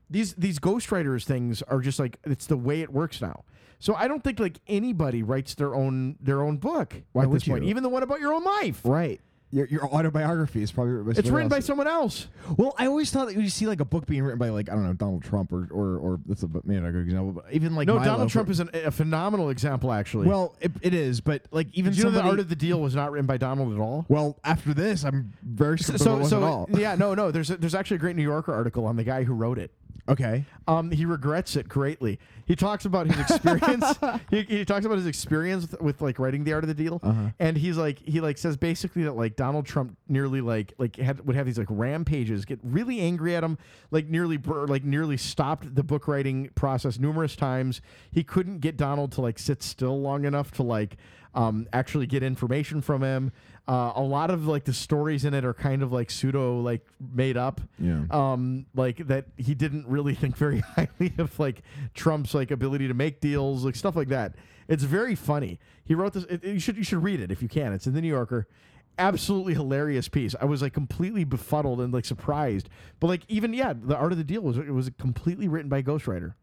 S1: these these ghostwriters things are just like it's the way it works now. So I don't think like anybody writes their own their own book
S2: Why
S1: at this
S2: would
S1: point,
S2: you?
S1: even the one about your own life.
S2: right. Your, your autobiography is probably written by
S1: It's
S2: someone
S1: written by
S2: else.
S1: someone else.
S2: Well, I always thought that you see like a book being written by like I don't know Donald Trump or or or that's a maybe not a good example, but even like
S1: No,
S2: Milo
S1: Donald
S2: for-
S1: Trump is an, a phenomenal example, actually.
S2: Well, it, it is, but like even
S1: Did you know the
S2: somebody-
S1: art of the deal was not written by Donald at all?
S2: well after this, I'm very sure it
S1: so
S2: wasn't
S1: so
S2: all.
S1: yeah no no there's a, there's actually a great New Yorker article on the guy who wrote it.
S2: Okay,
S1: Um, he regrets it greatly. He talks about his experience. he, he talks about his experience with, with like writing the art of the deal,
S2: Uh-huh.
S1: and he's like he like says basically that like Donald Trump nearly like like had would have these like rampages, get really angry at him, like nearly bur- like nearly stopped the book writing process numerous times. He couldn't get Donald to like sit still long enough to like um, actually get information from him. Uh, a lot of like the stories in it are kind of like pseudo like made up
S2: Yeah.
S1: um, like that he didn't really think very highly of like Trump's like ability to make deals, like stuff like that. It's very funny. He wrote this. It, it- you should you should read it if you can. It's in the New Yorker. Absolutely hilarious piece. I was like completely befuddled and like surprised. But like even yeah, the art of the deal was it was completely written by a ghostwriter.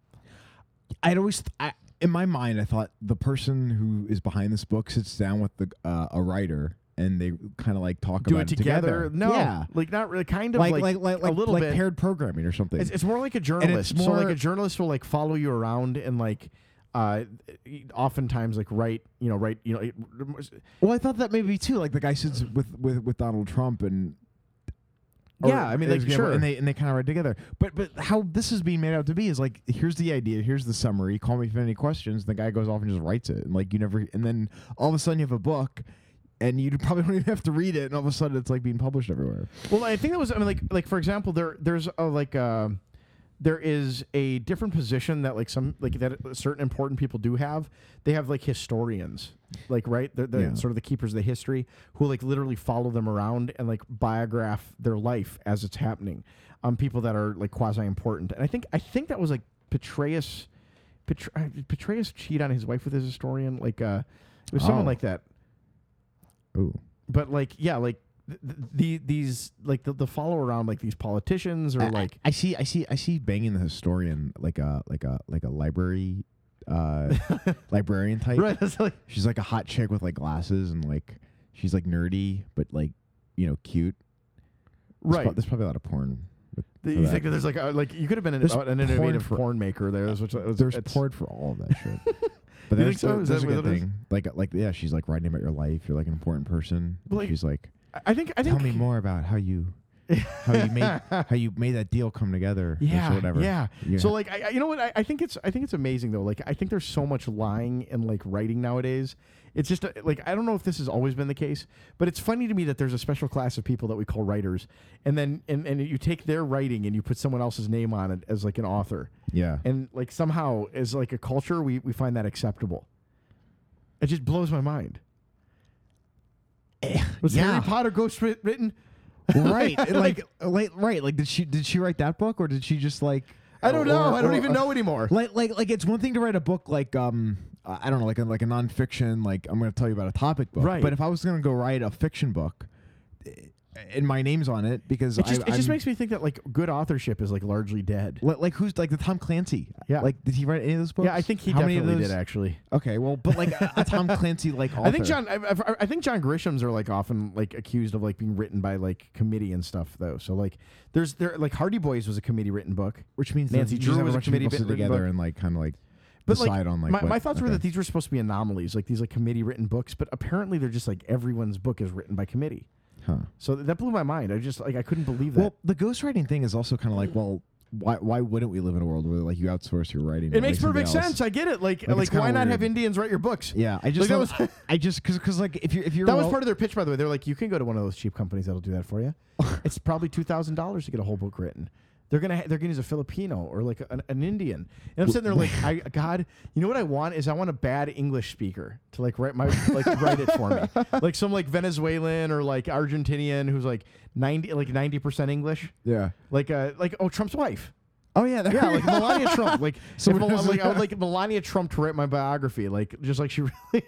S2: I'd always th- I, in my mind I thought the person who is behind this book sits down with the uh, a writer and they kind of like talk
S1: Do
S2: about
S1: it together. No,
S2: yeah,
S1: like not really. Kind of
S2: like
S1: like
S2: like like like,
S1: a little
S2: like
S1: bit.
S2: paired programming or something.
S1: It's, it's more like a journalist. so like
S2: more-
S1: a journalist will like follow you around and like, uh, oftentimes like write you know write you know. It,
S2: well, I thought that maybe too. Like the guy sits with with with Donald Trump and. or
S1: Yeah, I mean, like,
S2: example,
S1: sure.
S2: and they and they kind of write together. But but how this is being made out to be is like here's the idea, here's the summary. Call me if you have any questions. And the guy goes off and just writes it, and like you never. And then all of a sudden you have a book, and you probably don't even have to read it. And all of a sudden it's like being published everywhere.
S1: Well, I think that was. I mean, like, like for example, there, there's a like, uh, there is a different position that like some like that certain important people do have. They have like historians, like right, they're, they're
S2: Yeah.
S1: sort of the keepers of the history who like literally follow them around and like biograph their life as it's happening. Um, people that are like quasi important, and I think I think that was like Petraeus. Petra- uh, did Petraeus cheat on his wife with his historian, like uh, it was someone
S2: Oh.
S1: like that
S2: Ooh.
S1: but like yeah like th- th- the these like the, the follow around like these politicians or
S2: I- I-
S1: like
S2: I, see I see I see banging the historian like a like a like a library uh librarian type.
S1: right it's like
S2: She's like a hot chick with like glasses and like she's like nerdy but like you know cute. There's,
S1: right
S2: pro- there's probably a lot of porn. with-
S1: The-
S2: for
S1: you
S2: that.
S1: think that there's like a, like you could have been an,
S2: There's
S1: uh, an
S2: porn
S1: innovative
S2: for-
S1: porn, maker there that's what that's-
S2: there's
S1: it's-
S2: porn for all of that shit. But
S1: You
S2: there's,
S1: think so? Is
S2: there's
S1: that
S2: a
S1: what
S2: good
S1: it is?
S2: thing. Like uh, like yeah, she's like writing about your life. You're like an important person.
S1: But, like,
S2: she's like,
S1: I- I think I think
S2: tell me more about how you how you made how you made that deal come together.
S1: yeah
S2: or whatever.
S1: yeah
S2: You
S1: so
S2: know.
S1: like I, I- you know what I, I think it's I think it's amazing though like I think there's so much lying and like writing nowadays it's just uh, like I don't know if this has always been the case but it's funny to me that there's a special class of people that we call writers and then and, and you take their writing and you put someone else's name on it as like an author
S2: yeah.
S1: and like somehow as like a culture we, we find that acceptable it just blows my mind was
S2: yeah.
S1: harry potter ghost writ- written
S2: right like, like like right like did she did she write that book or did she just like
S1: i don't
S2: or-
S1: know i don't
S2: or-
S1: even know anymore
S2: like like like it's one thing to write a book like um uh, i don't know like a, like a nonfiction like i'm going to tell you about a topic book
S1: Right.
S2: but if i was going to go write a fiction book eh, and my name's on it because
S1: it just,
S2: I,
S1: it just
S2: I'm-
S1: makes me think that like good authorship is like largely dead
S2: li- like who's like the Tom Clancy?
S1: Yeah.
S2: Like, did he write any of those books?
S1: yeah i think he
S2: How many of
S1: definitely
S2: those-
S1: did actually
S2: Okay, well, but like a, a Tom Clancy, like author.
S1: I think John. I, I, I think John Grisham's are like often like accused of like being written by like committee and stuff though. So like there's there like Hardy Boys was a committee written book.
S2: which means
S1: Nancy
S2: that
S1: Drew
S2: just have
S1: was a
S2: bunch of
S1: committee
S2: people sit
S1: bit- written
S2: together
S1: book.
S2: and like kind of like
S1: But
S2: decide
S1: like,
S2: on like
S1: my,
S2: what-
S1: my thoughts were
S2: okay.
S1: that these were supposed to be anomalies, like these like committee written books, but apparently they're just like everyone's book is written by committee.
S2: Huh.
S1: So th- that blew my mind. I just like I couldn't believe that.
S2: Well, the ghostwriting thing is also kind of like, well, why why wouldn't we live in a world where like you outsource your writing?
S1: it
S2: and, like,
S1: makes perfect
S2: somebody else-
S1: sense. I get it. Like
S2: it's
S1: like,
S2: kinda
S1: why not have
S2: weird.
S1: Indians write your books?
S2: Yeah, I just
S1: that
S2: don't-
S1: was-
S2: I just because because like if you're if you're
S1: That was
S2: well-
S1: part of their pitch, by the way. They're like, you can go to one of those cheap companies that'll do that for you. it's probably two thousand dollars to get a whole book written. They're gonna ha- they're gonna use a Filipino or like an, an Indian, and I'm sitting there like, I God, you know what I want is I want a bad English speaker to like write my like write it for me, like some like Venezuelan or like Argentinian who's like ninety like ninety percent English,
S2: Yeah.
S1: like uh like oh Trump's wife,
S2: Oh yeah. there-
S1: yeah, like Melania Trump. Like, so
S2: Someone who's-
S1: like, I would like Melania Trump to write my biography. Like, just like she really.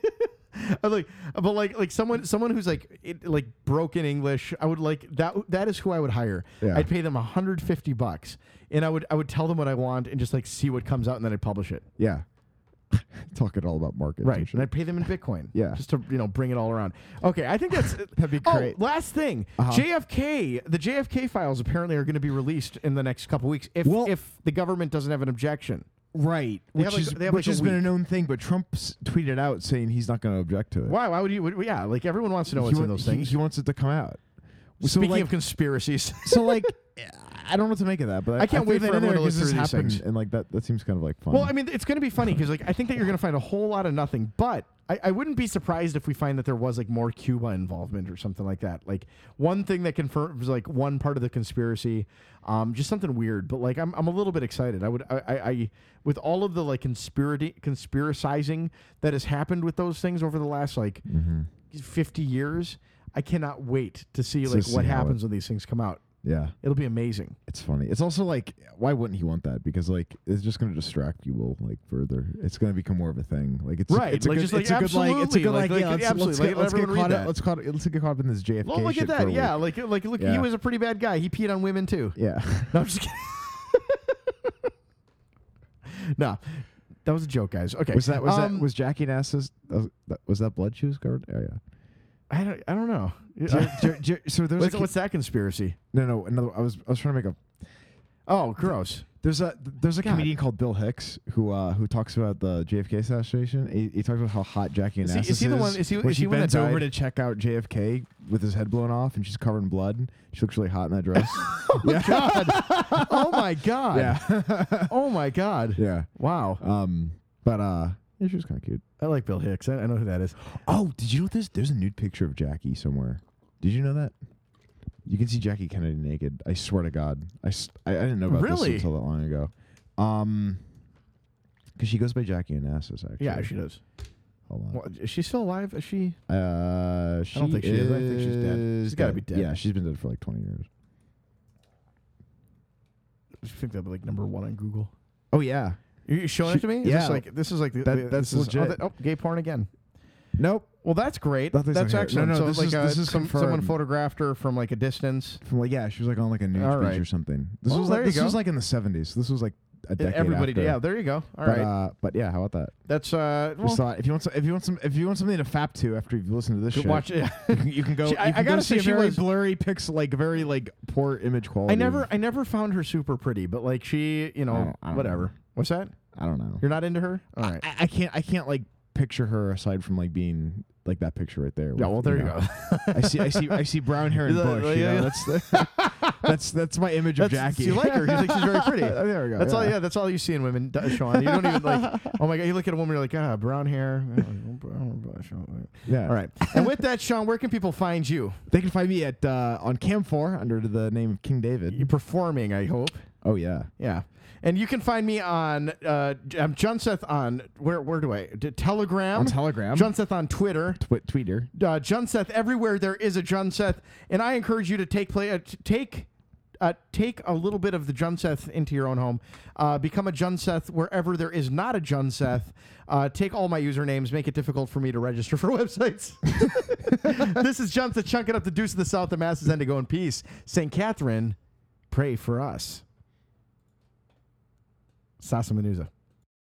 S1: I'm like, but like, like someone, someone who's like, it, like broken English. I would like that. That is who I would hire.
S2: Yeah.
S1: I'd pay them 150 bucks, and I would, I would tell them what I want, and just like see what comes out, and then I'd publish it.
S2: yeah. Talking all about markets. and
S1: Right,
S2: shit.
S1: and I'd pay them in Bitcoin.
S2: Yeah.
S1: just to you know bring it all around. Okay, I think that's
S2: That'd be
S1: Oh,
S2: great.
S1: last thing,
S2: Uh-huh.
S1: JFK. The JFK files apparently are going to be released in the next couple weeks if
S2: Well-
S1: if the government doesn't have an objection.
S2: Right.
S1: They
S2: Which,
S1: have, like,
S2: is,
S1: they have,
S2: which
S1: like, a
S2: has been a
S1: week.
S2: known thing, but Trump's tweeted out saying he's not going to object to it.
S1: Why? Why would you? Would, yeah, like everyone wants to know
S2: He
S1: what's in
S2: wa-
S1: those
S2: he-
S1: things.
S2: He, wants it to come out. so
S1: Speaking
S2: like,
S1: of conspiracies,
S2: so like, I don't know what to make of that, but
S1: I can't wait
S2: think
S1: for
S2: that in there
S1: everyone to
S2: 'cause
S1: listen
S2: this
S1: to these
S2: happened,
S1: things.
S2: And like that, that seems kind of like fun.
S1: well, I mean, it's going to be funny because like I think that you're going to find a whole lot of nothing. But I, I wouldn't be surprised if we find that there was like more Cuba involvement or something like that. Like one thing that confirms like one part of the conspiracy, um, just something weird. But like I'm, I'm a little bit excited. I would I, I, I with all of the like conspiracy conspiracizing that has happened with those things over the last like 50 years. I cannot wait to see
S2: Mm-hmm. To
S1: like
S2: see
S1: what
S2: how it-
S1: happens when these things come out.
S2: yeah,
S1: It'll be amazing.
S2: it's funny. It's also like, why wouldn't he want that? Because like, it's just going to distract people like further. It's going to become more of a thing. Like it's
S1: Right,
S2: It's a
S1: like,
S2: good,
S1: just, like,
S2: it's a good like it's
S1: absolutely,
S2: a good
S1: like,
S2: like,
S1: like,
S2: yeah, let's,
S1: absolutely,
S2: let's
S1: like,
S2: get,
S1: let
S2: let's get
S1: everyone read
S2: caught
S1: that.
S2: up. Let's caught. Let's get caught up in this JFK.
S1: Well, look
S2: shit
S1: at
S2: for a
S1: that.
S2: week.
S1: Yeah, like like look, he
S2: Yeah.
S1: was a pretty bad guy. He peed on women too.
S2: yeah.
S1: No, I'm just kidding. no, that was a joke, guys. Okay,
S2: Was that was
S1: Um,
S2: that was Jackie Nass's? uh, that- Was that blood shoes guard? Oh yeah.
S1: I don't I don't know.
S2: Jer- Jer- Jer- so there's
S1: what's,
S2: a,
S1: what's that conspiracy?
S2: no no another. I was I was trying to make a.
S1: Oh, gross.
S2: There's a there's a comedian called Bill Hicks who uh, who talks about the JFK assassination. He, he talks about how hot Jackie
S1: Is
S2: Nass
S1: he- is he the one- is he-
S2: when
S1: is
S2: she
S1: he one that
S2: bends over
S1: died?
S2: to check out JFK with his head blown off and she's covered in blood. She looks really hot in that dress. yeah.
S1: oh my god.
S2: yeah,
S1: Oh my god.
S2: yeah.
S1: Wow.
S2: Um, but uh, yeah, she was kind of cute.
S1: I like Bill Hicks. I, I know who that is.
S2: Oh, did you know this? There's a nude picture of Jackie somewhere. Did you know that? You can see Jackie Kennedy naked. I swear to God, I, s- I- I didn't know about
S1: Really?
S2: this until that long ago. Um, because she goes by Jackie Onassis actually.
S1: Yeah, she does.
S2: Hold on.
S1: Well, is she still alive? Is she?
S2: Uh, she
S1: don't think she is. I think she's dead.
S2: is
S1: She's gotta be dead.
S2: Yeah, she's been dead for like 20 years.
S1: I think that'd be like number one on Google.
S2: Oh yeah.
S1: Are you showing it
S2: She-
S1: to me? Is
S2: yeah.
S1: This like this is like the,
S2: That-
S1: the-
S2: that's
S1: this is- oh,
S2: legit.
S1: that- oh, gay porn again.
S2: Nope.
S1: Well, that's great.
S2: Nothing's
S1: That's
S2: on here.
S1: excellent.
S2: No, no,
S1: so
S2: this
S1: like
S2: is-
S1: uh,
S2: this is
S1: some, someone
S2: confirmed.
S1: photographed her from like a distance.
S2: From like yeah, she was like on like a nude
S1: All
S2: beach
S1: right.
S2: or something. This
S1: Well,
S2: was
S1: there
S2: like
S1: you
S2: this was
S1: go.
S2: like in the 70s. This was like a decade.
S1: Everybody,
S2: after.
S1: yeah, there you go. All
S2: But,
S1: right,
S2: uh, but E, yeah, how about that?
S1: that's uh, well,
S2: Just thought, if you want some, if you want some if you want something to fap to after you've listened to this
S1: good
S2: shit,
S1: watch. Yeah.
S2: you, can, you can go.
S1: She- I-
S2: you can
S1: I
S2: go
S1: gotta
S2: see
S1: say
S2: a
S1: she
S2: very
S1: was-
S2: blurry pixel, like very like poor image quality.
S1: I never, I never found her super pretty, but like she, you know,
S2: I don't- I don't
S1: whatever.
S2: know.
S1: What's that?
S2: I don't know.
S1: You're not into her? All right.
S2: I, I can't I can't like picture her aside from like being like that picture right there.
S1: yeah.
S2: with,
S1: Well, there you
S2: know,
S1: go.
S2: I see, I see, I see brown hair and
S1: Yeah,
S2: bush. you
S1: yeah,
S2: know,
S1: yeah.
S2: that's the, that's that's my image of
S1: That's-
S2: Jackie.
S1: You like her? You think she's very pretty?
S2: Uh, there we go.
S1: That's all. Yeah, that's all you see in women, d- Sean. You don't even like. Oh my God! You look at a woman, you're like, ah, brown hair.
S2: yeah.
S1: All right. And with that, Sean, where can people find you?
S2: They can find me at uh, on Cam Four under the name of King David.
S1: You're performing, I hope.
S2: Oh yeah.
S1: Yeah. And you can find me on uh, J- um, Junseth on where where do I D- Telegram
S2: On Telegram.
S1: Junseth on Twitter
S2: Twi- Tweeter.
S1: uh, Junseth everywhere there is a Junseth and I encourage you to take play uh, t- take uh, take a little bit of the Junseth into your own home uh, become a Junseth wherever there is not a Junseth uh, take all my usernames make it difficult for me to register for websites this is Junseth chunking up the deuce of the south the masses end to go in peace St. Catherine pray for us Sasa Menuza.